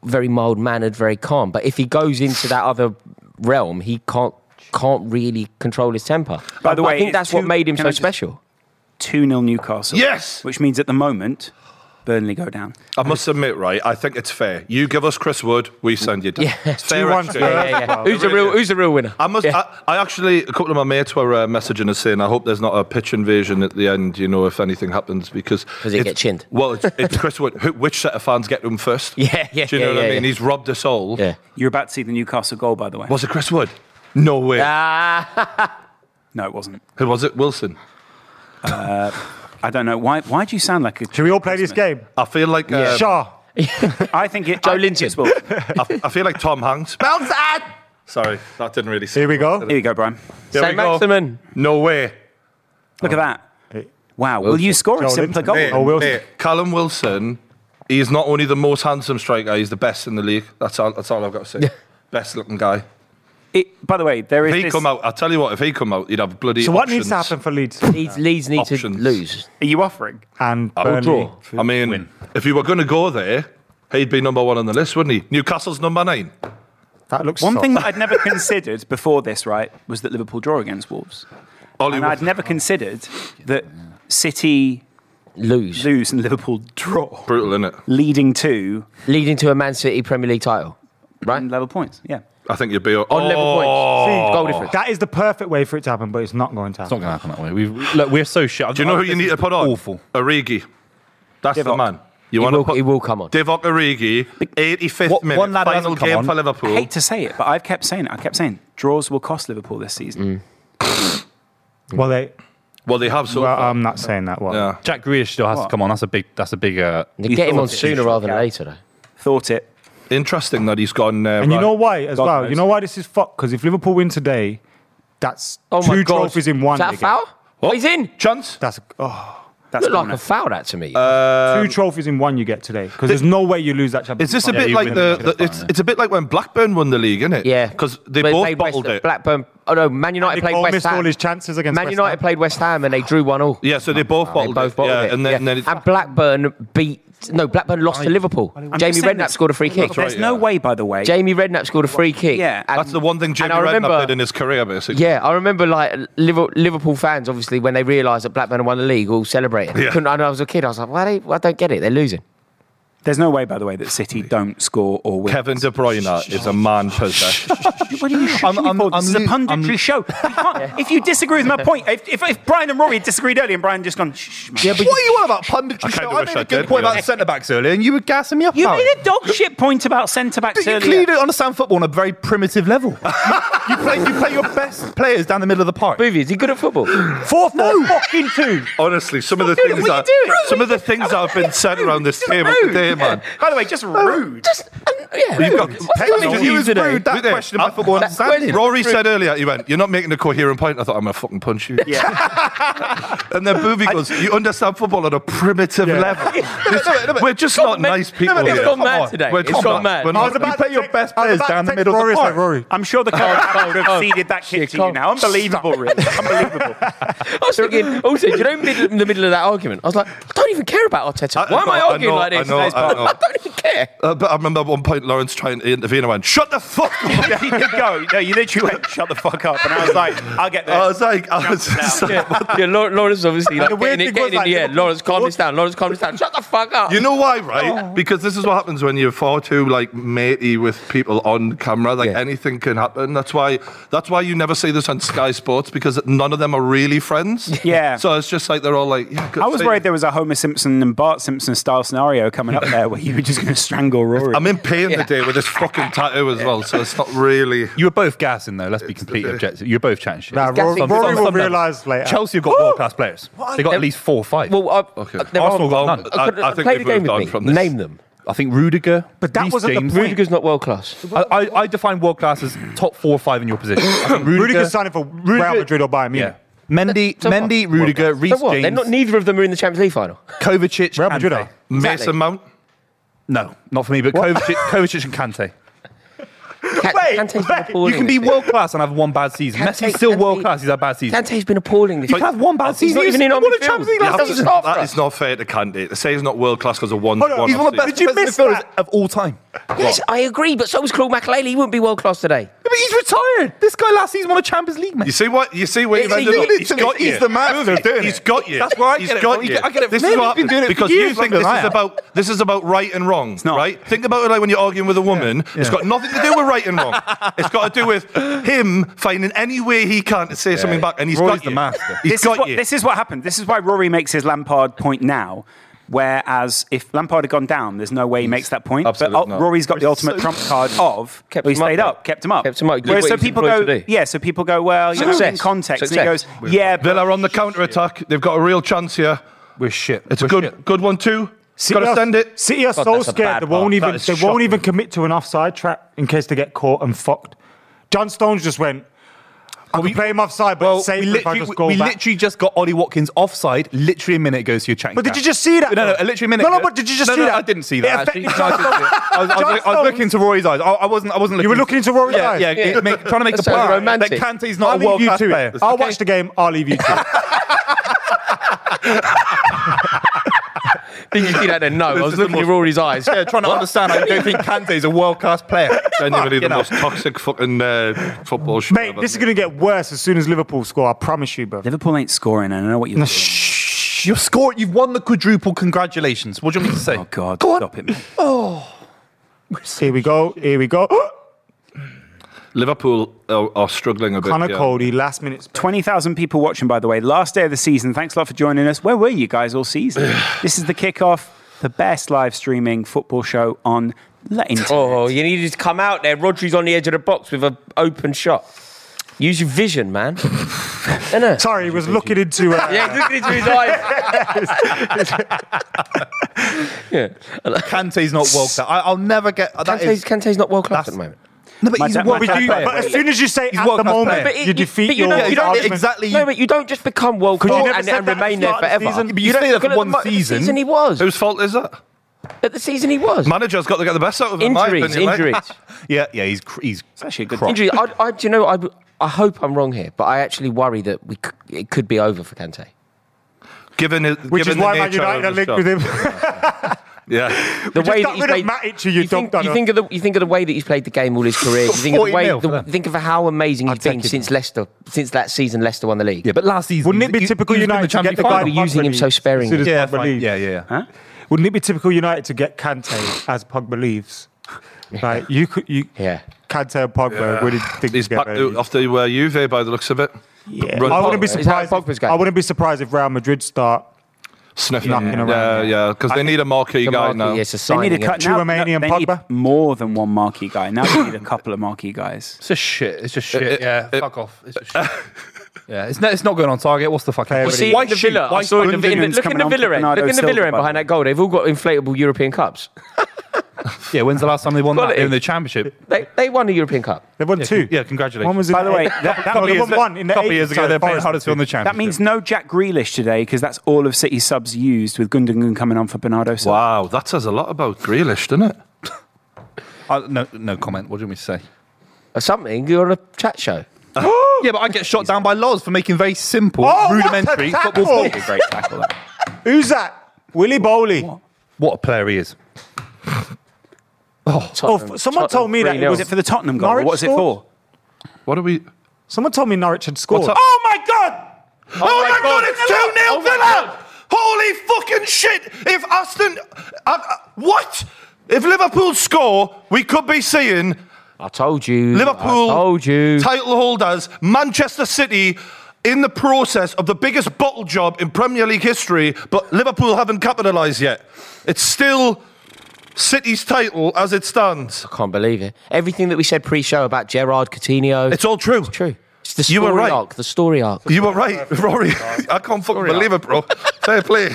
Speaker 5: very mild mannered, very calm. But if he goes into that other realm, he can't can't really control his temper.
Speaker 1: By the
Speaker 5: But
Speaker 1: way,
Speaker 5: I think
Speaker 1: it's
Speaker 5: that's what
Speaker 1: two-
Speaker 5: made him
Speaker 1: can
Speaker 5: so
Speaker 1: I just-
Speaker 5: special.
Speaker 1: Two 0 Newcastle.
Speaker 3: Yes!
Speaker 1: Which means at the moment, Burnley go down.
Speaker 3: I must admit, right? I think it's fair. You give us Chris Wood, we send you. Down.
Speaker 5: Yeah.
Speaker 3: It's fair.
Speaker 4: Two-one
Speaker 3: exchange.
Speaker 4: Spurs.
Speaker 5: Yeah, yeah, yeah. Who's the
Speaker 3: really
Speaker 5: real
Speaker 3: is.
Speaker 5: Who's the real winner?
Speaker 3: I must. I, I actually, a couple of my mates were uh, messaging us saying, "I hope there's not a pitch invasion at the end. You know, if anything happens, because because
Speaker 5: they get chinned.
Speaker 3: Well, it's, it's Chris Wood. Who, which set of fans get to him first?
Speaker 5: Yeah, yeah,
Speaker 3: Do you know
Speaker 5: yeah,
Speaker 3: what
Speaker 5: yeah,
Speaker 3: I mean?
Speaker 5: yeah.
Speaker 3: He's robbed us all.
Speaker 5: Yeah.
Speaker 1: You're about to see the Newcastle goal, by the way.
Speaker 3: Was it Chris Wood? No way.
Speaker 5: Ah.
Speaker 1: No, it wasn't.
Speaker 3: Who was it? Wilson.
Speaker 1: I don't know why. Why do you sound like a?
Speaker 4: Should we all play this game?
Speaker 3: I feel like. Uh,
Speaker 4: Shaw.
Speaker 1: I think it.
Speaker 5: Joe
Speaker 1: I think
Speaker 5: Linton.
Speaker 1: it's- well,
Speaker 3: I, I feel like Tom Hanks. Bounce that! Sorry, that didn't really.
Speaker 4: Here we go.
Speaker 1: Here you go, Brian.
Speaker 3: Here we
Speaker 5: Saint
Speaker 3: go.
Speaker 5: Maximin.
Speaker 3: No way.
Speaker 1: Look at that. Wow. Will you score a
Speaker 4: Joe
Speaker 1: simpler
Speaker 4: Linton.
Speaker 1: goal?
Speaker 4: Oh, Wilson.
Speaker 3: Callum Wilson, he's not only the most handsome striker, he's the best in the league. That's all, that's all I've got to say. best looking guy.
Speaker 1: It, by the way, there is.
Speaker 3: If he
Speaker 1: this-
Speaker 3: come out, I'll tell you what, if he come out, he'd have bloody
Speaker 4: So what
Speaker 3: options.
Speaker 4: needs to happen for Leeds
Speaker 5: Leeds, Leeds need
Speaker 3: Options.
Speaker 5: to lose.
Speaker 1: Are you offering?
Speaker 4: and
Speaker 3: I would
Speaker 4: Burnley?
Speaker 3: draw. I mean, if you were going to go there, he'd be number one on the list, wouldn't he? Newcastle's number nine.
Speaker 4: That looks
Speaker 1: One
Speaker 4: soft.
Speaker 1: thing that I'd never considered before this, right, was that Liverpool draw against Wolves.
Speaker 3: Ollie
Speaker 1: And I'd
Speaker 3: Watkins.
Speaker 1: never considered that City
Speaker 5: Lose.
Speaker 1: lose and Liverpool draw,
Speaker 3: Brutal, innit?
Speaker 1: leading to
Speaker 5: Leading to a Man City Premier League title. Right? On
Speaker 1: level points. Yeah.
Speaker 3: I think you'd be. Oh. On
Speaker 5: level points. Goal difference.
Speaker 4: Oh. That is the perfect way for it to happen, but it's not going to
Speaker 6: It's
Speaker 4: happen.
Speaker 6: not going to happen that way. We've, look, we're so shit.
Speaker 3: Do you know who you need to put on?
Speaker 6: Awful.
Speaker 3: Origi. That's the
Speaker 1: Divock.
Speaker 3: man. You
Speaker 5: He
Speaker 3: want to
Speaker 5: will-
Speaker 3: put
Speaker 5: he will come on.
Speaker 3: Divock Origi, 85th
Speaker 6: What-
Speaker 3: minute,
Speaker 6: one lad
Speaker 3: final
Speaker 6: hasn't come
Speaker 3: game
Speaker 6: on.
Speaker 3: for Liverpool.
Speaker 1: I hate to say it, but I've kept saying it. I kept saying draws will cost Liverpool this
Speaker 6: Mm.
Speaker 1: season.
Speaker 4: Well, they.
Speaker 3: Well, they have so
Speaker 4: Well,
Speaker 3: far.
Speaker 4: I'm not saying that. What?
Speaker 3: yeah.
Speaker 6: Jack Grealish still has to come on. That's a big. That's a big. Uh,
Speaker 5: They get him on sooner rather than
Speaker 1: Yeah.
Speaker 5: later, though.
Speaker 1: Thought it.
Speaker 3: Interesting that he's gone. Uh,
Speaker 4: And you
Speaker 3: right.
Speaker 4: know why as
Speaker 1: God
Speaker 4: well? You
Speaker 1: knows.
Speaker 4: know why this is fucked? Because if Liverpool win today, that's
Speaker 5: Oh
Speaker 4: two
Speaker 5: my God.
Speaker 4: trophies in one.
Speaker 5: Is
Speaker 4: they
Speaker 5: that a
Speaker 4: get.
Speaker 5: foul? Oh, he's in.
Speaker 3: Chance?
Speaker 4: That's oh,
Speaker 1: That's
Speaker 5: Looked like
Speaker 1: corner.
Speaker 5: a foul that to me.
Speaker 4: two trophies in one you get today. Because there's no way you lose that championship.
Speaker 3: Is this a
Speaker 4: final.
Speaker 3: bit
Speaker 6: you
Speaker 3: like
Speaker 6: win
Speaker 3: the,
Speaker 6: the-
Speaker 3: the- it's, it's a bit like when Blackburn won the league, isn't it?
Speaker 5: yeah.
Speaker 3: because they
Speaker 5: But
Speaker 3: both
Speaker 5: played West-
Speaker 3: bottled it.
Speaker 5: Blackburn. Oh, no. Man United
Speaker 4: Andy
Speaker 5: played
Speaker 4: Cole
Speaker 5: West
Speaker 4: missed
Speaker 5: Ham.
Speaker 4: all his chances against
Speaker 5: Man
Speaker 4: West
Speaker 5: United
Speaker 4: Ham.
Speaker 5: played West Ham and they drew 1 all.
Speaker 3: yeah, so they both
Speaker 5: They
Speaker 3: bottled
Speaker 5: both
Speaker 3: it.
Speaker 5: bottled
Speaker 3: yeah,
Speaker 5: it.
Speaker 3: and then,
Speaker 5: yeah.
Speaker 3: then it,
Speaker 5: and Blackburn beat. No, Blackburn lost to Liverpool.
Speaker 1: I'm
Speaker 5: Jamie
Speaker 1: just saying
Speaker 5: Redknapp
Speaker 1: this.
Speaker 5: scored a free kick.
Speaker 1: There's
Speaker 3: right,
Speaker 1: no
Speaker 3: yeah.
Speaker 1: way, by the way.
Speaker 5: Jamie Redknapp scored a free kick.
Speaker 1: Yeah.
Speaker 5: And-
Speaker 3: that's the one thing Jimmy
Speaker 5: and I remember-
Speaker 3: Redknapp did in his career, basically.
Speaker 5: Yeah, I remember like Liver- Liverpool fans, obviously, when they realised that Blackburn had won the league, all celebrating.
Speaker 3: Yeah.
Speaker 5: Couldn't, I know I was a kid. I was like, why? They, I don't get it. They're losing.
Speaker 1: There's no way, by the way, that City don't score or win.
Speaker 3: Kevin De Bruyne is a man possessed.
Speaker 1: What are you shushing me
Speaker 6: I'm-
Speaker 1: for? This is
Speaker 6: I'm
Speaker 1: a
Speaker 6: lo-
Speaker 1: punditry
Speaker 6: I'm-
Speaker 1: show. You can't- If you disagree with my point, if, if, if Brian and Rory had disagreed earlier and Brian had just gone, shh, shh, man.
Speaker 6: but
Speaker 2: What are you on about punditry?
Speaker 3: I
Speaker 2: show?
Speaker 3: kinda
Speaker 2: I
Speaker 3: wish
Speaker 2: made a
Speaker 3: I
Speaker 2: good
Speaker 3: did,
Speaker 2: point
Speaker 3: but-
Speaker 2: about
Speaker 6: about centre backs earlier, and you were gassing me up.
Speaker 1: you
Speaker 6: about
Speaker 1: made
Speaker 6: it.
Speaker 1: a dog shit point about centre backs
Speaker 6: But you
Speaker 1: earlier.
Speaker 6: clearly don't understand football on a very primitive level. you, play, you play your best players down the middle of the park.
Speaker 5: Booby, is he good at football?
Speaker 4: Four, four, fucking two.
Speaker 3: Honestly, some of the
Speaker 1: Dude,
Speaker 3: things
Speaker 1: what are
Speaker 3: that
Speaker 1: you doing?
Speaker 3: some of the things that have been said around this table today, man.
Speaker 1: By the way, just rude.
Speaker 5: Just, um, yeah.
Speaker 3: You've got
Speaker 6: Technically,
Speaker 5: doing
Speaker 6: he was
Speaker 5: today?
Speaker 6: rude. That
Speaker 3: Wait there.
Speaker 6: question about football
Speaker 5: Uh, that
Speaker 6: understanding.
Speaker 5: question-
Speaker 3: Rory said earlier, he went, You're not making a coherent point. I thought, I'm going to fucking punch you.
Speaker 1: Yeah.
Speaker 3: And then Booby goes, You understand football on a primitive level. This- We're just not nice people.
Speaker 5: it's
Speaker 3: here.
Speaker 5: gone mad
Speaker 3: Come on.
Speaker 5: today.
Speaker 3: We're
Speaker 5: It's
Speaker 3: just not-
Speaker 5: gone mad.
Speaker 3: we're
Speaker 5: I
Speaker 3: not-
Speaker 6: You play your best
Speaker 4: I was
Speaker 6: players
Speaker 4: about
Speaker 6: down
Speaker 4: to
Speaker 6: the
Speaker 4: take
Speaker 6: middle of
Speaker 4: Rory's
Speaker 6: the
Speaker 4: like,
Speaker 6: park.
Speaker 4: Rory.
Speaker 1: I'm sure the crowd would have ceded that kick to you now. Unbelievable, really. Unbelievable.
Speaker 5: I was thinking, also, do you know, mid, in the middle of that argument, I was like, I don't even care about Arteta.
Speaker 3: I-
Speaker 5: Why
Speaker 3: I
Speaker 5: am I
Speaker 3: know, I
Speaker 5: arguing
Speaker 3: know,
Speaker 5: like this?
Speaker 3: I know,
Speaker 5: at this
Speaker 3: I
Speaker 5: point?
Speaker 3: know.
Speaker 5: don't even care.
Speaker 3: Uh, but I remember at one point Lawrence trying to intervene. I went, "Shut the fuck up!"
Speaker 1: you did go. No, you literally went, shut the fuck up. And I was like, I'll get there.
Speaker 5: Oh,
Speaker 3: I was like, I was just like,
Speaker 5: Yeah, Law- Lawrence obviously like
Speaker 4: the weird
Speaker 5: getting, it,
Speaker 4: thing was,
Speaker 5: getting in
Speaker 4: like,
Speaker 5: the air.
Speaker 4: Liverpool-
Speaker 5: Lawrence, calm this down. Lawrence, calm this down. Shut the fuck up.
Speaker 3: you know why, right? Because this is what happens when you're far too like matey with people on camera. Like
Speaker 5: Yeah.
Speaker 3: anything can happen. That's why. That's why you never see this on Sky Sports because none of them are really friends.
Speaker 1: Yeah.
Speaker 3: So it's just like they're all like. Yeah, good
Speaker 1: I was
Speaker 3: for you."
Speaker 1: worried there was a Homer Simpson and Bart Simpson style scenario coming up there where you were just going to strangle Rory.
Speaker 3: I'm in pain today with this fucking tattoo as well, so it's not really.
Speaker 6: You were both gassing, though. Let's be completely objective. You were both chatting shit.
Speaker 4: Nah,
Speaker 6: Some-
Speaker 4: Rory,
Speaker 5: gassing.
Speaker 4: Rory
Speaker 6: some-
Speaker 4: will
Speaker 6: some level.
Speaker 4: realise later.
Speaker 6: Chelsea have got world class players. They got at least four or five.
Speaker 5: Well, I,
Speaker 3: Okay.
Speaker 5: there
Speaker 6: Arsenal
Speaker 5: are,
Speaker 6: got-
Speaker 5: I,
Speaker 3: I-
Speaker 5: couldn't-
Speaker 3: I think
Speaker 5: play the
Speaker 3: we've
Speaker 5: game
Speaker 3: moved on
Speaker 5: with me.
Speaker 3: from this.
Speaker 5: Name them.
Speaker 6: I think Rudiger.
Speaker 4: But that
Speaker 6: Reece
Speaker 4: wasn't the
Speaker 6: James.
Speaker 4: point.
Speaker 5: Rudiger's not world class.
Speaker 6: I, I, I define world class as top four or five in your position. I think
Speaker 4: Rudiger's signing for Real Madrid or Bayern Munich.
Speaker 6: Yeah. Mendy,
Speaker 5: So what?
Speaker 6: Mendy, Rudiger, Reece
Speaker 5: So what? They're
Speaker 6: James,
Speaker 5: not, neither of them are in the Champions League final.
Speaker 6: Kovacic,
Speaker 4: Real Madrid
Speaker 6: Kante.
Speaker 4: are.
Speaker 3: Mason Mount.
Speaker 6: No, not for me, but Kovacic, Kovacic and Kante.
Speaker 5: Can,
Speaker 4: Wait,
Speaker 5: Kante's been
Speaker 4: wait.
Speaker 5: appalling
Speaker 6: You can be
Speaker 5: this
Speaker 6: world class and have one bad season.
Speaker 5: Kante-
Speaker 6: Messi's still
Speaker 5: Kante-
Speaker 6: world class. He's had bad
Speaker 5: season.
Speaker 6: seasons.
Speaker 5: Kante's been appalling this
Speaker 6: You can have one bad
Speaker 5: He's
Speaker 6: season.
Speaker 5: not even in
Speaker 6: He's
Speaker 5: on
Speaker 6: won a
Speaker 5: midfield.
Speaker 6: Champions League
Speaker 5: You
Speaker 6: last
Speaker 5: have to
Speaker 6: season.
Speaker 5: start for
Speaker 3: That
Speaker 5: us.
Speaker 3: is not fair to Kante. To say he's not world class because of one.
Speaker 4: Hold on,
Speaker 3: one
Speaker 4: he's one of the
Speaker 3: off
Speaker 4: best
Speaker 3: season.
Speaker 6: Did you
Speaker 4: Best
Speaker 6: miss
Speaker 4: midfielders
Speaker 6: that? of all time?
Speaker 5: Yes, I agree, but so was Claude McLean. He wouldn't be world class today.
Speaker 6: But he's retired. This guy last season won a Champions League,
Speaker 3: You
Speaker 6: mate.
Speaker 3: see what you see what
Speaker 5: He's
Speaker 3: you've ended
Speaker 5: doing
Speaker 3: up.
Speaker 5: it
Speaker 3: He's
Speaker 5: to me.
Speaker 3: got you.
Speaker 5: He's the
Speaker 6: man who's doing
Speaker 3: He's
Speaker 6: it.
Speaker 3: got you.
Speaker 6: That's where I
Speaker 3: He's
Speaker 6: get it
Speaker 3: got
Speaker 6: from.
Speaker 3: you.
Speaker 6: I get it
Speaker 3: This
Speaker 6: from
Speaker 3: is
Speaker 6: him.
Speaker 3: what
Speaker 6: He's been doing it
Speaker 3: because
Speaker 6: for
Speaker 3: you
Speaker 6: years
Speaker 3: think
Speaker 6: longer
Speaker 3: this
Speaker 6: than I
Speaker 3: is
Speaker 6: have.
Speaker 3: about this is about right and wrong,
Speaker 1: not.
Speaker 3: right? Think about it like when you're arguing with a woman. It's got nothing to do with right and wrong. it's got to do with him finding any way he can to say something back, and he's
Speaker 6: Roy's
Speaker 3: got
Speaker 6: the
Speaker 3: you.
Speaker 6: master.
Speaker 3: He's
Speaker 1: this
Speaker 3: got
Speaker 1: is what,
Speaker 3: you.
Speaker 1: This is what happened. This is why Rory makes his Lampard point now. Whereas if Lampard had gone down, there's no way he makes that point.
Speaker 3: Absolutely
Speaker 1: but uh,
Speaker 3: not.
Speaker 1: Rory's got the ultimate trump card of
Speaker 5: Kept
Speaker 1: well, he
Speaker 5: him up,
Speaker 1: stayed
Speaker 5: mate.
Speaker 1: up, kept him up,
Speaker 5: Kept him up. Did
Speaker 1: Whereas
Speaker 5: what
Speaker 1: so
Speaker 5: he was
Speaker 1: people go,
Speaker 5: employed to do.
Speaker 1: yeah, so people go, well, you know, in
Speaker 5: Success.
Speaker 1: context,
Speaker 5: Success.
Speaker 1: and he goes, yeah, but
Speaker 3: Villa on the counter attack. They've got a real chance here.
Speaker 6: We're shit.
Speaker 3: It's a good good one too.
Speaker 4: City
Speaker 3: got to
Speaker 4: are-
Speaker 3: send it.
Speaker 4: City are
Speaker 5: God,
Speaker 4: so
Speaker 5: that's a
Speaker 4: scared
Speaker 5: bad
Speaker 4: they
Speaker 5: part.
Speaker 4: won't even
Speaker 3: That is
Speaker 4: they won't even
Speaker 3: shocking.
Speaker 4: commit to an offside trap in case they get caught and fucked. John Stones just went. I could play him offside, but
Speaker 6: Well,
Speaker 4: save
Speaker 6: we,
Speaker 4: him if I
Speaker 6: literally,
Speaker 4: just
Speaker 6: we-
Speaker 4: go
Speaker 6: we
Speaker 4: back.
Speaker 6: literally just got Ollie Watkins offside. Literally a minute ago, so you're chatting.
Speaker 4: But did
Speaker 6: crap.
Speaker 4: you just see that,
Speaker 6: No, no,
Speaker 4: though?
Speaker 6: literally a minute.
Speaker 4: No, no,
Speaker 6: ago.
Speaker 4: but did you just
Speaker 6: No,
Speaker 4: see
Speaker 6: no,
Speaker 4: that?
Speaker 6: I didn't see
Speaker 4: It
Speaker 6: that.
Speaker 4: affected
Speaker 6: actually. No, I didn't see it. I was, I was
Speaker 4: John
Speaker 6: look- I was looking
Speaker 4: Stones.
Speaker 6: into Roy's eyes. I, I wasn't. I wasn't looking.
Speaker 4: You were looking into Rory's
Speaker 6: yeah,
Speaker 4: eyes?
Speaker 6: Yeah, yeah. make- trying to make the
Speaker 5: That sounds
Speaker 6: point
Speaker 5: romantic.
Speaker 6: that Kante's
Speaker 4: I'll
Speaker 6: not a
Speaker 4: leave
Speaker 6: world
Speaker 4: you
Speaker 6: class
Speaker 4: to
Speaker 6: player.
Speaker 4: it. I'll watch the game. I'll leave you to it.
Speaker 5: Did you see that then? No, I was
Speaker 3: is the
Speaker 5: looking at
Speaker 3: most-
Speaker 5: Rory's eyes.
Speaker 6: Yeah, trying to understand. I don't think Kante's a world class player.
Speaker 3: Genuinely the
Speaker 6: Fucking
Speaker 3: most toxic fucking uh, football shit. I've
Speaker 4: Mate,
Speaker 3: ever
Speaker 4: this is
Speaker 3: seen.
Speaker 4: going to get worse as soon as Liverpool score. I promise you, bro.
Speaker 1: Liverpool ain't scoring. and I know what you're doing.
Speaker 6: Shh, You've scored. You've won the quadruple. Congratulations. What do you want me to say?
Speaker 1: Oh God,
Speaker 6: Go on.
Speaker 1: stop it, mate.
Speaker 4: Here we go. Here we go.
Speaker 3: Liverpool are, are struggling a bit.
Speaker 4: Connor
Speaker 3: yeah.
Speaker 4: Cody, last minute.
Speaker 1: Twenty thousand people watching, by the way. Last day of the season. Thanks a lot for joining us. Where were you guys all season? this is the kickoff, the best live streaming football show on the internet.
Speaker 5: Oh, you needed to come out there. Rodri's on the edge of the box with an open shot. Use your vision, man. Innit?
Speaker 4: Sorry, he was looking into. Uh,
Speaker 5: Yeah, he's looking into his eyes. yeah.
Speaker 6: Kante's not world class. I, I'll never get. That
Speaker 5: Kante's,
Speaker 6: is,
Speaker 5: Kante's not world class
Speaker 6: that's-
Speaker 5: at the moment.
Speaker 6: no, but
Speaker 1: My
Speaker 6: he's
Speaker 1: da-
Speaker 6: a
Speaker 1: my
Speaker 6: world
Speaker 1: dad-
Speaker 6: class player.
Speaker 4: But as soon as you say
Speaker 6: He's
Speaker 4: at
Speaker 6: world
Speaker 4: the
Speaker 6: class
Speaker 4: moment,
Speaker 6: player. But
Speaker 5: it-
Speaker 4: you defeat
Speaker 5: but you
Speaker 4: your
Speaker 5: don't- you don't-
Speaker 4: argument.
Speaker 6: exactly.
Speaker 5: No, but you don't just become world
Speaker 4: you
Speaker 5: class
Speaker 4: never
Speaker 5: and,
Speaker 4: said
Speaker 5: and
Speaker 4: that at
Speaker 5: remain
Speaker 4: the
Speaker 5: there
Speaker 4: start of the
Speaker 5: forever.
Speaker 4: season.
Speaker 6: But you say
Speaker 5: don't-
Speaker 6: that's
Speaker 5: look at
Speaker 6: one
Speaker 5: the mo- the
Speaker 6: season.
Speaker 5: season he was.
Speaker 3: Whose fault is that?
Speaker 5: At the season he was.
Speaker 3: Manager's got to get the best out of it. in my
Speaker 5: Injuries,
Speaker 3: opinion, mate.
Speaker 5: injuries.
Speaker 6: Yeah, yeah. He's cr- he's
Speaker 1: actually a good
Speaker 6: crap.
Speaker 5: Injury. I, I, do you know? I, I hope I'm wrong here, but I actually worry that we c- it could be over for Kante.
Speaker 3: Given it,
Speaker 4: Which is
Speaker 3: given
Speaker 4: why
Speaker 3: the
Speaker 4: Man
Speaker 3: nature
Speaker 4: United are
Speaker 3: of his
Speaker 4: linked with
Speaker 3: job.
Speaker 4: him.
Speaker 3: Yeah,
Speaker 5: The
Speaker 4: just got
Speaker 5: he's
Speaker 4: rid of
Speaker 5: played-
Speaker 4: Matic, you dog
Speaker 5: think,
Speaker 4: dog.
Speaker 5: you think of the you think of the way that he's played the game all his career. You think of the
Speaker 6: 40
Speaker 5: way
Speaker 6: mil for
Speaker 5: the,
Speaker 6: that.
Speaker 5: think of how amazing he's been
Speaker 6: take it.
Speaker 5: since Leicester since that season Leicester won the league.
Speaker 6: Yeah, but last season
Speaker 4: Wouldn't it be
Speaker 6: he- he
Speaker 4: typical
Speaker 6: was in the
Speaker 4: United to
Speaker 6: Champions
Speaker 4: get the
Speaker 6: League
Speaker 4: guy
Speaker 6: final.
Speaker 5: using him so sparingly.
Speaker 6: Yeah, fine. yeah, yeah, yeah.
Speaker 4: Wouldn't it be typical United to get Kante as Pogba leaves? Like you could, you
Speaker 5: Yeah.
Speaker 4: Kante and Pogba. Where did things
Speaker 3: He's uh,
Speaker 4: get?
Speaker 3: back
Speaker 4: ready?
Speaker 3: after you were Juve by the looks of it.
Speaker 4: Yeah.
Speaker 3: Run
Speaker 4: I wouldn't be
Speaker 3: Pogba.
Speaker 5: Is that
Speaker 4: surprised.
Speaker 5: how Pogba's going?
Speaker 4: I wouldn't be surprised if Real Madrid start.
Speaker 3: Sniffing.
Speaker 4: Knocking around,
Speaker 3: Yeah, yeah, because they need a marquee
Speaker 5: The
Speaker 3: guy
Speaker 5: market,
Speaker 3: now.
Speaker 5: yes, a
Speaker 1: They need a
Speaker 5: signing.
Speaker 1: cut.
Speaker 4: Chouameni and
Speaker 1: they need
Speaker 4: Pogba?
Speaker 1: more than one marquee guy. Now they need a couple of marquee guys.
Speaker 6: It's just shit. It's just shit.
Speaker 3: it-
Speaker 6: yeah,
Speaker 3: it-
Speaker 6: Uh, fuck off. It's just shit. yeah, it's not, it's not going on target. What's the fucking
Speaker 4: Well,
Speaker 6: point?
Speaker 5: See,
Speaker 6: Why
Speaker 5: in the
Speaker 6: shoot?
Speaker 5: Villa,
Speaker 6: Why
Speaker 5: I saw in the,
Speaker 6: shoot?
Speaker 5: in the,
Speaker 1: Gundogan's
Speaker 5: look in the
Speaker 1: coming
Speaker 5: Villa
Speaker 1: on
Speaker 5: end.
Speaker 1: Bernardo
Speaker 5: Look in the
Speaker 1: Silva,
Speaker 5: Villa end
Speaker 1: by the
Speaker 5: behind
Speaker 1: way.
Speaker 5: that goal. They've all got inflatable European cups.
Speaker 6: Yeah, when's the last time they won that
Speaker 5: Quality.
Speaker 6: in the championship?
Speaker 5: They, they won a European Cup.
Speaker 4: They won
Speaker 6: Yeah,
Speaker 4: two.
Speaker 6: con- yeah, congratulations.
Speaker 4: One was in
Speaker 1: By the way,
Speaker 4: eight-
Speaker 1: that-
Speaker 4: no,
Speaker 1: that
Speaker 4: they
Speaker 1: years
Speaker 4: won
Speaker 1: ago-
Speaker 4: one in the
Speaker 6: couple
Speaker 4: eight-
Speaker 6: years ago,
Speaker 4: sorry,
Speaker 6: they played
Speaker 4: Forest.
Speaker 6: Huddersfield in the championship.
Speaker 1: That means no Jack Grealish today because that's all of City's subs used with Gundogan coming on for Bernardo Silva.
Speaker 3: Wow, that says a lot about Grealish, doesn't it?
Speaker 6: Uh, no, no comment. What do you want me to say?
Speaker 5: Or something. You're on a chat show.
Speaker 6: yeah, but I get shot down by Loz for making very simple,
Speaker 4: Oh, what a
Speaker 6: rudimentary
Speaker 4: tackle!
Speaker 6: football.
Speaker 1: That'd be a great tackle. that.
Speaker 4: Who's that? Willie Bowley.
Speaker 6: What a player he is.
Speaker 4: Oh, f- someone told me that it
Speaker 1: Was it for the Tottenham goal?
Speaker 4: Norwich
Speaker 1: What was it
Speaker 4: scored?
Speaker 1: for?
Speaker 3: What are we?
Speaker 4: Someone told me Norwich had scored.
Speaker 3: up?
Speaker 1: Oh my God!
Speaker 3: Oh, my God, it's 2 0 Villa! Holy fucking shit! If Aston. Uh, uh, what? If Liverpool score, we could be seeing
Speaker 5: I told you.
Speaker 3: Liverpool
Speaker 5: I told you.
Speaker 3: title holders, Manchester City in the process of the biggest bottle job in Premier League history, but Liverpool haven't capitalised yet. It's still City's title as it stands.
Speaker 5: Can't believe it. Everything that we said pre-show about Gerard Coutinho.
Speaker 3: It's all true.
Speaker 5: true. It's the story
Speaker 3: You were right.
Speaker 5: arc. The story arc.
Speaker 3: You were right, Rory. I can't fucking believe it, bro. Fair play.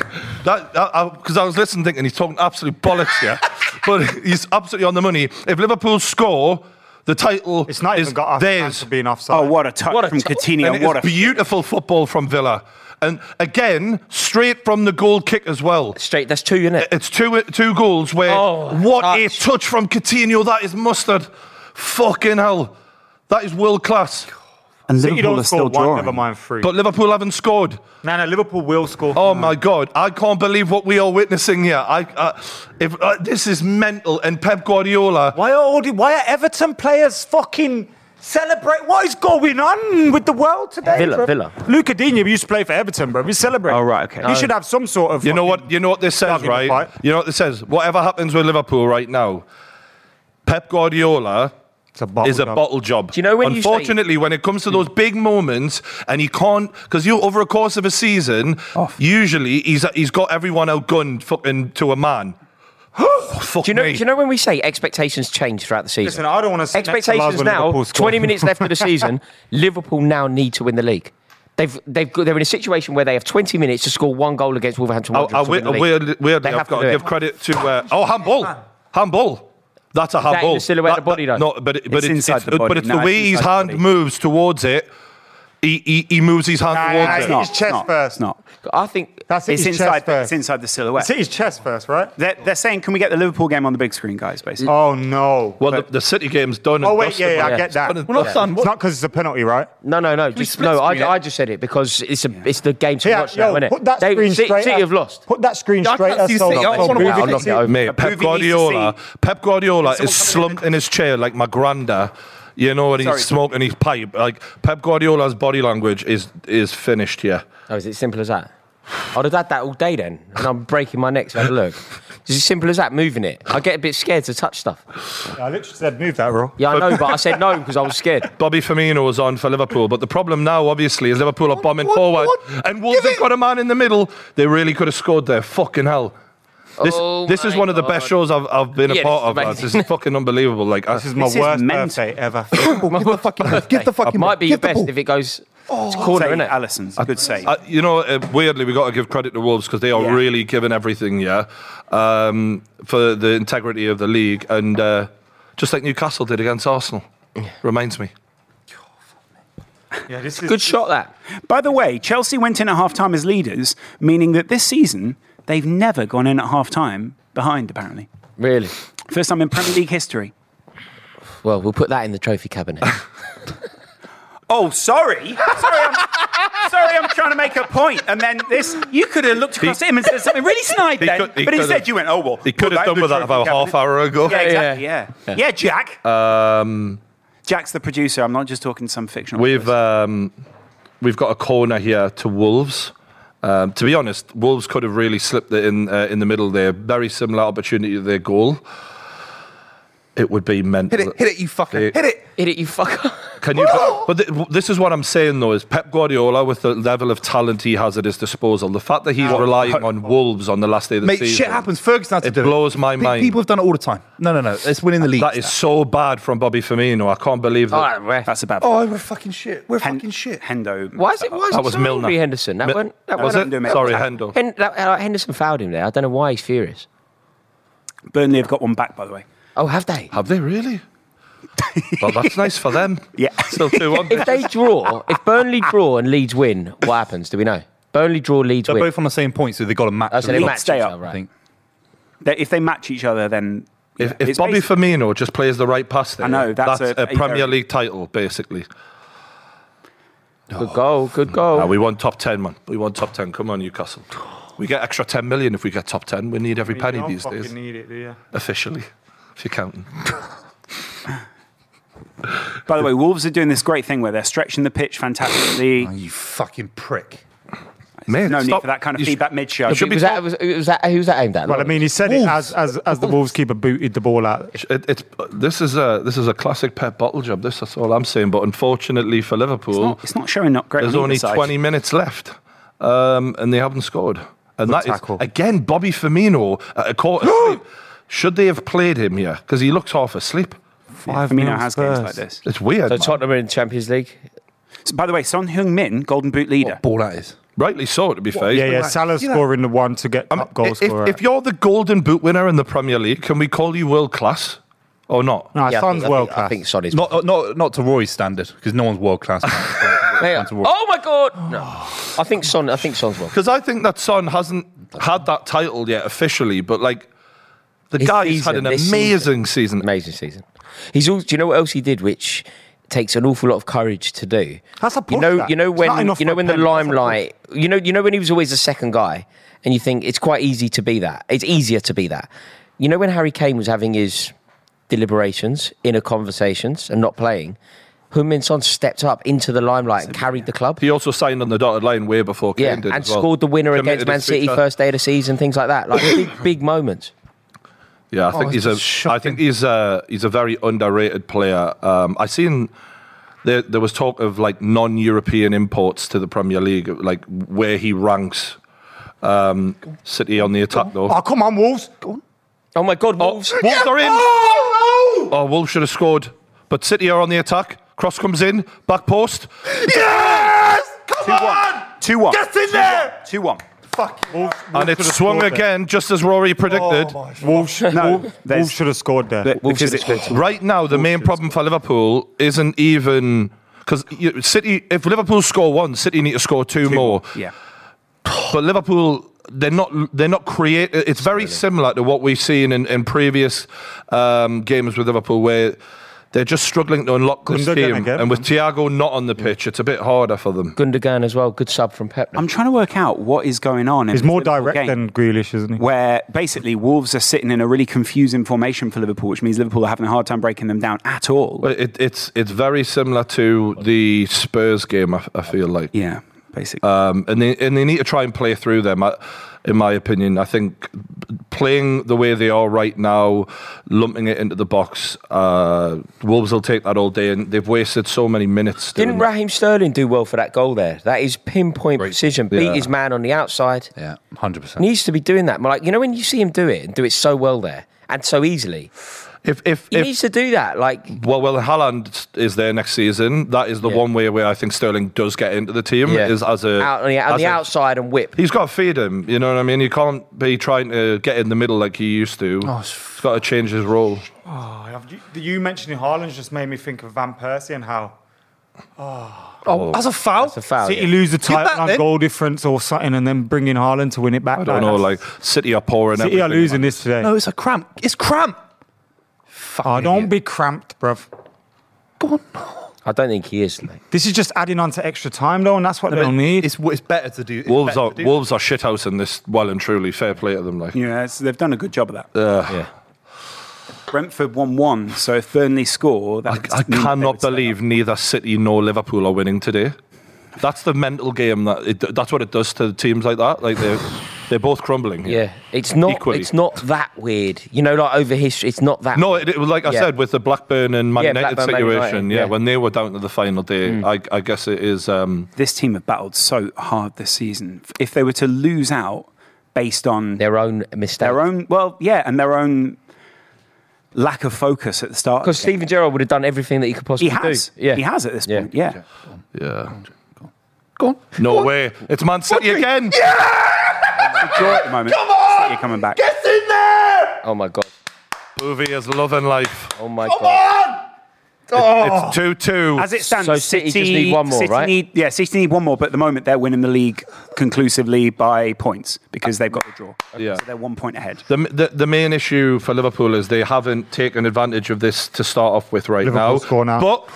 Speaker 3: That because I, was listening, thinking he's talking absolute bollocks here, but he's absolutely on the money. If Liverpool score, the title
Speaker 4: It's not
Speaker 3: is
Speaker 4: even got off
Speaker 3: theirs.
Speaker 4: for being offside.
Speaker 1: Oh, what a touch
Speaker 3: What a
Speaker 1: from
Speaker 3: touch.
Speaker 1: Coutinho.
Speaker 3: And
Speaker 1: what a
Speaker 3: it's beautiful football from Villa, and again straight from the goal kick as well.
Speaker 5: Straight. That's two, isn't
Speaker 4: Uh,
Speaker 5: it?
Speaker 3: It's two two goals where
Speaker 5: Oh,
Speaker 3: what a
Speaker 5: touch.
Speaker 3: touch from Coutinho. That is mustard. Fucking hell, that is world class.
Speaker 1: And
Speaker 4: City
Speaker 1: Liverpool
Speaker 4: don't
Speaker 1: are still
Speaker 4: score one, never
Speaker 1: drawing.
Speaker 4: mind three.
Speaker 3: But Liverpool haven't scored.
Speaker 4: no, no, Liverpool will score.
Speaker 3: Oh my God! I can't believe what we are witnessing here. I, uh, if uh, this is mental, and Pep Guardiola,
Speaker 4: Why are all the, why are Everton players fucking celebrate? What is going on with the world today?
Speaker 5: Villa,
Speaker 4: bro?
Speaker 5: Villa.
Speaker 4: Luca Digne used to play for Everton, bro. We celebrate.
Speaker 1: Oh, right, okay.
Speaker 4: You should have some sort of.
Speaker 3: you know
Speaker 4: fucking-
Speaker 3: what? You know what this says,
Speaker 4: Dog in the
Speaker 3: right?
Speaker 4: fight.
Speaker 3: You know what this says. Whatever happens with Liverpool right now, Pep Guardiola
Speaker 4: It's a bottle.
Speaker 3: is a
Speaker 4: dog.
Speaker 3: bottle job.
Speaker 5: Do you know when you say-
Speaker 3: Unfortunately, when it comes to those big moments, and he can't because you over a course of a season, usually he's he's got everyone outgunned fucking to a man. Fuck
Speaker 5: Do you know?
Speaker 3: me.
Speaker 5: Do you know when we say expectations change throughout the season?
Speaker 4: Listen, I don't want to. sit next to Lars
Speaker 5: expectations
Speaker 4: when
Speaker 5: now.
Speaker 4: Liverpool score.
Speaker 5: Twenty minutes left of the season. Liverpool now need to win the league. They've they've got, they're in a situation where they have twenty minutes to score one goal against Wolverhampton.
Speaker 4: Oh,
Speaker 3: I, I,
Speaker 5: Wanderers to win
Speaker 3: we-
Speaker 5: the league.
Speaker 3: weirdly, weirdly
Speaker 5: They have
Speaker 3: I've got
Speaker 5: do
Speaker 3: to
Speaker 5: it.
Speaker 3: give credit to uh, oh handball, handball. That's a
Speaker 5: in
Speaker 3: handball.
Speaker 5: the silhouette of the body, though?
Speaker 3: No, but it, but
Speaker 1: It's
Speaker 3: it's,
Speaker 1: inside
Speaker 3: it's-
Speaker 1: the body.
Speaker 3: but it's
Speaker 1: No,
Speaker 3: the
Speaker 1: it's
Speaker 3: way his
Speaker 1: inside the
Speaker 3: hand
Speaker 1: body.
Speaker 3: moves towards it. He, he, he moves his hand
Speaker 4: Nah,
Speaker 3: towards
Speaker 4: nah,
Speaker 3: it.
Speaker 4: It's his chest
Speaker 1: not,
Speaker 4: first.
Speaker 1: It's not.
Speaker 5: I think
Speaker 4: That's
Speaker 1: It's,
Speaker 4: his
Speaker 1: inside.
Speaker 4: chest
Speaker 1: The,
Speaker 4: first.
Speaker 1: it's inside the silhouette.
Speaker 4: It's his chest first, right?
Speaker 1: they're, they're saying, can we get the Liverpool game on the big screen, guys?
Speaker 3: Mm.
Speaker 1: Basically,
Speaker 4: Oh no.
Speaker 3: Well, the, the City game's done.
Speaker 4: Oh
Speaker 3: and
Speaker 4: wait,
Speaker 3: dusted,
Speaker 4: yeah, yeah, I
Speaker 3: man.
Speaker 4: get that.
Speaker 3: It's
Speaker 6: Well, not done.
Speaker 4: It's
Speaker 6: What?
Speaker 4: not because it's a penalty, right?
Speaker 5: no, no, no. Just,
Speaker 6: split
Speaker 5: no, I,
Speaker 6: screen it?
Speaker 5: I just said it because it's a it's the game to
Speaker 4: Yeah,
Speaker 5: watch now,
Speaker 4: yo,
Speaker 5: isn't it?
Speaker 4: put that
Speaker 5: They-
Speaker 4: screen
Speaker 5: City,
Speaker 4: straight.
Speaker 5: City
Speaker 4: up.
Speaker 5: have lost.
Speaker 4: Put that screen
Speaker 6: I
Speaker 4: straight.
Speaker 6: can't
Speaker 4: up,
Speaker 6: see
Speaker 4: so
Speaker 6: City. I
Speaker 4: so
Speaker 6: wanna
Speaker 4: move
Speaker 6: watch
Speaker 4: it
Speaker 5: I'll knock
Speaker 4: to-
Speaker 5: it over.
Speaker 3: Mate, Pep
Speaker 1: Approve, he needs to
Speaker 3: Guardiola,
Speaker 1: see-
Speaker 3: Pep Guardiola is
Speaker 1: someone come in
Speaker 3: slumped in his chair like my granda. You know, and he's
Speaker 1: Sorry.
Speaker 3: smoking his pipe. Like Pep Guardiola's body language is is finished here.
Speaker 5: Oh, is it simple as that? I'd have had that all day then, and I'm breaking my neck to have a look. It's as simple as that, moving it. I get a bit scared to touch stuff.
Speaker 4: I literally said move that, bro.
Speaker 5: Yeah, I know, but I said no because I was scared.
Speaker 3: Bobby Firmino was on for Liverpool, but the problem now, obviously, is Liverpool are bombing
Speaker 6: What-
Speaker 3: forward,
Speaker 6: what?
Speaker 3: and Wolves have got a man in the middle. They really could have scored there. Fucking hell. This,
Speaker 5: Oh
Speaker 3: this is
Speaker 5: my
Speaker 3: one of the best shows I've, I've been
Speaker 5: Yeah,
Speaker 3: a
Speaker 5: this
Speaker 3: part
Speaker 5: is
Speaker 3: of. lads. This
Speaker 5: amazing.
Speaker 3: is fucking unbelievable. Like, I-
Speaker 4: This is my
Speaker 1: This is
Speaker 4: worst
Speaker 1: mental.
Speaker 4: birthday ever.
Speaker 5: Get the fucking
Speaker 6: Get the fucking
Speaker 5: Might be your
Speaker 6: get the
Speaker 5: best
Speaker 6: ball.
Speaker 5: if it goes
Speaker 4: Oh.
Speaker 5: it's corner,
Speaker 1: Save,
Speaker 5: innit?
Speaker 1: Allison's a good save.
Speaker 3: Uh, you know, uh, weirdly, we got to give credit to Wolves because they are
Speaker 1: Yeah.
Speaker 3: really giving everything, yeah, um, for the integrity of the league, and uh, just like Newcastle did against Arsenal, reminds me.
Speaker 4: yeah, this is
Speaker 5: Good shot that.
Speaker 1: By the way, Chelsea went in at half time as leaders, meaning that this season they've never gone in at half time behind. Apparently,
Speaker 5: Really?
Speaker 1: first time in Premier League history.
Speaker 5: Well, we'll put that in the trophy cabinet.
Speaker 1: Oh, sorry. Sorry, I'm, sorry, I'm trying to make a point. And then this, you could have looked across at him and said something really snide
Speaker 3: He
Speaker 1: then.
Speaker 3: could- he
Speaker 1: but
Speaker 3: could
Speaker 1: instead
Speaker 3: have-
Speaker 1: you went, oh, well.
Speaker 3: He could
Speaker 1: well,
Speaker 3: have done
Speaker 1: that
Speaker 3: with that
Speaker 1: looks
Speaker 3: about
Speaker 1: really
Speaker 3: half
Speaker 1: good.
Speaker 3: hour ago.
Speaker 1: Yeah, exactly, yeah. Yeah, Jack.
Speaker 3: Um,
Speaker 1: Jack's the producer. I'm not just talking some fictional.
Speaker 3: we've um, we've got a corner here to Wolves, Um, to be honest, Wolves could have really slipped it in uh, in the middle there. Very similar opportunity to their goal. It would be meant.
Speaker 6: Hit it, hit it, you fucker. Hit it.
Speaker 5: Hit it, you fucker.
Speaker 3: Can you? But, but th- this is what I'm saying though: is Pep Guardiola with the level of talent he has at his disposal, the fact that he's relying on Wolves on the last day of the
Speaker 6: Oh, Mate,
Speaker 3: season.
Speaker 6: shit happens. Ferguson had to
Speaker 3: It
Speaker 6: do
Speaker 3: blows my
Speaker 6: Pe-
Speaker 3: mind.
Speaker 6: People have done it all the time. No, no, no. It's winning the league.
Speaker 3: That is so bad from Bobby Firmino. I can't believe that.
Speaker 5: All right, ref.
Speaker 1: That's a
Speaker 3: uh,
Speaker 1: bad.
Speaker 6: Oh, we're fucking shit. We're
Speaker 1: Hen-
Speaker 6: fucking shit.
Speaker 1: Hendo.
Speaker 5: Why is it? Why is
Speaker 3: That
Speaker 5: it
Speaker 3: was
Speaker 5: so
Speaker 3: Milner.
Speaker 5: angry, Henderson? That
Speaker 3: Mi-
Speaker 5: one. That
Speaker 3: was
Speaker 5: one.
Speaker 3: it?
Speaker 1: Hendo made
Speaker 3: Sorry,
Speaker 1: the
Speaker 3: Hendo.
Speaker 5: Hen- that- uh, Henderson fouled him there. I don't know why he's furious.
Speaker 1: Burnley have got one back, by the way.
Speaker 5: Oh, have they?
Speaker 3: Have they really? well, that's nice for them.
Speaker 1: Yeah.
Speaker 3: Still 2 1.
Speaker 5: If they draw, if Burnley draw and Leeds win, what happens? Do we know? Burnley draw, Leeds
Speaker 6: They're
Speaker 5: win.
Speaker 6: both on the same point, so they got a match.
Speaker 5: That's
Speaker 6: them
Speaker 5: an
Speaker 1: Leeds
Speaker 5: match.
Speaker 1: stay
Speaker 5: each
Speaker 1: up,
Speaker 5: other,
Speaker 6: I
Speaker 5: right?
Speaker 6: think.
Speaker 1: They- if they match each other, then
Speaker 3: If,
Speaker 1: yeah,
Speaker 3: if
Speaker 1: it's
Speaker 3: Bobby
Speaker 1: basi-
Speaker 3: Firmino just plays the right pass there,
Speaker 1: I know, that's a- a
Speaker 3: Premier
Speaker 1: very-
Speaker 3: League title, basically.
Speaker 5: Good goal.
Speaker 1: Oh.
Speaker 5: Good goal.
Speaker 3: Uh, we want top 10, man. We want top 10. Come on, Newcastle. We get extra 10 million if we get top 10. We need every penny these days,
Speaker 4: need it, do you?
Speaker 3: officially, if you're counting.
Speaker 1: By the way, Wolves are doing this great thing where they're stretching the pitch fantastically.
Speaker 6: Oh, you fucking prick.
Speaker 3: Man,
Speaker 1: no need
Speaker 3: stop.
Speaker 1: for that kind of
Speaker 3: You sh-
Speaker 1: feedback mid-show.
Speaker 3: should be
Speaker 5: was that, was, was that, who was that aimed at?
Speaker 4: Well, I mean, he said it as, as, as the Wolves keeper booted the ball out.
Speaker 3: It, it's this is a this is a classic Pep bottle job. This is all I'm saying. But unfortunately for
Speaker 1: It's
Speaker 3: Liverpool,
Speaker 1: not, it's not showing up great.
Speaker 3: There's
Speaker 1: on either
Speaker 3: only
Speaker 1: side.
Speaker 3: 20 minutes left, um, and they haven't scored. And that is
Speaker 4: tackle.
Speaker 3: again Bobby Firmino at a quarter sleep. Should they have played him here? Because he looks half asleep.
Speaker 4: Five
Speaker 1: Firmino
Speaker 4: minutes
Speaker 1: has games like
Speaker 4: first.
Speaker 1: this.
Speaker 3: It's weird.
Speaker 5: so
Speaker 3: man.
Speaker 5: Tottenham are in the Champions League.
Speaker 1: So, by the way, Son Heung-min, Golden Boot leader.
Speaker 6: Ball that is.
Speaker 3: Rightly so, to be fair.
Speaker 4: Yeah, yeah. Salah
Speaker 3: You know,
Speaker 4: scoring the one to get top goal
Speaker 3: if, if-
Speaker 4: scorer.
Speaker 3: if you're the Golden Boot winner in the Premier League, can we call you world class or not?
Speaker 4: no,
Speaker 5: Yeah, I
Speaker 4: Son's
Speaker 5: think- I
Speaker 4: world
Speaker 5: think-
Speaker 4: class.
Speaker 5: I think Son is.
Speaker 6: Not, uh, not, not to Roy's standard, because no one's world class.
Speaker 5: Mate,
Speaker 6: Not to Roy.
Speaker 5: oh my god! No, I think Son. I think Son's world.
Speaker 3: Because I think that Son hasn't had that title yet officially, but like the
Speaker 5: His
Speaker 3: guy's
Speaker 5: season,
Speaker 3: had an
Speaker 5: this
Speaker 3: amazing season.
Speaker 5: Amazing season. He's all. Do you know what else he did, which takes an awful lot of courage to do?
Speaker 4: That's a
Speaker 5: You
Speaker 4: push,
Speaker 5: know,
Speaker 4: that.
Speaker 5: you know
Speaker 4: It's not
Speaker 5: when
Speaker 4: enough
Speaker 5: you know
Speaker 4: for
Speaker 5: when the
Speaker 4: Pep, that's a push.
Speaker 5: limelight. You know, you know when he was always the second guy, and you think it's quite easy to be that. It's easier to be that. You know when Harry Kane was having his deliberations, inner conversations, and not playing. Heung-Min Son stepped up into the limelight and carried the club.
Speaker 3: He also signed on the dotted line way before Kane
Speaker 5: Yeah,
Speaker 3: did.
Speaker 5: and
Speaker 3: as well.
Speaker 5: scored the winner
Speaker 3: Committed
Speaker 5: against Man
Speaker 3: his big
Speaker 5: City
Speaker 3: time.
Speaker 5: first day of the season, things like that. Like big, big moments.
Speaker 3: Yeah, I think
Speaker 6: it's
Speaker 3: he's a. I
Speaker 6: just shocking.
Speaker 3: think he's a. He's a very underrated player. Um, I seen there. There was talk of like non-European imports to the Premier League, like where he ranks. Um, City on the attack though.
Speaker 4: Oh, come on, Wolves.
Speaker 5: Oh my God, Wolves!
Speaker 3: Wolves are in. Oh, Wolves should have scored, but City are on the attack. Cross comes in, back post.
Speaker 6: yes! Come on!
Speaker 1: 2-1.
Speaker 6: Get in there!
Speaker 1: 2-1.
Speaker 4: Wolves,
Speaker 3: And it's swung again, just as Rory
Speaker 4: Oh,
Speaker 3: predicted.
Speaker 4: Wolves,
Speaker 1: No,
Speaker 4: Wolves,
Speaker 1: there's-
Speaker 4: Wolves should have scored there.
Speaker 1: But- because it-
Speaker 3: Right now, the main problem for Liverpool isn't even because City. If Liverpool score one, City need to score two, more.
Speaker 1: Yeah.
Speaker 3: But Liverpool, they're not. They're not create. It's very similar to what we've seen in, in previous um, games with Liverpool, where they're just struggling to unlock this
Speaker 4: Gundogan
Speaker 3: team.
Speaker 4: again.
Speaker 3: And with Thiago not on the pitch, it's a bit harder for them.
Speaker 5: Gundogan as well, good sub from Pep.
Speaker 1: I'm trying to work out what is going on. in
Speaker 4: He's
Speaker 1: this
Speaker 4: more
Speaker 1: Liverpool
Speaker 4: direct
Speaker 1: game,
Speaker 4: than Grealish, isn't he?
Speaker 1: Where basically Wolves are sitting in a really confusing formation for Liverpool, which means Liverpool are having a hard time breaking them down at all.
Speaker 3: But it, it's it's very similar to the Spurs game. I, I feel like.
Speaker 1: yeah, basically.
Speaker 3: um, and they and they need to try and play through them. I, in my opinion, I think playing the way they are right now, lumping it into the box, uh, Wolves will take that all day, and they've wasted so many minutes. doing
Speaker 5: Didn't
Speaker 3: that.
Speaker 5: Raheem Sterling do well for that goal there? That is pinpoint precision. Beat
Speaker 3: Yeah.
Speaker 5: his man on the outside.
Speaker 6: Yeah, 100%.
Speaker 5: Needs to be doing that. Like you know when you see him do it and do it so well there and so easily.
Speaker 3: If if,
Speaker 5: He
Speaker 3: if
Speaker 5: needs to do that. Like
Speaker 3: well, well, Haaland is there next season. That is the
Speaker 5: Yeah.
Speaker 3: one way where I think Sterling does get into the team
Speaker 5: yeah.
Speaker 3: is as a
Speaker 5: out on the, on
Speaker 3: as
Speaker 5: the
Speaker 3: a-
Speaker 5: outside and whip.
Speaker 3: He's got to feed him. You know what I mean. He can't be trying to get in the middle like he used to.
Speaker 5: Oh,
Speaker 3: He's got to change his role.
Speaker 4: Oh, you mentioning Haaland just made me think of Van Persie and how
Speaker 6: Oh, that's a foul.
Speaker 5: It's a foul.
Speaker 4: City
Speaker 5: yeah.
Speaker 4: lose the
Speaker 6: back
Speaker 4: title on
Speaker 6: then.
Speaker 4: goal difference or something, and then bring in Haaland to win it back.
Speaker 3: I don't know. Like City are pouring.
Speaker 4: City are
Speaker 3: everything,
Speaker 4: losing
Speaker 3: man.
Speaker 4: this today.
Speaker 6: No, it's a cramp. It's cramp.
Speaker 4: oh, don't be cramped, bruv.
Speaker 6: Go on.
Speaker 5: I don't think he is. Mate.
Speaker 4: This is just adding on to extra time, though, and that's what they'll need.
Speaker 6: It's, it's better to do. it's
Speaker 3: Wolves
Speaker 6: better
Speaker 3: are
Speaker 6: to do
Speaker 3: Wolves are shithousing this well and truly. Fair play to them, like
Speaker 1: yeah, it's- they've done a good job of that.
Speaker 5: Yeah.
Speaker 1: Brentford won one, so if Burnley score, that
Speaker 3: I cannot believe neither City nor Liverpool are winning today. that's the mental game that it, that's what it does to teams like that. Like they're they're both crumbling. here.
Speaker 5: Yeah, it's not.
Speaker 3: Equally.
Speaker 5: It's not that weird. You know, like over history, it's not that.
Speaker 3: No, it, it was like I
Speaker 5: Yeah.
Speaker 3: said with the Blackburn and Man
Speaker 5: Yeah,
Speaker 3: United
Speaker 5: Blackburn, Man
Speaker 3: situation.
Speaker 5: United,
Speaker 3: yeah,
Speaker 5: yeah. Hmm.
Speaker 3: when they were down to the final day, I, I guess it is. Um,
Speaker 1: This team have battled so hard this season. If they were to lose out based on
Speaker 5: their own mistake.
Speaker 1: their own, well, yeah, and their own lack of focus at the start. of
Speaker 5: Because
Speaker 1: the game.
Speaker 5: Stephen Gerrard would have done everything that he could
Speaker 1: he
Speaker 5: possibly
Speaker 1: has,
Speaker 5: do. Yeah,
Speaker 1: he has at this
Speaker 5: Yeah.
Speaker 1: point. Yeah,
Speaker 3: yeah,
Speaker 6: Go on.
Speaker 3: no way. It's Man City again.
Speaker 1: Draw at the moment. Come on, you're coming back.
Speaker 5: Oh my god.
Speaker 3: Movie is loving life.
Speaker 5: Oh my god.
Speaker 3: It's two two.
Speaker 1: As it stands,
Speaker 5: So City just need one more,
Speaker 1: City
Speaker 5: right?
Speaker 1: Need, yeah, City need one more, but at the moment they're winning the league conclusively by points because they've got the draw.
Speaker 3: Yeah.
Speaker 1: So they're one point ahead.
Speaker 3: The, the, the main issue for Liverpool is they haven't taken advantage of this to start off with right
Speaker 4: Liverpool
Speaker 3: now.
Speaker 4: score now.
Speaker 3: But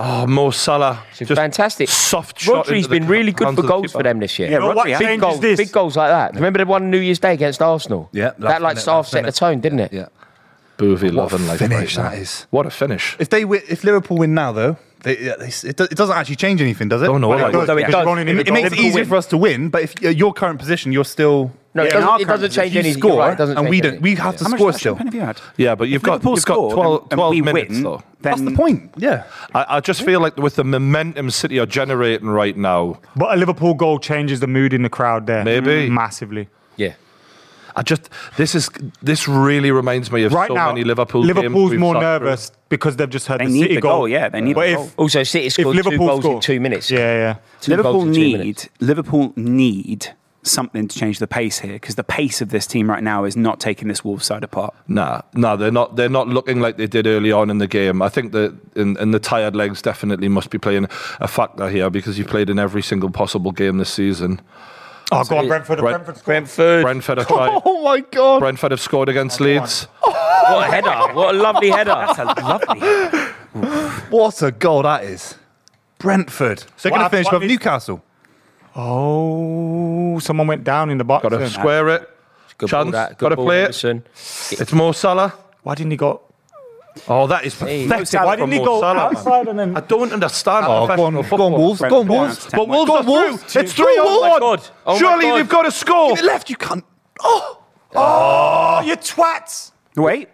Speaker 3: oh, Mo Salah,
Speaker 5: It's
Speaker 3: just
Speaker 5: fantastic.
Speaker 3: Soft shot.
Speaker 5: Rodri's
Speaker 3: into the
Speaker 5: been
Speaker 3: cu-
Speaker 5: really good
Speaker 3: hands
Speaker 5: for
Speaker 3: of the
Speaker 5: goals
Speaker 3: keeper.
Speaker 5: for them this year.
Speaker 1: Yeah, Rodri
Speaker 4: what
Speaker 1: has-
Speaker 4: changes
Speaker 5: goals,
Speaker 4: this?
Speaker 5: big goals like that. Remember the one New Year's Day against Arsenal?
Speaker 6: Yeah,
Speaker 5: that like
Speaker 6: last
Speaker 5: half set the
Speaker 6: minute.
Speaker 5: tone, didn't it?
Speaker 6: Yeah.
Speaker 3: Boovie
Speaker 6: What a
Speaker 3: loving life.
Speaker 6: finish
Speaker 3: right now.
Speaker 6: that is.
Speaker 3: What a finish!
Speaker 6: If they win, if Liverpool win now though, they, yeah, they, it, do, it doesn't actually change anything, does it?
Speaker 3: Oh, no,
Speaker 6: Well,
Speaker 3: like-
Speaker 6: it does.
Speaker 4: Although it
Speaker 6: It,
Speaker 4: does.
Speaker 6: does. It- it makes it
Speaker 4: Liverpool
Speaker 6: easier
Speaker 4: win.
Speaker 6: for us to win, but if you're your current position, you're still
Speaker 5: No,
Speaker 1: Yeah, in
Speaker 5: it doesn't,
Speaker 1: our
Speaker 5: it doesn't
Speaker 1: current
Speaker 5: change
Speaker 6: you
Speaker 5: anything.
Speaker 6: score
Speaker 5: You're right, it doesn't
Speaker 6: and
Speaker 5: change
Speaker 6: we don't.
Speaker 5: anything.
Speaker 6: We have to
Speaker 1: How much
Speaker 6: score
Speaker 1: last
Speaker 6: still.
Speaker 1: champagne have you had?
Speaker 3: Yeah, but
Speaker 1: If
Speaker 3: you've got-
Speaker 1: Liverpool
Speaker 3: you've got
Speaker 1: scored
Speaker 3: 12
Speaker 1: and, and we
Speaker 3: 12 minutes,
Speaker 1: win,
Speaker 3: though.
Speaker 1: Then
Speaker 6: That's the point. Yeah.
Speaker 3: I, I just feel like with the momentum City are generating right now,
Speaker 4: But a Liverpool goal changes the mood in the crowd there.
Speaker 3: Maybe.
Speaker 4: Massively.
Speaker 5: Yeah.
Speaker 3: I just this is this really reminds me of
Speaker 4: Right
Speaker 3: so
Speaker 4: now,
Speaker 3: many Liverpool. games
Speaker 4: Liverpool's
Speaker 3: we've
Speaker 4: more
Speaker 3: sat through.
Speaker 4: nervous because they've just heard
Speaker 1: They
Speaker 4: the
Speaker 1: need
Speaker 4: City
Speaker 1: the
Speaker 4: goal.
Speaker 1: goal, yeah, they need
Speaker 4: but
Speaker 1: the
Speaker 4: if,
Speaker 1: goal.
Speaker 5: Also, City
Speaker 4: If
Speaker 5: scored two
Speaker 4: Liverpool
Speaker 5: goals
Speaker 4: score,
Speaker 5: in two minutes.
Speaker 4: Yeah, yeah.
Speaker 5: Two
Speaker 1: Liverpool
Speaker 5: goals in two
Speaker 1: need
Speaker 5: minutes.
Speaker 1: Liverpool need something to change the pace here because the pace of this team right now is not taking this Wolves side apart.
Speaker 3: Nah, nah, they're not. They're not looking like they did early on in the game. I think that in, in the tired legs definitely must be playing a factor here because you played in every single possible game this season.
Speaker 4: Oh, go on, Brentford.
Speaker 3: Brent-
Speaker 4: Brentford. score.
Speaker 5: Brentford.
Speaker 3: Brentford have tried.
Speaker 6: Oh my god.
Speaker 3: Brentford have scored against Leeds.
Speaker 5: What a header. What a lovely header.
Speaker 1: That's a lovely.
Speaker 6: What a goal that is. Brentford. So they're
Speaker 4: What
Speaker 6: going to
Speaker 4: hap-
Speaker 6: finish
Speaker 4: what
Speaker 6: above
Speaker 4: is-
Speaker 6: Newcastle.
Speaker 4: Oh, someone went down in the box.
Speaker 3: Got to
Speaker 4: then.
Speaker 3: square it.
Speaker 5: Good ball,
Speaker 3: Chance.
Speaker 5: that.
Speaker 3: Got
Speaker 5: Good
Speaker 3: to
Speaker 5: ball,
Speaker 3: play it.
Speaker 5: Henderson.
Speaker 3: It's Mo Salah.
Speaker 4: Why didn't he go?
Speaker 3: Oh, that is
Speaker 5: Hey.
Speaker 3: pathetic.
Speaker 1: Salah
Speaker 4: Why
Speaker 3: from
Speaker 4: didn't he
Speaker 3: Mo
Speaker 4: go
Speaker 3: Salah, man.
Speaker 4: outside and then?
Speaker 3: I don't understand.
Speaker 6: Oh, go on,
Speaker 3: professional
Speaker 6: go on,
Speaker 3: football.
Speaker 6: Wolves. Go on,
Speaker 1: Brentford.
Speaker 6: Wolves.
Speaker 1: Ten
Speaker 3: But Wolves
Speaker 1: points.
Speaker 3: are through. It's three
Speaker 5: Oh my
Speaker 3: all one.
Speaker 5: God. Oh my
Speaker 3: Surely
Speaker 5: God.
Speaker 3: they've got to score.
Speaker 6: It left, you can't. Oh!
Speaker 4: Oh, you twats!
Speaker 1: Wait,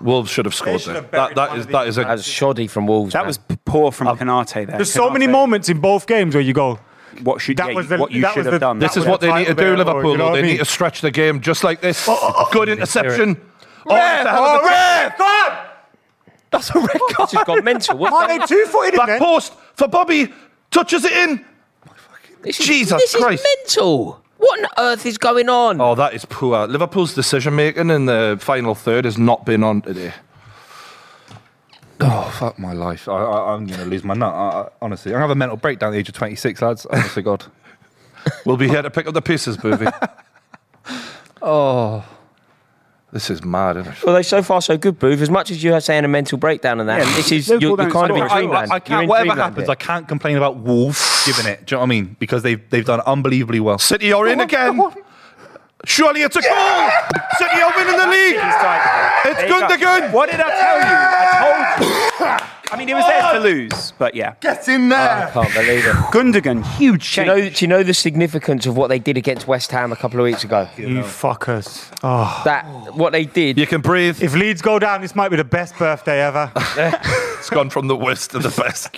Speaker 3: Wolves should have scored.
Speaker 4: should
Speaker 3: there.
Speaker 4: have
Speaker 3: That,
Speaker 4: buried
Speaker 3: that
Speaker 4: one
Speaker 3: is
Speaker 4: of
Speaker 3: that is
Speaker 5: That
Speaker 3: a
Speaker 5: was shoddy from Wolves.
Speaker 1: that
Speaker 5: man.
Speaker 1: was p- poor from Canate there.
Speaker 4: There's so many
Speaker 1: Canate,
Speaker 4: moments in both games where you go.
Speaker 1: What should
Speaker 4: That
Speaker 1: yeah,
Speaker 4: was the-
Speaker 1: what you
Speaker 4: that
Speaker 1: should
Speaker 4: was
Speaker 1: have
Speaker 4: the-
Speaker 1: done?
Speaker 3: This
Speaker 4: That
Speaker 3: is
Speaker 4: would
Speaker 3: what Oh, they
Speaker 4: have
Speaker 3: need to
Speaker 4: tightened
Speaker 3: do,
Speaker 4: it up, or,
Speaker 3: Liverpool.
Speaker 4: you know what
Speaker 3: they
Speaker 4: I mean?
Speaker 3: need to stretch the game just like this. Good interception. Oh,
Speaker 4: Red!
Speaker 3: oh,
Speaker 4: Oh, red! God!
Speaker 6: That's a red card.
Speaker 5: It's just gone mental. What's
Speaker 4: Are they
Speaker 5: that?
Speaker 4: two-footed in
Speaker 3: Back
Speaker 4: then?
Speaker 3: post for Bobby. Touches it in.
Speaker 5: This
Speaker 3: Jesus
Speaker 5: this
Speaker 3: Christ.
Speaker 5: is mental. What on earth is going on?
Speaker 3: Oh, that is poor. Liverpool's decision making in the final third has not been on today.
Speaker 6: Oh, fuck my life. I, I, I'm going to lose my nut. I, I, honestly, I'm going to have a mental breakdown at the age of 26, lads. Honest to God.
Speaker 3: We'll be here to pick up the pieces, Booby.
Speaker 6: Oh.
Speaker 3: this is mad, isn't it?
Speaker 5: Well, they so far so good, Booth. As much as you are saying a mental breakdown and that,
Speaker 1: Yeah,
Speaker 5: this is you're,
Speaker 1: Liverpool
Speaker 5: you're
Speaker 1: don't
Speaker 5: kind of in
Speaker 1: score. I-
Speaker 5: dreamland.
Speaker 6: I
Speaker 5: You're
Speaker 6: can't,
Speaker 5: in
Speaker 6: whatever
Speaker 5: dreamland
Speaker 6: happens,
Speaker 5: here.
Speaker 6: I can't complain about Wolves giving it. Do you know what I mean? Because they've, they've done unbelievably well.
Speaker 3: City are in again. Surely it's a goal. City are winning the league. It's
Speaker 1: There you
Speaker 3: good to good.
Speaker 1: What did I tell you? I told you. I mean, it was theirs to lose, but yeah.
Speaker 6: Get in there.
Speaker 5: I can't believe it.
Speaker 1: Gundogan, huge
Speaker 5: Do
Speaker 1: change.
Speaker 5: you, know, do you know the significance of what they did against West Ham a couple of weeks ago?
Speaker 4: You fuckers. Oh.
Speaker 5: That what they did.
Speaker 3: You can breathe.
Speaker 4: If Leeds go down, this might be the best birthday ever.
Speaker 3: It's gone from the worst to the best.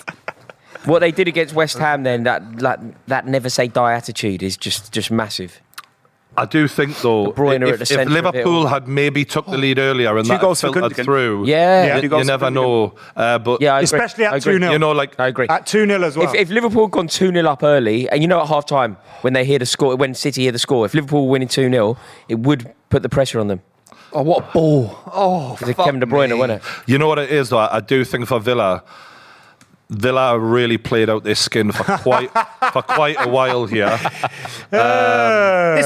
Speaker 5: What they did against West Ham then that that, that never say die attitude is just just massive.
Speaker 3: I do think though,
Speaker 5: De Bruyne are at
Speaker 3: if,
Speaker 5: the
Speaker 3: if
Speaker 5: centre of it all.
Speaker 3: Liverpool had maybe took the lead earlier and
Speaker 1: Two
Speaker 3: that
Speaker 1: goals for
Speaker 3: filtered
Speaker 1: Gundogan.
Speaker 3: through,
Speaker 5: Yeah. Yeah,
Speaker 3: you-
Speaker 5: two
Speaker 3: you,
Speaker 1: goals for
Speaker 3: never
Speaker 1: Gundogan.
Speaker 3: know. Uh, but
Speaker 5: Yeah, I agree.
Speaker 4: Especially at
Speaker 5: I agree.
Speaker 4: 2-0.
Speaker 3: you know, like
Speaker 5: I agree.
Speaker 4: At 2 0 as well.
Speaker 5: If, if Liverpool had gone 2 0 up early, and you know at half time when they hear the score, when City hear the score, if Liverpool were winning 2 0, it would put the pressure on them.
Speaker 6: Oh, what a ball. Oh,
Speaker 5: Because Kevin De Bruyne, wasn't it?
Speaker 3: you know what it is though. I, I do think for Villa, Villa really played out their skin for quite for quite a while here.
Speaker 1: This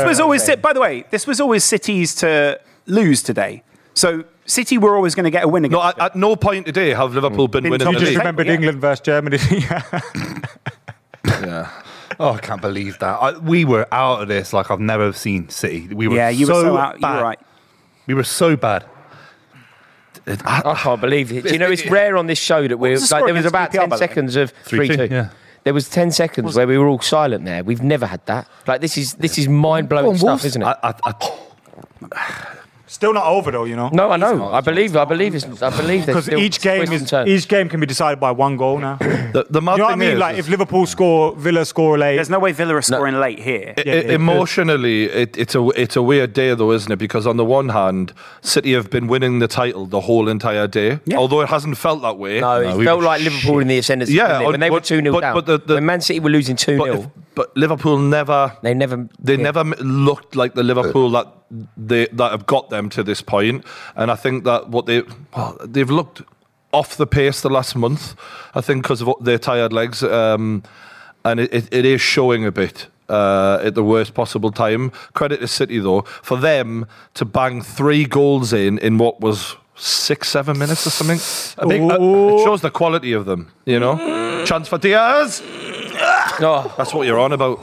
Speaker 3: Uh,
Speaker 1: was always, Ci- by the way, this was always City's to lose today. So City were always going to get a win again.
Speaker 3: No, at, at no point today have Liverpool been
Speaker 1: Been
Speaker 3: winning
Speaker 1: top
Speaker 4: you
Speaker 3: the
Speaker 1: of the
Speaker 4: just
Speaker 3: league.
Speaker 4: remembered
Speaker 1: Yeah.
Speaker 4: England versus Germany.
Speaker 3: Yeah.
Speaker 6: Oh, I can't believe that. I, we were out of this like I've never seen City. We were
Speaker 1: yeah, you
Speaker 6: so
Speaker 1: were so out. You
Speaker 6: bad.
Speaker 1: were right.
Speaker 6: We were so bad.
Speaker 5: I can't believe it. Do you know, it's rare on this show that we're
Speaker 1: was the
Speaker 5: like,
Speaker 1: score
Speaker 5: there was
Speaker 1: against
Speaker 5: about
Speaker 1: PPR,
Speaker 5: 10
Speaker 1: by the way?
Speaker 5: seconds of 3 2.
Speaker 6: Yeah.
Speaker 5: There was ten seconds where we were all silent. There, we've never had that. Like this is this is mind blowing stuff, isn't it?
Speaker 3: I, I, I,
Speaker 4: Still not over though, you know.
Speaker 5: no, I know. I believe. I believe. It's, I believe.
Speaker 4: Because
Speaker 5: there's still
Speaker 4: each game
Speaker 5: twists and
Speaker 4: is
Speaker 5: turns.
Speaker 4: each game can be decided by one goal now. you
Speaker 3: the, the mad
Speaker 4: know what I
Speaker 3: thing
Speaker 4: mean?
Speaker 3: is,
Speaker 4: like
Speaker 3: is
Speaker 4: if
Speaker 5: Mm.
Speaker 4: Liverpool score, Villa score late.
Speaker 1: There's no way Villa are scoring late here.
Speaker 3: i- i- e-, emotionally, it, it's a it's a weird day though, isn't it? Because on the one hand, City have been winning the title the whole entire day, although it hasn't felt that way.
Speaker 5: No, it
Speaker 3: we-
Speaker 5: felt like Liverpool in the ascendancy.
Speaker 3: Yeah,
Speaker 5: didn't it? when they were
Speaker 3: but-
Speaker 5: 2 0
Speaker 3: but-
Speaker 5: down.
Speaker 3: but the- the-
Speaker 5: when Man City were losing 2
Speaker 3: But,
Speaker 5: 0,
Speaker 3: if, but Liverpool never
Speaker 5: they never.
Speaker 3: they
Speaker 5: yeah.
Speaker 3: never m- looked like the Liverpool that they that have got them to this point, and I think that what they well, they've looked off the pace the last month. I think because of what their tired legs, um, and it, it, it is showing a bit. Uh, at the worst possible time. Credit to City though for them to bang three goals in in what was six, seven minutes or something. I think, uh, it shows the quality of them. You know, chance for Diaz.
Speaker 5: Oh,
Speaker 3: That's what you're on about.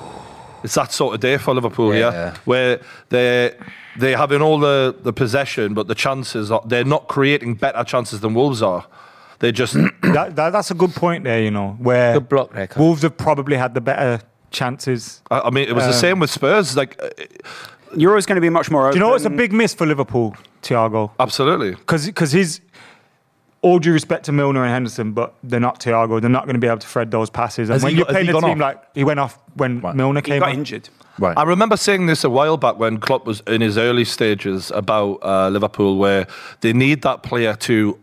Speaker 3: It's that sort of day for Liverpool, yeah.
Speaker 6: Yeah.
Speaker 3: Where they they're having all the, the possession, but the chances are they're not creating better chances than Wolves are. They're just
Speaker 4: That, that, that's a good point there, you know, where
Speaker 5: Good block there, Kyle.
Speaker 4: Wolves have probably had the better chances.
Speaker 3: I I mean, it was the same with Spurs. Like, uh,
Speaker 1: You're always going to be much more open.
Speaker 4: Do you know what's a
Speaker 5: Mm.
Speaker 4: big miss for Liverpool, Thiago?
Speaker 3: absolutely.
Speaker 4: Because he's all due respect to Milner and Henderson, but they're not Thiago. They're not going to be able to thread those passes. And
Speaker 6: Has
Speaker 4: when
Speaker 6: he
Speaker 4: you're
Speaker 6: got- has
Speaker 4: playing
Speaker 6: he
Speaker 4: a
Speaker 6: gone
Speaker 4: team
Speaker 6: off?
Speaker 4: like he went off when Milner
Speaker 1: He
Speaker 4: came
Speaker 1: got
Speaker 4: on.
Speaker 1: injured.
Speaker 6: Right.
Speaker 3: I remember saying this a while back when Klopp was in his early stages about uh, Liverpool, where they need that player to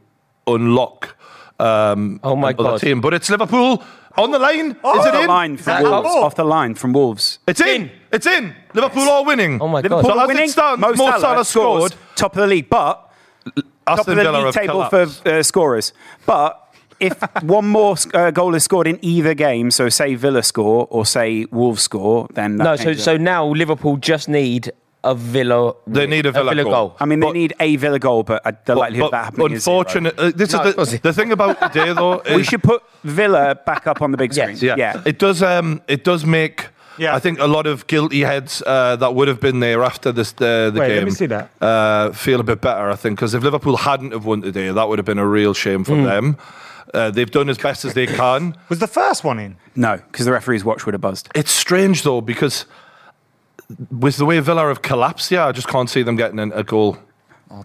Speaker 3: unlock. Um,
Speaker 5: Oh my
Speaker 3: another
Speaker 5: God.
Speaker 3: Team, but it's Liverpool on Oh, the line.
Speaker 1: Off
Speaker 3: Is it
Speaker 1: the
Speaker 3: in?
Speaker 1: line
Speaker 4: that
Speaker 1: from Wolves.
Speaker 4: handball?
Speaker 1: Off the line from Wolves.
Speaker 3: It's in. It's in. Liverpool are winning.
Speaker 5: Oh my God.
Speaker 1: Liverpool
Speaker 3: Liverpool so
Speaker 1: are
Speaker 3: as
Speaker 1: winning.
Speaker 3: it stands, Mo Salah,
Speaker 1: scores,
Speaker 3: scored.
Speaker 1: Top of the league, but top of
Speaker 3: Aston
Speaker 1: the
Speaker 3: Villa
Speaker 1: league
Speaker 3: have
Speaker 1: table
Speaker 3: collapsed.
Speaker 1: for uh, scorers. But if one more uh, goal is scored in either game, so say Villa score or say Wolves score, then that
Speaker 5: no, so,
Speaker 1: changes
Speaker 5: so
Speaker 1: it.
Speaker 5: now Liverpool just need a Villa.
Speaker 3: They need a Villa goal.
Speaker 1: I mean, they
Speaker 3: but-
Speaker 1: need a Villa goal, but uh, the likelihood of
Speaker 3: But
Speaker 1: that happening is
Speaker 3: unfortunate. uh, this
Speaker 5: No, of
Speaker 3: is
Speaker 5: course
Speaker 3: the,
Speaker 5: it-
Speaker 3: the thing about today, though. Is
Speaker 1: zero. We should put Villa back up on the big screen.
Speaker 5: Yes.
Speaker 3: Yeah. It does. Um. It does make.
Speaker 4: Yeah.
Speaker 3: I think a lot of guilty heads uh, that would have been there after this the, the
Speaker 4: Wait,
Speaker 3: game
Speaker 4: let me see that.
Speaker 3: Uh, feel a bit better. I think because if Liverpool hadn't have won today, that would have been a real shame for
Speaker 4: Hmm.
Speaker 3: them. Uh, they've done as best as they can.
Speaker 4: Was the first one in?
Speaker 1: No, because the referee's watch would have buzzed.
Speaker 3: It's strange though because with the way Villa have collapsed, yeah, I just can't see them getting an- a goal.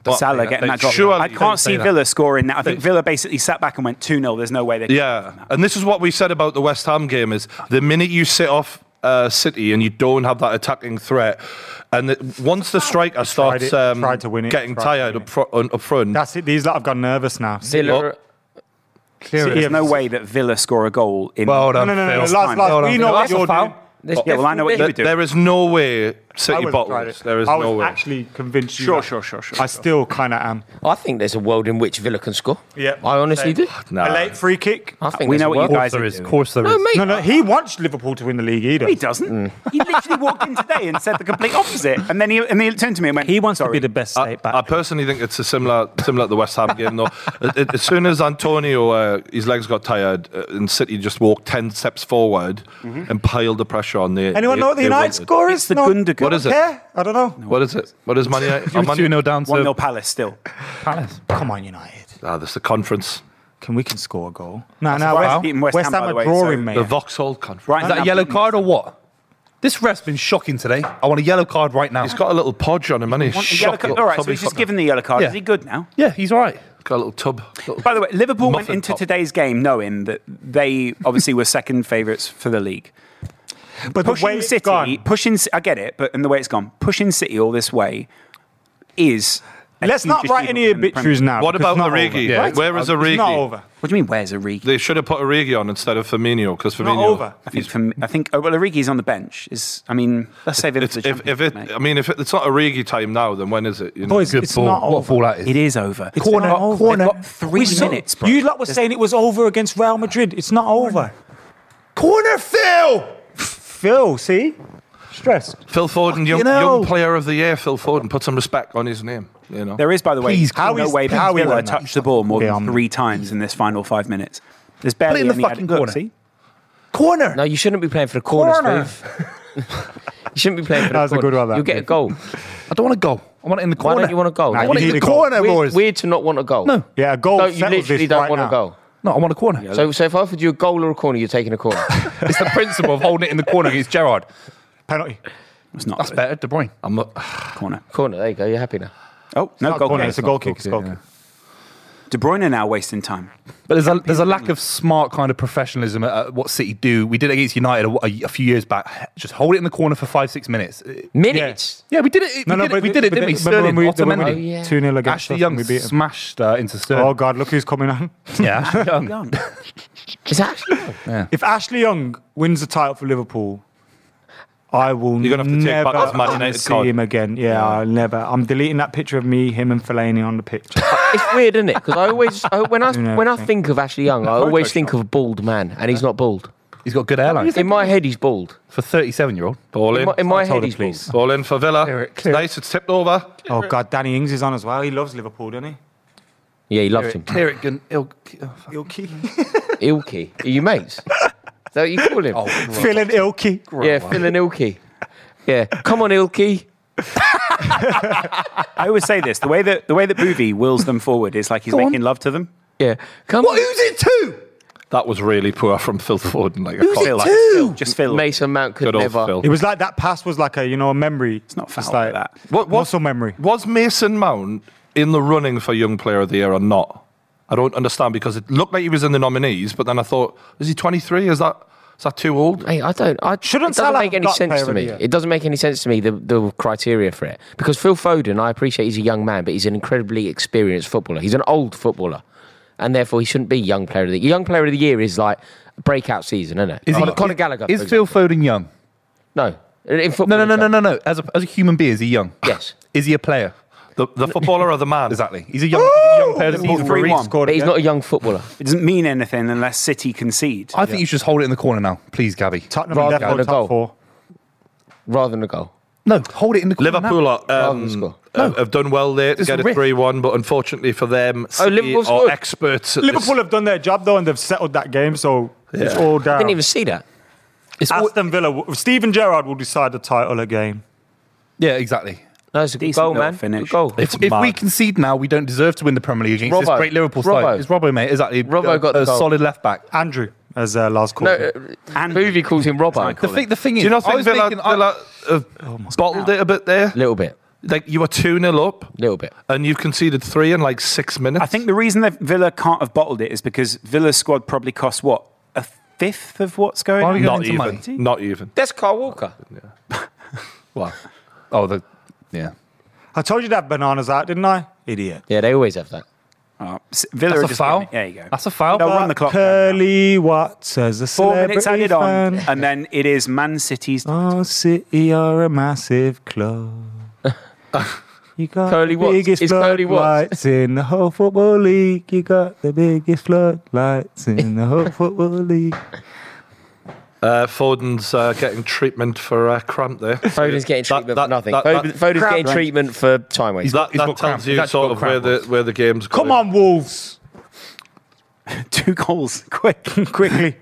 Speaker 3: But-
Speaker 1: Oh, Salah getting
Speaker 3: Like,
Speaker 1: that drop.
Speaker 3: surely-
Speaker 1: I
Speaker 3: Don't
Speaker 1: can't
Speaker 3: say
Speaker 1: see
Speaker 3: that.
Speaker 1: Villa scoring that. I think Villa basically sat back and went 2 0. There's no way they can
Speaker 3: Yeah, and this is what we said about the West Ham game: is the minute you sit off uh, City and you don't have that attacking threat, and that once the striker
Speaker 4: Tried
Speaker 3: starts
Speaker 4: it,
Speaker 3: um,
Speaker 4: tried to win it,
Speaker 3: getting
Speaker 4: tried to
Speaker 3: tired
Speaker 4: win
Speaker 3: up, fro- on, up front,
Speaker 4: That's it. These lot have ggot nervous now.
Speaker 5: Villa.
Speaker 1: So There's no way that Villa score a goal in.
Speaker 3: Well
Speaker 4: No,
Speaker 3: done.
Speaker 4: no, no, no.
Speaker 3: Fails.
Speaker 4: Last, last.
Speaker 3: Well
Speaker 4: we
Speaker 3: done.
Speaker 4: know what
Speaker 5: That's a
Speaker 4: you're
Speaker 5: foul.
Speaker 4: doing.
Speaker 5: There's
Speaker 1: Yeah, well, I know what
Speaker 5: definitely-
Speaker 1: you do.
Speaker 3: there is no way City
Speaker 4: would've tried
Speaker 3: bottles.
Speaker 4: it.
Speaker 3: There is
Speaker 4: I
Speaker 3: no
Speaker 4: was
Speaker 3: way.
Speaker 4: actually convinced you.
Speaker 1: Sure,
Speaker 4: that.
Speaker 1: sure, sure, sure,
Speaker 4: I
Speaker 1: sure.
Speaker 4: still kind of am.
Speaker 5: I think there's a world in which Villa can score.
Speaker 4: Yeah.
Speaker 5: I honestly do.
Speaker 3: Nah.
Speaker 4: A late free kick.
Speaker 5: I think
Speaker 1: We know
Speaker 5: there's a
Speaker 1: what you
Speaker 5: world.
Speaker 1: guys
Speaker 6: there
Speaker 1: are
Speaker 6: is.
Speaker 1: doing.
Speaker 6: Of course, there is.
Speaker 5: No, mate.
Speaker 4: No, no, he wants Liverpool to win the league either.
Speaker 1: He doesn't.
Speaker 3: Mm.
Speaker 1: He literally walked in today and said the complete opposite. And then he, and he turned to me and went, Sorry.
Speaker 4: best
Speaker 3: I, I personally think it's a similar similar to the West Ham game though. It- it- as soon as Antonio uh, his legs got tired uh, and City just walked ten steps forward and piled the pressure on there.
Speaker 4: Mm-hmm. Anyone know what the United score is?
Speaker 1: It's the
Speaker 4: no.
Speaker 1: Gundogan.
Speaker 3: What is it?
Speaker 4: Yeah, I don't know.
Speaker 3: What is it? What is Man United?
Speaker 6: It
Speaker 3: Are
Speaker 6: was
Speaker 3: Man
Speaker 6: 2 0
Speaker 1: 1
Speaker 6: down
Speaker 1: 0
Speaker 6: to
Speaker 1: Palace still.
Speaker 6: Palace.
Speaker 4: Come on, United.
Speaker 3: Ah, this is the conference.
Speaker 4: Can we can score a goal? No, no.
Speaker 1: surprised
Speaker 4: West,
Speaker 1: they beat West Ham,
Speaker 4: Ham
Speaker 1: by
Speaker 4: are
Speaker 1: the way,
Speaker 4: drawing,
Speaker 1: so-
Speaker 4: mate.
Speaker 3: The Vauxhall conference.
Speaker 1: Right
Speaker 6: Is that a yellow card or what? This ref's been shocking today. I want a yellow card right now.
Speaker 3: He's got a little podge on him, and
Speaker 1: Want a
Speaker 3: he's
Speaker 1: yellow card? All right, so he's just given the yellow card.
Speaker 6: Yeah.
Speaker 1: Is he good now?
Speaker 6: yeah, he's all right.
Speaker 3: got a little tub.
Speaker 1: By the way, Liverpool went
Speaker 3: Muffin
Speaker 1: into
Speaker 3: top.
Speaker 1: today's game knowing that they obviously were second favourites for the league.
Speaker 4: but the way
Speaker 1: Pushing
Speaker 4: it's
Speaker 1: City,
Speaker 4: gone.
Speaker 1: pushing. C- I get it, but and the way it's gone, pushing City all this way is. a
Speaker 4: Let's
Speaker 1: huge
Speaker 4: not
Speaker 1: achievement
Speaker 4: write any
Speaker 1: in the
Speaker 4: obituaries
Speaker 1: Premier-
Speaker 4: now.
Speaker 3: What
Speaker 4: because
Speaker 3: about
Speaker 4: it's not
Speaker 3: Origi?
Speaker 4: over,
Speaker 3: Yeah.
Speaker 4: right?
Speaker 3: Where is Origi?
Speaker 4: It's not over.
Speaker 1: What do you mean? Where's Origi?
Speaker 3: They should have put Origi on instead of Firmino because Firmino.
Speaker 4: over.
Speaker 1: I think. From, I think. Oh, well, Origi's on the bench. Is I mean, let's save him
Speaker 3: It's,
Speaker 1: for the
Speaker 3: if, if
Speaker 1: Champions
Speaker 3: it, um,
Speaker 1: League,
Speaker 3: I
Speaker 1: mate.
Speaker 3: mean, if it, it's not Origi time now, then when is it? You know?
Speaker 4: Boys,
Speaker 6: Good
Speaker 4: it's
Speaker 6: ball.
Speaker 4: not
Speaker 6: what a
Speaker 4: over.
Speaker 6: ball that is.
Speaker 1: It is over. It's
Speaker 6: Corner,
Speaker 1: not over.
Speaker 6: corner.
Speaker 1: They've got three
Speaker 4: We saw-
Speaker 1: minutes, bro.
Speaker 4: You lot were saying it was over against Real Madrid. It's not over.
Speaker 6: Corner, Phil!
Speaker 4: Phil, see? Stressed.
Speaker 3: Phil Foden, young,
Speaker 6: hell.
Speaker 3: young player of the year. Phil Foden, put some respect on his name. You know.
Speaker 1: There is, by the way,
Speaker 6: Please,
Speaker 1: no
Speaker 6: how
Speaker 4: is-
Speaker 1: way that
Speaker 4: how is
Speaker 1: Villa
Speaker 4: that not-
Speaker 1: touched the ball more than
Speaker 4: Beyond-
Speaker 1: three times in this final five minutes. There's barely
Speaker 6: in the
Speaker 1: any added-
Speaker 6: fucking
Speaker 1: look,
Speaker 6: corner.
Speaker 1: see?
Speaker 6: Corner!
Speaker 5: No, you shouldn't be playing for the corners,
Speaker 4: Corner.
Speaker 5: Steve. you shouldn't be playing for the
Speaker 4: That was a
Speaker 5: corners.
Speaker 4: good one, that.
Speaker 5: You'll get a goal.
Speaker 6: I don't want a goal. I want it in the
Speaker 5: Why
Speaker 6: corner.
Speaker 5: don't you want a goal?
Speaker 6: I
Speaker 5: Nah,
Speaker 6: want
Speaker 4: you
Speaker 6: it in
Speaker 4: need
Speaker 6: the
Speaker 4: a goal.
Speaker 6: corner,
Speaker 5: weird,
Speaker 6: boys.
Speaker 5: weird to not want a goal.
Speaker 6: No.
Speaker 4: Yeah, a goal
Speaker 5: Don't, you
Speaker 4: settles
Speaker 5: literally
Speaker 4: this
Speaker 5: don't
Speaker 4: right
Speaker 5: want
Speaker 4: now.
Speaker 5: a goal.
Speaker 6: No, I want a corner.
Speaker 5: So, so if I offered you a goal or a corner, you're taking a corner.
Speaker 6: it's the principle of holding it in the corner against Gerard.
Speaker 4: Penalty.
Speaker 1: It's not
Speaker 6: That's
Speaker 1: good.
Speaker 6: better, De Bruyne.
Speaker 3: I'm not,
Speaker 1: corner.
Speaker 5: corner, there you go. You're happy now.
Speaker 1: Oh, no
Speaker 4: Not
Speaker 1: goal
Speaker 4: corner,
Speaker 1: kick.
Speaker 4: it's a goal kick. It's a goal
Speaker 6: yeah.
Speaker 4: kick.
Speaker 1: De Bruyne are now wasting time.
Speaker 6: But there's a, there's a lack of smart kind of professionalism at, at what City do. We did it against United a, a- a few years back. Just hold it in the corner for five, six minutes.
Speaker 5: Minutes.
Speaker 6: Yeah, we did it.
Speaker 4: No,
Speaker 6: we
Speaker 4: no,
Speaker 6: did
Speaker 4: but
Speaker 6: it, we did it
Speaker 4: but
Speaker 6: didn't we?
Speaker 4: they- remember
Speaker 6: Sterling,
Speaker 4: when we- the one
Speaker 5: Otamendi.
Speaker 4: we-
Speaker 5: Oh, yeah.
Speaker 4: 2-0 against
Speaker 6: Ashley
Speaker 4: us
Speaker 6: Young
Speaker 4: and we beat him.
Speaker 6: smashed uh, into Sterling.
Speaker 4: Oh, God, look who's coming on.
Speaker 6: yeah, Ashley Young.
Speaker 1: Young.
Speaker 5: Is that actually?
Speaker 4: If Ashley Young wins the title for Liverpool, I will
Speaker 3: You're gonna have to take
Speaker 4: never
Speaker 3: back this Man United
Speaker 4: see
Speaker 3: card.
Speaker 4: him again. Yeah, I'll never. I'm deleting that picture of me, him, and Fellaini on the pitch.
Speaker 5: It's weird, isn't it? Because I always, I, when I
Speaker 4: know,
Speaker 5: when I
Speaker 4: thank-
Speaker 5: think of Ashley Young, I always think of a bald man, and he's not bald.
Speaker 6: He's got good airline
Speaker 5: In my head, he's bald.
Speaker 6: for 37 year old.
Speaker 3: ball
Speaker 5: In
Speaker 3: in.
Speaker 5: my, in my head,
Speaker 4: Hold it,
Speaker 5: he's bald.
Speaker 4: please.
Speaker 3: ball in for Villa.
Speaker 6: Clear it,
Speaker 3: It's
Speaker 6: clear it.
Speaker 3: nice. It's tipped over.
Speaker 4: oh God, Danny Ings is on as well. He loves Liverpool, doesn't he?
Speaker 5: Yeah, he loves him.
Speaker 6: Clear it, gun. Ill, oh, fuck.
Speaker 4: Ilky,
Speaker 5: Ilky, are you mates? Is that what you call him?
Speaker 4: Phil and Ilky.
Speaker 5: yeah, Phil and Ilky. Yeah, come on, Ilky.
Speaker 1: I always say this: the way that the way that Boovy wills them forward is like he's making love to them.
Speaker 5: Yeah, come
Speaker 6: What, who's it to?
Speaker 3: That was really poor from Phil Foden. Like, I
Speaker 1: Phil,
Speaker 3: can't, like,
Speaker 1: Phil, just Phil.
Speaker 5: on. Mason Mount could
Speaker 3: good old
Speaker 5: never.
Speaker 3: Phil.
Speaker 4: It was like that pass was like a you know a memory. It's
Speaker 1: not foul
Speaker 4: It's
Speaker 1: like that.
Speaker 3: What- what-
Speaker 4: muscle memory.
Speaker 3: Was Mason Mount in the running for Young Player of the Year or not? I don't understand because it looked like he was in the nominees, but then I thought, is he 23? Is that is that too old?
Speaker 5: Hey, I don't. I
Speaker 4: Shouldn't
Speaker 5: it doesn't
Speaker 4: Salah have
Speaker 5: make any
Speaker 4: got
Speaker 5: sense
Speaker 4: player
Speaker 5: to
Speaker 4: of
Speaker 5: me.
Speaker 4: the year?
Speaker 5: It doesn't make any sense to me the the criteria for it because Phil Foden. I appreciate he's a young man, but he's an incredibly experienced footballer. He's an old footballer, and therefore he shouldn't be young player of the year. Young player of the year is like breakout season, isn't it?
Speaker 6: Is
Speaker 5: Oh, Conor,
Speaker 6: he-
Speaker 5: Conor Gallagher.
Speaker 6: Is
Speaker 5: for
Speaker 6: Phil Foden young?
Speaker 5: example. No, in football.
Speaker 6: No, no, no,
Speaker 5: he's
Speaker 6: no,
Speaker 5: young.
Speaker 6: no, no. As a, as a human being, is he young?
Speaker 5: Yes.
Speaker 6: Is he a player?
Speaker 3: The, the footballer or the man?
Speaker 6: Exactly. He's a young, he's a young player. of the season for a
Speaker 1: three
Speaker 6: reason.
Speaker 1: one.
Speaker 4: Scored
Speaker 5: But he's
Speaker 4: again.
Speaker 5: not a young footballer.
Speaker 1: It doesn't mean anything unless City concede.
Speaker 6: I think you should just hold it in the corner now, please, Gabby.
Speaker 4: Tottenham
Speaker 5: Rather
Speaker 4: left
Speaker 5: than
Speaker 4: on
Speaker 5: a goal.
Speaker 4: top four.
Speaker 5: rather than a goal.
Speaker 6: No, hold it in the corner.
Speaker 3: Liverpool
Speaker 6: Now.
Speaker 3: are,
Speaker 5: than score.
Speaker 3: um, uh, have done well there to
Speaker 6: Just
Speaker 3: get a Oh,
Speaker 6: riff.
Speaker 3: 3 1, but unfortunately for them, City
Speaker 5: Liverpool scored.
Speaker 3: are experts. At
Speaker 4: Liverpool have done their job though, and they've settled that game, so it's all down.
Speaker 5: Didn't even see that.
Speaker 6: It's all-
Speaker 4: Aston Villa. Stephen Gerrard will decide the title again.
Speaker 6: yeah, exactly.
Speaker 5: No, it's a good
Speaker 1: Decent
Speaker 5: goal,
Speaker 1: little
Speaker 5: man. Good
Speaker 1: finish.
Speaker 5: goal.
Speaker 6: If, if we
Speaker 3: mad.
Speaker 6: concede now, we don't deserve to win the Premier League against
Speaker 5: Robbo.
Speaker 6: this great Liverpool
Speaker 5: Robbo.
Speaker 6: side. It's Robbo, mate. Exactly.
Speaker 5: Robbo
Speaker 6: A-
Speaker 5: got the
Speaker 6: a
Speaker 5: goal.
Speaker 6: solid left back.
Speaker 4: Andrew, as uh, Lars called
Speaker 5: No,
Speaker 4: him.
Speaker 5: uh, movie calls him Robbo.
Speaker 1: That's
Speaker 6: The thing, the thing is,
Speaker 3: Do you not
Speaker 6: I
Speaker 3: think
Speaker 6: was
Speaker 3: Villa,
Speaker 6: thinking, I-
Speaker 3: Villa have bottled it a bit there?
Speaker 5: Little bit,
Speaker 3: Like you were 2 0 up
Speaker 5: little bit.
Speaker 3: and you've conceded three in like six minutes.
Speaker 1: I think the reason that Villa can't have bottled it is because Villa's squad probably costs what a fifth of what's going
Speaker 6: Why are we
Speaker 1: on.
Speaker 6: going
Speaker 3: not
Speaker 6: into
Speaker 3: even.
Speaker 6: money?
Speaker 3: Not even.
Speaker 5: That's Carl Walker.
Speaker 6: Well, oh, the yeah.
Speaker 1: uh,
Speaker 4: I told you to have bananas out, didn't I? Idiot.
Speaker 5: Yeah, they always have that.
Speaker 1: Oh, S- Villa
Speaker 6: That's
Speaker 1: are
Speaker 6: a
Speaker 1: just
Speaker 6: foul.
Speaker 1: getting it. There you go.
Speaker 6: That's a foul.
Speaker 1: They'll run the clock. down now.
Speaker 4: Curly Watts as a
Speaker 1: Four
Speaker 4: celebrity
Speaker 1: minutes added
Speaker 4: fan.
Speaker 1: on, and then it is Man City's.
Speaker 4: Oh, City are a massive club. You got
Speaker 5: Curly
Speaker 4: the
Speaker 5: Watts.
Speaker 4: biggest
Speaker 5: Is Curly Watts-
Speaker 4: floodlights in the whole football league. You got the biggest floodlights in the whole football league.
Speaker 3: Uh, Foden's uh, getting treatment for uh, cramp there.
Speaker 5: Foden's getting treatment
Speaker 3: that-
Speaker 5: for nothing.
Speaker 3: that-
Speaker 5: Foden-
Speaker 3: that-
Speaker 5: Foden's
Speaker 1: Crap,
Speaker 5: getting
Speaker 1: right?
Speaker 5: treatment for time waste.
Speaker 3: That,
Speaker 6: he's
Speaker 3: that
Speaker 6: got cramp.
Speaker 3: tells
Speaker 6: He's
Speaker 3: you
Speaker 6: actually
Speaker 3: sort
Speaker 6: got
Speaker 3: of where
Speaker 6: cramp
Speaker 3: the,
Speaker 6: once.
Speaker 3: where the game's going.
Speaker 4: Come on, Wolves.
Speaker 1: Two goals, quick,
Speaker 4: Quickly.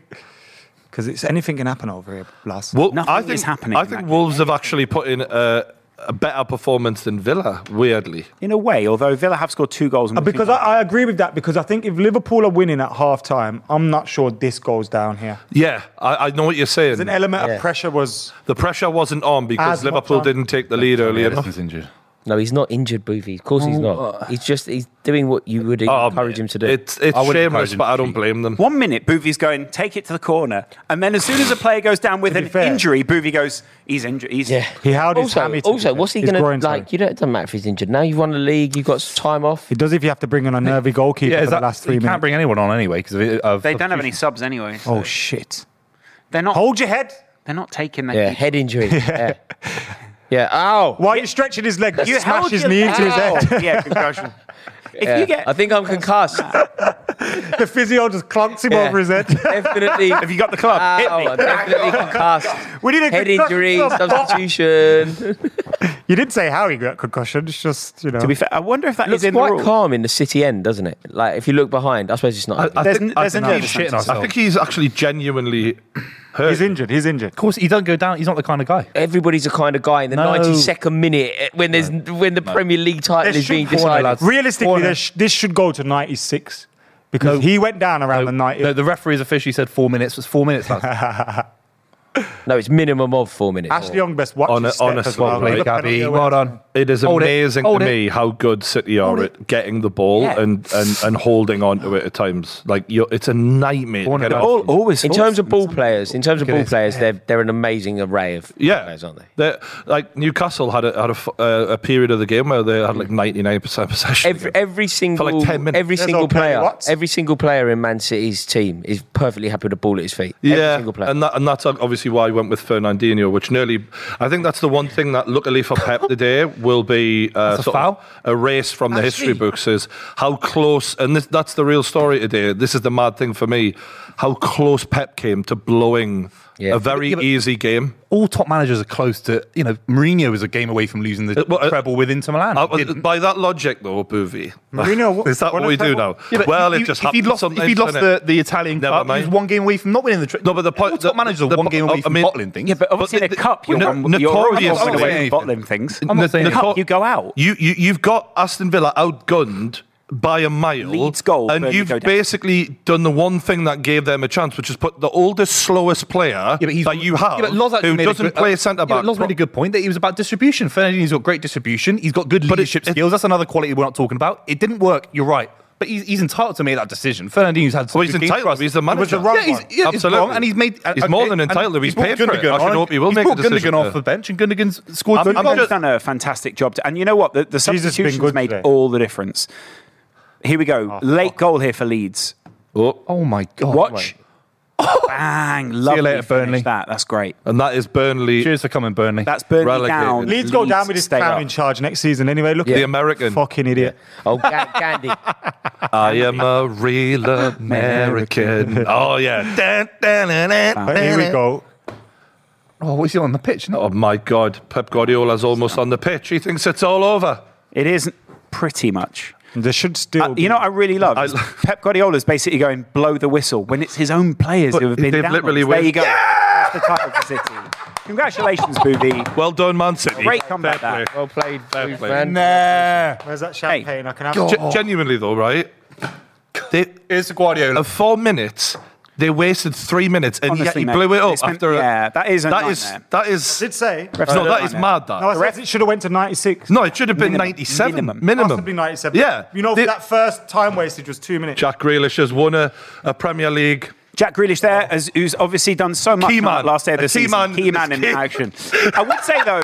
Speaker 4: Because it's anything can happen over here, Blas.
Speaker 3: Well,
Speaker 1: Nothing
Speaker 3: I think,
Speaker 1: is happening
Speaker 3: I
Speaker 1: in
Speaker 3: think
Speaker 1: that
Speaker 3: Wolves have actually put in a, a better performance than Villa, weirdly.
Speaker 1: in a way. Although Villa have scored two goals, and
Speaker 4: Uh,
Speaker 1: we
Speaker 4: Because I,
Speaker 1: think-
Speaker 4: I agree with that. Because I think if Liverpool are winning at half time, I'm not sure this goes down here.
Speaker 3: Yeah, I, I know what you're saying.
Speaker 4: There's an element
Speaker 5: Yeah.
Speaker 4: of pressure was
Speaker 3: the pressure wasn't on because
Speaker 4: As much
Speaker 3: Liverpool
Speaker 4: on-
Speaker 3: didn't take the lead early
Speaker 6: Yeah,
Speaker 3: enough.
Speaker 6: Edison's injured.
Speaker 5: No, he's not injured, Boovy. Of course he's not. He's just he's doing what you would
Speaker 3: Oh,
Speaker 5: encourage him to do.
Speaker 3: It's, it's
Speaker 6: I wouldn't encourage
Speaker 3: shameless,
Speaker 6: him
Speaker 3: but
Speaker 6: to
Speaker 3: I don't
Speaker 6: cheat.
Speaker 3: blame them.
Speaker 1: One minute, Boovy's going, take it to the corner. And then as soon as a player goes down with
Speaker 4: To be
Speaker 1: an
Speaker 4: fair.
Speaker 1: injury, Boovy goes, he's injured. He's
Speaker 5: yeah.
Speaker 4: he held his
Speaker 5: also,
Speaker 4: hammy to
Speaker 5: also,
Speaker 4: the-
Speaker 5: what's he
Speaker 4: his
Speaker 5: going
Speaker 4: groin,
Speaker 5: to
Speaker 4: sorry.
Speaker 5: like? You don't it doesn't matter if he's injured. Now you've won the league. You've got time off.
Speaker 4: It does if you have to bring in a nervy goalkeeper
Speaker 6: Yeah,
Speaker 4: for
Speaker 6: is that,
Speaker 4: the last three
Speaker 6: you can't
Speaker 4: minutes.
Speaker 6: bring anyone on anyway because of, of
Speaker 1: They don't have any subs anyway. so
Speaker 4: oh shit!
Speaker 1: they're not
Speaker 4: Hold your head.
Speaker 1: they're not taking their
Speaker 5: Yeah, head injury. yeah. yeah. Ow.
Speaker 4: Why are you stretching his leg? You smash
Speaker 1: held
Speaker 4: his
Speaker 1: your
Speaker 4: knee into his
Speaker 1: leg. Oh,
Speaker 4: head.
Speaker 1: yeah, concussion. If
Speaker 5: Yeah.
Speaker 1: you get
Speaker 5: I think I'm concussed.
Speaker 4: the physio just clunks him
Speaker 5: Yeah.
Speaker 4: over his head.
Speaker 5: definitely. Have
Speaker 1: you got the club? Hit me.
Speaker 5: Ow, I'm definitely concussed.
Speaker 4: we need a
Speaker 5: Head
Speaker 4: concussion.
Speaker 5: injury,
Speaker 4: Oh,
Speaker 5: substitution.
Speaker 4: You didn't say how he got concussion. It's just you know.
Speaker 1: to be fair, I wonder if that is
Speaker 5: Looks
Speaker 1: in the
Speaker 5: quite
Speaker 1: rule.
Speaker 5: calm in the city end, doesn't it? Like if you look behind, I suppose it's not.
Speaker 3: I
Speaker 5: happening.
Speaker 1: There's,
Speaker 3: think-
Speaker 1: there's a
Speaker 6: I think
Speaker 1: nervous
Speaker 6: shitting
Speaker 1: sense.
Speaker 3: I think he's actually genuinely hurt.
Speaker 4: he's injured. He's injured.
Speaker 6: Of course, he doesn't go down. He's not the kind of guy.
Speaker 5: Everybody's the kind of guy in the
Speaker 6: No.
Speaker 5: 92nd minute eh, when there's when the Premier League title
Speaker 4: There
Speaker 5: is being
Speaker 4: should-
Speaker 5: decided.
Speaker 6: lads.
Speaker 4: Realistically,
Speaker 6: Corner.
Speaker 4: there sh- this should go to 96. because he went down around the night.
Speaker 6: No, the referee's officially said four minutes. It was four minutes. That's
Speaker 5: No, it's minimum of four minutes.
Speaker 4: Ashley Young best watch
Speaker 3: On a-
Speaker 4: his step
Speaker 3: on a
Speaker 4: as
Speaker 3: slow
Speaker 4: well.
Speaker 3: play,
Speaker 4: Look at
Speaker 6: Gabby.
Speaker 4: it.
Speaker 6: Well done.
Speaker 3: It is
Speaker 6: Hold it.
Speaker 3: amazing
Speaker 6: Hold
Speaker 3: to
Speaker 6: it.
Speaker 3: me how good City are at getting the ball
Speaker 1: Yeah.
Speaker 3: and, and, and holding on to it at times. Like you're, it's a nightmare. To
Speaker 6: Hold it.
Speaker 3: get it.
Speaker 1: All, always
Speaker 5: in terms of ball players, in terms of ball
Speaker 6: this.
Speaker 5: players, they're they're an amazing array of
Speaker 3: yeah,
Speaker 5: players, aren't they?
Speaker 3: They're- like Newcastle had a had a, f- uh, a period of the game where they had like ninety nine percent possession.
Speaker 5: Every,
Speaker 3: again.
Speaker 5: every single,
Speaker 3: 10 minutes.
Speaker 5: every
Speaker 4: There's
Speaker 5: single
Speaker 4: old Kenny
Speaker 5: player,
Speaker 4: Watts.
Speaker 5: every single player in Man City's team is perfectly happy with the ball at his feet. every single player.
Speaker 3: and that, and that's obviously why I went with Fernandinho, which nearly. I think that's the one thing that luckily for Pep today will be uh,
Speaker 6: That's a
Speaker 3: sort of
Speaker 6: foul?
Speaker 3: erased from the history books is how close, and this, that's the real story today. This is the mad thing for me, how close Pep came to blowing
Speaker 5: Yeah.
Speaker 3: a very
Speaker 6: Yeah, but-
Speaker 3: easy game.
Speaker 6: all top managers are close to you know Mourinho is a game away from losing the
Speaker 3: Uh, well, uh,
Speaker 6: treble with Inter Milan.
Speaker 3: Uh,
Speaker 6: He didn't.
Speaker 3: by that logic, though, Bouvie,
Speaker 4: Mourinho, what-
Speaker 3: is that
Speaker 4: what
Speaker 3: what we
Speaker 4: if I-
Speaker 3: do now?
Speaker 6: Yeah, but
Speaker 3: well,
Speaker 6: if
Speaker 3: it
Speaker 6: you-
Speaker 3: just
Speaker 6: if he'd
Speaker 3: happens
Speaker 6: lost, if
Speaker 3: sometimes,
Speaker 6: he'd lost
Speaker 3: doesn't it?
Speaker 6: the, the Italian
Speaker 3: Never
Speaker 6: cup, he was
Speaker 3: mind.
Speaker 6: one game away from not winning the treble.
Speaker 3: No, but the point-
Speaker 6: all top
Speaker 3: the-
Speaker 6: managers are
Speaker 3: the
Speaker 6: one
Speaker 3: po-
Speaker 6: game
Speaker 3: I
Speaker 6: away from
Speaker 3: mean-
Speaker 6: bottling things.
Speaker 1: Yeah, but obviously
Speaker 3: but
Speaker 1: in a
Speaker 3: the-
Speaker 1: cup, you're,
Speaker 3: No-
Speaker 1: one, you're
Speaker 3: Notorious
Speaker 1: always
Speaker 6: for
Speaker 1: away
Speaker 6: anything.
Speaker 1: bottling things.
Speaker 6: I'm not saying
Speaker 1: the
Speaker 6: anything.
Speaker 1: cup, you go out.
Speaker 3: Oh, You, you you've got Aston Villa outgunned by a mile.
Speaker 1: Leeds goal,
Speaker 3: and
Speaker 1: Burnley
Speaker 3: you've
Speaker 1: go down.
Speaker 3: basically done the one thing that gave them a chance, which is put the oldest, slowest player
Speaker 6: Yeah, but he's,
Speaker 3: that you have,
Speaker 6: Yeah, but Loz actually
Speaker 3: who
Speaker 6: made a
Speaker 3: doesn't
Speaker 6: good- uh,
Speaker 3: play centre
Speaker 6: Yeah,
Speaker 3: back.
Speaker 6: but Loz made a good point that he was about distribution. Fernandinho's got great distribution. He's got good
Speaker 3: But it-
Speaker 6: leadership
Speaker 3: it-
Speaker 6: skills. That's another quality we're not talking about. It didn't work. You're right. But he's, he's entitled to make that decision. Fernandinho's had. some
Speaker 3: Well, he's
Speaker 6: good games
Speaker 3: entitled.
Speaker 6: for us.
Speaker 3: He's the
Speaker 6: It was
Speaker 3: manager.
Speaker 6: wrong
Speaker 3: Yeah,
Speaker 6: one.
Speaker 3: he's- yeah, it's
Speaker 6: Absolutely.
Speaker 3: wrong, and he's made- He's more than
Speaker 6: and
Speaker 3: entitled. He's paid
Speaker 6: brought
Speaker 3: for it. I should
Speaker 6: on.
Speaker 3: hope he will
Speaker 6: He's
Speaker 3: make a
Speaker 6: brought
Speaker 3: decision
Speaker 6: Gundogan
Speaker 3: there.
Speaker 6: off the bench, and Gundogan's scored.
Speaker 3: I'm-
Speaker 6: two
Speaker 3: I'm
Speaker 6: goals.
Speaker 1: He's done a fantastic job. To, and you know what? The, the
Speaker 4: Jesus has been
Speaker 1: substitutions
Speaker 4: good
Speaker 1: made
Speaker 4: today. Oh,
Speaker 1: all the difference. Here we go. Late goal here for Leeds.
Speaker 3: Oh,
Speaker 6: Oh my god!
Speaker 1: Watch. Bang. Lovely.
Speaker 6: later,
Speaker 1: finish
Speaker 6: Burnley.
Speaker 1: That. That's great.
Speaker 3: and that is Burnley.
Speaker 6: Cheers for coming, Burnley.
Speaker 1: That's Burnley
Speaker 3: Relegated.
Speaker 1: down.
Speaker 4: Leeds go down with his
Speaker 1: stay
Speaker 4: clown
Speaker 1: up.
Speaker 4: in charge next season anyway. Look at
Speaker 3: The
Speaker 4: him.
Speaker 3: American.
Speaker 4: Fucking idiot.
Speaker 5: Oh, Ga- Gandhi.
Speaker 3: I am a real American. oh yeah. Dun, dun, dun, dun,
Speaker 6: Ah.
Speaker 4: But here we go.
Speaker 6: oh, what's he on the pitch?
Speaker 3: Oh my God! Pep Guardiola's almost on the pitch. He thinks it's all over.
Speaker 1: It is pretty much.
Speaker 4: There should still
Speaker 1: Uh, you know what I really love? is Pep Guardiola's basically going, blow the whistle when it's his own players who have been
Speaker 3: they've
Speaker 1: down.
Speaker 3: literally
Speaker 1: there you
Speaker 3: went,
Speaker 1: go. That's the title for City. Congratulations, Boobie.
Speaker 3: Well done, Man City.
Speaker 1: Great comeback,
Speaker 3: Fair
Speaker 1: that.
Speaker 3: play.
Speaker 5: Well played, Booth,
Speaker 3: play.
Speaker 5: man.
Speaker 4: be- Where's that champagne? I can have
Speaker 3: Ge- genuinely though, right? They,
Speaker 6: It's Guardiola.
Speaker 3: of four minutes, they wasted three minutes, and
Speaker 1: Honestly,
Speaker 3: yet
Speaker 1: mate,
Speaker 3: he blew it
Speaker 1: they
Speaker 3: up
Speaker 1: spent-
Speaker 3: after. a-
Speaker 1: yeah, that is a
Speaker 3: that is
Speaker 1: nightmare.
Speaker 3: that is
Speaker 4: did say.
Speaker 1: Refs
Speaker 3: no,
Speaker 1: don't
Speaker 3: that
Speaker 1: like
Speaker 3: is
Speaker 1: that.
Speaker 3: mad. That
Speaker 4: No, I said it should have went to 96.
Speaker 3: no, it should have been
Speaker 1: Minimum.
Speaker 3: ninety-seven
Speaker 1: Minimum.
Speaker 3: minimum.
Speaker 4: Possibly 97.
Speaker 3: Yeah,
Speaker 4: You know,
Speaker 3: They-
Speaker 4: that first time wastage was two minutes.
Speaker 3: Jack Grealish has won a, a Premier League.
Speaker 1: Jack Grealish there, as, who's obviously done so much
Speaker 3: Key
Speaker 1: on that
Speaker 3: man.
Speaker 1: last day of
Speaker 3: A
Speaker 1: the
Speaker 3: key
Speaker 1: season.
Speaker 3: man.
Speaker 1: Key man in
Speaker 3: Key-
Speaker 1: action. I would say though,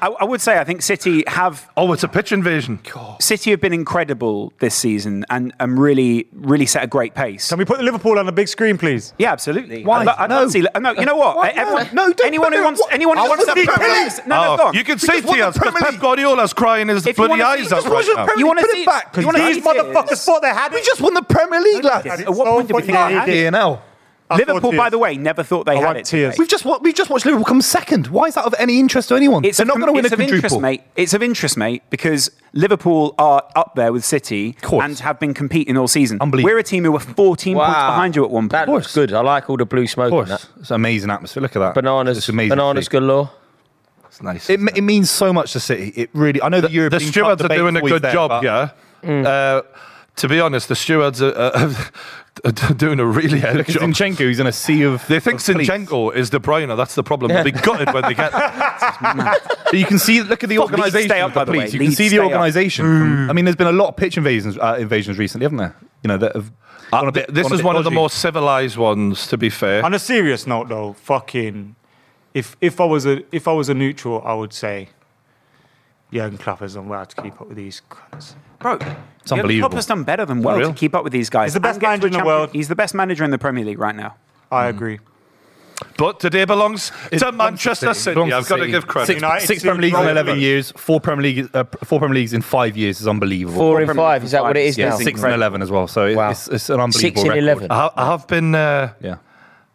Speaker 1: I, I would say I think City have
Speaker 3: Oh, it's a pitch invasion.
Speaker 1: City have been incredible this season and, and really really set a great pace.
Speaker 4: Can we put the Liverpool on the big screen, please?
Speaker 1: yeah, absolutely.
Speaker 6: Why?
Speaker 1: I, lo- I
Speaker 6: No.
Speaker 1: don't see. No, you know what? E,
Speaker 6: Why?
Speaker 1: Everyone,
Speaker 6: No, don't-
Speaker 1: anyone who
Speaker 6: no,
Speaker 1: wants
Speaker 6: what?
Speaker 1: anyone who
Speaker 6: I
Speaker 1: wants
Speaker 6: want
Speaker 1: to see
Speaker 6: to see Premier
Speaker 1: Pillars.
Speaker 6: League.
Speaker 1: No, no, go
Speaker 3: Oh,
Speaker 1: on.
Speaker 3: you can
Speaker 6: We
Speaker 3: see
Speaker 6: just won the
Speaker 3: tears because
Speaker 6: Premier
Speaker 3: Pep
Speaker 6: League.
Speaker 3: Guardiola's crying
Speaker 1: If
Speaker 3: his
Speaker 1: you
Speaker 3: bloody
Speaker 1: wanna see-
Speaker 3: eyes out
Speaker 1: just
Speaker 3: right
Speaker 1: watch the
Speaker 3: now.
Speaker 1: Premier You wanna
Speaker 6: Put
Speaker 1: see-
Speaker 6: it back?
Speaker 1: you
Speaker 6: Because
Speaker 1: wanna see
Speaker 6: these
Speaker 1: tears?
Speaker 6: motherfuckers thought they had it. We just won the Premier League, lads.
Speaker 1: At
Speaker 4: It's
Speaker 1: what
Speaker 4: so
Speaker 1: point do we think
Speaker 4: funny.
Speaker 1: they had it?
Speaker 6: DNL.
Speaker 1: Liverpool, by the way, never thought they
Speaker 4: I
Speaker 1: had
Speaker 4: want
Speaker 1: it.
Speaker 4: tears.
Speaker 1: today.
Speaker 6: We've just wa- we've just watched Liverpool come second. Why is that of any interest to anyone?
Speaker 1: It's
Speaker 6: They're
Speaker 1: of-
Speaker 6: not going to win
Speaker 1: it's
Speaker 6: a
Speaker 1: of interest,
Speaker 6: quadruple.
Speaker 1: mate. It's of interest, mate, because Liverpool are up there with City
Speaker 6: course.
Speaker 1: and have been competing all season.
Speaker 6: Unbelievable.
Speaker 1: We're a team who were 14 points behind you at one
Speaker 5: That
Speaker 1: point.
Speaker 5: looks good. I like all the blue smoke.
Speaker 6: Of
Speaker 5: on
Speaker 6: course,
Speaker 5: That.
Speaker 6: it's an amazing atmosphere. Look at that.
Speaker 5: Bananas,
Speaker 6: It's amazing.
Speaker 5: bananas
Speaker 6: It,
Speaker 5: galore.
Speaker 3: It's nice.
Speaker 6: m- it means so much to City. It really. I know that European
Speaker 3: the stewards are
Speaker 6: Cup debate
Speaker 3: doing a
Speaker 6: always
Speaker 3: good
Speaker 6: there,
Speaker 3: job,
Speaker 6: but
Speaker 3: yeah. Uh, to be honest, the stewards are, are, are doing a really good
Speaker 6: Look at
Speaker 3: job.
Speaker 6: Zinchenko, he's in a sea of.
Speaker 3: They think
Speaker 6: of police.
Speaker 3: Sinchenko is De Bruyne. That's the problem. They'll be gutted when they get there.
Speaker 6: But You can see. Look at the
Speaker 1: Fuck, Leeds
Speaker 6: organisation.
Speaker 1: stay up,
Speaker 6: of the
Speaker 1: by the way.
Speaker 6: police. You
Speaker 1: Leeds
Speaker 6: can see
Speaker 1: stay
Speaker 6: the
Speaker 1: up. Mm.
Speaker 6: organisation. I mean, there's been a lot of pitch invasions, uh, invasions recently, haven't there? You know that have. gone
Speaker 1: Uh,
Speaker 6: a
Speaker 3: Th-
Speaker 6: bit-
Speaker 3: this
Speaker 6: gone a
Speaker 3: is
Speaker 6: bit
Speaker 3: one of the
Speaker 6: dodgy.
Speaker 3: most civilized ones, to be fair.
Speaker 4: On a serious note, though, fucking, if if I was a if I was a neutral, I would say, Jurgen Klopp is unwell to keep up with these. Cunts.
Speaker 1: Bro, it's
Speaker 6: unbelievable.
Speaker 1: Klopp has done better than well
Speaker 3: Unreal.
Speaker 1: to keep up with these guys.
Speaker 4: He's the best
Speaker 1: and get to
Speaker 4: manager
Speaker 1: a
Speaker 4: in the
Speaker 1: champion-
Speaker 4: world.
Speaker 1: He's the best manager in the Premier League right now.
Speaker 4: I agree.
Speaker 3: But today belongs to
Speaker 6: belongs to
Speaker 3: Manchester
Speaker 6: City.
Speaker 3: City.
Speaker 6: Belongs to
Speaker 3: I've got to
Speaker 6: City.
Speaker 3: give credit.
Speaker 6: Six,
Speaker 4: United
Speaker 6: six
Speaker 4: team
Speaker 6: Premier Leagues in
Speaker 4: right
Speaker 6: eleven
Speaker 4: away.
Speaker 6: years. Four Premier League, uh, four Premier Leagues in five years is unbelievable.
Speaker 5: Four in
Speaker 1: Premier League
Speaker 5: five. Is that what it is
Speaker 1: five, yeah,
Speaker 5: now?
Speaker 6: six and eleven as well. So it-
Speaker 5: Wow.
Speaker 6: it's, it's an unbelievable.
Speaker 5: Six in
Speaker 6: record.
Speaker 5: 11.
Speaker 3: I, ha- I have been, uh,
Speaker 6: Yeah.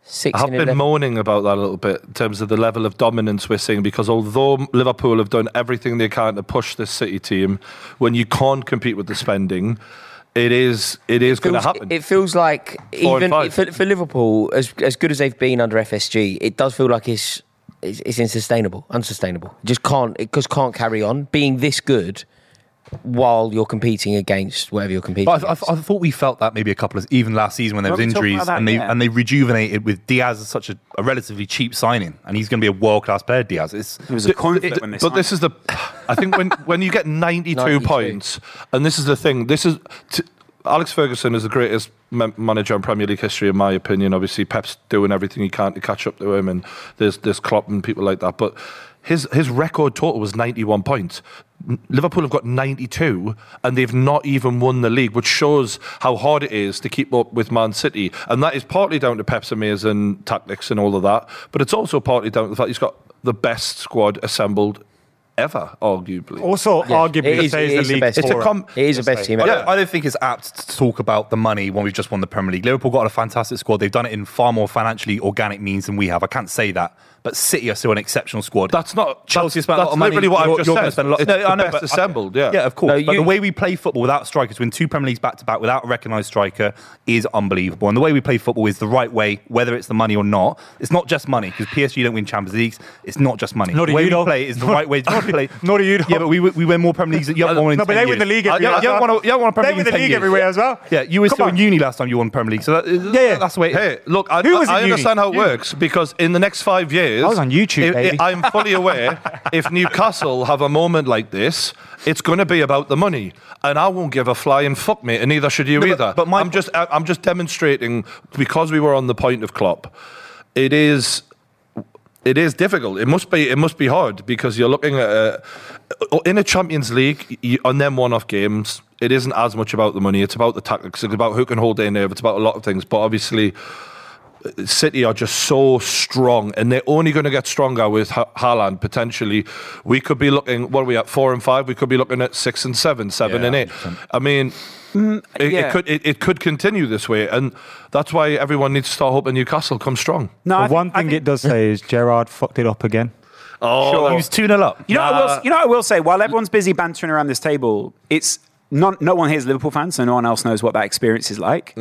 Speaker 5: Six
Speaker 3: I have
Speaker 5: and
Speaker 3: been
Speaker 5: eleven.
Speaker 3: moaning about that a little bit in terms of the level of dominance we're seeing. Because although Liverpool have done everything they can to push this City team, when you can't compete with the spending, it is it is going to
Speaker 5: feels-
Speaker 3: happen.
Speaker 5: It feels like
Speaker 3: Four and
Speaker 5: even
Speaker 3: five.
Speaker 5: for, for Liverpool, as as good as they've been under FSG, it does feel like it's it's, it's unsustainable. Unsustainable. It just can't. It just can't carry on being this good while you're competing against wherever you're competing.
Speaker 6: But I, I,
Speaker 5: against.
Speaker 6: I thought we felt that maybe a couple of even last season when there
Speaker 1: Well,
Speaker 6: was
Speaker 1: we talked about
Speaker 6: injuries
Speaker 1: that,
Speaker 6: and they
Speaker 1: yeah.
Speaker 6: and they rejuvenated with Diaz as such a, a relatively cheap signing and he's going to be a world class player. Diaz, it's
Speaker 1: It was a coin flip
Speaker 3: It-
Speaker 1: when this.
Speaker 3: but this is the. I think when when you get 92,
Speaker 5: 92.
Speaker 3: points, and this is the thing. This is t- Alex Ferguson is the greatest ma- manager in Premier League history, in my opinion. Obviously, Pep's doing everything he can to catch up to him, and there's there's Klopp and people like that. But his his record total was 91 points. N- Liverpool have got 92, and they've not even won the league, which shows how hard it is to keep up with Man City. And that is partly down to Pep's amazing tactics and all of that, but it's also partly down to the fact he's got the best squad assembled ever, arguably.
Speaker 4: Also, arguably,
Speaker 5: It
Speaker 4: the
Speaker 5: is-
Speaker 4: say
Speaker 5: it is
Speaker 4: is the
Speaker 5: the
Speaker 4: league.
Speaker 5: best
Speaker 3: It's a
Speaker 4: poorer.
Speaker 3: com-
Speaker 5: it is the best team.
Speaker 6: I,
Speaker 5: ever.
Speaker 6: don't, I don't think it's apt to talk about the money when we've just won the Premier League. Liverpool got a fantastic squad. They've done it in far more financially organic means than we have. I can't say that. But City are still an exceptional squad.
Speaker 3: That's not-
Speaker 6: Chelsea
Speaker 3: that's-
Speaker 6: spent a lot
Speaker 3: that's
Speaker 6: of money.
Speaker 3: literally what I've
Speaker 6: You're-
Speaker 3: just
Speaker 6: you're gonna
Speaker 3: said.
Speaker 6: spend a lot-
Speaker 3: It's
Speaker 6: No,
Speaker 3: the
Speaker 6: I know,
Speaker 3: best
Speaker 6: but I-
Speaker 3: assembled, yeah.
Speaker 6: yeah, of course.
Speaker 5: No,
Speaker 6: but
Speaker 5: you-
Speaker 6: the way we play football without strikers, win two Premier Leagues back to back without a recognised striker, is unbelievable. And the way we play football is the right way, whether it's the money or not. It's not just money because PSG don't win Champions Leagues. It's not just money.
Speaker 4: Nor do
Speaker 6: the way
Speaker 4: you,
Speaker 6: we
Speaker 4: though.
Speaker 6: play is the right way to play.
Speaker 4: nor do you, though.
Speaker 6: Yeah, but we, we win more Premier Leagues. than You haven't won in
Speaker 4: No, but
Speaker 6: 10
Speaker 4: they win the
Speaker 6: years.
Speaker 4: league every year.
Speaker 6: Uh, yeah, You haven't won a- you haven't won a Premier
Speaker 4: They win
Speaker 6: League
Speaker 4: the
Speaker 6: in 10
Speaker 4: league
Speaker 6: years.
Speaker 4: everywhere as well.
Speaker 6: Yeah, you were
Speaker 4: Come
Speaker 6: still
Speaker 4: on.
Speaker 6: in uni last time you won Premier League. So that, yeah,
Speaker 4: yeah.
Speaker 6: that's the way. it is.
Speaker 3: Hey, look, I,
Speaker 4: Who was
Speaker 3: I,
Speaker 4: in
Speaker 3: I
Speaker 4: uni?
Speaker 3: understand how it works because in the next five years,
Speaker 4: I was on YouTube,
Speaker 3: if-
Speaker 4: baby.
Speaker 3: I'm fully aware if Newcastle have a moment like this, it's going to be about the money, and I won't give a flying fuck, mate, and neither should you
Speaker 6: No, but-
Speaker 3: either.
Speaker 6: but my-
Speaker 3: I'm just, I- I'm just demonstrating because we were on the point of Klopp. It is. It is difficult. It must be. It must be hard because you're looking at a, Oh, in a Champions League you, on them one-off games. It isn't as much about the money. It's about the tactics. It's about who can hold their nerve. It's about a lot of things. But obviously, uh, City are just so strong, and they're only going to get stronger with ha- Haaland potentially. We could be looking. What are we at? Four and five. We could be looking at six and seven, seven
Speaker 6: Yeah,
Speaker 3: and eight. I mean, it,
Speaker 1: Mm, yeah.
Speaker 3: it could it, it could continue this way, and that's why everyone needs to start hoping Newcastle comes strong.
Speaker 1: no, I
Speaker 4: But
Speaker 1: think-
Speaker 4: one
Speaker 1: I
Speaker 4: thing
Speaker 1: think-
Speaker 4: it does say is Gerard fucked it up again.
Speaker 3: Oh,
Speaker 6: He was 2 0 up.
Speaker 1: You know, what I will, you know, what I will say. While everyone's busy bantering around this table, it's not, no one here is Liverpool fans, so no one else knows what that experience is like.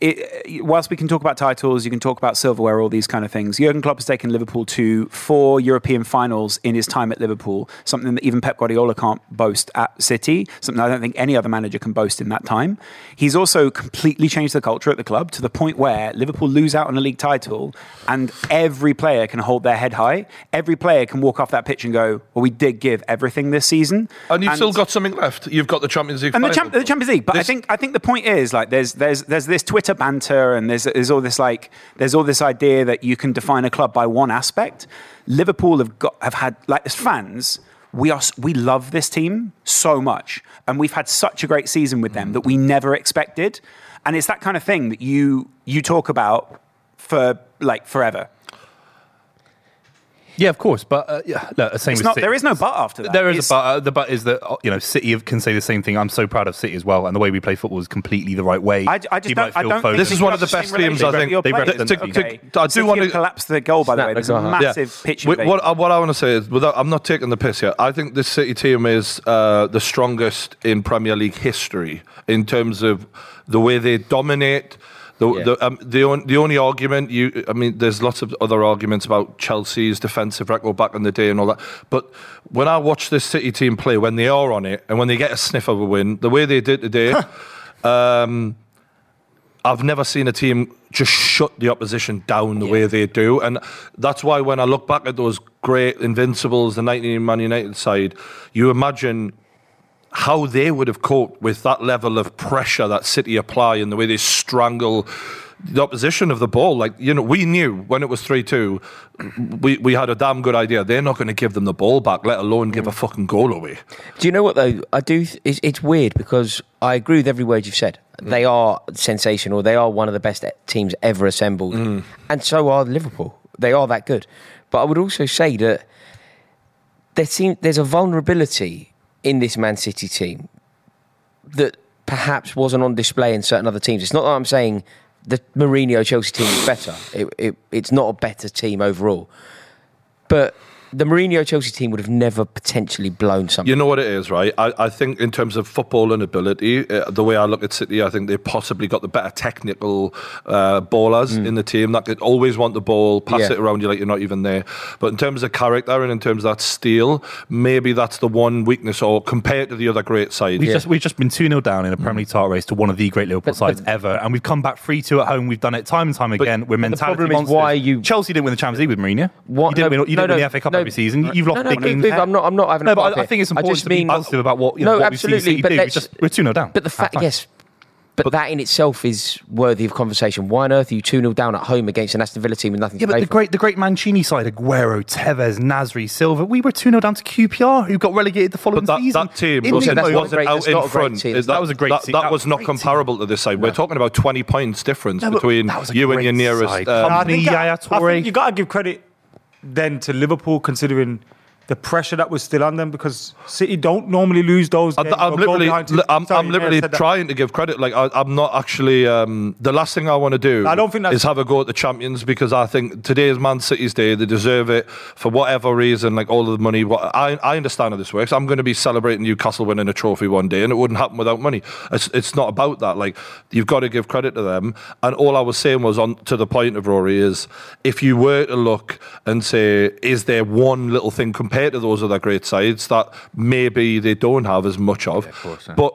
Speaker 1: It, whilst we can talk about titles, you can talk about silverware, all these kind of things. Jurgen Klopp has taken Liverpool to four European finals in his time at Liverpool, something that even Pep Guardiola can't boast at City, something I don't think any other manager can boast in that time. He's also completely changed the culture at the club to the point where Liverpool lose out on a league title and every player can hold their head high. Every player can walk off that pitch and go, Well, we did give everything this season.
Speaker 3: and you've
Speaker 1: And-
Speaker 3: still got something left. You've got the Champions League
Speaker 1: and the,
Speaker 3: final.
Speaker 1: champ- the Champions League. But I
Speaker 3: This-
Speaker 1: think I think the point is like there's there's there's this Twitter banter and there's there's all this like there's all this idea that you can define a club by one aspect. Liverpool have got have had like as fans. We are s- we love this team so much, and we've had such a great season with them that we never expected, and it's that kind of thing that you you talk about for like forever.
Speaker 6: Yeah, of course. But uh, yeah, look, the same
Speaker 1: It's
Speaker 6: with
Speaker 1: not
Speaker 6: City.
Speaker 1: there is no but after that.
Speaker 6: There is
Speaker 1: It's-
Speaker 6: a but. Uh, the but is that uh, you know City have- can say the same thing. I'm so proud of City as well, and the way we play football is completely the right way.
Speaker 1: I, I just
Speaker 6: You
Speaker 1: don't.
Speaker 6: might
Speaker 1: I
Speaker 6: feel
Speaker 1: don't think
Speaker 6: phony.
Speaker 3: This
Speaker 1: you
Speaker 3: is one
Speaker 1: have
Speaker 3: of the
Speaker 1: same
Speaker 3: best teams, I
Speaker 1: relationship
Speaker 3: think,
Speaker 1: with your
Speaker 6: they
Speaker 1: players.
Speaker 6: represent. To- to-
Speaker 1: Okay.
Speaker 3: to- I do
Speaker 1: City
Speaker 3: wanna-
Speaker 1: have collapsed the goal by the
Speaker 5: Snap
Speaker 1: way.
Speaker 5: the
Speaker 1: There's a
Speaker 5: goal.
Speaker 1: massive pitch.
Speaker 3: Wait,
Speaker 1: invasion.
Speaker 3: what, I- what I want to say is, without, I'm not taking the piss here. I think this City team is uh, the strongest in Premier League history in terms of the way they dominate. The,
Speaker 5: Yeah.
Speaker 3: the, um, the, on, the only argument you, I mean, there's lots of other arguments about Chelsea's defensive record back in the day and all that. But when I watch this City team play, when they are on it and when they get a sniff of a win, the way they did today, um, I've never seen a team just shut the opposition down the way they do. And that's why when I look back at those great invincibles, the 19 Man United side, you imagine how they would have coped with that level of pressure that City apply and the way they strangle the opposition of the ball. Like, you know, we knew when it was 3 2, we, we had a damn good idea. They're not going to give them the ball back, let alone give a fucking goal away.
Speaker 5: Do you know what though? I do. th- It's, it's weird because I agree with every word you've said. They are sensational. They are one of the best teams ever assembled, and so are Liverpool. They are that good. But I would also say that there seem, there's a vulnerability in this Man City team that perhaps wasn't on display in certain other teams. It's not that I'm saying the Mourinho Chelsea team is better. It, it, it's not a better team overall, but the Mourinho Chelsea team would have never potentially blown something.
Speaker 3: You know what it is, right? I, I think in terms of football and ability, uh, the way I look at City, I think they possibly got the better technical uh, ballers
Speaker 6: Mm.
Speaker 3: in the team that could always want the ball, pass
Speaker 5: Yeah.
Speaker 3: it around you like you're not even there. But in terms of character and in terms of that steel, maybe that's the one weakness, or compared to the other great sides.
Speaker 6: We've, just, we've just been 2 0 down in a
Speaker 5: Mm.
Speaker 6: Premier League title race to one of the great Liverpool sides ever, and we've come back 3 2 at home. We've done it time and time again. We're mentality
Speaker 5: problem is
Speaker 6: monsters.
Speaker 5: why you-
Speaker 6: Chelsea didn't win the Champions League with Mourinho.
Speaker 5: What-
Speaker 6: You didn't,
Speaker 5: no,
Speaker 6: win, you
Speaker 5: no,
Speaker 6: didn't win
Speaker 5: no,
Speaker 6: the FA Cup
Speaker 5: no,
Speaker 6: every season. You've lost
Speaker 5: no,
Speaker 6: big
Speaker 5: no,
Speaker 6: games.
Speaker 5: Viv, I'm not. I'm not having.
Speaker 6: No,
Speaker 5: a
Speaker 6: but
Speaker 5: pop
Speaker 6: I- I
Speaker 5: here.
Speaker 6: think it's important
Speaker 5: I just
Speaker 6: to be
Speaker 5: mean,
Speaker 6: positive about what- you know,
Speaker 5: no,
Speaker 6: what we see
Speaker 5: absolutely.
Speaker 6: City
Speaker 5: but
Speaker 6: do. We
Speaker 5: let's-
Speaker 6: just- we're 2-0 down.
Speaker 5: But the
Speaker 6: That's
Speaker 5: fact,
Speaker 6: fine.
Speaker 5: yes, but, that in itself is worthy of conversation. Why on earth are you two 0 down at home against an Aston Villa team with nothing to
Speaker 6: Yeah, but
Speaker 5: play
Speaker 6: the
Speaker 5: for?
Speaker 6: great, the great Mancini side, Aguero, Tevez, Nasri, Silva, we were 2 0 down to QPR, who got relegated the following
Speaker 3: But that,
Speaker 6: season.
Speaker 3: that team
Speaker 5: Also,
Speaker 6: In the
Speaker 3: wasn't,
Speaker 5: that's not a
Speaker 6: moment-
Speaker 3: wasn't
Speaker 5: great-
Speaker 3: out
Speaker 5: that's
Speaker 3: in
Speaker 5: not a great
Speaker 3: front.
Speaker 5: team.
Speaker 3: Is
Speaker 6: That was a great
Speaker 3: that,
Speaker 6: team.
Speaker 3: That,
Speaker 6: That
Speaker 3: was
Speaker 6: was a
Speaker 3: not
Speaker 6: great team.
Speaker 3: comparable to this side. We're talking about 20 points difference
Speaker 6: No, but
Speaker 3: between
Speaker 6: that was a
Speaker 3: you and
Speaker 6: great
Speaker 3: your nearest.
Speaker 6: side.
Speaker 3: um,
Speaker 6: Come
Speaker 4: I
Speaker 6: on.
Speaker 4: think, I,
Speaker 6: Yaya
Speaker 4: I
Speaker 6: Toure.
Speaker 4: think you got to give credit then to Liverpool considering the pressure that was still on them because City don't normally lose those.
Speaker 3: I-
Speaker 4: Games
Speaker 3: I'm
Speaker 4: or go
Speaker 3: literally,
Speaker 4: behind two-
Speaker 3: li- I'm,
Speaker 4: Sorry,
Speaker 3: I'm
Speaker 4: yeah, I
Speaker 3: literally
Speaker 4: said that.
Speaker 3: trying to give credit. Like I, I'm not actually. Um, the last thing I want to do
Speaker 4: I don't think that's-
Speaker 3: is have a go at the champions because I think today is Man City's day. They deserve it for whatever reason. Like all of the money. What I, I understand how this works. I'm going to be celebrating Newcastle winning a trophy one day, and it wouldn't happen without money. It's, it's not about that. Like you've got to give credit to them. And all I was saying was on to the point of Rory is if you were to look and say, is there one little thing compared to those other great sides that maybe they don't have as much of? But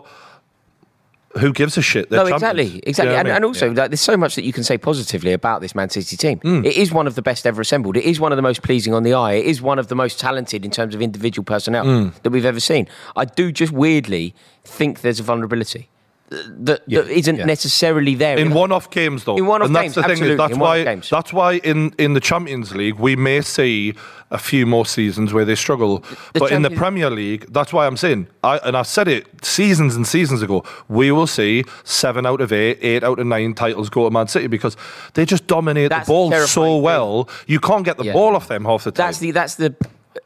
Speaker 3: who gives a shit? They're
Speaker 5: No,
Speaker 3: champions.
Speaker 5: exactly,
Speaker 3: Do you
Speaker 5: exactly,
Speaker 3: know what I
Speaker 5: and,
Speaker 3: mean?
Speaker 5: and also like, there's so much that you can say positively about this Man City team.
Speaker 6: Hmm.
Speaker 5: It is one of the best ever assembled. It is one of the most pleasing on the eye. It is one of the most talented in terms of individual personnel
Speaker 6: Hmm.
Speaker 5: that we've ever seen. I do just weirdly think there's a vulnerability th- that, that isn't necessarily there
Speaker 3: in one-off games, though.
Speaker 5: In one-off
Speaker 3: and that's
Speaker 5: games,
Speaker 3: the thing.
Speaker 5: absolutely,
Speaker 3: Is that's
Speaker 5: in one-off
Speaker 3: why.
Speaker 5: games.
Speaker 3: That's why in, in the Champions League we may see a few more seasons where they struggle, but in the
Speaker 5: Champions-
Speaker 3: Premier League, that's why I'm saying. I and I've said it seasons and seasons ago. We will see seven out of eight, eight out of nine titles go to Man City because they just dominate
Speaker 5: That's
Speaker 3: the ball
Speaker 5: terrifying
Speaker 3: so
Speaker 5: thing.
Speaker 3: well. You can't get the
Speaker 5: Yeah.
Speaker 3: ball off them half the time.
Speaker 5: that's the that's the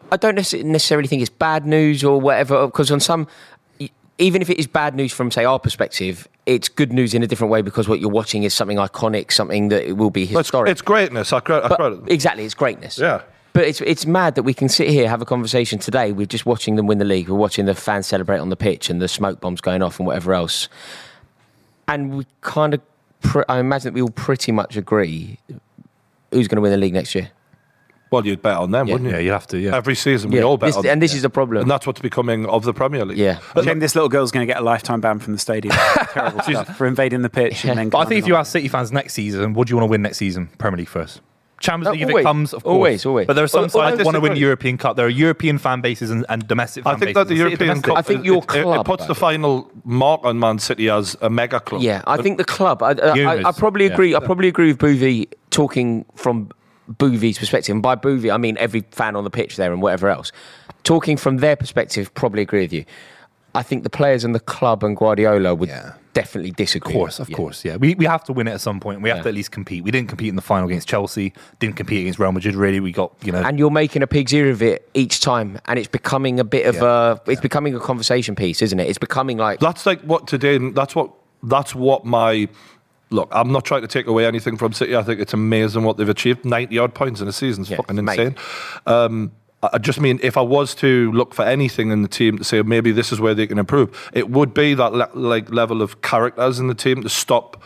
Speaker 5: I don't necess- necessarily think it's bad news or whatever because on some even if it is bad news from say our perspective it's good news in a different way because what you're watching is something iconic something that it will be
Speaker 3: But it's,
Speaker 5: historic
Speaker 3: it's greatness. I, credit. I
Speaker 5: But-
Speaker 3: credit them.
Speaker 5: exactly it's greatness
Speaker 3: Yeah.
Speaker 5: but it's it's mad that we can sit here have a conversation today we're just watching them win the league we're watching the fans celebrate on the pitch and the smoke bombs going off and whatever else and we kind of pr- I imagine that we all pretty much agree who's going to win the league next year
Speaker 3: Well, you'd bet on them, wouldn't you?
Speaker 6: Yeah, you have to, yeah.
Speaker 3: Every season, we all bet
Speaker 5: this-
Speaker 3: on them.
Speaker 5: and this is the problem
Speaker 3: And that's what's becoming of the Premier League.
Speaker 5: Yeah.
Speaker 1: Shame this little girl's going to get a lifetime ban from the stadium. Terrible stuff for invading the pitch. And then
Speaker 6: But I think if you
Speaker 1: climbing
Speaker 6: ask City fans next season, what do you want to win next season? Premier League first. Champions
Speaker 5: No,
Speaker 6: League, if it
Speaker 5: always,
Speaker 6: comes, of course.
Speaker 5: always, always.
Speaker 6: But there are some
Speaker 5: Al-
Speaker 6: sides
Speaker 5: although-
Speaker 6: that want to win
Speaker 3: disagree.
Speaker 6: European Cup. There are European fan bases and, and domestic fan
Speaker 3: I think
Speaker 6: bases.
Speaker 3: that the
Speaker 6: City
Speaker 3: European
Speaker 6: domestic-
Speaker 3: Cup.
Speaker 5: I think your
Speaker 3: it- it, it
Speaker 5: club,
Speaker 3: puts
Speaker 5: though.
Speaker 3: the final mark on Man City as a mega club.
Speaker 5: Yeah, I think the club. I, I,
Speaker 6: Eunice,
Speaker 5: I, I probably
Speaker 6: yeah.
Speaker 5: agree. I probably agree with Boovy talking from Boovy's perspective, and by Boovy I mean every fan on the pitch there and whatever else. Talking from their perspective, probably agree with you. I think the players and the club and Guardiola would
Speaker 6: Yeah.
Speaker 5: definitely disagree.
Speaker 6: Of course, of
Speaker 5: Yeah.
Speaker 6: course, yeah. We, we have to win it at some point. We have
Speaker 5: Yeah.
Speaker 6: to at least compete. We didn't compete in the final against Chelsea. Didn't compete against Real Madrid. Really, we got you know.
Speaker 5: And you're making a pig's ear of it each time, and it's becoming a bit of
Speaker 6: Yeah.
Speaker 5: a. It's becoming a conversation piece, isn't it? It's becoming like
Speaker 3: that's like what today. That's what. That's what my. Look, I'm not trying to take away anything from City. I think it's amazing what they've achieved. 90 odd points in a season is
Speaker 5: Yeah,
Speaker 3: fucking
Speaker 5: it's amazing.
Speaker 3: insane. Um, I I just mean, if I was to look for anything in the team to say maybe this is where they can improve, it would be that le- like level of characters in the team to stop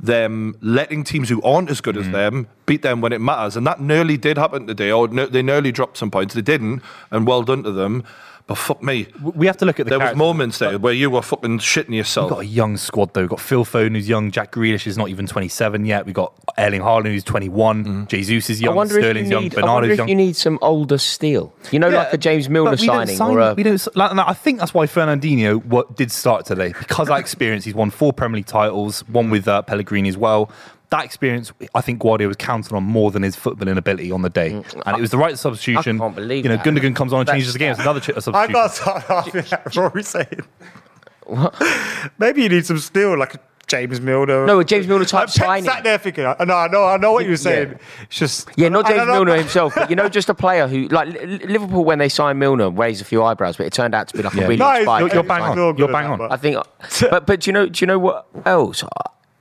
Speaker 3: them letting teams who aren't as good as them beat them when it matters. And that nearly did happen today, or ne- they nearly dropped some points. They didn't, and well done to them. But fuck me,
Speaker 6: we have to look at the
Speaker 3: there was
Speaker 6: character.
Speaker 3: moments there where you were fucking shitting
Speaker 6: We've got
Speaker 3: yourself.
Speaker 6: a young squad though. We've got Phil Foden who's young, Jack Grealish is not even 27 yet. We've got Erling Haaland who's 21,
Speaker 3: Mm-hmm.
Speaker 6: Jesus is
Speaker 5: I
Speaker 6: young,
Speaker 5: wonder if
Speaker 6: Sterling's
Speaker 5: you
Speaker 6: young,
Speaker 5: need. I wonder
Speaker 6: Bernardo's
Speaker 5: if
Speaker 6: young.
Speaker 5: you need some older steel. You know,
Speaker 6: Yeah,
Speaker 5: like a James
Speaker 6: but
Speaker 5: Milner
Speaker 6: we don't
Speaker 5: signing
Speaker 6: sign-
Speaker 5: or a.
Speaker 6: we don't, like, and I think that's why Fernandinho what, did start today because that experience. He's won four Premier League titles, one with uh, Pellegrini as well. That experience, I think Guardiola was counting on more than his footballing ability on the day, and it was the right substitution.
Speaker 5: Mm, I can't believe
Speaker 6: you know
Speaker 5: that.
Speaker 6: Gundogan comes on and
Speaker 5: That-
Speaker 6: changes the game. It's another ch- a substitution.
Speaker 4: I got started laughing at Rory saying. Maybe you need some steel, like a James Milner.
Speaker 5: No, a James Milner
Speaker 4: I
Speaker 5: type signing.
Speaker 4: sat there thinking, I know, I know, I know what you were saying. It's just
Speaker 5: Yeah, not
Speaker 4: I
Speaker 5: James
Speaker 4: don't know-
Speaker 5: Milner himself, but you know, just a player who, like Li- Li- Liverpool, when they signed Milner, raised a few eyebrows, but it turned out to be like a really
Speaker 4: No, it's-
Speaker 5: inspired.
Speaker 6: You're- you're bang
Speaker 4: it's
Speaker 6: on.
Speaker 4: real good
Speaker 6: You're
Speaker 4: at
Speaker 6: bang
Speaker 4: that,
Speaker 6: on.
Speaker 4: but-
Speaker 5: I think, but but do you know, do you know what else? I,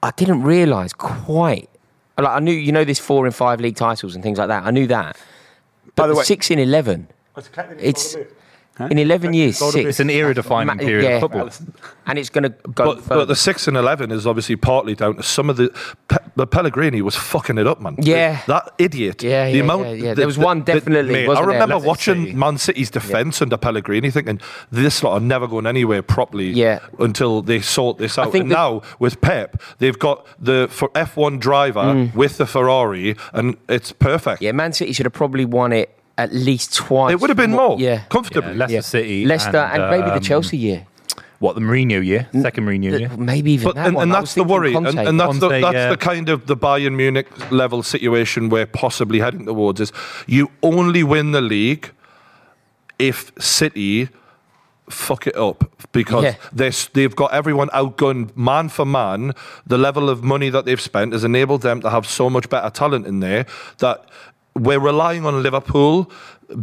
Speaker 5: I didn't realise quite. Like I knew, you know, this four in five league titles and things like that. I knew that,
Speaker 1: By the way,
Speaker 5: six in eleven. It's in eleven years.
Speaker 4: Gold a bit.
Speaker 6: It's
Speaker 5: Six.
Speaker 6: an era-defining
Speaker 5: Ma-
Speaker 6: period
Speaker 5: yeah.
Speaker 6: of football.
Speaker 5: and it's going to go
Speaker 3: But,
Speaker 5: further.
Speaker 3: but the six and eleven is obviously partly down to some of the. Pe- but Pellegrini was fucking it up, man.
Speaker 5: Yeah.
Speaker 3: that idiot.
Speaker 5: Yeah,
Speaker 3: the
Speaker 5: yeah, yeah, yeah. There was one definitely,
Speaker 3: mate, I
Speaker 5: wasn't there?
Speaker 3: remember
Speaker 5: Leicester
Speaker 3: watching
Speaker 6: City.
Speaker 3: Man City's defense under Pellegrini, thinking this lot are never going anywhere properly.
Speaker 5: Yeah.
Speaker 3: until they sort this out.
Speaker 5: think
Speaker 3: And
Speaker 5: that-
Speaker 3: now with Pep, they've got the for F1 driver with the Ferrari, and it's perfect.
Speaker 5: Mm. yeah, Man City should have probably won it at least twice.
Speaker 3: It would have been more
Speaker 5: Yeah.
Speaker 3: comfortably.
Speaker 6: Leicester
Speaker 5: Yeah.
Speaker 6: City,
Speaker 5: Leicester, and, maybe
Speaker 6: um,
Speaker 5: the Chelsea year.
Speaker 6: What the Mourinho year, second Mourinho year.
Speaker 5: Maybe even
Speaker 3: But
Speaker 5: that
Speaker 3: and,
Speaker 5: one.
Speaker 3: and
Speaker 5: I
Speaker 3: that's
Speaker 5: was
Speaker 3: the
Speaker 5: thinking
Speaker 3: worry, and,
Speaker 5: Conte.
Speaker 3: and that's the
Speaker 6: Conte,
Speaker 3: that's
Speaker 6: yeah.
Speaker 3: the kind of the Bayern Munich level situation we're possibly heading towards. Is you only win the league if City fuck it up because
Speaker 5: Yeah.
Speaker 3: they're, s- they've got everyone outgunned man for man. The level of money that they've spent has enabled them to have so much better talent in there that we're relying on Liverpool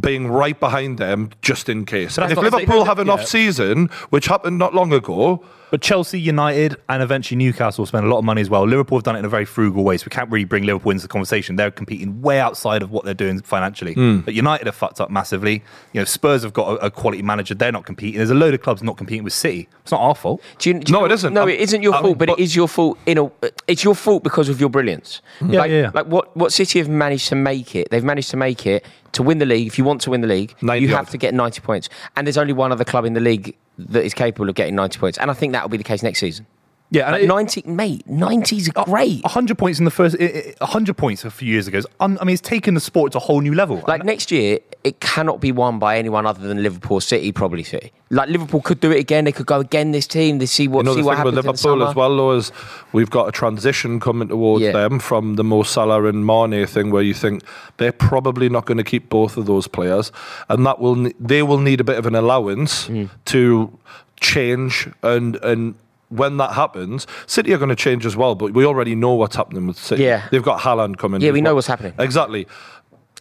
Speaker 3: being right behind them just in case. And
Speaker 6: that's
Speaker 3: if
Speaker 6: what I say.
Speaker 3: Liverpool have an
Speaker 6: Yeah.
Speaker 3: off season, which happened not long ago,
Speaker 6: But Chelsea, United, and eventually Newcastle spend a lot of money as well. Liverpool have done it in a very frugal way, so we can't really bring Liverpool into the conversation. They're competing way outside of what they're doing financially. But United have fucked up massively. You know, Spurs have got a, a quality manager. They're not competing. There's a load of clubs not competing with City. It's not our fault.
Speaker 5: Do you, do you
Speaker 3: No,
Speaker 5: know-
Speaker 3: it isn't.
Speaker 5: No,
Speaker 3: I'm-
Speaker 5: it isn't your
Speaker 3: I mean,
Speaker 5: fault, but,
Speaker 3: but-
Speaker 5: it is your fault. In a, it's your fault because of your brilliance.
Speaker 3: Mm-hmm.
Speaker 6: Yeah,
Speaker 5: like,
Speaker 6: yeah, yeah.
Speaker 5: like what, what City have managed to make it? They've managed to make it to win the league. If you want to win the league,
Speaker 3: 90
Speaker 5: you
Speaker 3: odd.
Speaker 5: have to get ninety points. And there's only one other club in the league that is capable of getting ninety points. And I think that will be the case next season.
Speaker 6: Yeah,
Speaker 5: Like ninety, mate, nineties
Speaker 3: Oh,
Speaker 5: are great.
Speaker 6: 100 points in the first, i- i- 100 points a few years ago. is un- I mean, it's taken the sport to a whole new level.
Speaker 5: Like next year, it cannot be won by anyone other than Liverpool City, probably City. Like Liverpool could do it again. They could go again this team. They see what
Speaker 3: Another
Speaker 5: see what
Speaker 3: thing
Speaker 5: happens
Speaker 3: with
Speaker 5: in the
Speaker 3: Liverpool
Speaker 5: summer.
Speaker 3: as well, though, is we've got a transition coming towards
Speaker 5: Yeah.
Speaker 3: them from the Mo Salah and Mane thing, where you think they're probably not going to keep both of those players, and that will ne- they will need a bit of an allowance
Speaker 5: Hmm.
Speaker 3: to change and and. When that happens, City are going to change as well, but we already know what's happening with City.
Speaker 5: Yeah.
Speaker 3: They've got Haaland coming.
Speaker 5: Yeah,
Speaker 3: as
Speaker 5: we know
Speaker 3: well.
Speaker 5: what's happening.
Speaker 3: Exactly.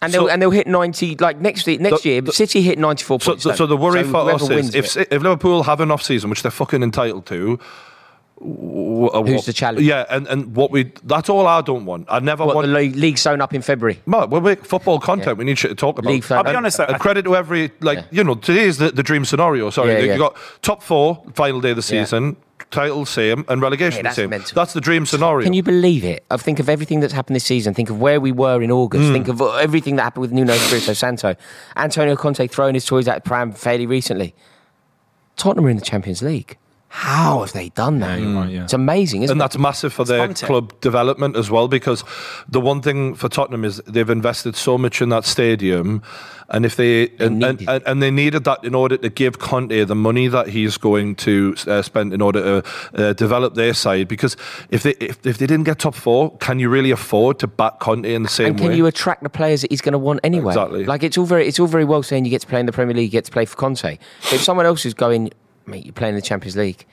Speaker 5: and they'll
Speaker 3: So-
Speaker 5: and they'll hit ninety like next week next
Speaker 3: The-
Speaker 5: year.
Speaker 3: the-
Speaker 5: City hit ninety four
Speaker 3: So,
Speaker 5: points.
Speaker 3: so, so the worry
Speaker 5: So
Speaker 3: for
Speaker 5: whoever
Speaker 3: us
Speaker 5: wins
Speaker 3: is if,
Speaker 5: it-
Speaker 3: Si- if Liverpool have an off season, which they're fucking entitled to. w- w-
Speaker 5: Who's
Speaker 3: what-
Speaker 5: the challenge?
Speaker 3: Yeah, and, and what we that's all I don't want. I never
Speaker 5: what
Speaker 3: want.
Speaker 5: the league, league sewn up in February.
Speaker 3: Mark, we make football content. We need shit to talk about.
Speaker 5: League fan- I'll be
Speaker 3: And-
Speaker 1: honest, though,
Speaker 3: and
Speaker 1: I-
Speaker 3: credit to every like
Speaker 5: Yeah.
Speaker 3: you know today's the, the dream scenario. Sorry,
Speaker 5: Yeah,
Speaker 3: you
Speaker 5: yeah.
Speaker 3: got top four final day of the
Speaker 5: Yeah.
Speaker 3: season, title same, and relegation
Speaker 5: Yeah, that's
Speaker 3: same.
Speaker 5: mental.
Speaker 3: That's the dream scenario.
Speaker 5: Can you believe it? I think of everything that's happened this season. Think of where we were in
Speaker 3: Hmm.
Speaker 5: August. Think of everything that happened with Nuno Espirito Santo. Antonio Conte throwing his toys out pram fairly recently. Tottenham are in the Champions League. How have they done that? It's amazing, isn't
Speaker 3: Hmm. and
Speaker 5: it?
Speaker 3: that's massive for their
Speaker 1: Conte.
Speaker 3: club development as well because the one thing for Tottenham is they've invested so much in that stadium and if they, and, and,
Speaker 5: needed
Speaker 3: and, and they needed that in order to give Conte the money that he's going to uh, spend in order to uh, develop their side because if they if, if they didn't get top 4 can you really afford to back Conte in the same
Speaker 5: And can
Speaker 3: way
Speaker 5: you attract the players that he's going to want anyway?
Speaker 3: Exactly.
Speaker 5: Like it's all very it's all very well saying you get to play in the Premier League, you get to play for Conte. But if someone else is going, mate, you're playing in the Champions League,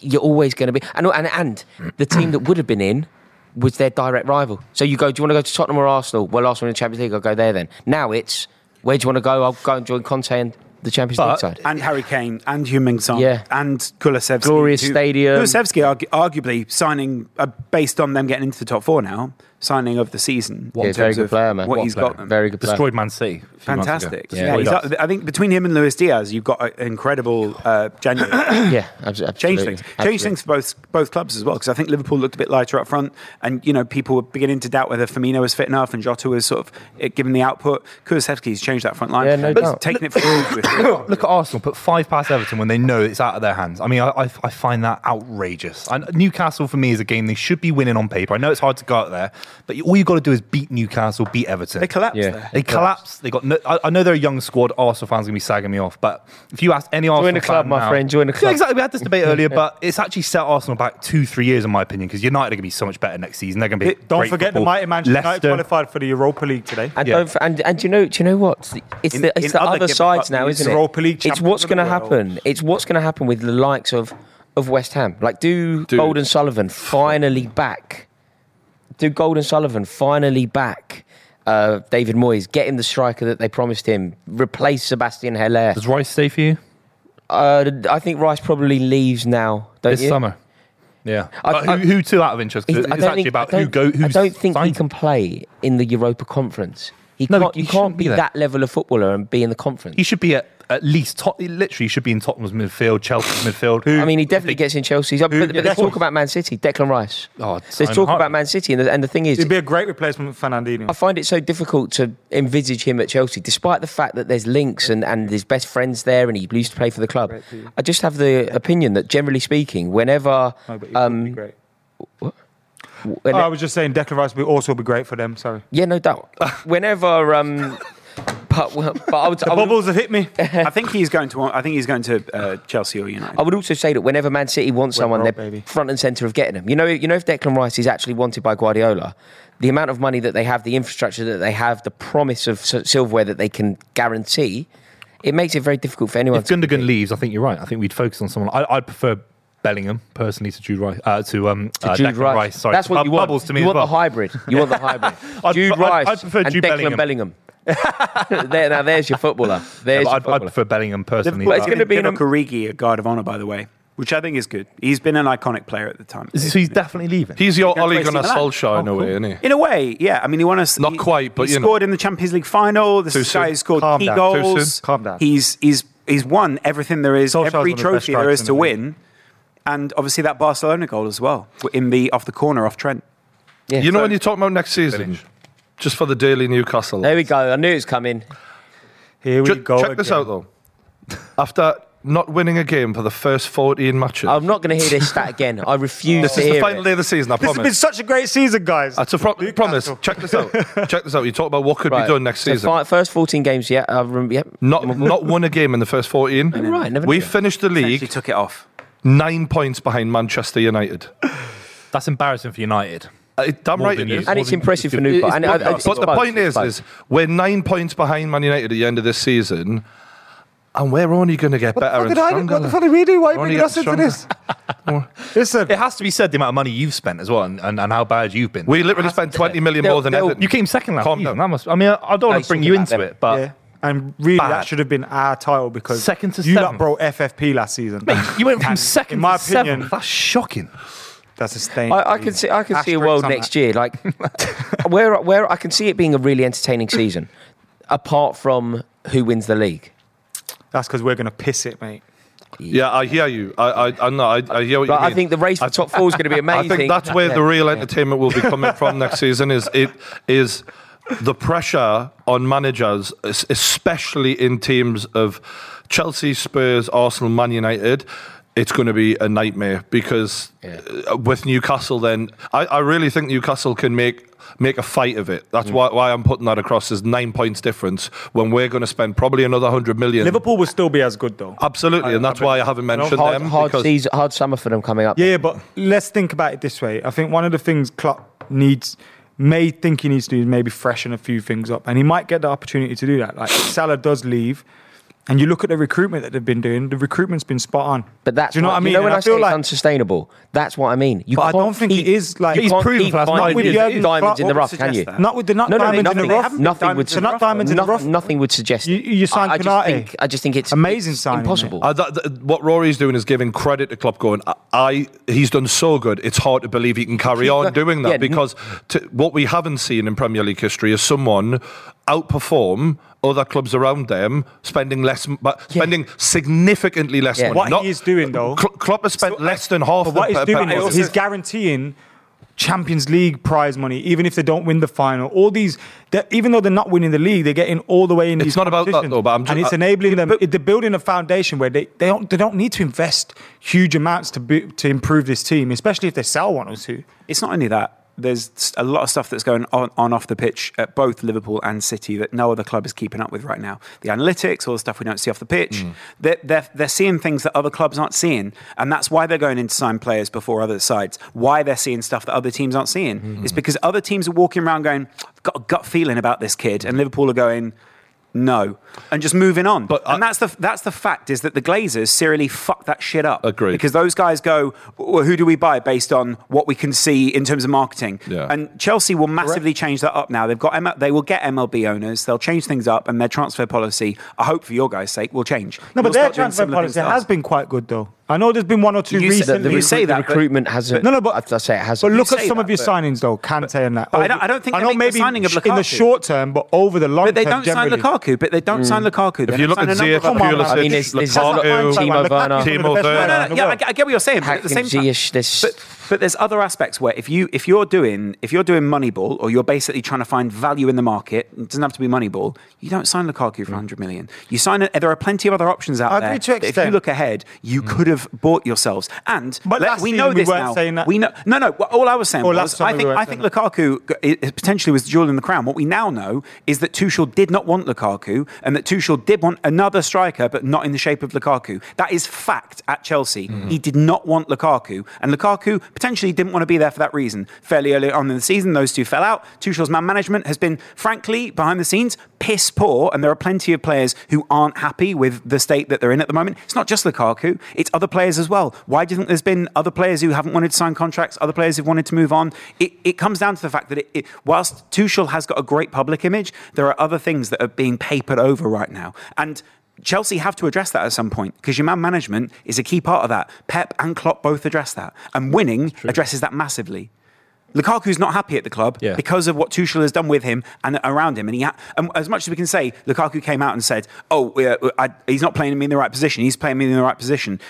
Speaker 5: you're always going to be. And and and the team that would have been in was their direct rival. So you go, do you want to go to Tottenham or Arsenal? Well, Arsenal in the Champions League, I'll go there then. Now it's where do you want to go? I'll go and join Conte and the Champions League
Speaker 6: But-
Speaker 5: side.
Speaker 1: and Harry Kane and Heung-Min Son
Speaker 5: Yeah.
Speaker 1: and Kulusevski.
Speaker 5: Glorious stadium.
Speaker 1: Kulusevski argu- arguably signing, uh, based on them getting into the top four now, signing of the season
Speaker 5: Yeah,
Speaker 1: in
Speaker 5: very
Speaker 1: terms
Speaker 5: good
Speaker 1: of
Speaker 5: player, man.
Speaker 1: what,
Speaker 5: What
Speaker 1: he's
Speaker 6: player.
Speaker 1: got them.
Speaker 5: Very good player.
Speaker 6: Destroyed Man City. a few months ago.
Speaker 1: Fantastic.
Speaker 6: Destroyed
Speaker 1: Yeah, he's
Speaker 6: us.
Speaker 1: up- I think between him and Luis Diaz, you've got a- an incredible uh, January.
Speaker 5: Yeah, abs- absolutely.
Speaker 1: Change things. Change
Speaker 5: Absolutely.
Speaker 1: things for both both clubs as well, because I think Liverpool looked a bit lighter up front, and you know people were beginning to doubt whether Firmino was fit enough, and Jota was sort of it, given the output. Kulusevski's changed that front line,
Speaker 5: Yeah, no
Speaker 1: but
Speaker 5: doubt.
Speaker 1: taking it forward. With
Speaker 6: Look at Arsenal put five past Everton when they know it's out of their hands. I mean, I, I, I find that outrageous. And Newcastle for me is a game they should be winning on paper. I know it's hard to go out there, but you- all you've got to do is beat Newcastle, beat Everton.
Speaker 1: they collapsed
Speaker 5: Yeah.
Speaker 1: there.
Speaker 6: They collapsed. They got. No, I, I know they're a young squad. Arsenal fans are gonna be sagging me off. But if you ask any Arsenal
Speaker 5: the club,
Speaker 6: fan
Speaker 5: my
Speaker 6: now-
Speaker 5: friend, join the
Speaker 6: Yeah,
Speaker 5: club.
Speaker 6: exactly. We had this debate earlier, but it's actually set Arsenal back two, three years in my opinion. Because United are gonna be so much better next season. They're gonna be.
Speaker 4: Don't
Speaker 6: great
Speaker 4: forget
Speaker 6: football.
Speaker 4: the mighty Manchester United
Speaker 6: Leicester.
Speaker 4: qualified for the Europa League today.
Speaker 5: And,
Speaker 6: Yeah.
Speaker 5: don't, f- and and do you know do you know what It's the- it's
Speaker 1: In-
Speaker 5: the it's
Speaker 1: in
Speaker 5: the
Speaker 1: other
Speaker 5: other
Speaker 1: given
Speaker 5: sides
Speaker 1: cup
Speaker 5: now,
Speaker 1: leagues,
Speaker 5: isn't it?
Speaker 4: Europa League
Speaker 5: it's
Speaker 4: champions
Speaker 5: what's
Speaker 4: of the
Speaker 5: going to
Speaker 4: world.
Speaker 5: happen. It's what's going to happen with the likes of of West Ham. Like, do
Speaker 3: Dude.
Speaker 5: Golden Sullivan finally back? Do Golden Sullivan finally back? Uh, David Moyes, get him the striker that they promised him. Replace Sebastian Haller.
Speaker 6: Does Rice stay for you
Speaker 5: Uh, I think Rice probably leaves now. Don't
Speaker 6: this
Speaker 5: you?
Speaker 6: summer? Yeah.
Speaker 5: I-
Speaker 6: Uh,
Speaker 5: I-
Speaker 6: who, who two out of interest? 'Cause
Speaker 5: He- I
Speaker 6: it's
Speaker 5: don't
Speaker 6: actually
Speaker 5: think-
Speaker 6: about
Speaker 5: I
Speaker 6: who
Speaker 5: don't-
Speaker 6: go. Who
Speaker 5: I don't think he
Speaker 6: signs-
Speaker 5: can play in the Europa Conference He
Speaker 6: No,
Speaker 5: can't,
Speaker 6: he-
Speaker 5: you
Speaker 6: he
Speaker 5: can't
Speaker 6: shouldn't
Speaker 5: be
Speaker 6: be there.
Speaker 5: that level of footballer and be in the conference.
Speaker 6: He should be at at least top. He literally should be in Tottenham's midfield, Chelsea's midfield. Who,
Speaker 5: I mean, he definitely gets in Chelsea's. But, but
Speaker 6: yeah,
Speaker 5: there's
Speaker 6: that's
Speaker 5: talk
Speaker 6: what-
Speaker 5: about Man City, Declan Rice.
Speaker 6: Oh,
Speaker 5: there's
Speaker 6: Simon
Speaker 5: talk
Speaker 6: Hartley.
Speaker 5: about Man City, and the, and the thing is,
Speaker 4: It'd be a great replacement for Fernandinho.
Speaker 5: I find it so difficult to envisage him at Chelsea, despite the fact that there's links and, and his best friends there, and he used to play for the club. I just have the opinion that, generally speaking,
Speaker 4: No,
Speaker 5: whenever,
Speaker 4: but it would be
Speaker 5: um,
Speaker 4: great.
Speaker 5: when-
Speaker 4: Oh, I was just saying, Declan Rice would also be great for them. Sorry.
Speaker 5: yeah, no doubt, whenever, um, but well, but I would,
Speaker 4: The
Speaker 5: I would
Speaker 4: bubbles have hit me.
Speaker 3: Eh,
Speaker 1: I think he's going to. I think he's going to uh, Chelsea or United.
Speaker 5: I would also say that whenever Man City wants
Speaker 4: Wet
Speaker 5: someone,
Speaker 4: rope,
Speaker 5: they're
Speaker 4: baby.
Speaker 5: front and centre of getting them. You know, you know, if Declan Rice is actually wanted by Guardiola, the amount of money that they have, the infrastructure that they have, the promise of s- silverware that they can guarantee, it makes it very difficult for anyone.
Speaker 6: if Gundogan leaves, I think you're right. I think we'd focus on someone. I, I'd prefer Bellingham personally to Jude Rice. Uh, to um, uh,
Speaker 5: Jude
Speaker 6: Declan
Speaker 5: Rice.
Speaker 6: Sorry,
Speaker 5: that's what
Speaker 6: Bu-
Speaker 5: you want.
Speaker 6: Bubbles to me
Speaker 5: you
Speaker 6: as
Speaker 5: want
Speaker 6: well.
Speaker 5: the hybrid. You want the hybrid.
Speaker 6: I'd
Speaker 5: Jude
Speaker 6: pre- I'd-
Speaker 5: Rice
Speaker 6: I'd prefer
Speaker 5: and
Speaker 6: Jude
Speaker 5: Declan Bellingham. there, now there's your footballer. There's your
Speaker 6: But I'd, I'd
Speaker 5: footballer.
Speaker 6: prefer Bellingham personally.
Speaker 5: But
Speaker 1: Well, it's
Speaker 5: it's gonna
Speaker 1: going to
Speaker 5: be
Speaker 1: be
Speaker 5: an-
Speaker 1: Origi a guard of honor, by the way, which I think is good. He's been an iconic player at the time.
Speaker 6: so he's definitely leaving.
Speaker 3: He's your
Speaker 1: Going to
Speaker 3: Ole
Speaker 1: West
Speaker 3: Gunnar
Speaker 1: Milan.
Speaker 3: Solskjaer in
Speaker 5: Oh,
Speaker 3: a way, isn't he?
Speaker 1: In a way, yeah. I mean, he won us.
Speaker 3: Not
Speaker 1: he-
Speaker 3: quite, but
Speaker 1: he
Speaker 3: you know.
Speaker 1: scored in the Champions League final. This
Speaker 3: Too soon.
Speaker 1: guy has scored
Speaker 4: Calm
Speaker 1: key
Speaker 4: down.
Speaker 3: Too
Speaker 1: goals.
Speaker 3: soon.
Speaker 4: Calm down.
Speaker 1: He's he's he's won everything there is,
Speaker 4: Solskjaer's one
Speaker 1: every
Speaker 4: of the best
Speaker 1: trophy there is
Speaker 4: strikers in
Speaker 1: to
Speaker 4: the league.
Speaker 1: win, and obviously that Barcelona goal as well in the off the corner off Trent.
Speaker 5: Yeah.
Speaker 3: You know when you're talking about next season? Just for the Daily Newcastle.
Speaker 5: there we go. I knew it was coming.
Speaker 4: Here we
Speaker 3: Ju-
Speaker 4: go.
Speaker 3: check this
Speaker 4: again.
Speaker 3: out though. After not winning a game for the first 14 matches,
Speaker 5: I'm not going to hear this stat again. I refuse
Speaker 3: this
Speaker 5: to
Speaker 3: is
Speaker 5: hear
Speaker 3: the final
Speaker 5: it.
Speaker 3: day of the season. I
Speaker 4: This has been
Speaker 3: promise.
Speaker 4: such a great season, guys.
Speaker 3: That's a pro- promise. Check this out. Check this out. You talk about what could
Speaker 5: Right.
Speaker 3: be done next
Speaker 5: So
Speaker 3: season.
Speaker 5: fi- first 14 games, yeah. I remember, yep.
Speaker 3: Not not won a game in the first 14.
Speaker 5: Right, never
Speaker 3: We
Speaker 5: knew.
Speaker 3: finished the
Speaker 1: He
Speaker 3: league
Speaker 1: took it off.
Speaker 3: nine points behind Manchester United.
Speaker 6: That's embarrassing for United.
Speaker 3: Uh, it- damn
Speaker 6: More
Speaker 3: right
Speaker 6: than
Speaker 3: it
Speaker 6: you.
Speaker 3: is.
Speaker 5: and it's
Speaker 6: than-
Speaker 5: impressive for
Speaker 6: it's
Speaker 5: Newcastle.
Speaker 3: It's
Speaker 5: And I- I-
Speaker 3: bonkers. but the
Speaker 5: both,
Speaker 3: point
Speaker 5: it's
Speaker 3: is,
Speaker 5: both.
Speaker 3: is we're nine points behind Man United at the end of this season, and we're only going to get better
Speaker 4: what,
Speaker 3: and
Speaker 4: did I,
Speaker 3: stronger.
Speaker 4: what the fuck did we do? Why are you
Speaker 3: We're only
Speaker 4: bringing us into
Speaker 3: getting
Speaker 4: this? Listen,
Speaker 6: It has to be said the amount of money you've spent as well, and, and, and how bad you've been.
Speaker 3: We literally spent 20 million
Speaker 5: They'll-
Speaker 3: more than
Speaker 5: they'll-
Speaker 3: Everton.
Speaker 6: you came second last
Speaker 3: Calm
Speaker 6: season.
Speaker 3: down.
Speaker 6: That must. I mean, I, I don't want
Speaker 5: he's
Speaker 6: to bring
Speaker 5: talking
Speaker 6: you
Speaker 5: about
Speaker 6: into
Speaker 5: them.
Speaker 6: it, but
Speaker 4: yeah. And really,
Speaker 6: Bad.
Speaker 4: that should have been our title because
Speaker 6: Second to
Speaker 4: you lot
Speaker 6: seventh.
Speaker 4: brought FFP last season.
Speaker 6: you went from second
Speaker 4: in my
Speaker 6: to
Speaker 4: opinion-
Speaker 6: seventh. That's shocking.
Speaker 4: That's a stain.
Speaker 5: I, I can see. I can see
Speaker 4: Asterisks
Speaker 5: a world
Speaker 4: on
Speaker 5: next
Speaker 4: that.
Speaker 5: year, like where where I can see it being a really entertaining season, apart from who wins the league.
Speaker 4: That's because we're going to piss it, mate.
Speaker 3: Yeah, I hear you. I, I, I, know, I, I hear what
Speaker 5: But
Speaker 3: you
Speaker 5: I
Speaker 3: mean.
Speaker 5: think the race for top four is going to be amazing.
Speaker 3: I think that's where
Speaker 5: Yeah.
Speaker 3: the real entertainment will be coming from next season. Is it is the pressure on managers, es- especially in teams of Chelsea, Spurs, Arsenal, Man United. It's going to be a nightmare because uh, with Newcastle, then I, I really think Newcastle can make make a fight of it.
Speaker 5: Mm.
Speaker 3: That's why, why I'm putting that across as nine points difference when we're going to spend probably another hundred million.
Speaker 4: Liverpool will still be as good, though.
Speaker 3: Absolutely, and that's why I haven't mentioned
Speaker 5: hard,
Speaker 3: them.
Speaker 5: hard
Speaker 3: because
Speaker 5: season, hard summer for them coming up.
Speaker 4: Yeah, yeah, but let's think about it this way. I think one of the things Klopp needs, may think he needs to do is maybe freshen a few things up, and he might get the opportunity to do that. Like if Salah does leave, and you look at the recruitment that they've been doing. The recruitment's been spot on.
Speaker 5: But that's
Speaker 4: do you know
Speaker 5: what,
Speaker 4: what I mean?
Speaker 5: You know
Speaker 4: And
Speaker 5: when I,
Speaker 4: feel
Speaker 5: say
Speaker 4: like
Speaker 5: it's unsustainable, that's what I mean. You
Speaker 4: But I
Speaker 5: can't
Speaker 4: don't think
Speaker 5: keep-
Speaker 4: it is, like-
Speaker 5: you
Speaker 4: He's
Speaker 5: can't
Speaker 6: proven
Speaker 5: keep
Speaker 6: for the last
Speaker 5: finding
Speaker 6: nine years.
Speaker 4: Jurgen
Speaker 5: diamonds in the
Speaker 4: Klopp
Speaker 5: rough,
Speaker 1: would
Speaker 5: can you?
Speaker 1: suggest that.
Speaker 4: not with the not
Speaker 5: No, no, no,
Speaker 4: diamonds in
Speaker 5: nothing,
Speaker 4: the rough.
Speaker 1: haven't been
Speaker 5: nothing would
Speaker 1: diamonds in the
Speaker 4: rough. So not diamonds in the rough.
Speaker 5: nothing, nothing would suggest
Speaker 4: You-
Speaker 5: it.
Speaker 4: you signed
Speaker 5: I, I just
Speaker 4: Konate.
Speaker 5: think I just think it's
Speaker 4: Amazing
Speaker 5: it's
Speaker 4: signing, mate.
Speaker 5: impossible.
Speaker 3: Uh, that, that- what Rory's doing is giving credit to Klopp, going, I, I he's done so good. It's hard to believe he can carry on
Speaker 5: go-
Speaker 3: doing that
Speaker 5: yeah, n-
Speaker 3: because to, what we haven't seen in Premier League history is someone outperform other clubs around them, spending less, m- but spending significantly less
Speaker 5: Yeah.
Speaker 3: money.
Speaker 4: What he is doing, though-
Speaker 3: Cl- Klopp has spent less than half.
Speaker 4: But what
Speaker 3: the,
Speaker 4: he's
Speaker 3: pe-
Speaker 4: doing
Speaker 3: pe-
Speaker 4: is he's guaranteeing Champions League prize money, even if they don't win the final. All these, they're- even though they're not winning the league, they're getting all the way in.
Speaker 3: It's
Speaker 4: these
Speaker 3: not about that,
Speaker 4: competitions.
Speaker 3: though, but I'm ju-
Speaker 4: and
Speaker 1: uh,
Speaker 4: it's
Speaker 3: I-
Speaker 4: enabling them. they're building a foundation where they, they don't they don't need to invest huge amounts to bu- to improve this team, especially if they sell one or two.
Speaker 1: It's not only that. There's a lot of stuff that's going on, on off the pitch at both Liverpool and City that no other club is keeping up with right now. The analytics, all the stuff we don't see off the pitch. They're, they're, they're seeing things that other clubs aren't seeing. And that's why they're going in to sign players before other sides. Why they're seeing stuff that other teams aren't seeing. It's because other teams are walking around going, I've got a gut feeling about this kid. And Liverpool are going, no, and just moving on. But and that's the that's the fact is that the Glazers serially fucked that shit up.
Speaker 3: Agreed.
Speaker 1: Because those guys go, well, who do we buy based on what we can see in terms of marketing?
Speaker 3: Yeah.
Speaker 1: And Chelsea will massively change that up now. They've got M- they will get MLB owners. They'll change things up, and their transfer policy. I hope for your guys' sake will change.
Speaker 4: No, but
Speaker 1: We'll
Speaker 4: their
Speaker 1: start doing
Speaker 4: transfer
Speaker 1: similar things
Speaker 4: policy
Speaker 1: to
Speaker 4: has
Speaker 1: us.
Speaker 4: been quite good though. I know there's been one or two
Speaker 1: You said
Speaker 4: recently.
Speaker 1: that
Speaker 5: the,
Speaker 1: you say
Speaker 5: the
Speaker 1: that, but-
Speaker 5: recruitment hasn't.
Speaker 4: No, no, but-
Speaker 5: I, I say it hasn't.
Speaker 4: But look at
Speaker 1: say
Speaker 4: some
Speaker 1: that,
Speaker 4: of your
Speaker 1: but-
Speaker 4: signings though, Kante and that.
Speaker 1: but I don't- I don't think
Speaker 4: I
Speaker 1: they
Speaker 4: know
Speaker 1: make the
Speaker 4: maybe
Speaker 1: signing of
Speaker 4: sh- in the
Speaker 1: Lukaku.
Speaker 4: short term, but over the long
Speaker 1: But they
Speaker 4: term,
Speaker 1: don't sign
Speaker 4: generally- Mm.
Speaker 1: Lukaku. But they don't sign Lukaku. They
Speaker 3: If you
Speaker 1: don't
Speaker 3: look
Speaker 1: sign
Speaker 3: at
Speaker 1: a number
Speaker 3: Ziyech,
Speaker 1: of other players.
Speaker 3: Pulisic,
Speaker 5: I mean, there's- there's
Speaker 3: Lukaku,
Speaker 5: Timo
Speaker 4: Lukaku's
Speaker 5: Werner.
Speaker 4: one of the best
Speaker 3: Timo Werner.
Speaker 4: players in
Speaker 1: No,
Speaker 4: the
Speaker 1: yeah, I,
Speaker 4: world.
Speaker 1: I get what you're saying, but at the same time,
Speaker 5: Hakim Ziyech, there's-
Speaker 1: but, but there's other aspects where if you if you're doing if you're doing Moneyball or you're basically trying to find value in the market, it doesn't have to be Moneyball. You don't sign Lukaku for 100 million. You sign. A, there are plenty of other options out
Speaker 4: I
Speaker 1: there.
Speaker 4: agree to
Speaker 1: that if you
Speaker 4: extent.
Speaker 1: look ahead, you could have bought yourselves. And
Speaker 4: But
Speaker 1: let-
Speaker 4: last
Speaker 1: we
Speaker 4: season
Speaker 1: know
Speaker 4: we
Speaker 1: this
Speaker 4: weren't
Speaker 1: now.
Speaker 4: saying that.
Speaker 1: We know no no. what- All I was saying
Speaker 4: Or last
Speaker 1: was
Speaker 4: summer
Speaker 1: I
Speaker 4: we
Speaker 1: think
Speaker 4: weren't
Speaker 1: I
Speaker 4: saying
Speaker 1: think Lukaku g- it potentially was the jewel in the crown. What we now know is that Tuchel did not want Lukaku, and that Tuchel did want another striker, but not in the shape of Lukaku. That is fact at Chelsea. He did not want Lukaku, and Lukaku potentially didn't want to be there for that reason. Fairly early on in the season, those two fell out. Tuchel's man management has been, frankly, behind the scenes, piss poor, and there are plenty of players who aren't happy with the state that they're in at the moment. It's not just Lukaku; it's other players as well. Why do you think there's been other players who haven't wanted to sign contracts, other players who've wanted to move on? It, it comes down to the fact that it, it, whilst Tuchel has got a great public image, there are other things that are being papered over right now, and. Chelsea have to address that at some point because your man management is a key part of that. Pep and Klopp both address that, and winning addresses that massively. Lukaku's not happy at the club
Speaker 6: Yeah.
Speaker 1: because of what Tuchel has done with him and around him. And he, ha- and as much as we can say, Lukaku came out and said, "Oh, we- uh, I, he's not playing me in the right position. He's playing me in the right position."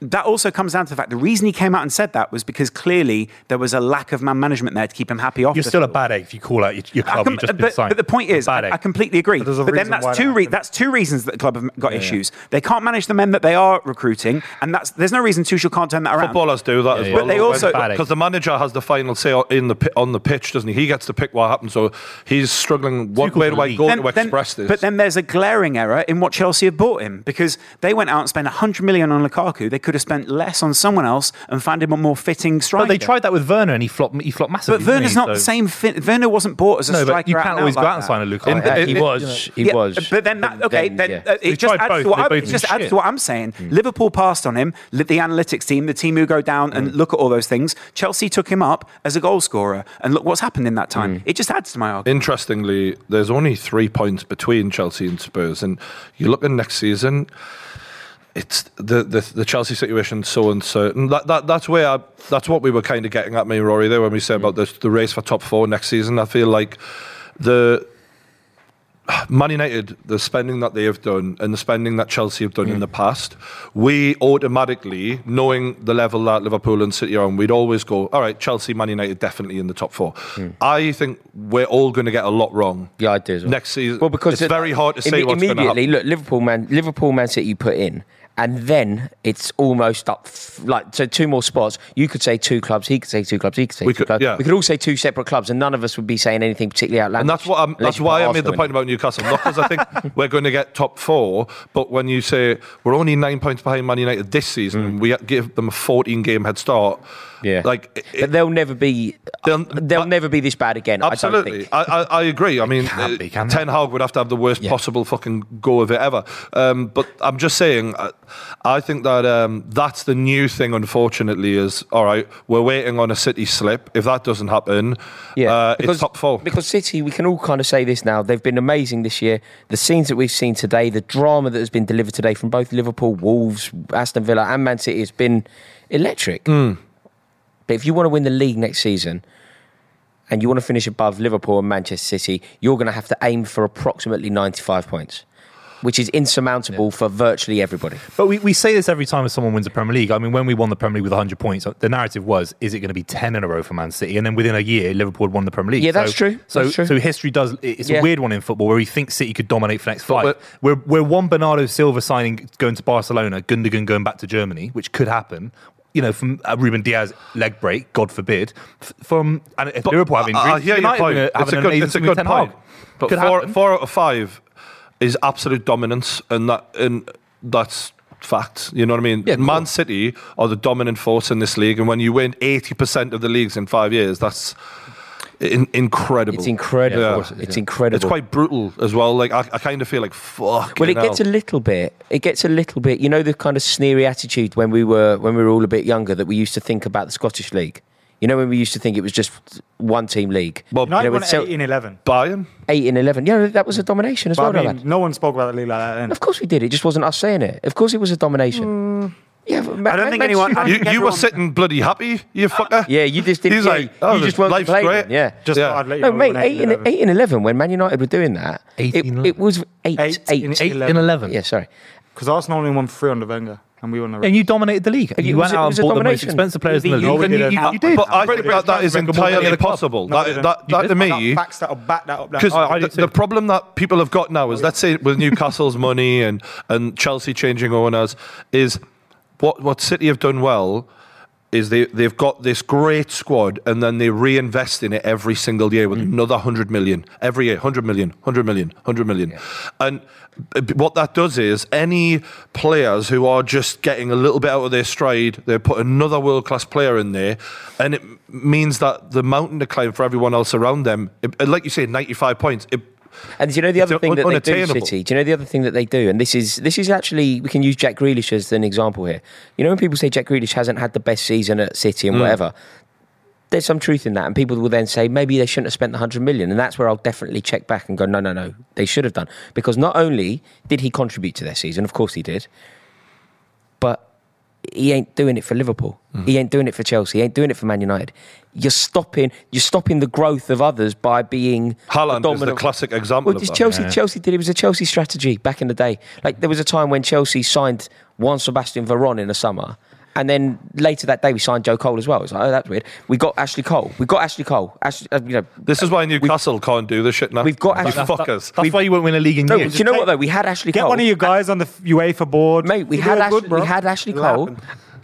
Speaker 1: That also comes down to the fact the reason he came out and said that was because clearly there was a lack of man management there to keep him happy off.
Speaker 6: You're
Speaker 1: the
Speaker 6: still a
Speaker 1: field.
Speaker 6: bad egg if you call out your, your
Speaker 1: I
Speaker 6: club.
Speaker 1: com- uh,
Speaker 6: you just been
Speaker 1: but,
Speaker 6: signed.
Speaker 1: but the point is,
Speaker 6: bad
Speaker 1: I,
Speaker 6: egg.
Speaker 1: I completely agree.
Speaker 4: there's a
Speaker 1: But, then
Speaker 4: reason why
Speaker 1: that's
Speaker 4: that
Speaker 1: two re-
Speaker 4: happened.
Speaker 1: that's two reasons that the club have got issues. They can't manage the men that they are recruiting, and that's there's no reason Tuchel can't turn that around.
Speaker 3: Footballers do that as
Speaker 6: yeah.
Speaker 3: well.
Speaker 1: But they also-
Speaker 3: because the manager has the final say on- in the pi- on the pitch, doesn't he? He gets to pick what happens. So he's struggling. What
Speaker 6: Tuchel's
Speaker 3: way do I
Speaker 6: elite.
Speaker 3: go to express this?
Speaker 1: But then there's a glaring error in what Chelsea have bought him because they went out and spent 100 million on Lukaku. They could have spent less on someone else and found him a more fitting striker.
Speaker 6: But they tried that with Werner and he flopped. He flopped massively.
Speaker 1: But
Speaker 6: didn't
Speaker 1: Werner's
Speaker 6: he?
Speaker 1: not
Speaker 6: So-
Speaker 1: the same. Fit. Werner wasn't bought as a
Speaker 6: No,
Speaker 1: striker.
Speaker 6: but you
Speaker 1: out and
Speaker 6: can't always
Speaker 1: out
Speaker 6: go
Speaker 1: like
Speaker 6: out and
Speaker 1: that.
Speaker 6: sign a
Speaker 3: In-
Speaker 6: Lukaku.
Speaker 3: in-
Speaker 5: he
Speaker 3: it-
Speaker 5: was. He
Speaker 1: Yeah,
Speaker 5: was.
Speaker 1: But then that okay, then, uh,
Speaker 5: yeah.
Speaker 1: it just
Speaker 6: tried
Speaker 1: adds,
Speaker 6: both,
Speaker 1: to what,
Speaker 6: they've
Speaker 1: I,
Speaker 6: both
Speaker 1: it just
Speaker 6: been
Speaker 1: adds
Speaker 6: shit. Hmm.
Speaker 1: to what I'm saying. Liverpool passed on him. li- The analytics team, the team who go down
Speaker 6: Hmm.
Speaker 1: and look at all those things. Chelsea took him up as a goal scorer, and look what's happened in that
Speaker 6: Hmm.
Speaker 1: time. It just adds to my argument.
Speaker 3: Interestingly, there's only three points between Chelsea and Spurs, and you look in next season. It's the, the the Chelsea situation so uncertain. That, that that's where I, that's what we were kind of getting at, me and Rory there when we said about the the race for top four next season. I feel like the Man United, the spending that they have done and the spending that Chelsea have done in the past, we automatically, knowing the level that Liverpool and City are on, we'd always go, all right, Chelsea, Man United definitely in the top four. I think we're all going to get a lot wrong.
Speaker 5: Yeah, I do. as well.
Speaker 3: Next season,
Speaker 5: Well, because
Speaker 3: it's
Speaker 5: it-
Speaker 3: very hard to
Speaker 5: imme-
Speaker 3: say what's going to
Speaker 5: immediately.
Speaker 3: happen.
Speaker 5: Look, Liverpool, man, Liverpool, Man City, you put in, and then it's almost up f- like so two more spots. You could say two clubs. He could say two clubs. He could say
Speaker 3: We
Speaker 5: two
Speaker 3: could-
Speaker 5: clubs.
Speaker 3: yeah.
Speaker 5: We could all say two separate clubs, and none of us would be saying anything particularly outlandish.
Speaker 3: And that's what I'm,
Speaker 5: unless
Speaker 3: that's
Speaker 5: you
Speaker 3: why I
Speaker 5: put
Speaker 3: made the
Speaker 5: Arsenal in.
Speaker 3: point about Newcastle. Not because I think we're going to get top four, but when you say we're only nine points behind Man United this season, we give them a 14 game head start.
Speaker 5: Mm. Yeah,
Speaker 3: like it-
Speaker 5: but they'll never be. They'll,
Speaker 3: They'll-
Speaker 5: they'll
Speaker 3: but-
Speaker 5: never be this bad again. I don't
Speaker 3: Absolutely,
Speaker 5: think.
Speaker 3: I, I, I agree. I mean,
Speaker 6: can't
Speaker 3: uh,
Speaker 6: be, can
Speaker 3: Ten Hag would have to have the worst
Speaker 5: Yeah.
Speaker 3: possible fucking go of it ever. Um, but I'm just saying, I, I think that um, that's the new thing. Unfortunately, is all right. We're waiting on a City slip. If that doesn't happen,
Speaker 5: Yeah,
Speaker 3: uh, it's top four.
Speaker 5: Because City, we can all kind of say this now. They've been amazing this year. The scenes that we've seen today, the drama that has been delivered today from both Liverpool, Wolves, Aston Villa, and Man City has been electric. But if you want to win the league next season and you want to finish above Liverpool and Manchester City, you're going to have to aim for approximately 95 points, which is insurmountable for virtually everybody.
Speaker 6: But we, we say this every time if someone wins the Premier League. I mean, when we won the Premier League with 100 points, the narrative was, is it going to be 10 in a row for Man City? And then within a year, Liverpool had won the Premier League.
Speaker 5: Yeah, that's true.
Speaker 6: So,
Speaker 5: That's true.
Speaker 6: so history does, it's
Speaker 5: Yeah.
Speaker 6: a weird one in football where we think City could dominate for next five.
Speaker 3: we're-
Speaker 6: We're, we're one Bernardo Silva signing, going to Barcelona, Gundogan going back to Germany, which could happen. You know, from uh, Ruben Diaz leg break, God forbid. F- From and if Liverpool having
Speaker 3: I- I
Speaker 6: injuries,
Speaker 3: hear your
Speaker 6: United
Speaker 3: point.
Speaker 6: having
Speaker 3: It's a
Speaker 6: an
Speaker 3: good,
Speaker 6: amazing
Speaker 3: it's a
Speaker 6: season with
Speaker 3: good
Speaker 6: Ten Hag.
Speaker 3: point. But
Speaker 6: Could
Speaker 3: four,
Speaker 6: happen.
Speaker 3: four out of five is absolute dominance, and that and that's fact. You know what I mean?
Speaker 6: Yeah, of
Speaker 3: Man
Speaker 6: course.
Speaker 3: City are the dominant force in this league, and when you win eighty percent of the leagues in five years, that's in, incredible.
Speaker 5: It's incredible.
Speaker 3: Yeah.
Speaker 5: It's incredible.
Speaker 3: It's quite brutal as well. Like I, I kind of feel like fuck.
Speaker 5: Well, it gets a little bit. It gets a little bit. You know the kind of sneery attitude when we were when we were all a bit younger that we used to think about the Scottish league. You know when we used to think it was just one team league.
Speaker 3: Well,
Speaker 4: United
Speaker 5: You know,
Speaker 4: won
Speaker 5: it's so-
Speaker 4: 18 11.
Speaker 3: Bayern.
Speaker 5: Eight and eleven. Yeah, that was a domination as well.
Speaker 4: But I
Speaker 5: Roland.
Speaker 4: mean, no one spoke about the league like that then.
Speaker 5: Of course we did. It just wasn't us saying it. Of course it was a domination.
Speaker 1: I
Speaker 5: Yeah,
Speaker 1: don't think anyone- I
Speaker 3: You,
Speaker 1: think
Speaker 3: you were
Speaker 1: everyone-
Speaker 3: sitting bloody happy, you fucker.
Speaker 5: Yeah, you just didn't.
Speaker 3: He's
Speaker 5: yeah,
Speaker 3: like, oh,
Speaker 5: you just
Speaker 3: this
Speaker 5: weren't
Speaker 3: life's
Speaker 5: complaining.
Speaker 3: great.
Speaker 5: Yeah.
Speaker 4: Just
Speaker 3: Yeah.
Speaker 4: thought I'd let you
Speaker 5: No,
Speaker 4: know.
Speaker 5: mate,
Speaker 4: when
Speaker 5: eight and, eight and eleven when Man United were doing that,
Speaker 6: Eight
Speaker 5: it,
Speaker 6: and
Speaker 5: it was eight,
Speaker 4: Eight
Speaker 5: eight,
Speaker 4: and
Speaker 6: Eight
Speaker 4: Eleven.
Speaker 6: and eleven.
Speaker 5: Yeah, sorry.
Speaker 4: Because Arsenal only won three under Wenger, and we won the
Speaker 6: And you dominated the league. And
Speaker 5: It
Speaker 6: you
Speaker 5: was-
Speaker 6: went
Speaker 5: it
Speaker 6: out
Speaker 5: was
Speaker 6: and
Speaker 5: a
Speaker 6: bought the most
Speaker 5: domination.
Speaker 6: expensive players in the
Speaker 1: You
Speaker 6: league.
Speaker 1: beat
Speaker 6: And you,
Speaker 1: them.
Speaker 6: you, you did.
Speaker 3: But I think that, that is entirely possible. that, that, that to me,
Speaker 4: facts that'll back that up.
Speaker 3: Because
Speaker 6: I- I
Speaker 3: the,
Speaker 6: did too.
Speaker 3: the problem that people have got now is, let's say, with Newcastle's money and, and Chelsea changing owners, is what, what City have done well is they, they've got this great squad and then they reinvest in it every single year with another 100 million, every year, 100 million, 100 million, 100 million. And uh, b- b- what that does is any players who are just getting a little bit out of their stride, they put another world class player in there and it m- means that the mountain to climb for everyone else around them, it- and like you say, 95 points, it,
Speaker 5: And do you know the
Speaker 3: It's
Speaker 5: other thing that they do,
Speaker 3: unattainable.
Speaker 5: City? Do you know the other thing that they do? And this is this is actually we can use Jack Grealish as an example here. You know when people say Jack Grealish hasn't had the best season at City and
Speaker 3: Mm.
Speaker 5: whatever, there's some truth in that. And people will then say maybe they shouldn't have spent the hundred million. And that's where I'll definitely check back and go, no, no, no, they should have done because not only did he contribute to their season, of course he did, but he ain't doing it for Liverpool.
Speaker 3: Mm.
Speaker 5: He ain't doing it for Chelsea. He ain't doing it for Man United. You're stopping. You're stopping the growth of others by being
Speaker 3: Haaland is the
Speaker 5: dominant.
Speaker 3: classic example
Speaker 5: Well,
Speaker 3: of
Speaker 5: just
Speaker 3: that.
Speaker 5: Chelsea. Chelsea did. It was a Chelsea strategy back in the day. Like there was a time when Chelsea signed Juan Sebastian Veron in the summer, and then later that day we signed Joe Cole as well. It's like, oh, that's weird. We got Ashley Cole. We got Ashley Cole. Ashley, uh, you know,
Speaker 3: This is why Newcastle can't do this shit now.
Speaker 5: we've got
Speaker 3: you
Speaker 5: actually-
Speaker 3: fuckers.
Speaker 6: That's why you won't win a league in
Speaker 5: no,
Speaker 6: years.
Speaker 5: do you know what though? We had Ashley
Speaker 4: Get
Speaker 5: Cole.
Speaker 4: one of you guys on the f- UEFA board.
Speaker 5: mate. We
Speaker 4: You
Speaker 5: had
Speaker 4: do it
Speaker 5: Ashley,
Speaker 4: good, bro.
Speaker 5: we had Ashley
Speaker 4: It'll
Speaker 5: Cole,
Speaker 4: happen.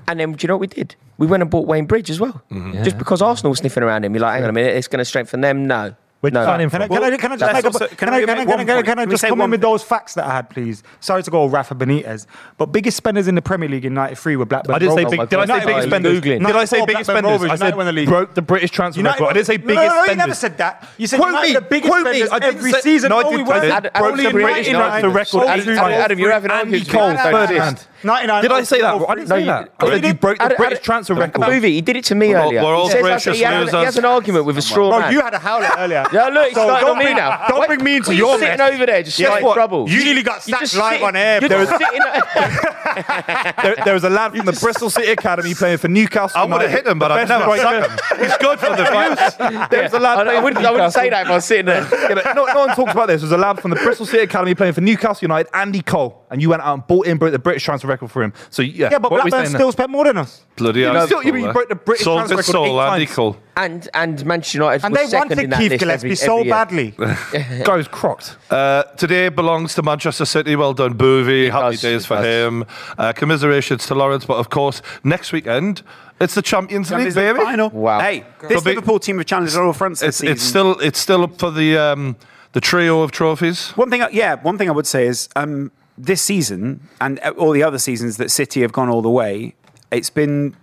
Speaker 5: and then do you know what we did? We went and bought Wayne Bridge as well,
Speaker 4: Mm-hmm.
Speaker 5: just because Arsenal were sniffing around him. You're like, hang on a minute, it's going to strengthen them. No,
Speaker 6: We're
Speaker 5: no.
Speaker 6: signing
Speaker 4: Can I,
Speaker 6: from-
Speaker 4: can I, can I just
Speaker 1: That's
Speaker 4: make
Speaker 1: also-
Speaker 4: a,
Speaker 1: can
Speaker 4: can,
Speaker 1: I
Speaker 4: I,
Speaker 1: make
Speaker 4: can, I,
Speaker 1: one
Speaker 4: can, I,
Speaker 1: point?
Speaker 4: can I
Speaker 1: Can we
Speaker 4: just
Speaker 1: say
Speaker 4: come
Speaker 1: one
Speaker 4: in with
Speaker 1: point?
Speaker 4: those facts that I had, please? Sorry to go all Rafa Benitez, but biggest spenders in the Premier League in '93 were Blackburn.
Speaker 6: I didn't say
Speaker 5: Oh
Speaker 4: Rovers.
Speaker 5: my
Speaker 6: big. Did
Speaker 5: God.
Speaker 6: I say
Speaker 5: United
Speaker 6: big
Speaker 5: won-
Speaker 6: spenders?
Speaker 5: Googling.
Speaker 6: Did I say
Speaker 4: United
Speaker 6: big
Speaker 4: won-
Speaker 6: spenders? I
Speaker 4: United
Speaker 6: said
Speaker 4: won the league.
Speaker 6: broke the British transfer
Speaker 4: United
Speaker 6: record. I didn't say
Speaker 4: won- no,
Speaker 6: biggest
Speaker 4: no, no,
Speaker 6: spenders.
Speaker 4: you never said that. You said
Speaker 6: Quote
Speaker 4: United
Speaker 6: me,
Speaker 4: are the biggest
Speaker 6: quote me.
Speaker 4: spenders
Speaker 6: I didn't
Speaker 4: every
Speaker 6: say-
Speaker 4: season.
Speaker 6: No, I
Speaker 4: Oh, we
Speaker 6: didn't.
Speaker 4: weren't.
Speaker 6: I
Speaker 5: didn't. Adam-
Speaker 4: Broke the
Speaker 5: Adam, you're
Speaker 4: British
Speaker 5: having
Speaker 4: record.
Speaker 5: an argument.
Speaker 4: Only
Speaker 5: Adam, Adam, you're having an
Speaker 6: Andy
Speaker 5: argument.
Speaker 6: Cole,
Speaker 5: No, no,
Speaker 6: third
Speaker 5: no.
Speaker 6: hand.
Speaker 4: 99.
Speaker 6: Did I say that? I didn't
Speaker 5: No,
Speaker 6: say
Speaker 5: you
Speaker 6: that.
Speaker 5: didn't.
Speaker 6: I said you broke
Speaker 5: Adam-
Speaker 6: the British
Speaker 5: Adam-
Speaker 6: transfer
Speaker 5: Adam
Speaker 6: record.
Speaker 5: Boovy, he did it to me
Speaker 3: We're all-
Speaker 5: earlier.
Speaker 3: we're all
Speaker 5: He says I
Speaker 3: gracious
Speaker 5: say he had an-
Speaker 3: losers.
Speaker 5: He has an argument with a straw
Speaker 4: Bro,
Speaker 5: man.
Speaker 4: you had a howler earlier.
Speaker 5: Yeah, look, it's
Speaker 4: So
Speaker 5: starting
Speaker 4: don't
Speaker 5: on me
Speaker 4: bring-
Speaker 5: now.
Speaker 4: Don't
Speaker 5: Why-
Speaker 4: bring me into
Speaker 5: why are you
Speaker 4: your
Speaker 5: sitting
Speaker 4: mess.
Speaker 5: over there, just
Speaker 4: Guess
Speaker 5: starting
Speaker 4: what?
Speaker 5: trouble.
Speaker 4: You nearly got
Speaker 5: You're
Speaker 4: sacked
Speaker 5: just
Speaker 4: live
Speaker 5: sitting-
Speaker 4: on air.
Speaker 5: you're
Speaker 4: bro.
Speaker 5: just sitting
Speaker 6: There, there was a lad from the Bristol City Academy playing for Newcastle.
Speaker 3: I would have hit him, but I'd
Speaker 6: Best
Speaker 3: never
Speaker 6: right
Speaker 3: sack him. He's good for the fight.
Speaker 6: There was a
Speaker 5: I, don't-
Speaker 6: lad.
Speaker 5: I
Speaker 6: playing for
Speaker 5: wouldn't, I wouldn't say
Speaker 6: Newcastle.
Speaker 5: that if I was sitting there.
Speaker 6: Yeah, but no, no one talks about this. There was a lad from the Bristol City Academy playing for Newcastle United, Andy Cole, and you went out and bought him, broke the British transfer record for him. So yeah,
Speaker 4: Yeah, but
Speaker 6: what are we
Speaker 4: Blackburn
Speaker 6: saying
Speaker 4: still spent more than us.
Speaker 3: Bloody
Speaker 6: You
Speaker 3: hell.
Speaker 6: still- you mean you broke the British
Speaker 3: Sold
Speaker 6: transfer
Speaker 3: his
Speaker 6: record
Speaker 3: soul,
Speaker 6: eight
Speaker 3: Andy
Speaker 6: times.
Speaker 3: Cole.
Speaker 5: And and Manchester United
Speaker 4: And
Speaker 5: was
Speaker 4: they
Speaker 5: second
Speaker 4: wanted
Speaker 5: in that
Speaker 4: Keith
Speaker 5: list
Speaker 4: Gillespie
Speaker 5: every,
Speaker 4: so
Speaker 5: every year.
Speaker 4: badly.
Speaker 6: there? Guy was crocked.
Speaker 3: Uh, today belongs to Manchester City. Well done, Boovy. Happy
Speaker 5: does,
Speaker 3: days
Speaker 5: it
Speaker 3: for
Speaker 5: does.
Speaker 3: him. Uh, commiserations to Lawrence. But of course, next weekend, it's the Champions League,
Speaker 1: Champions League
Speaker 3: baby.
Speaker 1: final.
Speaker 5: Wow.
Speaker 1: Hey,
Speaker 3: It'll
Speaker 1: this
Speaker 3: be-
Speaker 1: Liverpool team have challenged all fronts this
Speaker 3: It's,
Speaker 1: season.
Speaker 3: it's still it's still up for the um, the trio of trophies.
Speaker 1: One thing, I- yeah, one thing I would say is um, this season and uh, all the other seasons that City have gone all the way, it's been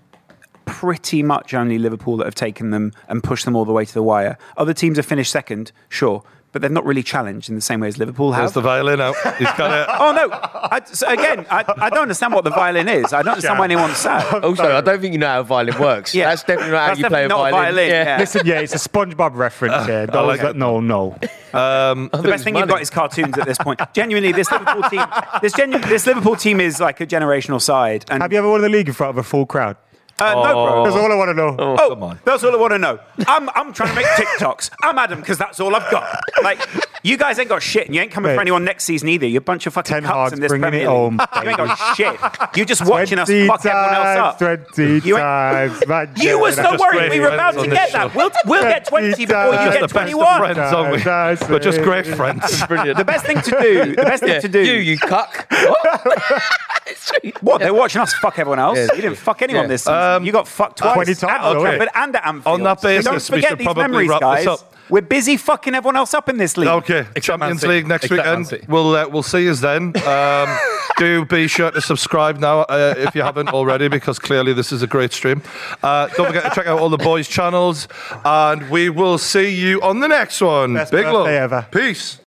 Speaker 1: pretty much only Liverpool that have taken them and pushed them all the way to the wire. Other teams have finished second, sure, but they've not really challenged in the same way as Liverpool
Speaker 3: There's
Speaker 1: have.
Speaker 3: the violin out. He's got it.
Speaker 1: oh, no. I, so again, I, I don't understand what the violin is. I don't understand why anyone's sad.
Speaker 5: Also, I don't think you know how violin works.
Speaker 1: Yeah.
Speaker 5: That's definitely not how
Speaker 1: That's
Speaker 5: you play a
Speaker 1: definitely
Speaker 5: violin.
Speaker 1: not violin, yeah.
Speaker 4: Listen, yeah, it's a SpongeBob reference. Yeah, those
Speaker 3: like
Speaker 4: that
Speaker 3: it.
Speaker 4: no, no.
Speaker 1: The best thing you've got is cartoons at this point. Genuinely, this Liverpool team, this, genu- this Liverpool team is like a generational side. And
Speaker 4: Have you ever won the league in front of a full crowd?
Speaker 1: Uh, no, bro.
Speaker 4: That's all I want to know.
Speaker 1: Oh,
Speaker 3: Come on.
Speaker 1: that's all I want to know. I'm, I'm trying to make TikToks. I'm Adam because that's all I've got. Like, you guys ain't got shit, and you ain't coming
Speaker 4: Mate.
Speaker 1: for anyone next season either. You're a bunch of fucking
Speaker 4: Ten
Speaker 1: cocks
Speaker 4: Hag's
Speaker 1: in this
Speaker 4: bringing
Speaker 1: Premier
Speaker 4: it
Speaker 1: League.
Speaker 4: home,
Speaker 1: you ain't got shit. You're just watching us
Speaker 4: 20
Speaker 1: fuck everyone else up.
Speaker 4: times, 20
Speaker 1: You ain't-
Speaker 4: times. man,
Speaker 1: You were so
Speaker 4: Gerrard.
Speaker 1: worried we were
Speaker 3: friends
Speaker 1: about
Speaker 3: on
Speaker 1: to
Speaker 3: this
Speaker 1: get
Speaker 3: show.
Speaker 1: that. We'll, we'll get 20 before you
Speaker 4: Just
Speaker 1: get
Speaker 3: the best of
Speaker 1: 21.
Speaker 3: friends, aren't we?
Speaker 4: Nice,
Speaker 3: We're just
Speaker 4: nice.
Speaker 3: great friends.
Speaker 1: The best thing to do, the best thing
Speaker 5: Yeah.
Speaker 1: to do.
Speaker 5: You, you cuck. What? It's really-
Speaker 1: what? They're watching us fuck everyone else.
Speaker 5: Yeah.
Speaker 1: you didn't fuck anyone
Speaker 5: Yeah.
Speaker 1: this season.
Speaker 3: Um,
Speaker 1: you got fucked twice.
Speaker 4: 20 times,
Speaker 1: At Old
Speaker 4: okay.
Speaker 1: Trafford and at Anfield.
Speaker 3: On that
Speaker 1: don't
Speaker 3: basis, we
Speaker 1: forget
Speaker 3: should
Speaker 1: these
Speaker 3: probably
Speaker 1: memories,
Speaker 3: wrap this
Speaker 1: guys.
Speaker 3: up.
Speaker 1: We're busy fucking everyone else up in this league.
Speaker 3: Okay,
Speaker 6: Man
Speaker 3: Champions
Speaker 6: City.
Speaker 3: League next
Speaker 6: Except Man
Speaker 3: weekend.
Speaker 6: City.
Speaker 3: We'll uh, we'll see you then. Um, do be sure to subscribe now uh, if you haven't already, because clearly this is a great stream. Uh, don't forget to check out all the boys' channels, and we will see you on the next one.
Speaker 4: Best
Speaker 3: Big
Speaker 4: birthday
Speaker 3: love.
Speaker 4: ever.
Speaker 3: Peace.